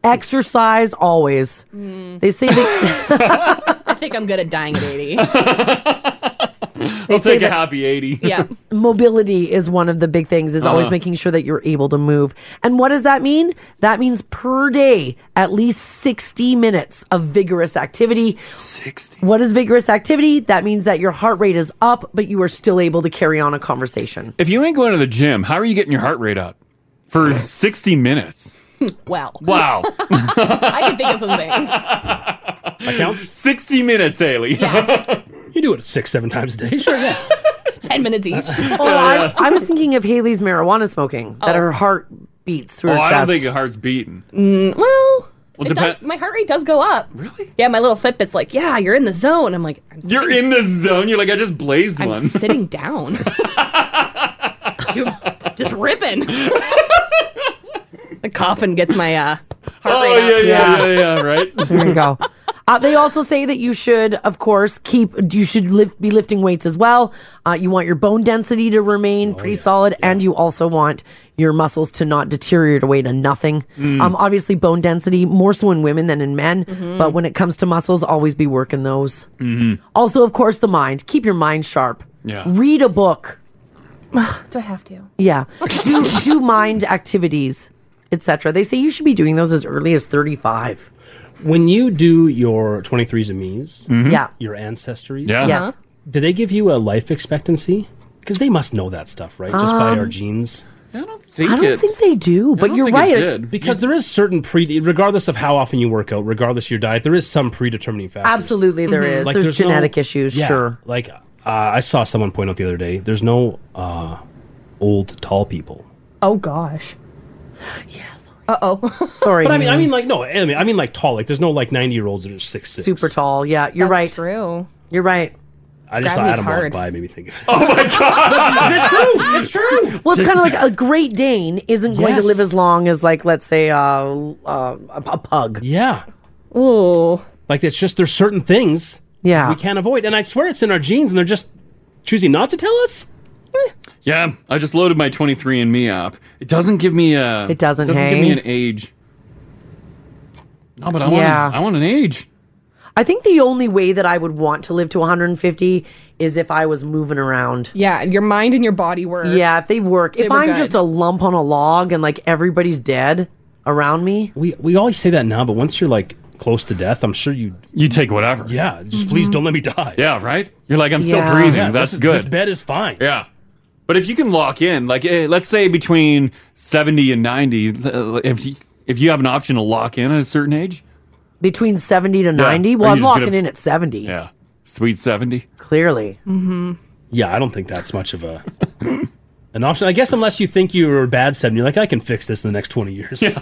[SPEAKER 10] exercise always. They say that.
[SPEAKER 1] I think I'm good at dying at 80.
[SPEAKER 3] [laughs] I'll
[SPEAKER 10] say
[SPEAKER 3] take a
[SPEAKER 10] that-
[SPEAKER 3] happy 80. [laughs]
[SPEAKER 10] [laughs] Mobility is one of the big things, is always
[SPEAKER 3] Uh-huh.
[SPEAKER 10] making sure that you're able to move. And what does that mean? That means per day, at least 60 minutes of vigorous activity.
[SPEAKER 3] 60.
[SPEAKER 10] What is vigorous activity? That means that your heart rate is up, but you are still able to carry on a conversation.
[SPEAKER 3] If you ain't going to the gym, how are you getting your heart rate up for 60 minutes?
[SPEAKER 1] [laughs] well,
[SPEAKER 3] Wow.
[SPEAKER 1] [laughs] I can think of some things.
[SPEAKER 7] That
[SPEAKER 3] [laughs]
[SPEAKER 7] counts?
[SPEAKER 3] 60 minutes, Haley. [laughs]
[SPEAKER 7] you do it six, seven times a day. Sure, yeah.
[SPEAKER 1] 10 minutes
[SPEAKER 3] [laughs]
[SPEAKER 1] each.
[SPEAKER 10] Oh, I, I was thinking of Haley's marijuana smoking, that her heart beats through
[SPEAKER 3] oh,
[SPEAKER 10] her
[SPEAKER 3] I
[SPEAKER 10] chest.
[SPEAKER 3] don't think your heart's beating.
[SPEAKER 1] Mm, well,
[SPEAKER 3] Well,
[SPEAKER 1] it
[SPEAKER 3] depend-
[SPEAKER 1] does, my heart rate does go up.
[SPEAKER 3] Really?
[SPEAKER 1] Yeah, my little Fitbit's like, yeah, you're in the zone. I'm like,
[SPEAKER 3] [laughs]
[SPEAKER 1] I'm,
[SPEAKER 3] You're in the zone. You're like, I just blazed
[SPEAKER 1] I'm
[SPEAKER 3] one.
[SPEAKER 1] sitting
[SPEAKER 3] [laughs]
[SPEAKER 1] down. You're just ripping. the coffin gets my uh, heart
[SPEAKER 3] oh,
[SPEAKER 1] rate up.
[SPEAKER 3] yeah, yeah, yeah, yeah, right?
[SPEAKER 10] [laughs] There you go. Uh, they also say that you should, of course, keep. You should lift, be lifting weights as well. Uh, you want your bone density to remain pretty solid, and you also want your muscles to not deteriorate away to nothing.
[SPEAKER 9] Mm.
[SPEAKER 10] Um, obviously, bone density more so in women than in men,
[SPEAKER 9] Mhm.
[SPEAKER 10] but when it comes to muscles, always be working those.
[SPEAKER 9] Mm-hmm.
[SPEAKER 10] Also, of course, the mind. Keep your mind sharp.
[SPEAKER 9] Yeah.
[SPEAKER 10] Read a book.
[SPEAKER 1] Do I have to?
[SPEAKER 10] Yeah. do do mind activities, etc. They say you should be doing those as early as thirty five.
[SPEAKER 7] When you do your 23s and me's,
[SPEAKER 3] Mm-hmm.
[SPEAKER 10] Yeah.
[SPEAKER 7] your ancestries,
[SPEAKER 10] Yeah. Yes.
[SPEAKER 7] do they give you a life expectancy? Because they must know that stuff, right? Just by
[SPEAKER 10] Um,
[SPEAKER 7] our genes.
[SPEAKER 3] think
[SPEAKER 10] I don't
[SPEAKER 3] it-
[SPEAKER 10] think they do, but you're right.
[SPEAKER 7] Because there is certain pre, regardless of how often you work out, regardless of your diet, there is some predetermining factor.
[SPEAKER 10] Absolutely, there is.
[SPEAKER 7] Mm-hmm. Like,
[SPEAKER 10] There's
[SPEAKER 7] no-
[SPEAKER 10] genetic issues,
[SPEAKER 7] yeah,
[SPEAKER 10] sure.
[SPEAKER 7] Like uh, I saw someone point out the other day, there's no uh, old tall people.
[SPEAKER 1] Oh gosh. Yeah. Uh oh.
[SPEAKER 10] Sorry.
[SPEAKER 7] But I mean, I mean, like no, I mean, I mean, like tall. Like there's no like 90 year olds that are six six.
[SPEAKER 10] Super tall. Yeah, you're
[SPEAKER 1] That's
[SPEAKER 10] right.
[SPEAKER 1] True.
[SPEAKER 10] You're right.
[SPEAKER 7] I just saw
[SPEAKER 10] Gravity's
[SPEAKER 7] Adam walk
[SPEAKER 10] hard.
[SPEAKER 7] by, made me think of it.
[SPEAKER 10] That's
[SPEAKER 7] true. [laughs] It's
[SPEAKER 10] [laughs]
[SPEAKER 7] true.
[SPEAKER 10] Well, it's kind
[SPEAKER 7] [laughs]
[SPEAKER 10] of like a Great Dane isn't going
[SPEAKER 1] Yes.
[SPEAKER 10] to live as long as, like, let's say, uh, uh, a, a pug.
[SPEAKER 7] Yeah.
[SPEAKER 1] Ooh.
[SPEAKER 7] Like it's just there's certain things
[SPEAKER 10] Yeah.
[SPEAKER 7] we can't avoid, and I swear it's in our genes, and they're just choosing not to tell us.
[SPEAKER 3] Yeah, I just loaded my 23andMe app. It doesn't give me a.
[SPEAKER 10] It doesn't,
[SPEAKER 3] Doesn't
[SPEAKER 10] hey?
[SPEAKER 3] give me an age. No, but I
[SPEAKER 10] Yeah.
[SPEAKER 3] want. I want an age.
[SPEAKER 10] I think the only way that I would want to live to 150 is if I was moving around.
[SPEAKER 1] Yeah, your mind and your body work.
[SPEAKER 10] Yeah, if they work.
[SPEAKER 1] They
[SPEAKER 10] if
[SPEAKER 1] were
[SPEAKER 10] I'm
[SPEAKER 1] good.
[SPEAKER 10] just a lump on a log and like everybody's dead around me,
[SPEAKER 7] We we always say that now, but once you're like close to death, I'm sure you
[SPEAKER 3] you take whatever.
[SPEAKER 7] Yeah, just please
[SPEAKER 10] Mm-hmm.
[SPEAKER 3] Mhm.
[SPEAKER 7] don't let me die.
[SPEAKER 3] Yeah, right. You're like I'm
[SPEAKER 7] Yeah.
[SPEAKER 3] still breathing.
[SPEAKER 7] Yeah,
[SPEAKER 3] That's
[SPEAKER 7] this is-
[SPEAKER 3] good.
[SPEAKER 7] this bed is fine.
[SPEAKER 3] Yeah, but if you can lock in, like eh, let's say between 70 and 90, th- if you, if you have an option to lock in at a certain age,
[SPEAKER 10] between 70 to 90,
[SPEAKER 3] Are
[SPEAKER 10] well,
[SPEAKER 3] you
[SPEAKER 10] I'm
[SPEAKER 3] just
[SPEAKER 10] locking
[SPEAKER 3] gonna-
[SPEAKER 10] in at 70.
[SPEAKER 3] Yeah. sweet 70.
[SPEAKER 10] Clearly.
[SPEAKER 1] Mm-hmm.
[SPEAKER 7] Yeah, I don't think that's much of a an option. I guess unless you think you're a bad seven, you're like, I can fix this in the next twenty years.
[SPEAKER 3] [laughs]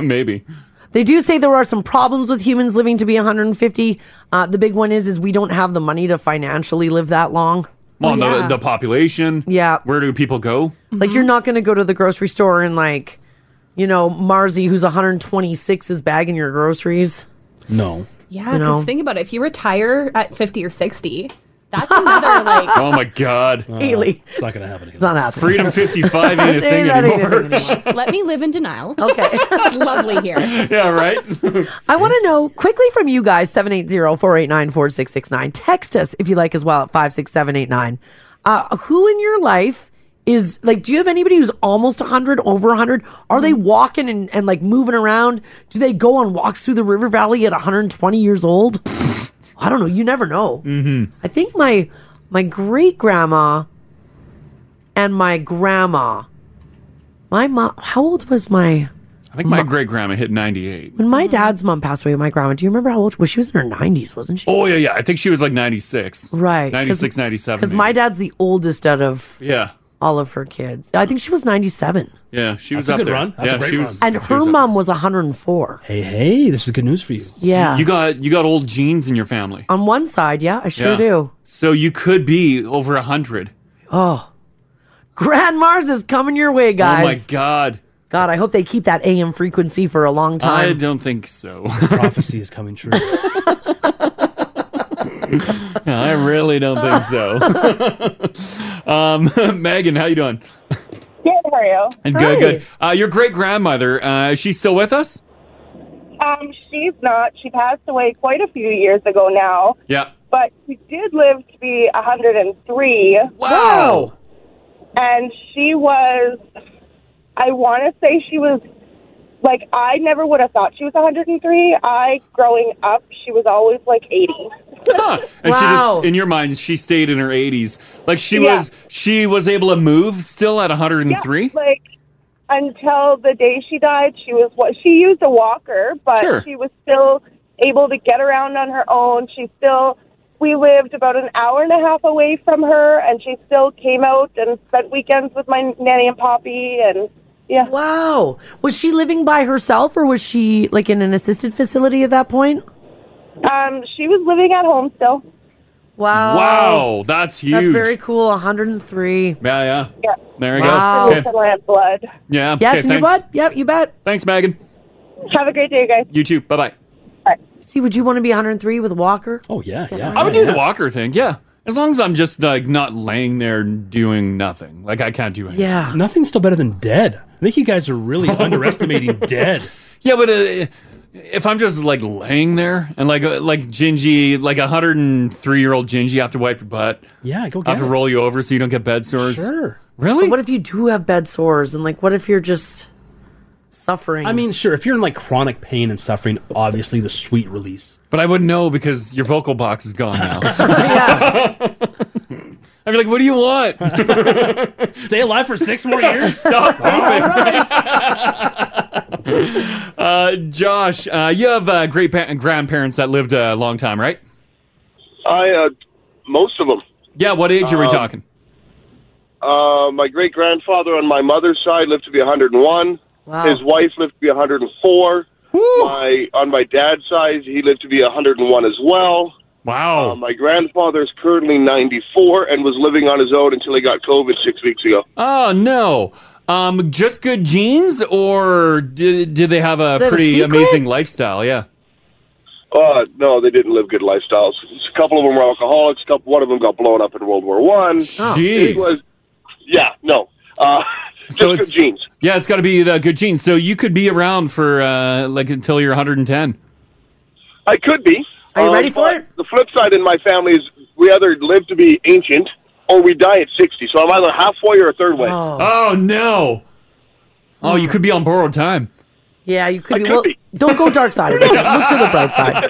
[SPEAKER 3] maybe.
[SPEAKER 10] They do say there are some problems with humans living to be 150. Uh, the big one is is we don't have the money to financially live that long.
[SPEAKER 3] Well, the, the population.
[SPEAKER 10] Yeah.
[SPEAKER 3] Where do people go?
[SPEAKER 10] Like you're not going to go to the grocery store and like, you know, Marzi who's 126 is bagging your groceries.
[SPEAKER 7] No.
[SPEAKER 1] Yeah, because
[SPEAKER 10] You know.
[SPEAKER 1] think about it. If you retire at 50 or 60, that's
[SPEAKER 10] [laughs]
[SPEAKER 1] another like.
[SPEAKER 3] Oh my God,
[SPEAKER 10] Haley.
[SPEAKER 7] Uh, It's not gonna happen. Again.
[SPEAKER 10] It's not happening.
[SPEAKER 3] Freedom 55
[SPEAKER 10] [laughs]
[SPEAKER 3] ain't a thing
[SPEAKER 10] That ain't a
[SPEAKER 3] anymore.
[SPEAKER 1] Let me live in denial.
[SPEAKER 10] Okay.
[SPEAKER 1] [laughs] it's lovely here.
[SPEAKER 3] [laughs] yeah, right?
[SPEAKER 10] I want to know quickly from you guys 780-489-4669. Text us if you like as well at 56789. Uh who in your life is like do you have anybody who's almost 100 over 100 are they walking and, and like moving around do they go on walks through the river valley at 120 years old i don't know you never know
[SPEAKER 17] Mm-hmm.
[SPEAKER 10] I think my my great grandma and my grandma. My mom. How old was my
[SPEAKER 3] I think my great grandma hit 98.
[SPEAKER 10] when
[SPEAKER 7] Mm-hmm.
[SPEAKER 10] my dad's mom passed away? My grandma. Do you remember how old? Well, she was in her nineties, wasn't she?
[SPEAKER 3] Oh, yeah, yeah. I think she was like 96.
[SPEAKER 10] Right, 'cause-
[SPEAKER 3] 96, 97.
[SPEAKER 10] Because
[SPEAKER 3] maybe.
[SPEAKER 10] my dad's the oldest out of
[SPEAKER 3] yeah.
[SPEAKER 10] all of her kids. I think she was ninety-seven,
[SPEAKER 3] Yeah, she was
[SPEAKER 7] That's a
[SPEAKER 3] up
[SPEAKER 7] good
[SPEAKER 3] there.
[SPEAKER 7] run. That's a
[SPEAKER 3] yeah,
[SPEAKER 7] great
[SPEAKER 3] she
[SPEAKER 7] run.
[SPEAKER 3] was.
[SPEAKER 10] and her mom was one hundred and four.
[SPEAKER 7] Hey, hey, this is good news for you.
[SPEAKER 10] Yeah.
[SPEAKER 3] You got you got old genes in your family.
[SPEAKER 10] On one side, yeah, I sure
[SPEAKER 3] Yeah.
[SPEAKER 10] do.
[SPEAKER 3] So you could be over 100.
[SPEAKER 10] Oh, Grandma's is coming your way, guys.
[SPEAKER 3] Oh my god.
[SPEAKER 10] God, I hope they keep that AM frequency for a long
[SPEAKER 3] I
[SPEAKER 10] time.
[SPEAKER 3] don't think so. [laughs]
[SPEAKER 7] prophecy is coming true.
[SPEAKER 3] [laughs] I really don't think so. [laughs] um, [laughs] Megan, how you doing?
[SPEAKER 9] Good, how are you?
[SPEAKER 3] And good, good. Uh, your great grandmother, uh, is she still with us?
[SPEAKER 9] Um, she's not. She passed away quite a few years ago now,
[SPEAKER 3] Yeah.
[SPEAKER 9] but she did live to be 103.
[SPEAKER 3] Wow.
[SPEAKER 9] And she was, I want to say she was, like, I never would have thought she was 103. I, growing up, she was always like 80.
[SPEAKER 3] And she
[SPEAKER 9] Wow.
[SPEAKER 3] just in your mind, she stayed in her eighties. Like she
[SPEAKER 9] Yeah.
[SPEAKER 3] was she was able to move still at hundred and three?
[SPEAKER 9] Yeah, like until the day she died, she was what she used a walker, but
[SPEAKER 3] Sure.
[SPEAKER 9] she was still able to get around on her own. She still we lived about an hour and a half away from her and she still came out and spent weekends with my nanny and poppy and yeah.
[SPEAKER 10] Wow. Was she living by herself or was she like in an assisted facility at that point?
[SPEAKER 9] Um she was living at home still.
[SPEAKER 10] Wow.
[SPEAKER 3] Wow, that's huge.
[SPEAKER 10] That's very cool. 103.
[SPEAKER 3] Yeah, yeah.
[SPEAKER 9] Yeah.
[SPEAKER 3] There you
[SPEAKER 10] Wow.
[SPEAKER 3] go. Okay.
[SPEAKER 9] blood.
[SPEAKER 3] Yeah.
[SPEAKER 10] Yeah,
[SPEAKER 3] okay,
[SPEAKER 10] it's in your
[SPEAKER 3] thanks.
[SPEAKER 10] butt. Yep, you bet.
[SPEAKER 3] Thanks, Megan.
[SPEAKER 9] Have a great day, guys.
[SPEAKER 3] You too. Bye bye.
[SPEAKER 10] See, would you want to be 103 with a walker?
[SPEAKER 7] Oh, yeah, yeah.
[SPEAKER 3] I would do the walker thing, yeah. As long as I'm just like not laying there doing nothing. Like I can't do anything.
[SPEAKER 10] [laughs] Yeah.
[SPEAKER 7] Nothing's still better than dead. I think you guys are really
[SPEAKER 10] [laughs]
[SPEAKER 9] [laughs]
[SPEAKER 7] underestimating dead.
[SPEAKER 3] Yeah, but uh, if I'm just like laying there and like uh, like Gingy, like a hundred and three year old Gingy, you have to wipe your butt.
[SPEAKER 7] Yeah, go
[SPEAKER 3] I
[SPEAKER 7] get
[SPEAKER 3] have to
[SPEAKER 7] it.
[SPEAKER 3] roll you over so you don't get bed sores.
[SPEAKER 7] Sure.
[SPEAKER 3] Really?
[SPEAKER 10] But what if you do have bed sores and like what if you're just suffering?
[SPEAKER 7] I mean, sure, if you're in like chronic pain and suffering, obviously the sweet release. [laughs]
[SPEAKER 3] But I wouldn't know because your vocal box is gone now. I'd be like, what do you want?
[SPEAKER 7] [laughs] Stay alive for six more years?
[SPEAKER 3] [laughs] Stop Uh, Josh, uh, you have uh, great pa- grandparents that lived a long time, right?
[SPEAKER 12] I uh, most of them.
[SPEAKER 3] Yeah, what age are we
[SPEAKER 12] Uh,
[SPEAKER 3] talking?
[SPEAKER 12] Uh, my great grandfather on my mother's side lived to be 101.
[SPEAKER 10] Wow.
[SPEAKER 12] His wife lived to be 104. My on my dad's side, he lived to be 101 as well.
[SPEAKER 3] Wow.
[SPEAKER 12] Uh, my grandfather's currently 94 and was living on his own until he got COVID six weeks ago.
[SPEAKER 3] Oh, no. Um, just good genes, or did, did they have a
[SPEAKER 12] They have a
[SPEAKER 3] pretty
[SPEAKER 12] secret?
[SPEAKER 3] amazing lifestyle? Yeah.
[SPEAKER 12] Uh, no, they didn't live good lifestyles. A couple of them were alcoholics. Couple, one of them got blown up in World War One.
[SPEAKER 3] jeez.
[SPEAKER 12] It was, yeah, no. Uh, [laughs] just
[SPEAKER 3] So
[SPEAKER 12] good
[SPEAKER 3] it's-
[SPEAKER 12] genes.
[SPEAKER 3] Yeah, it's got to be the good genes. So you could be around for uh, like until you're 110.
[SPEAKER 12] I could be. Um,
[SPEAKER 3] Are you ready for
[SPEAKER 12] but The flip side in my family is we either live to be ancient or we die at 60. So I'm either halfway or a third way.
[SPEAKER 3] Oh, no. Oh, you could be on borrowed time.
[SPEAKER 10] Yeah, you could be. well, don't go
[SPEAKER 3] [laughs]
[SPEAKER 10] dark side. Look, look to the bright side.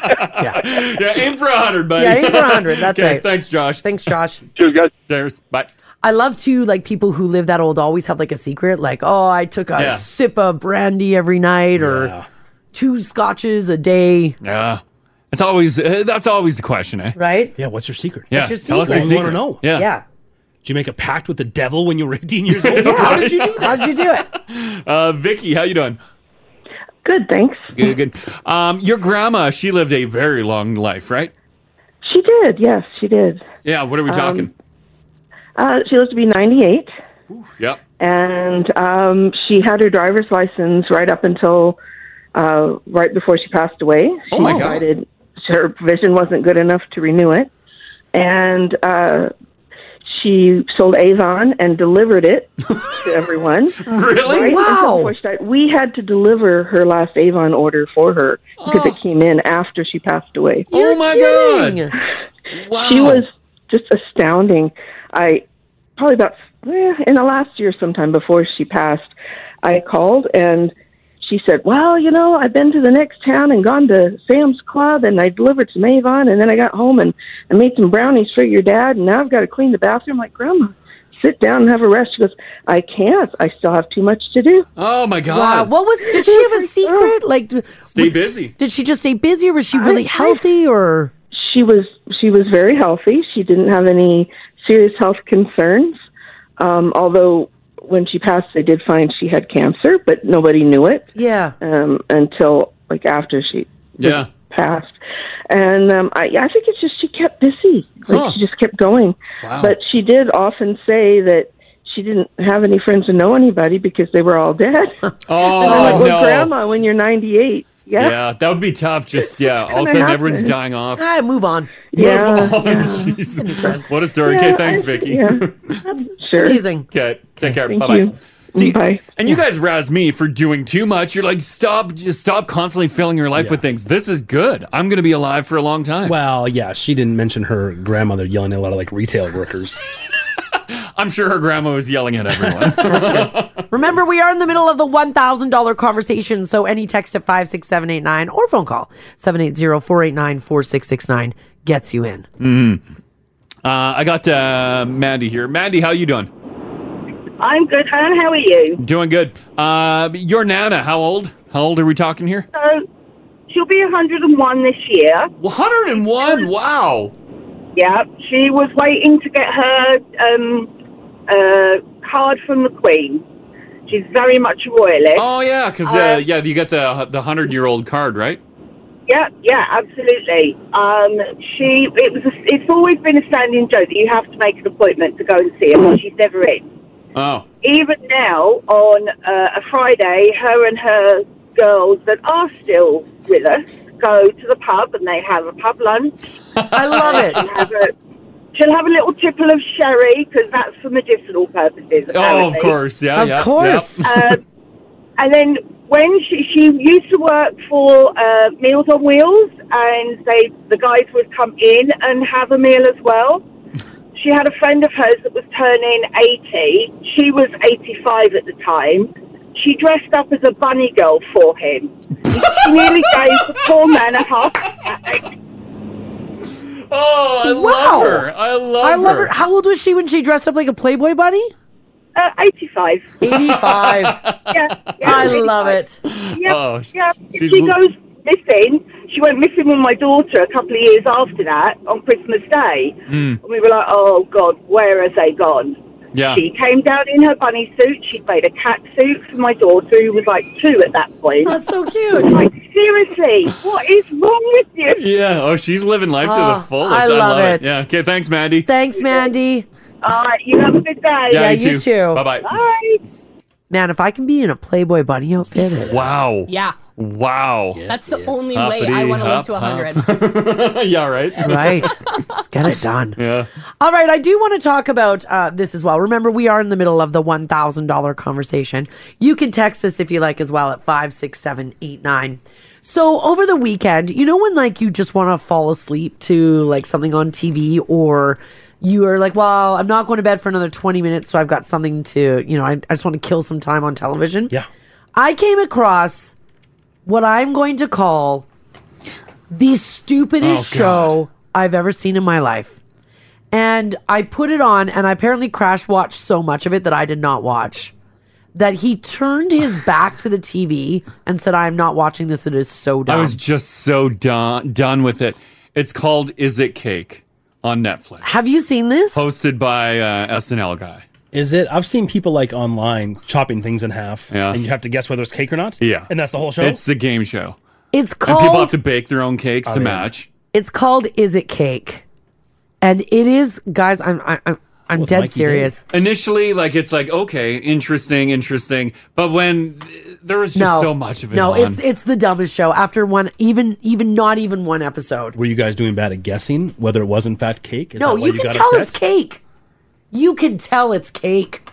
[SPEAKER 3] Yeah, aim for 100, buddy.
[SPEAKER 10] Yeah, aim for 100, that's
[SPEAKER 3] [laughs] Okay,
[SPEAKER 10] right.
[SPEAKER 3] Thanks, Josh.
[SPEAKER 10] Thanks, Josh.
[SPEAKER 12] Cheers, guys.
[SPEAKER 3] Cheers. Bye.
[SPEAKER 10] I love to like people who live that old always have like a secret, like oh, I took a
[SPEAKER 3] Yeah.
[SPEAKER 10] sip of brandy every night or two scotches a day.
[SPEAKER 3] Yeah. That's always uh, that's always the question, eh?
[SPEAKER 10] Right?
[SPEAKER 7] Yeah, what's your secret?
[SPEAKER 3] Yeah, What's your tell us secret? your
[SPEAKER 7] We want to
[SPEAKER 3] secret.
[SPEAKER 7] know.
[SPEAKER 3] Yeah.
[SPEAKER 10] Yeah.
[SPEAKER 7] Did you make a pact with the devil when you were 18 years
[SPEAKER 3] [laughs]
[SPEAKER 10] [laughs]
[SPEAKER 7] old? How did you do this?
[SPEAKER 10] How did you do it?
[SPEAKER 3] Uh, Vicky, how you doing?
[SPEAKER 24] Good, thanks.
[SPEAKER 3] Good, good. Um, your grandma, she lived a very long life, right?
[SPEAKER 24] She did, yes, she did.
[SPEAKER 3] Yeah. What are we
[SPEAKER 24] Um,
[SPEAKER 3] talking?
[SPEAKER 24] Uh, she lived to be 98,
[SPEAKER 3] yep.
[SPEAKER 24] and um, she had her driver's license right up until uh, right before she passed away. She
[SPEAKER 25] Oh, my God.
[SPEAKER 24] decided her vision wasn't good enough to renew it, and uh, she sold Avon and delivered it to everyone.
[SPEAKER 3] [laughs]
[SPEAKER 24] [laughs]
[SPEAKER 3] Really?
[SPEAKER 24] Right?
[SPEAKER 10] Wow.
[SPEAKER 24] Until before she died. we had to deliver her last Avon order for her because it came in after she passed away.
[SPEAKER 3] oh my god! Wow.
[SPEAKER 24] She was just astounding. I probably about eh, in the last year, sometime before she passed, I called and she said, "Well, you know, I've been to the next town and gone to Sam's Club and I delivered some Avon and then I got home and I made some brownies for your dad and now I've got to clean the bathroom." I'm like, "Grandma, sit down and have a rest." She goes, "I can't. I still have too much to do."
[SPEAKER 3] Oh my
[SPEAKER 10] Wow.
[SPEAKER 3] god!
[SPEAKER 10] What was? Did she have a secret?
[SPEAKER 24] Mm.
[SPEAKER 10] Like, d-
[SPEAKER 3] Stay busy.
[SPEAKER 10] did she just stay busy, or was she really healthy, or?
[SPEAKER 24] she was she was very healthy. She didn't have any serious health concerns. Um, although when she passed, they did find she had cancer, but nobody knew it
[SPEAKER 10] Yeah.
[SPEAKER 24] um, until like after she
[SPEAKER 3] Yeah.
[SPEAKER 24] passed. And um, I, I think it's just she kept busy. Like
[SPEAKER 10] Huh.
[SPEAKER 24] she just kept going.
[SPEAKER 10] Wow.
[SPEAKER 24] But she did often say that she didn't have any friends or know anybody because they were all dead. [laughs] Oh, and I'm like, well,
[SPEAKER 3] no.
[SPEAKER 24] Grandma, when you're 98, yeah,
[SPEAKER 3] that would be tough. Just yeah, all of a
[SPEAKER 24] Kinda
[SPEAKER 3] sudden everyone's
[SPEAKER 24] happens.
[SPEAKER 3] dying off.
[SPEAKER 10] I move on.
[SPEAKER 24] Yeah,
[SPEAKER 3] [laughs] Oh, jeez. What a story.
[SPEAKER 10] Yeah,
[SPEAKER 3] okay, thanks,
[SPEAKER 10] I-
[SPEAKER 3] Vicky.
[SPEAKER 10] yeah.
[SPEAKER 3] [laughs]
[SPEAKER 10] That's amazing.
[SPEAKER 3] Okay, take care.
[SPEAKER 10] Thank
[SPEAKER 3] Bye bye.
[SPEAKER 10] you.
[SPEAKER 3] See, and you guys razz me for doing too much. You're like, stop, just stop constantly filling your life with things. This is good. I'm gonna be alive for a long time.
[SPEAKER 7] Well, yeah, she didn't mention her grandmother yelling at a lot of like retail workers.
[SPEAKER 3] I'm sure her grandma was yelling at everyone.
[SPEAKER 10] Remember, we are in the middle of the $1,000 conversation, so any text to 56789 or phone call 780-489-4669 gets you in.
[SPEAKER 3] Mhm. uh, I got uh, Mandy here. Mandy, how you doing?
[SPEAKER 25] [laughs] I'm good, hon. How are you?
[SPEAKER 3] Doing good. Uh, your nana, how old? How old are we talking here?
[SPEAKER 25] So she'll be 101 this year.
[SPEAKER 3] 101? Wow.
[SPEAKER 25] Yeah, she was waiting to get her um, uh, card from the Queen. She's very much a royalist. Um,
[SPEAKER 3] Oh yeah, because uh, yeah, you got the the hundred year old card, right?
[SPEAKER 25] Yeah, yeah, absolutely. Um, she, it was, a, it's always been a standing joke that you have to make an appointment to go and see her, but she's never in.
[SPEAKER 3] Oh.
[SPEAKER 25] Even now, on uh, a Friday, her and her girls that are still with us go to the pub and they have a pub lunch.
[SPEAKER 10] I love it.
[SPEAKER 25] She'll have a, she'll have a little tipple of sherry because that's for medicinal purposes.
[SPEAKER 3] Oh, of
[SPEAKER 25] apparently.
[SPEAKER 3] course. Yeah. yeah, Yeah.
[SPEAKER 25] Um, and then when she, she used to work for uh, Meals on Wheels, and they the guys would come in and have a meal as well. She had a friend of hers that was turning 80. She was 85 at the time. She dressed up as a bunny girl for him. she nearly gave the poor man a heart attack.
[SPEAKER 3] Oh, I love her. I love
[SPEAKER 10] I love her.
[SPEAKER 3] her.
[SPEAKER 10] How old was she when she dressed up like a Playboy bunny?
[SPEAKER 25] Uh, 85.
[SPEAKER 10] 85. [laughs]
[SPEAKER 3] [laughs]
[SPEAKER 10] I love it.
[SPEAKER 25] Yeah,
[SPEAKER 10] Oh, sh-
[SPEAKER 25] yeah.
[SPEAKER 10] she's
[SPEAKER 25] she
[SPEAKER 10] l-
[SPEAKER 25] goes missing. She went missing with my daughter a couple of years after that on Christmas Day.
[SPEAKER 15] Hmm.
[SPEAKER 3] Mm.
[SPEAKER 25] And we were like, oh, God, where have they gone?
[SPEAKER 3] Yeah.
[SPEAKER 25] She came down in her bunny suit. She made a cat suit for my daughter, who was like two at that point.
[SPEAKER 10] That's so cute.
[SPEAKER 25] Like, seriously, what is wrong with you?
[SPEAKER 3] [laughs] Yeah. Oh, she's living life to
[SPEAKER 10] Oh,
[SPEAKER 3] the fullest.
[SPEAKER 10] I
[SPEAKER 3] I love,
[SPEAKER 10] love
[SPEAKER 3] it.
[SPEAKER 10] it.
[SPEAKER 3] Yeah. Okay. Thanks, Mandy.
[SPEAKER 10] Thanks, Mandy.
[SPEAKER 25] All right, you have a good day.
[SPEAKER 3] Yeah, you too. Bye-bye.
[SPEAKER 25] Bye.
[SPEAKER 10] Man, if I can be in a Playboy bunny outfit. it-
[SPEAKER 3] Wow.
[SPEAKER 1] Yeah.
[SPEAKER 3] Wow.
[SPEAKER 1] That's the only way I want to live to 100.
[SPEAKER 3] [laughs] yeah, right?
[SPEAKER 10] Right.
[SPEAKER 3] [laughs]
[SPEAKER 10] Just get it done.
[SPEAKER 3] Yeah.
[SPEAKER 10] All right, I do want to talk about uh, this as well. Remember, we are in the middle of the $1,000 conversation. You can text us if you like as well at 56789. So, over the weekend, you know when like you just want to fall asleep to like something on TV or you are like, well, I'm not going to bed for another 20 minutes, so I've got something to, you know, I, I just want to kill some time on television. Yeah. I came across what I'm going to call the stupidest
[SPEAKER 6] Oh, God.
[SPEAKER 10] show I've ever seen in my life. And I put it on, and I apparently crash watched so much of it that I did not watch. That he turned his back to the TV and said, I am not watching this. It is so dumb.
[SPEAKER 3] I was just so done done with it. It's called Is It Cake on Netflix.
[SPEAKER 10] Have you seen this?
[SPEAKER 3] Hosted by uh, SNL guy.
[SPEAKER 7] Is it? I've seen people like online chopping things in half,
[SPEAKER 3] Yeah.
[SPEAKER 7] and you have to guess whether it's cake or not.
[SPEAKER 3] Yeah.
[SPEAKER 7] and that's the whole show.
[SPEAKER 3] It's a game show.
[SPEAKER 10] It's
[SPEAKER 3] And people have
[SPEAKER 10] called
[SPEAKER 3] to bake their own cakes
[SPEAKER 7] Oh,
[SPEAKER 10] I'm
[SPEAKER 3] to
[SPEAKER 10] in.
[SPEAKER 3] match.
[SPEAKER 10] It's called Is It Cake? And it is, guys, I'm I, I'm I'm dead serious.
[SPEAKER 3] Initially, like it's like okay, interesting, interesting, but when there was just
[SPEAKER 10] no,
[SPEAKER 3] so much of it.
[SPEAKER 10] No,
[SPEAKER 3] on.
[SPEAKER 10] it's it's the dumbest show. After one, even even not even one episode.
[SPEAKER 7] Were you guys doing bad at guessing whether it was in fact cake? Is
[SPEAKER 10] no,
[SPEAKER 7] that why
[SPEAKER 10] you can
[SPEAKER 7] got
[SPEAKER 10] tell
[SPEAKER 7] upset?
[SPEAKER 10] it's cake. You can tell it's cake.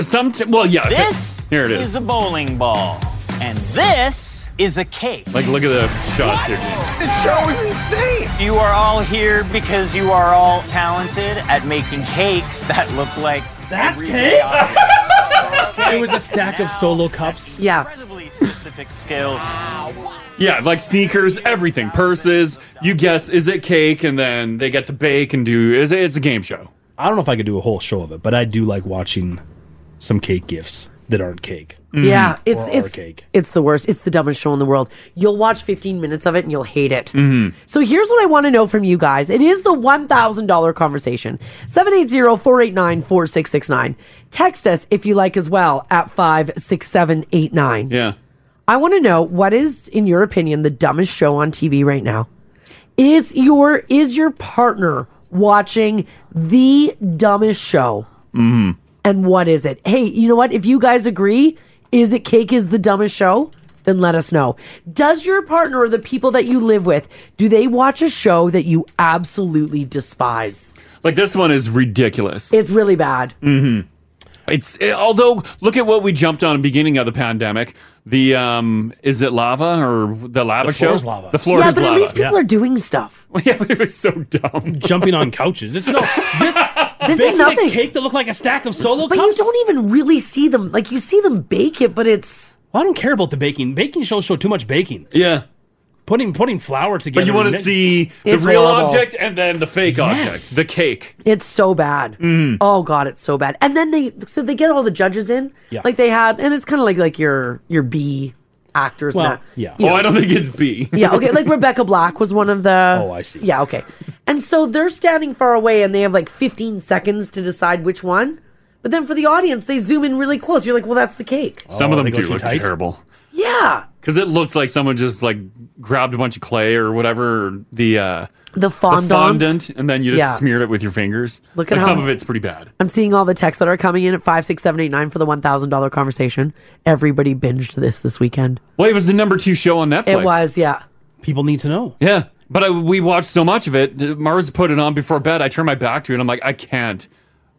[SPEAKER 3] Some well, yeah. okay.
[SPEAKER 11] This
[SPEAKER 3] Here it is.
[SPEAKER 11] a bowling ball, and this is a cake.
[SPEAKER 3] Like, look at the shots here.
[SPEAKER 11] This show is insane. You are all here because you are all talented at [laughs] making cakes that look like
[SPEAKER 7] That's
[SPEAKER 11] everyday
[SPEAKER 7] cake?
[SPEAKER 11] objects.
[SPEAKER 7] It was a stack of solo cups.
[SPEAKER 10] Yeah.
[SPEAKER 11] Incredibly specific skill.
[SPEAKER 3] Yeah, like sneakers, everything, purses. You guess, is it cake? And then they get to bake and do. It's, it's a game show.
[SPEAKER 7] I don't know if I could do a whole show of it, but I do like watching some cake gifts that aren't cake. Mm-hmm.
[SPEAKER 10] Yeah, it's
[SPEAKER 7] Mm. Or are
[SPEAKER 10] it's
[SPEAKER 7] cake.
[SPEAKER 10] it's the worst. It's the dumbest show in the world. You'll watch 15 minutes of it and you'll hate it.
[SPEAKER 7] Mm.
[SPEAKER 3] Mm-hmm.
[SPEAKER 10] So here's what I want to know from you guys. It is the $1,000 conversation. 780-489-4669. Text us if you like as well at 56789.
[SPEAKER 3] Yeah.
[SPEAKER 10] I want to know what is in your opinion the dumbest show on TV right now? Is your is your partner watching the dumbest show?
[SPEAKER 3] Mm.
[SPEAKER 10] and what is it? Hey, you know what? If you guys agree, is it cake is the dumbest show? Then let us know. Does your partner or the people that you live with, do they watch a show that you absolutely despise?
[SPEAKER 3] Like this one is ridiculous.
[SPEAKER 10] It's really bad.
[SPEAKER 3] hmm It's eh, although look at what we jumped on at the beginning of the pandemic. The um, is it lava or the lava
[SPEAKER 7] The
[SPEAKER 3] show?
[SPEAKER 7] floor is lava.
[SPEAKER 3] The floor
[SPEAKER 10] yeah,
[SPEAKER 3] is
[SPEAKER 10] but
[SPEAKER 3] lava.
[SPEAKER 10] at least people are doing stuff.
[SPEAKER 3] [laughs] Yeah, but it was so dumb.
[SPEAKER 7] Jumping on couches. It's no this
[SPEAKER 3] [laughs]
[SPEAKER 10] This
[SPEAKER 7] baking
[SPEAKER 10] is
[SPEAKER 7] a
[SPEAKER 10] nothing.
[SPEAKER 7] cake that looked like a stack of solo
[SPEAKER 10] But
[SPEAKER 7] cups.
[SPEAKER 10] you don't even really see them. Like you see them bake it, but it's
[SPEAKER 7] Well, I don't care about the baking. Baking shows show too much baking.
[SPEAKER 3] Yeah.
[SPEAKER 7] Putting putting flour together.
[SPEAKER 3] But you want
[SPEAKER 7] and
[SPEAKER 3] to
[SPEAKER 7] mix-
[SPEAKER 3] see the
[SPEAKER 10] It's
[SPEAKER 3] real
[SPEAKER 10] horrible.
[SPEAKER 3] object and then the fake
[SPEAKER 10] Yes.
[SPEAKER 3] object, the cake.
[SPEAKER 10] It's so bad.
[SPEAKER 3] Mm-hmm.
[SPEAKER 10] Oh god, it's so bad. And then they so they get all the judges in.
[SPEAKER 3] Yeah.
[SPEAKER 10] Like they had and it's kinda like like your your B actors and that. You
[SPEAKER 3] Oh,
[SPEAKER 10] know.
[SPEAKER 3] I don't think it's B.
[SPEAKER 10] yeah, okay.
[SPEAKER 3] [laughs]
[SPEAKER 10] Like Rebecca Black was one of the. Oh, I see. Yeah, okay. And so they're standing far away and they have like 15 seconds to decide which one. But then for the audience, they zoom in really close. You're like, well, that's the cake.
[SPEAKER 3] Some
[SPEAKER 7] Oh,
[SPEAKER 3] of
[SPEAKER 7] they go
[SPEAKER 3] them do
[SPEAKER 7] too
[SPEAKER 3] look
[SPEAKER 7] tight?
[SPEAKER 3] terrible.
[SPEAKER 10] Yeah.
[SPEAKER 3] Because it looks like someone just like grabbed a bunch of clay or whatever or the uh,
[SPEAKER 10] The fondant.
[SPEAKER 3] fondant, and then you just
[SPEAKER 10] Yeah.
[SPEAKER 3] smeared it with your fingers.
[SPEAKER 10] Look at
[SPEAKER 3] Like,
[SPEAKER 10] how-
[SPEAKER 3] some of it's pretty bad.
[SPEAKER 10] I'm seeing all the texts that are coming in at 56789 for the $1,000 conversation. Everybody binged this this weekend.
[SPEAKER 3] Well, it was the number two show on Netflix.
[SPEAKER 10] It was, yeah.
[SPEAKER 7] People need to know.
[SPEAKER 3] Yeah, but I, we watched so much of it. that Mars put it on before bed. I turned my back to it. and I'm like, I can't.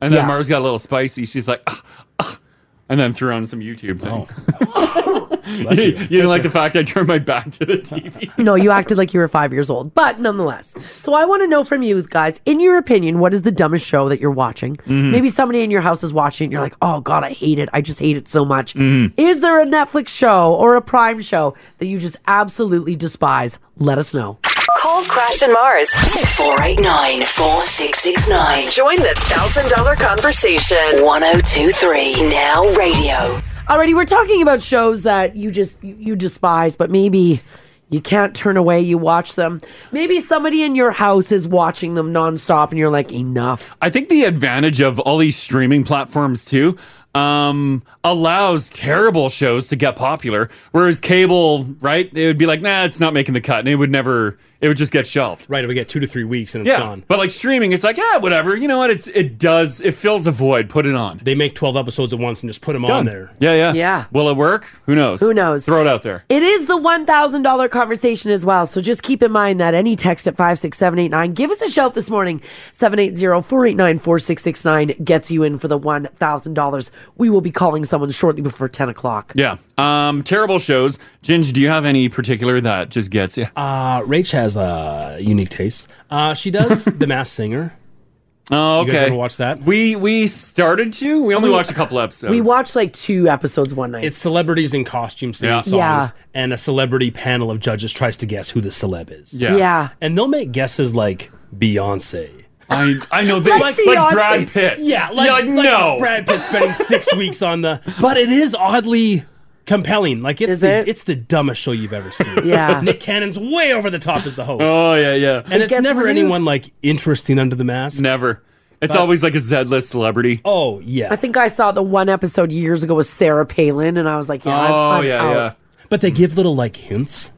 [SPEAKER 3] And then
[SPEAKER 10] Yeah.
[SPEAKER 3] Mars got a little spicy. She's like, "Ugh, ugh," and then threw on some YouTube thing.
[SPEAKER 7] Oh.
[SPEAKER 3] [laughs] you. you didn't like the fact I turned my back to the
[SPEAKER 7] [laughs]
[SPEAKER 3] TV.
[SPEAKER 10] No, you acted like you were five years old, but nonetheless. So I want to know from you guys, in your opinion, what is the dumbest show that you're watching?
[SPEAKER 6] Mhm.
[SPEAKER 10] Maybe somebody in your house is watching it and you're like, oh God, I hate it. I just hate it so much.
[SPEAKER 1] Mm-hmm.
[SPEAKER 3] Mm-hmm.
[SPEAKER 10] Is there a Netflix show or a Prime show that you just absolutely despise? Let us know.
[SPEAKER 5] Call Crash and Mars.
[SPEAKER 13] 489 4669.
[SPEAKER 5] Join the $1,000 conversation.
[SPEAKER 13] 1023 Now Radio.
[SPEAKER 10] Alrighty, we're talking about shows that you just you despise, but maybe you can't turn away. You watch them. Maybe somebody in your house is watching them nonstop, and you're like, enough.
[SPEAKER 3] I think the advantage of all these streaming platforms too um allows terrible shows to get popular whereas cable right it would be like nah it's not making the cut and it would never it would just get shelved
[SPEAKER 7] right it would get two to three weeks and it's
[SPEAKER 3] yeah
[SPEAKER 7] gone.
[SPEAKER 3] but like streaming it's like yeah whatever you know what it's it does it fills a void put it on
[SPEAKER 7] They make 12 episodes at once and just put them on
[SPEAKER 3] Done.
[SPEAKER 7] there.
[SPEAKER 3] yeah yeah
[SPEAKER 10] Yeah.
[SPEAKER 3] will it work who knows
[SPEAKER 10] Who knows?
[SPEAKER 3] throw it out there
[SPEAKER 10] It is the $1,000 conversation as well. So just keep in mind that any text at 56789, give us a shout this morning. 780 489 4669 gets you in for the $1,000. We will be calling someone shortly before 10 o'clock.
[SPEAKER 3] yeah um terrible shows Ginge, do you have any particular that just gets you
[SPEAKER 7] Uh, Rach has a unique taste. Uh, she
[SPEAKER 3] [laughs]
[SPEAKER 7] does The Masked Singer.
[SPEAKER 3] Oh,
[SPEAKER 7] You guys
[SPEAKER 3] okay.
[SPEAKER 7] ever watch that?
[SPEAKER 3] We we started to. We only watched a couple episodes.
[SPEAKER 10] We watched like two episodes one night.
[SPEAKER 7] It's celebrities in costumes singing
[SPEAKER 10] Yeah.
[SPEAKER 7] songs,
[SPEAKER 10] Yeah.
[SPEAKER 7] and a celebrity panel of judges tries to guess who the celeb is.
[SPEAKER 10] Yeah. Yeah.
[SPEAKER 7] and they'll make guesses like Beyonce.
[SPEAKER 3] I I know they- Like like Brad Beyonce's- Pitt.
[SPEAKER 7] Yeah,
[SPEAKER 3] Yeah, like,
[SPEAKER 7] like,
[SPEAKER 3] no.
[SPEAKER 7] Brad Pitt spending
[SPEAKER 3] [laughs]
[SPEAKER 7] six weeks on the. But it is oddly compelling. Like it's
[SPEAKER 3] Is
[SPEAKER 7] the
[SPEAKER 3] it?
[SPEAKER 7] it's the dumbest show you've ever seen.
[SPEAKER 3] Yeah.
[SPEAKER 7] [laughs] Nick Cannon's way over the top as the host.
[SPEAKER 3] Oh yeah, yeah.
[SPEAKER 7] And it's never anyone like interesting under the mask.
[SPEAKER 3] Never. It's
[SPEAKER 7] But-
[SPEAKER 3] always like a Z list celebrity.
[SPEAKER 7] Oh yeah.
[SPEAKER 10] I think I saw the one episode years ago with Sarah Palin, and I was like, yeah, I'm-
[SPEAKER 3] Oh, Uh,
[SPEAKER 10] I'm out.
[SPEAKER 7] But they give little like hints,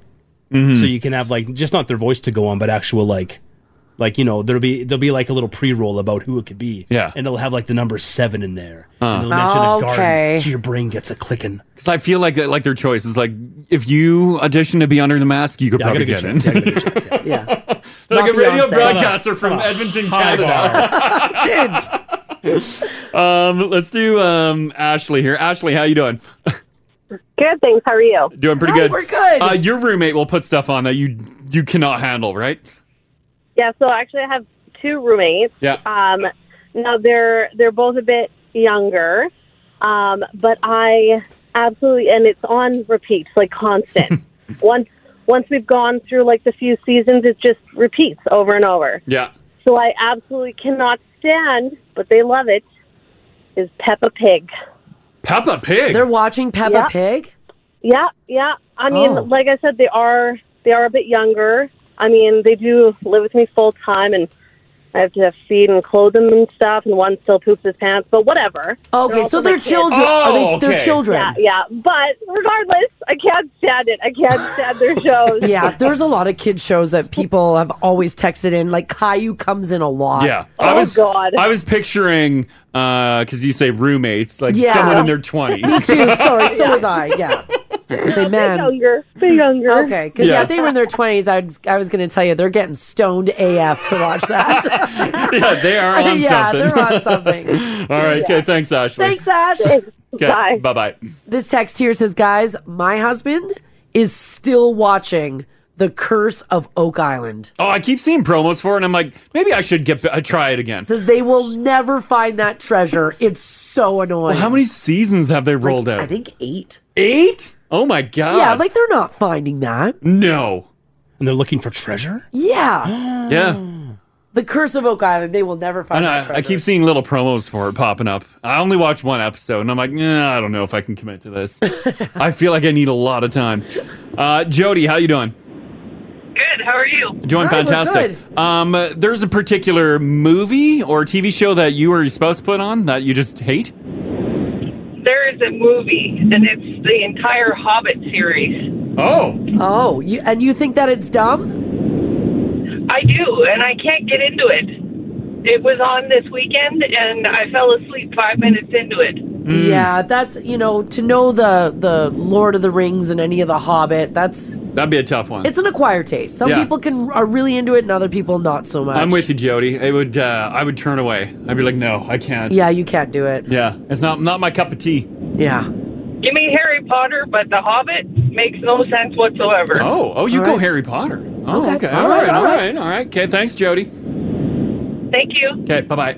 [SPEAKER 3] Mm-hmm.
[SPEAKER 7] so you can have like just not their voice to go on, but actual like, like you know there'll be there'll be like a little pre roll about who it could be.
[SPEAKER 3] Yeah. Uh-huh.
[SPEAKER 7] and they'll have like the number seven in there,
[SPEAKER 3] Huh.
[SPEAKER 7] and they'll mention
[SPEAKER 6] Oh,
[SPEAKER 7] a
[SPEAKER 10] Okay.
[SPEAKER 7] garden, so your brain gets a clicking.
[SPEAKER 3] Because I feel like like their choice is like if you audition to be under the mask, you could
[SPEAKER 7] Yeah, I got
[SPEAKER 3] probably
[SPEAKER 7] a good
[SPEAKER 3] get in.
[SPEAKER 7] chance. Yeah, I got
[SPEAKER 3] They're like
[SPEAKER 7] Not
[SPEAKER 3] a radio
[SPEAKER 7] Beyonce.
[SPEAKER 3] broadcaster from
[SPEAKER 7] Hold on.
[SPEAKER 3] Edmonton,
[SPEAKER 7] High
[SPEAKER 3] Canada. [laughs] um, let's do um, Ashley here. Ashley, how you doing?
[SPEAKER 14] Good, thanks. How are you?
[SPEAKER 3] Doing pretty
[SPEAKER 14] Hi,
[SPEAKER 3] good.
[SPEAKER 14] we're good.
[SPEAKER 3] Uh, your roommate will put stuff on that you you cannot handle, right?
[SPEAKER 14] Yeah, so actually, I have two roommates.
[SPEAKER 3] Yeah.
[SPEAKER 14] Um, now they're they're both a bit younger, um, but I absolutely and it's on repeat, like constant. once once we've gone through like the few seasons, it just repeats over and over.
[SPEAKER 3] Yeah.
[SPEAKER 14] So I absolutely cannot stand, but they love it. Is Peppa Pig?
[SPEAKER 3] Peppa Pig.
[SPEAKER 10] They're watching Peppa
[SPEAKER 14] Yeah.
[SPEAKER 10] Pig?
[SPEAKER 14] Yeah, yeah. I mean,
[SPEAKER 10] Oh.
[SPEAKER 14] like I said, they are they are a bit younger. I mean, they do live with me full time, and I have to feed and clothe them and stuff. And one still poops his pants, but whatever.
[SPEAKER 10] Okay,
[SPEAKER 14] also
[SPEAKER 10] so they're
[SPEAKER 14] my kids.
[SPEAKER 10] children. Are they- Oh, they're okay. children.
[SPEAKER 14] Yeah, yeah. But regardless, I can't stand it. I can't stand their shows.
[SPEAKER 10] Yeah, there's a lot of kid shows that people have always texted in. Like Caillou comes in a lot.
[SPEAKER 3] Yeah.
[SPEAKER 14] Oh,
[SPEAKER 3] I was, I was picturing because you say roommates, like
[SPEAKER 10] Yeah.
[SPEAKER 3] someone in their [laughs]
[SPEAKER 10] Me [laughs]
[SPEAKER 3] twenties.
[SPEAKER 10] too. Sorry, so was I. Yeah. Say, man.
[SPEAKER 14] younger. They're younger.
[SPEAKER 10] Okay, because yeah.
[SPEAKER 3] Yeah.
[SPEAKER 10] they were in their twenties. I was, I was going to tell you they're getting stoned AF to watch that.
[SPEAKER 3] yeah, they are on
[SPEAKER 10] Yeah,
[SPEAKER 3] something.
[SPEAKER 10] they're on
[SPEAKER 3] [laughs]
[SPEAKER 10] something.
[SPEAKER 3] All right. Okay. Thanks, Ashley.
[SPEAKER 10] Thanks, Ash.
[SPEAKER 3] Okay, bye. Bye.
[SPEAKER 10] This text here says, guys, my husband is still watching The Curse of Oak Island.
[SPEAKER 3] Oh, I keep seeing promos for it, and I'm like, maybe I should get uh, try it again.
[SPEAKER 10] Says they will never find that treasure. It's so
[SPEAKER 3] Well,
[SPEAKER 10] annoying.
[SPEAKER 3] how many seasons have they rolled out?
[SPEAKER 10] I think eight.
[SPEAKER 3] eight. Oh my god.
[SPEAKER 10] Yeah, like they're not finding that.
[SPEAKER 3] no.
[SPEAKER 7] And they're looking for treasure.
[SPEAKER 10] Yeah.
[SPEAKER 3] [gasps] Yeah,
[SPEAKER 10] The Curse of Oak Island. They will never find
[SPEAKER 3] and
[SPEAKER 10] that
[SPEAKER 3] I,
[SPEAKER 10] treasure.
[SPEAKER 3] I keep seeing little promos for it popping up. I only watch one episode, and I'm like, nah, I don't know if I can commit to
[SPEAKER 10] [laughs]
[SPEAKER 3] this. I feel like I need a lot of time. Uh, Jody, how you doing?
[SPEAKER 21] Good. How are you?
[SPEAKER 3] Doing fantastic. Um, uh, there's a particular movie or TV show that you or your spouse put on that you just hate.
[SPEAKER 21] There is a movie, and it's the entire Hobbit series.
[SPEAKER 3] Oh.
[SPEAKER 10] Oh, you and you think that it's dumb?
[SPEAKER 21] I do, and I can't get into it. It was on this weekend, and I fell asleep five minutes into it.
[SPEAKER 3] Mm.
[SPEAKER 10] Yeah, that's you know to know the the Lord of the Rings and any of the Hobbit. That's
[SPEAKER 3] That'd be a tough one.
[SPEAKER 10] it's an acquired taste. Some
[SPEAKER 3] Yeah.
[SPEAKER 10] people can are really into it, and other people not so much.
[SPEAKER 3] I'm with you, Jody. I would uh, I would turn away. I'd be like, no, I can't.
[SPEAKER 10] Yeah, you can't do it.
[SPEAKER 3] Yeah, it's not not my cup of tea.
[SPEAKER 10] Yeah.
[SPEAKER 21] Give me Harry Potter, but The Hobbit makes no sense whatsoever.
[SPEAKER 3] Oh, oh, you go Harry Potter. Oh,
[SPEAKER 21] Okay.
[SPEAKER 3] okay. All right, all right, all right. Okay, thanks, Jody.
[SPEAKER 21] Thank you.
[SPEAKER 3] Okay, bye bye.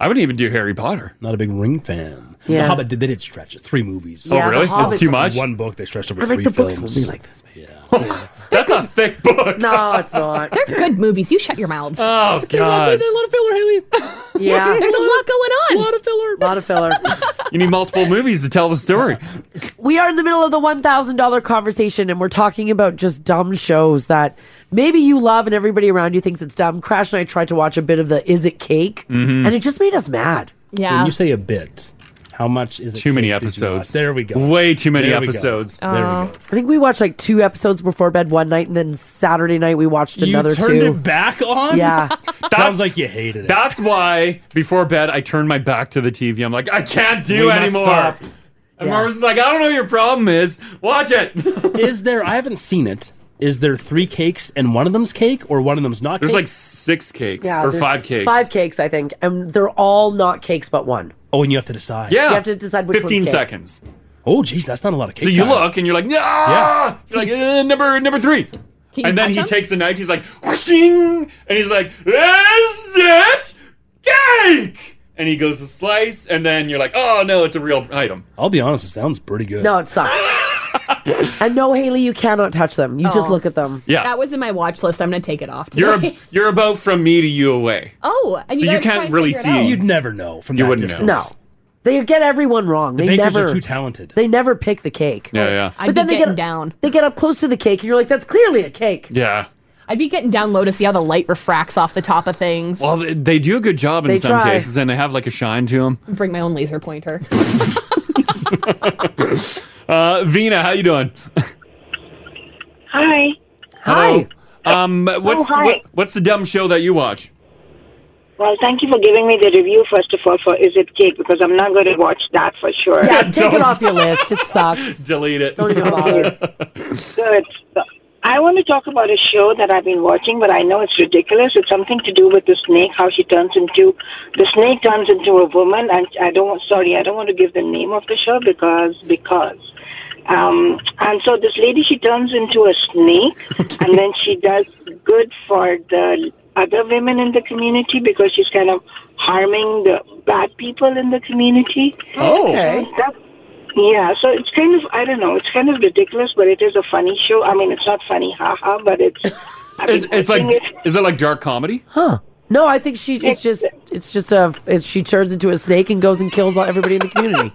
[SPEAKER 3] I wouldn't even do Harry Potter.
[SPEAKER 7] Not a big Ring fan. The
[SPEAKER 6] Yeah.
[SPEAKER 7] Hobbit did, they did stretch it. Three movies.
[SPEAKER 6] Oh, Yeah, The really? That's Hobbit's- too much?
[SPEAKER 7] One book they stretched over
[SPEAKER 6] I like
[SPEAKER 7] three
[SPEAKER 6] the
[SPEAKER 7] films.
[SPEAKER 6] books will be like
[SPEAKER 7] this.
[SPEAKER 3] That's a thick [laughs] book.
[SPEAKER 6] No, it's not.
[SPEAKER 1] They're good movies. You shut your mouths.
[SPEAKER 7] [laughs]
[SPEAKER 3] Oh God.
[SPEAKER 7] a lot of filler, Haley.
[SPEAKER 6] Yeah.
[SPEAKER 1] There's a lot going on. A lot
[SPEAKER 7] of filler. A
[SPEAKER 6] lot of filler.
[SPEAKER 3] You need multiple movies to tell the story.
[SPEAKER 10] We are in the middle of the $1,000 conversation and we're talking about just dumb shows that maybe you love and everybody around you thinks it's dumb. Crash and I tried to watch a bit of the Is It Cake
[SPEAKER 7] Mhm.
[SPEAKER 3] Mm-hmm.
[SPEAKER 10] and it just made us mad.
[SPEAKER 7] When you say a bit, how much is it?
[SPEAKER 3] Too many
[SPEAKER 7] cake did you watch?
[SPEAKER 3] episodes.
[SPEAKER 7] There we go.
[SPEAKER 3] Way too many
[SPEAKER 7] There we go.
[SPEAKER 3] episodes.
[SPEAKER 7] There we go.
[SPEAKER 6] Oh.
[SPEAKER 10] I think we watched like two episodes before bed one night and then Saturday night we watched
[SPEAKER 7] You
[SPEAKER 10] another
[SPEAKER 7] turned
[SPEAKER 10] two.
[SPEAKER 7] it back on?
[SPEAKER 10] Yeah.
[SPEAKER 7] [laughs] Sounds like you hated it.
[SPEAKER 3] That's why before bed I turn my back to the TV. I'm like, I can't do
[SPEAKER 7] We must
[SPEAKER 3] anymore.
[SPEAKER 7] stop.
[SPEAKER 3] And Marvin's like, I don't know what your problem is. Watch it. [laughs]
[SPEAKER 7] is there? I haven't seen it. Is there three cakes and one of them's cake or one of them's not?
[SPEAKER 3] There's
[SPEAKER 7] cake?
[SPEAKER 3] like six cakes
[SPEAKER 10] Yeah,
[SPEAKER 3] or
[SPEAKER 10] there's
[SPEAKER 3] five cakes.
[SPEAKER 10] Five cakes, I think. And they're all not cakes but one.
[SPEAKER 7] Oh, and you have to decide.
[SPEAKER 3] Yeah.
[SPEAKER 10] You have to decide which
[SPEAKER 3] 15
[SPEAKER 10] one's cake.
[SPEAKER 3] seconds.
[SPEAKER 7] Oh, geez, that's not a lot of
[SPEAKER 3] so
[SPEAKER 7] cake.
[SPEAKER 3] you
[SPEAKER 7] time.
[SPEAKER 3] look and you're like, yeah. You're like, uh, number number three.
[SPEAKER 7] you
[SPEAKER 3] And then
[SPEAKER 7] touch
[SPEAKER 3] he
[SPEAKER 7] them?
[SPEAKER 3] takes a knife. He's like, whooshing, and he's like, is it cake? And he goes to slice, and then you're like, oh no, it's a real item.
[SPEAKER 7] I'll be honest, it sounds pretty good.
[SPEAKER 10] No, it sucks. and no, Haley, you cannot touch them. You just
[SPEAKER 1] Oh.
[SPEAKER 10] look at them.
[SPEAKER 3] Yeah.
[SPEAKER 1] That was in my watch list. I'm gonna take it off.
[SPEAKER 3] You're
[SPEAKER 1] today.
[SPEAKER 3] you're about from me to you away.
[SPEAKER 1] [laughs] oh, and
[SPEAKER 3] so
[SPEAKER 1] you,
[SPEAKER 3] you
[SPEAKER 1] gotta try
[SPEAKER 3] can't
[SPEAKER 1] and
[SPEAKER 3] really
[SPEAKER 1] figure it out.
[SPEAKER 3] see.
[SPEAKER 7] You'd never know from
[SPEAKER 3] you
[SPEAKER 7] that
[SPEAKER 3] wouldn't
[SPEAKER 7] distance.
[SPEAKER 10] No. They get everyone wrong.
[SPEAKER 7] The
[SPEAKER 10] they
[SPEAKER 7] bakers
[SPEAKER 10] never
[SPEAKER 7] are too talented.
[SPEAKER 10] They never pick the cake.
[SPEAKER 7] Yeah, yeah.
[SPEAKER 1] I'd be
[SPEAKER 10] they
[SPEAKER 1] getting
[SPEAKER 10] get down. They get up close to the cake, and you're like, "That's clearly a cake."
[SPEAKER 3] Yeah.
[SPEAKER 1] I'd be getting down low to see how the light refracts off the top of things.
[SPEAKER 3] Well, they, they do a good job in
[SPEAKER 1] They
[SPEAKER 3] some
[SPEAKER 1] try.
[SPEAKER 3] cases, and they have like a shine to them.
[SPEAKER 1] Bring my own laser pointer.
[SPEAKER 3] Uh, Vina, how you doing?
[SPEAKER 2] Hi.
[SPEAKER 3] Hi. Um, what's
[SPEAKER 2] hi.
[SPEAKER 3] What, what's the dumb show that you watch?
[SPEAKER 2] Well, thank you for giving me the review, first of all, for Is It Cake, because I'm not going to watch that for sure.
[SPEAKER 3] [laughs]
[SPEAKER 10] Yeah, take it off your list. It sucks.
[SPEAKER 3] Delete it.
[SPEAKER 10] Don't even bother.
[SPEAKER 2] Good. I want to talk about a show that I've been watching, but I know it's ridiculous. It's something to do with the snake, how she turns into, the snake turns into a woman, and I don't, sorry, I don't want to give the name of the show because, because. Um, and so this lady, she turns into a
[SPEAKER 16] [laughs]
[SPEAKER 2] snake, and then she does good for the other women in the community because she's kind of harming the bad people in the community.
[SPEAKER 16] Oh. Okay.
[SPEAKER 2] So that's- yeah, so it's kind of, I don't know, it's kind of ridiculous, but it is a funny show. I mean, it's not funny, haha, but
[SPEAKER 3] [laughs]
[SPEAKER 2] it's. I mean,
[SPEAKER 10] [laughs]
[SPEAKER 3] It's, it's like, is it like dark comedy?
[SPEAKER 10] Huh? No, I think she. It's just. It's just a. It's, she turns into a snake and goes and kills all, everybody in the
[SPEAKER 7] [laughs]
[SPEAKER 10] community.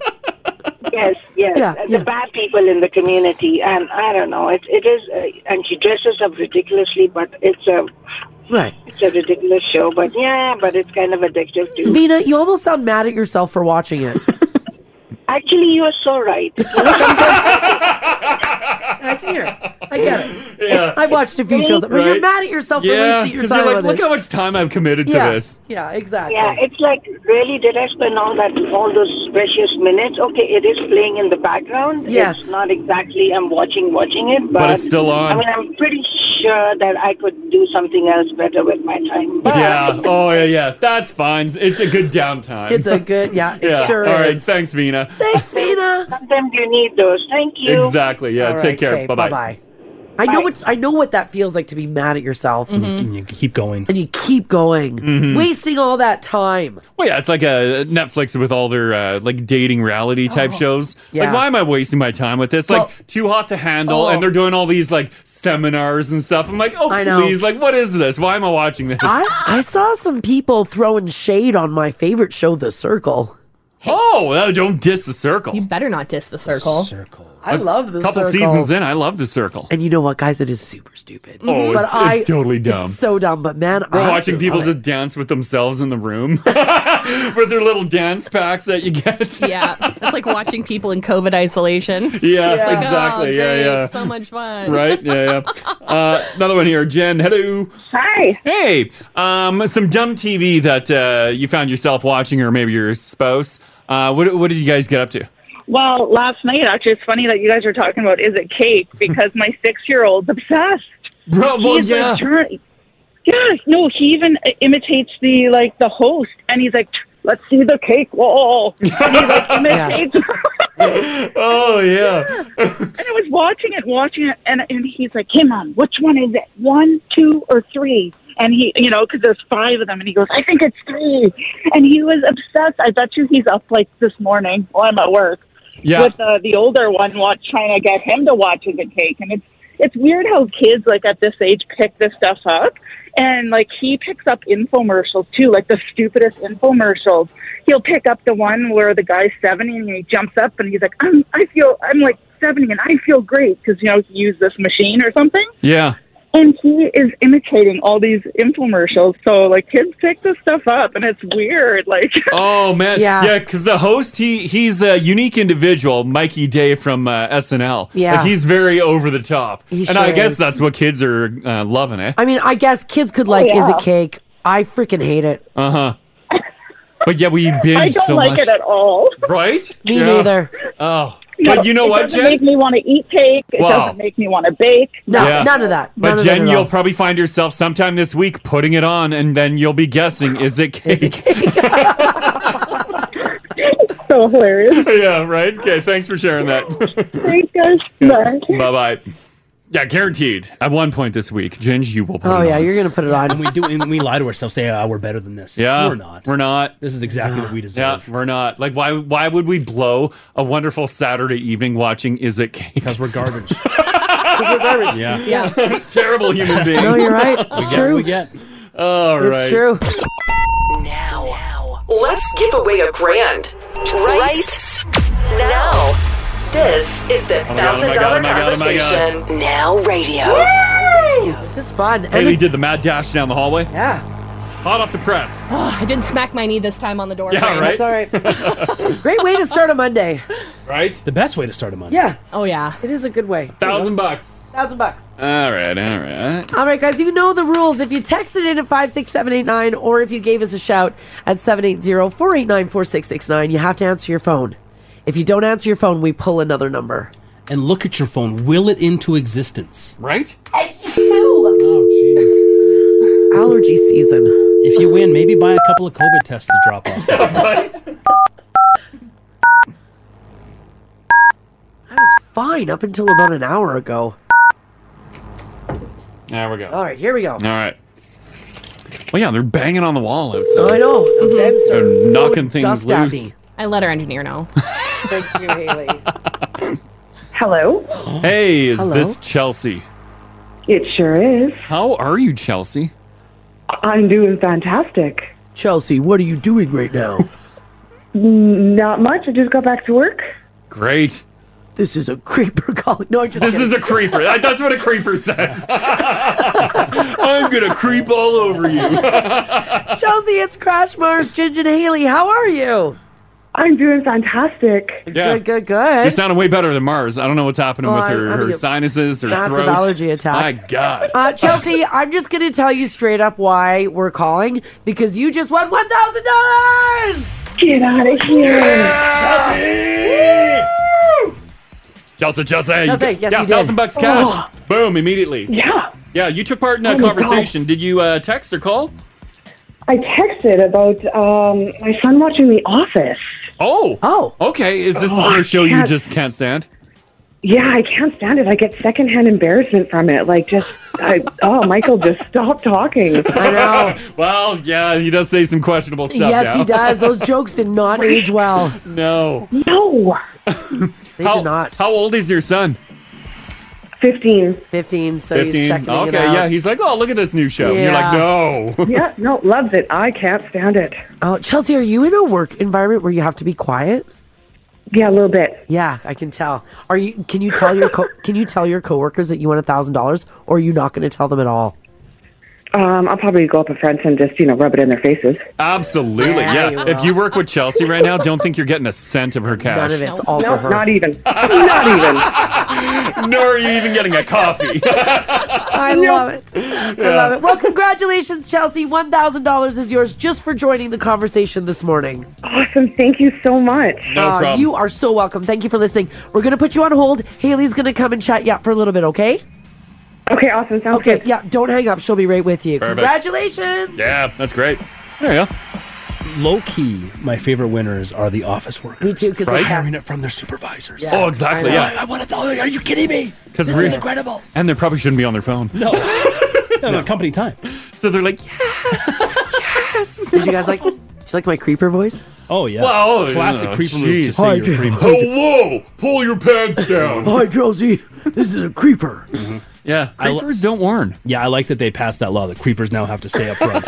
[SPEAKER 2] Yes, yes.
[SPEAKER 10] Yeah,
[SPEAKER 2] the bad people in the community, and I don't know. It it is, uh, and she dresses up ridiculously, but it's a
[SPEAKER 10] Right.
[SPEAKER 2] it's a ridiculous show. But yeah, but it's kind of addictive too.
[SPEAKER 10] Vina, you almost sound mad at yourself for watching it.
[SPEAKER 3] [laughs]
[SPEAKER 2] Actually, you are so
[SPEAKER 10] [laughs]
[SPEAKER 2] right.
[SPEAKER 10] I can hear. I get it.
[SPEAKER 3] Yeah.
[SPEAKER 10] I watched a few shows, but you're mad at yourself for
[SPEAKER 3] yeah,
[SPEAKER 10] wasting your
[SPEAKER 3] 'cause
[SPEAKER 10] time
[SPEAKER 3] you're like,
[SPEAKER 10] on
[SPEAKER 3] look
[SPEAKER 10] this.
[SPEAKER 3] how much time I've committed
[SPEAKER 10] yeah.
[SPEAKER 3] to this.
[SPEAKER 10] Yeah, exactly.
[SPEAKER 2] Yeah, it's like really did I spend all that all those precious minutes? Okay, it is playing in the background.
[SPEAKER 10] Yes.
[SPEAKER 2] It's not exactly I'm watching watching it, but,
[SPEAKER 3] But it's still on.
[SPEAKER 2] I mean I'm pretty sure that I could do something else better with my time.
[SPEAKER 3] Yeah. Oh yeah, yeah. That's fine. It's a good downtime.
[SPEAKER 2] It's a
[SPEAKER 3] [laughs]
[SPEAKER 10] good. Yeah.
[SPEAKER 2] it sure
[SPEAKER 3] All right.
[SPEAKER 2] is.
[SPEAKER 3] Thanks, Vina.
[SPEAKER 10] Thanks, Vina.
[SPEAKER 2] Sometimes you need those. Thank you.
[SPEAKER 3] Exactly. Yeah.
[SPEAKER 10] All
[SPEAKER 3] take
[SPEAKER 10] right,
[SPEAKER 3] care.
[SPEAKER 10] okay,
[SPEAKER 3] bye
[SPEAKER 10] bye-bye. I know what I know what that feels like to be mad at yourself.
[SPEAKER 7] And
[SPEAKER 3] Mm-hmm.
[SPEAKER 7] you keep going.
[SPEAKER 10] And you keep going.
[SPEAKER 3] Mhm.
[SPEAKER 10] Wasting all that time.
[SPEAKER 3] Well, yeah, it's like a Netflix with all their uh, like dating reality type shows.
[SPEAKER 10] Oh, Yeah.
[SPEAKER 3] Like, why am I wasting my time with this? Like,
[SPEAKER 10] Well-
[SPEAKER 3] too hot to handle,
[SPEAKER 10] Oh.
[SPEAKER 3] and they're doing all these like seminars and stuff. I'm like, oh
[SPEAKER 10] I know.
[SPEAKER 3] please, like, what is this? Why am I watching this?
[SPEAKER 10] I, I saw some people throwing shade on my favorite show, The Circle.
[SPEAKER 3] Oh, well, don't diss the circle.
[SPEAKER 1] you better not diss the circle.
[SPEAKER 7] Circle.
[SPEAKER 10] I love The
[SPEAKER 3] [laughs] couple
[SPEAKER 10] Circle.
[SPEAKER 3] seasons in, I love the circle.
[SPEAKER 10] And you know what, guys? It is super stupid.
[SPEAKER 3] Oh,
[SPEAKER 10] But
[SPEAKER 3] it's,
[SPEAKER 10] I-
[SPEAKER 3] it's totally dumb.
[SPEAKER 10] It's so dumb, but man,
[SPEAKER 3] We're
[SPEAKER 10] I
[SPEAKER 3] watching people
[SPEAKER 10] love it.
[SPEAKER 3] just dance with themselves in the room [laughs] with their little dance packs that you get.
[SPEAKER 1] yeah, that's like watching people in COVID isolation.
[SPEAKER 3] Yeah,
[SPEAKER 1] Like, oh,
[SPEAKER 3] exactly. Yeah,
[SPEAKER 1] great,
[SPEAKER 3] yeah.
[SPEAKER 1] So much fun.
[SPEAKER 3] right? Yeah, yeah. Uh, another one here, Jen. Hello.
[SPEAKER 2] Hi.
[SPEAKER 3] Hey. Um, some dumb TV that uh, you found yourself watching, or maybe your spouse. Uh, what What did you guys get up to?
[SPEAKER 16] Well, last night actually, it's funny that you guys are talking about is it cake because my six year old's obsessed.
[SPEAKER 3] Bro, well,
[SPEAKER 16] He's, like,
[SPEAKER 3] yeah.
[SPEAKER 16] turn- yeah, no, he even imitates the like the host, and he's like, "T-
[SPEAKER 21] let's see the cake wall. And he
[SPEAKER 3] [laughs]
[SPEAKER 21] like imitates
[SPEAKER 3] oh yeah.
[SPEAKER 21] and I was watching it, watching it, and, and he's like, "Come on, which one is it? One, two, or three? And he, you know, because there's five of them, and he goes, "I think it's three. And he was obsessed. I bet you he's up like this morning while I'm at work
[SPEAKER 3] Yeah.
[SPEAKER 21] with uh, the older one, watch, trying to get him to watch his cake. And it's it's weird how kids like at this age pick this stuff up. And like he picks up infomercials too, like the stupidest infomercials. He'll pick up the one where the guy's seventy and he jumps up and he's like, "I'm I feel I'm like seventy and I feel great because you know he used this machine or something."
[SPEAKER 3] Yeah.
[SPEAKER 21] And he is imitating all these infomercials. So like kids pick this stuff up and it's weird. Like [laughs]
[SPEAKER 3] Oh man,
[SPEAKER 21] Yeah.
[SPEAKER 3] yeah. Because the host, he he's a unique individual, Mikey Day from uh, SNL.
[SPEAKER 10] Yeah.
[SPEAKER 3] Like, he's very over the top,
[SPEAKER 10] He
[SPEAKER 3] and I
[SPEAKER 10] sure
[SPEAKER 3] guess
[SPEAKER 10] is.
[SPEAKER 3] that's what kids are uh, loving, eh?
[SPEAKER 10] I mean, I guess kids could
[SPEAKER 2] Oh,
[SPEAKER 10] like, is
[SPEAKER 3] yeah.
[SPEAKER 10] it cake? I freaking hate it.
[SPEAKER 3] Uh
[SPEAKER 21] [laughs]
[SPEAKER 3] huh. But yeah, we binge
[SPEAKER 21] I don't
[SPEAKER 3] so
[SPEAKER 21] like
[SPEAKER 3] much.
[SPEAKER 21] it at all.
[SPEAKER 3] Right?
[SPEAKER 21] [laughs] Me
[SPEAKER 3] Yeah.
[SPEAKER 21] neither.
[SPEAKER 3] Oh,
[SPEAKER 21] No,
[SPEAKER 3] but you know
[SPEAKER 21] it
[SPEAKER 3] what,
[SPEAKER 21] doesn't
[SPEAKER 3] Jen?
[SPEAKER 21] make me want to eat cake. It
[SPEAKER 3] Wow.
[SPEAKER 21] doesn't make me want to bake.
[SPEAKER 3] Yeah. But Jen,
[SPEAKER 21] [laughs]
[SPEAKER 3] you'll probably find yourself sometime this week putting it on, and then you'll be guessing, is
[SPEAKER 7] [laughs]
[SPEAKER 3] it cake?
[SPEAKER 21] so hilarious.
[SPEAKER 3] [laughs] yeah, right? Okay, thanks for sharing that.
[SPEAKER 21] Thanks, guys. Bye.
[SPEAKER 3] bye bye. Yeah, guaranteed. At one point this week, Jen, you will put
[SPEAKER 7] Uh,
[SPEAKER 10] Oh
[SPEAKER 3] it
[SPEAKER 10] yeah,
[SPEAKER 3] on.
[SPEAKER 10] you're gonna put it on.
[SPEAKER 7] and we do, and we lie to ourselves, say, "Ah, we're better than this."
[SPEAKER 3] Yeah,
[SPEAKER 7] we're not.
[SPEAKER 3] We're not.
[SPEAKER 7] This is exactly what we
[SPEAKER 3] deserve. Yeah, we're not. Like, why? Why would we blow a wonderful Saturday evening watching Is It Cake? Because
[SPEAKER 7] we're
[SPEAKER 3] [laughs]
[SPEAKER 7] garbage.
[SPEAKER 10] [laughs] Because we're garbage.
[SPEAKER 3] Yeah. Terrible human being.
[SPEAKER 10] No, you're right. It's
[SPEAKER 3] we get-
[SPEAKER 10] true.
[SPEAKER 7] we get.
[SPEAKER 3] All right.
[SPEAKER 10] It's true.
[SPEAKER 5] Let's give away a grand right now. This is the
[SPEAKER 3] Oh my God, oh
[SPEAKER 5] thousand
[SPEAKER 3] my God, oh
[SPEAKER 5] dollar
[SPEAKER 3] my God, oh my God.
[SPEAKER 5] conversation. Now radio.
[SPEAKER 10] This is fun.
[SPEAKER 3] Haley did the mad dash down the hallway.
[SPEAKER 10] Yeah.
[SPEAKER 3] Hot off the press.
[SPEAKER 1] Oh, [sighs] I didn't smack my knee this time on the door.
[SPEAKER 3] Yeah,
[SPEAKER 1] frame.
[SPEAKER 3] right? That's all [laughs]
[SPEAKER 10] right. Great way to start a Monday.
[SPEAKER 3] [laughs] Right?
[SPEAKER 7] The best way to start a month.
[SPEAKER 10] Yeah.
[SPEAKER 1] Oh yeah.
[SPEAKER 10] It is a good way.
[SPEAKER 3] Thousand bucks.
[SPEAKER 10] Thousand bucks.
[SPEAKER 3] All right. All right.
[SPEAKER 10] All right, guys, you know the rules. If you texted in at 56789 or if you gave us a shout at 780 489 4669, you have to answer your phone. If you don't answer your phone, we pull another number.
[SPEAKER 7] And look at your phone. Will it into existence?
[SPEAKER 3] Right?
[SPEAKER 10] Oh,
[SPEAKER 3] jeez.
[SPEAKER 10] It's allergy season.
[SPEAKER 7] If you win, maybe buy a couple of COVID tests to drop off.
[SPEAKER 10] I was fine up until about an hour ago.
[SPEAKER 3] There we go.
[SPEAKER 10] All right, here we go.
[SPEAKER 3] All right. Well, yeah, they're banging on the wall outside.
[SPEAKER 10] I
[SPEAKER 3] [laughs]
[SPEAKER 10] know. Them's
[SPEAKER 3] They're knocking things
[SPEAKER 1] Dust
[SPEAKER 3] loose.
[SPEAKER 1] at me. I let our engineer know.
[SPEAKER 10] Thank
[SPEAKER 3] [laughs]
[SPEAKER 10] you, Haley.
[SPEAKER 9] Hello.
[SPEAKER 3] Hey, is
[SPEAKER 9] Hello?
[SPEAKER 3] this Chelsea?
[SPEAKER 9] It sure is.
[SPEAKER 3] How are you, Chelsea?
[SPEAKER 9] I'm doing fantastic.
[SPEAKER 10] Chelsea, what are you doing right now?
[SPEAKER 9] Mm, Not much. I just got back to work.
[SPEAKER 3] Great.
[SPEAKER 10] This is a creeper calling. No, I just.
[SPEAKER 3] This
[SPEAKER 10] kidding.
[SPEAKER 3] is a creeper. That- That's what a creeper
[SPEAKER 10] [laughs]
[SPEAKER 3] says. I'm gonna creep all over you.
[SPEAKER 10] [laughs] Chelsea, it's Crash Mars, Ginger, and Haley. How are you?
[SPEAKER 9] I'm doing fantastic.
[SPEAKER 3] Yeah.
[SPEAKER 10] Good, good, good.
[SPEAKER 3] You sounded way better than Mars. I don't know what's happening
[SPEAKER 10] Oh,
[SPEAKER 3] with
[SPEAKER 10] I'm
[SPEAKER 3] her,
[SPEAKER 10] having
[SPEAKER 3] her
[SPEAKER 10] a
[SPEAKER 3] sinuses, her
[SPEAKER 10] massive
[SPEAKER 3] throat.
[SPEAKER 10] allergy attack.
[SPEAKER 3] My God.
[SPEAKER 10] Uh, Chelsea, I'm just going to tell you straight up why we're calling because you just won $1,000!
[SPEAKER 9] Get out of here.
[SPEAKER 3] Chelsea! Chelsea, Chelsea. you
[SPEAKER 10] Chelsea,
[SPEAKER 3] did-
[SPEAKER 10] yes,
[SPEAKER 3] yeah,
[SPEAKER 10] you Oh. did.
[SPEAKER 3] thousand bucks cash. Boom, immediately.
[SPEAKER 9] Yeah.
[SPEAKER 3] Yeah, you took part in that
[SPEAKER 9] Oh my God.
[SPEAKER 3] conversation. Did you uh, text or call?
[SPEAKER 9] I texted about um, my son watching The Office.
[SPEAKER 3] Oh.
[SPEAKER 10] Oh.
[SPEAKER 3] Okay. Is this
[SPEAKER 9] Oh,
[SPEAKER 3] for
[SPEAKER 9] I
[SPEAKER 3] a show you
[SPEAKER 9] can't-
[SPEAKER 3] just can't stand?
[SPEAKER 9] Yeah, I can't stand it. I get secondhand embarrassment from it. Like, just, I, oh, Michael, just stop
[SPEAKER 3] [laughs]
[SPEAKER 9] talking.
[SPEAKER 3] well, yeah, he does say some questionable stuff.
[SPEAKER 10] Yes,
[SPEAKER 3] now.
[SPEAKER 10] he does.
[SPEAKER 3] [laughs]
[SPEAKER 10] Those jokes did not age well.
[SPEAKER 3] no.
[SPEAKER 9] No.
[SPEAKER 10] They
[SPEAKER 3] how,
[SPEAKER 10] did not.
[SPEAKER 3] How old is your son?
[SPEAKER 9] 15.
[SPEAKER 10] 15, so he's checking
[SPEAKER 3] okay,
[SPEAKER 10] it out.
[SPEAKER 3] yeah. He's like, oh, look at this new show.
[SPEAKER 10] Yeah.
[SPEAKER 3] You're like,
[SPEAKER 9] [laughs]
[SPEAKER 3] no.
[SPEAKER 9] yeah, no, loves it. I can't stand it.
[SPEAKER 10] Oh, Chelsea, are you in a work environment where you have to be quiet?
[SPEAKER 9] Yeah, a little bit.
[SPEAKER 10] Yeah, I can tell. Are you? Can you tell your co- Can you tell your coworkers that you won a thousand dollars, or are you not going to tell them at all?
[SPEAKER 9] Um, I'll probably go up in front and just, you know, rub it in their faces.
[SPEAKER 3] Absolutely.
[SPEAKER 9] Yeah,
[SPEAKER 3] Yeah.
[SPEAKER 9] you
[SPEAKER 3] if
[SPEAKER 9] will.
[SPEAKER 3] you work with Chelsea right now, don't think you're getting a cent of her cash.
[SPEAKER 10] None of it's all
[SPEAKER 9] no,
[SPEAKER 10] for her.
[SPEAKER 9] not
[SPEAKER 10] [laughs]
[SPEAKER 9] even. not even.
[SPEAKER 3] [laughs] Nor are you even getting a coffee.
[SPEAKER 10] [laughs] I love it. I love it. Well, congratulations, Chelsea. One thousand dollars is yours just for joining the conversation this morning.
[SPEAKER 9] Awesome. Thank you so much.
[SPEAKER 10] No problem. You are so welcome. Thank you for listening. We're gonna put you on hold. Haley's gonna come and chat you up for a little bit. Okay.
[SPEAKER 9] Okay. Awesome. Sounds
[SPEAKER 10] okay, good. Yeah. Don't hang up. She'll be right with you.
[SPEAKER 3] Perfect.
[SPEAKER 10] Congratulations.
[SPEAKER 3] yeah, that's great. There you go.
[SPEAKER 7] Low key, my favorite winners are the office workers.
[SPEAKER 10] Me too, because
[SPEAKER 7] right?
[SPEAKER 10] they have-
[SPEAKER 7] hearing it from their supervisors.
[SPEAKER 3] Yeah. Oh, exactly, I know. yeah.
[SPEAKER 7] I, want to tell you. Are you kidding me? This
[SPEAKER 3] we're-
[SPEAKER 7] is incredible.
[SPEAKER 3] And they probably shouldn't be on their phone. [laughs]
[SPEAKER 7] No. no, no, company time.
[SPEAKER 3] So they're like,
[SPEAKER 10] yes. Did you guys like? Did you like my creeper voice?
[SPEAKER 7] Oh yeah.
[SPEAKER 10] Wow,
[SPEAKER 7] Classic
[SPEAKER 10] yeah,
[SPEAKER 7] creeper
[SPEAKER 10] jeez.
[SPEAKER 7] move to
[SPEAKER 10] Hi,
[SPEAKER 7] say you're a
[SPEAKER 10] Jim.
[SPEAKER 7] creeper.
[SPEAKER 3] Oh, whoa! Pull your pants down.
[SPEAKER 10] Hi, Josie. This is a creeper.
[SPEAKER 3] Yeah,
[SPEAKER 7] creepers
[SPEAKER 3] don't warn.
[SPEAKER 7] Yeah, I like that they passed that law that creepers now have to say up
[SPEAKER 3] [laughs]
[SPEAKER 7] front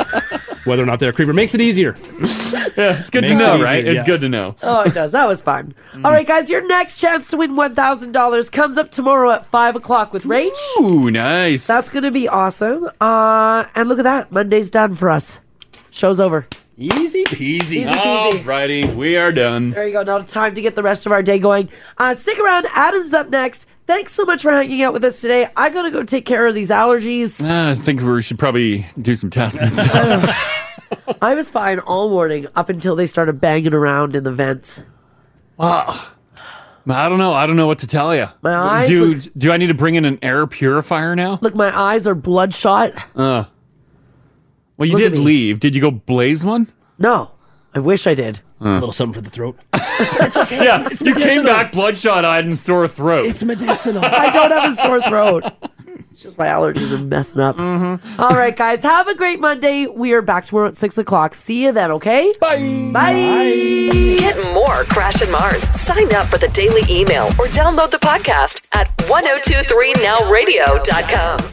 [SPEAKER 7] whether or not they're a creeper. Makes it easier.
[SPEAKER 3] yeah, it's good to
[SPEAKER 7] Makes it
[SPEAKER 3] know,
[SPEAKER 7] easier,
[SPEAKER 3] right? It's
[SPEAKER 7] yeah.
[SPEAKER 3] good to know.
[SPEAKER 10] Oh, it does. That was fun. All right, guys, your next chance to win $1,000 comes up tomorrow at 5 o'clock with Rach.
[SPEAKER 3] Ooh, nice.
[SPEAKER 10] That's going to be awesome. Uh, and look at that. Monday's done for us. Show's over.
[SPEAKER 7] Easy peasy.
[SPEAKER 10] Easy peasy.
[SPEAKER 3] Alrighty, we are done.
[SPEAKER 10] There you go. Now time to get the rest of our day going. Uh, stick around. Adam's up next. Thanks so much for hanging out with us today. I got to go take care of these allergies.
[SPEAKER 3] Ah, I think we should probably do some tests and stuff.
[SPEAKER 10] [laughs] I was fine all morning up until they started banging around in the vents.
[SPEAKER 3] Wow. I don't know. I don't know what to tell you.
[SPEAKER 10] My eyes
[SPEAKER 3] do
[SPEAKER 10] look-
[SPEAKER 3] do I need to bring in an air purifier now?
[SPEAKER 10] Look, my eyes are bloodshot.
[SPEAKER 3] Uh. Well, you
[SPEAKER 10] Look at
[SPEAKER 3] did
[SPEAKER 10] me.
[SPEAKER 3] leave. Did you go blaze one? Uh.
[SPEAKER 10] No, I wish I did.
[SPEAKER 7] A little something for the
[SPEAKER 10] [laughs]
[SPEAKER 7] throat.
[SPEAKER 3] yeah,
[SPEAKER 7] it's
[SPEAKER 3] you came
[SPEAKER 7] medicinal.
[SPEAKER 3] back bloodshot eyed and sore throat.
[SPEAKER 7] It's medicinal.
[SPEAKER 10] [laughs] I don't have a sore throat. It's just my allergies are messing up.
[SPEAKER 3] Mm-hmm.
[SPEAKER 10] All right, guys, have a great Monday. We are back tomorrow at six o'clock. See you then, okay?
[SPEAKER 3] Bye.
[SPEAKER 10] Bye.
[SPEAKER 5] Get more Crash and Mars. Sign up for oh the daily email or download the podcast at 1023nowradio.com.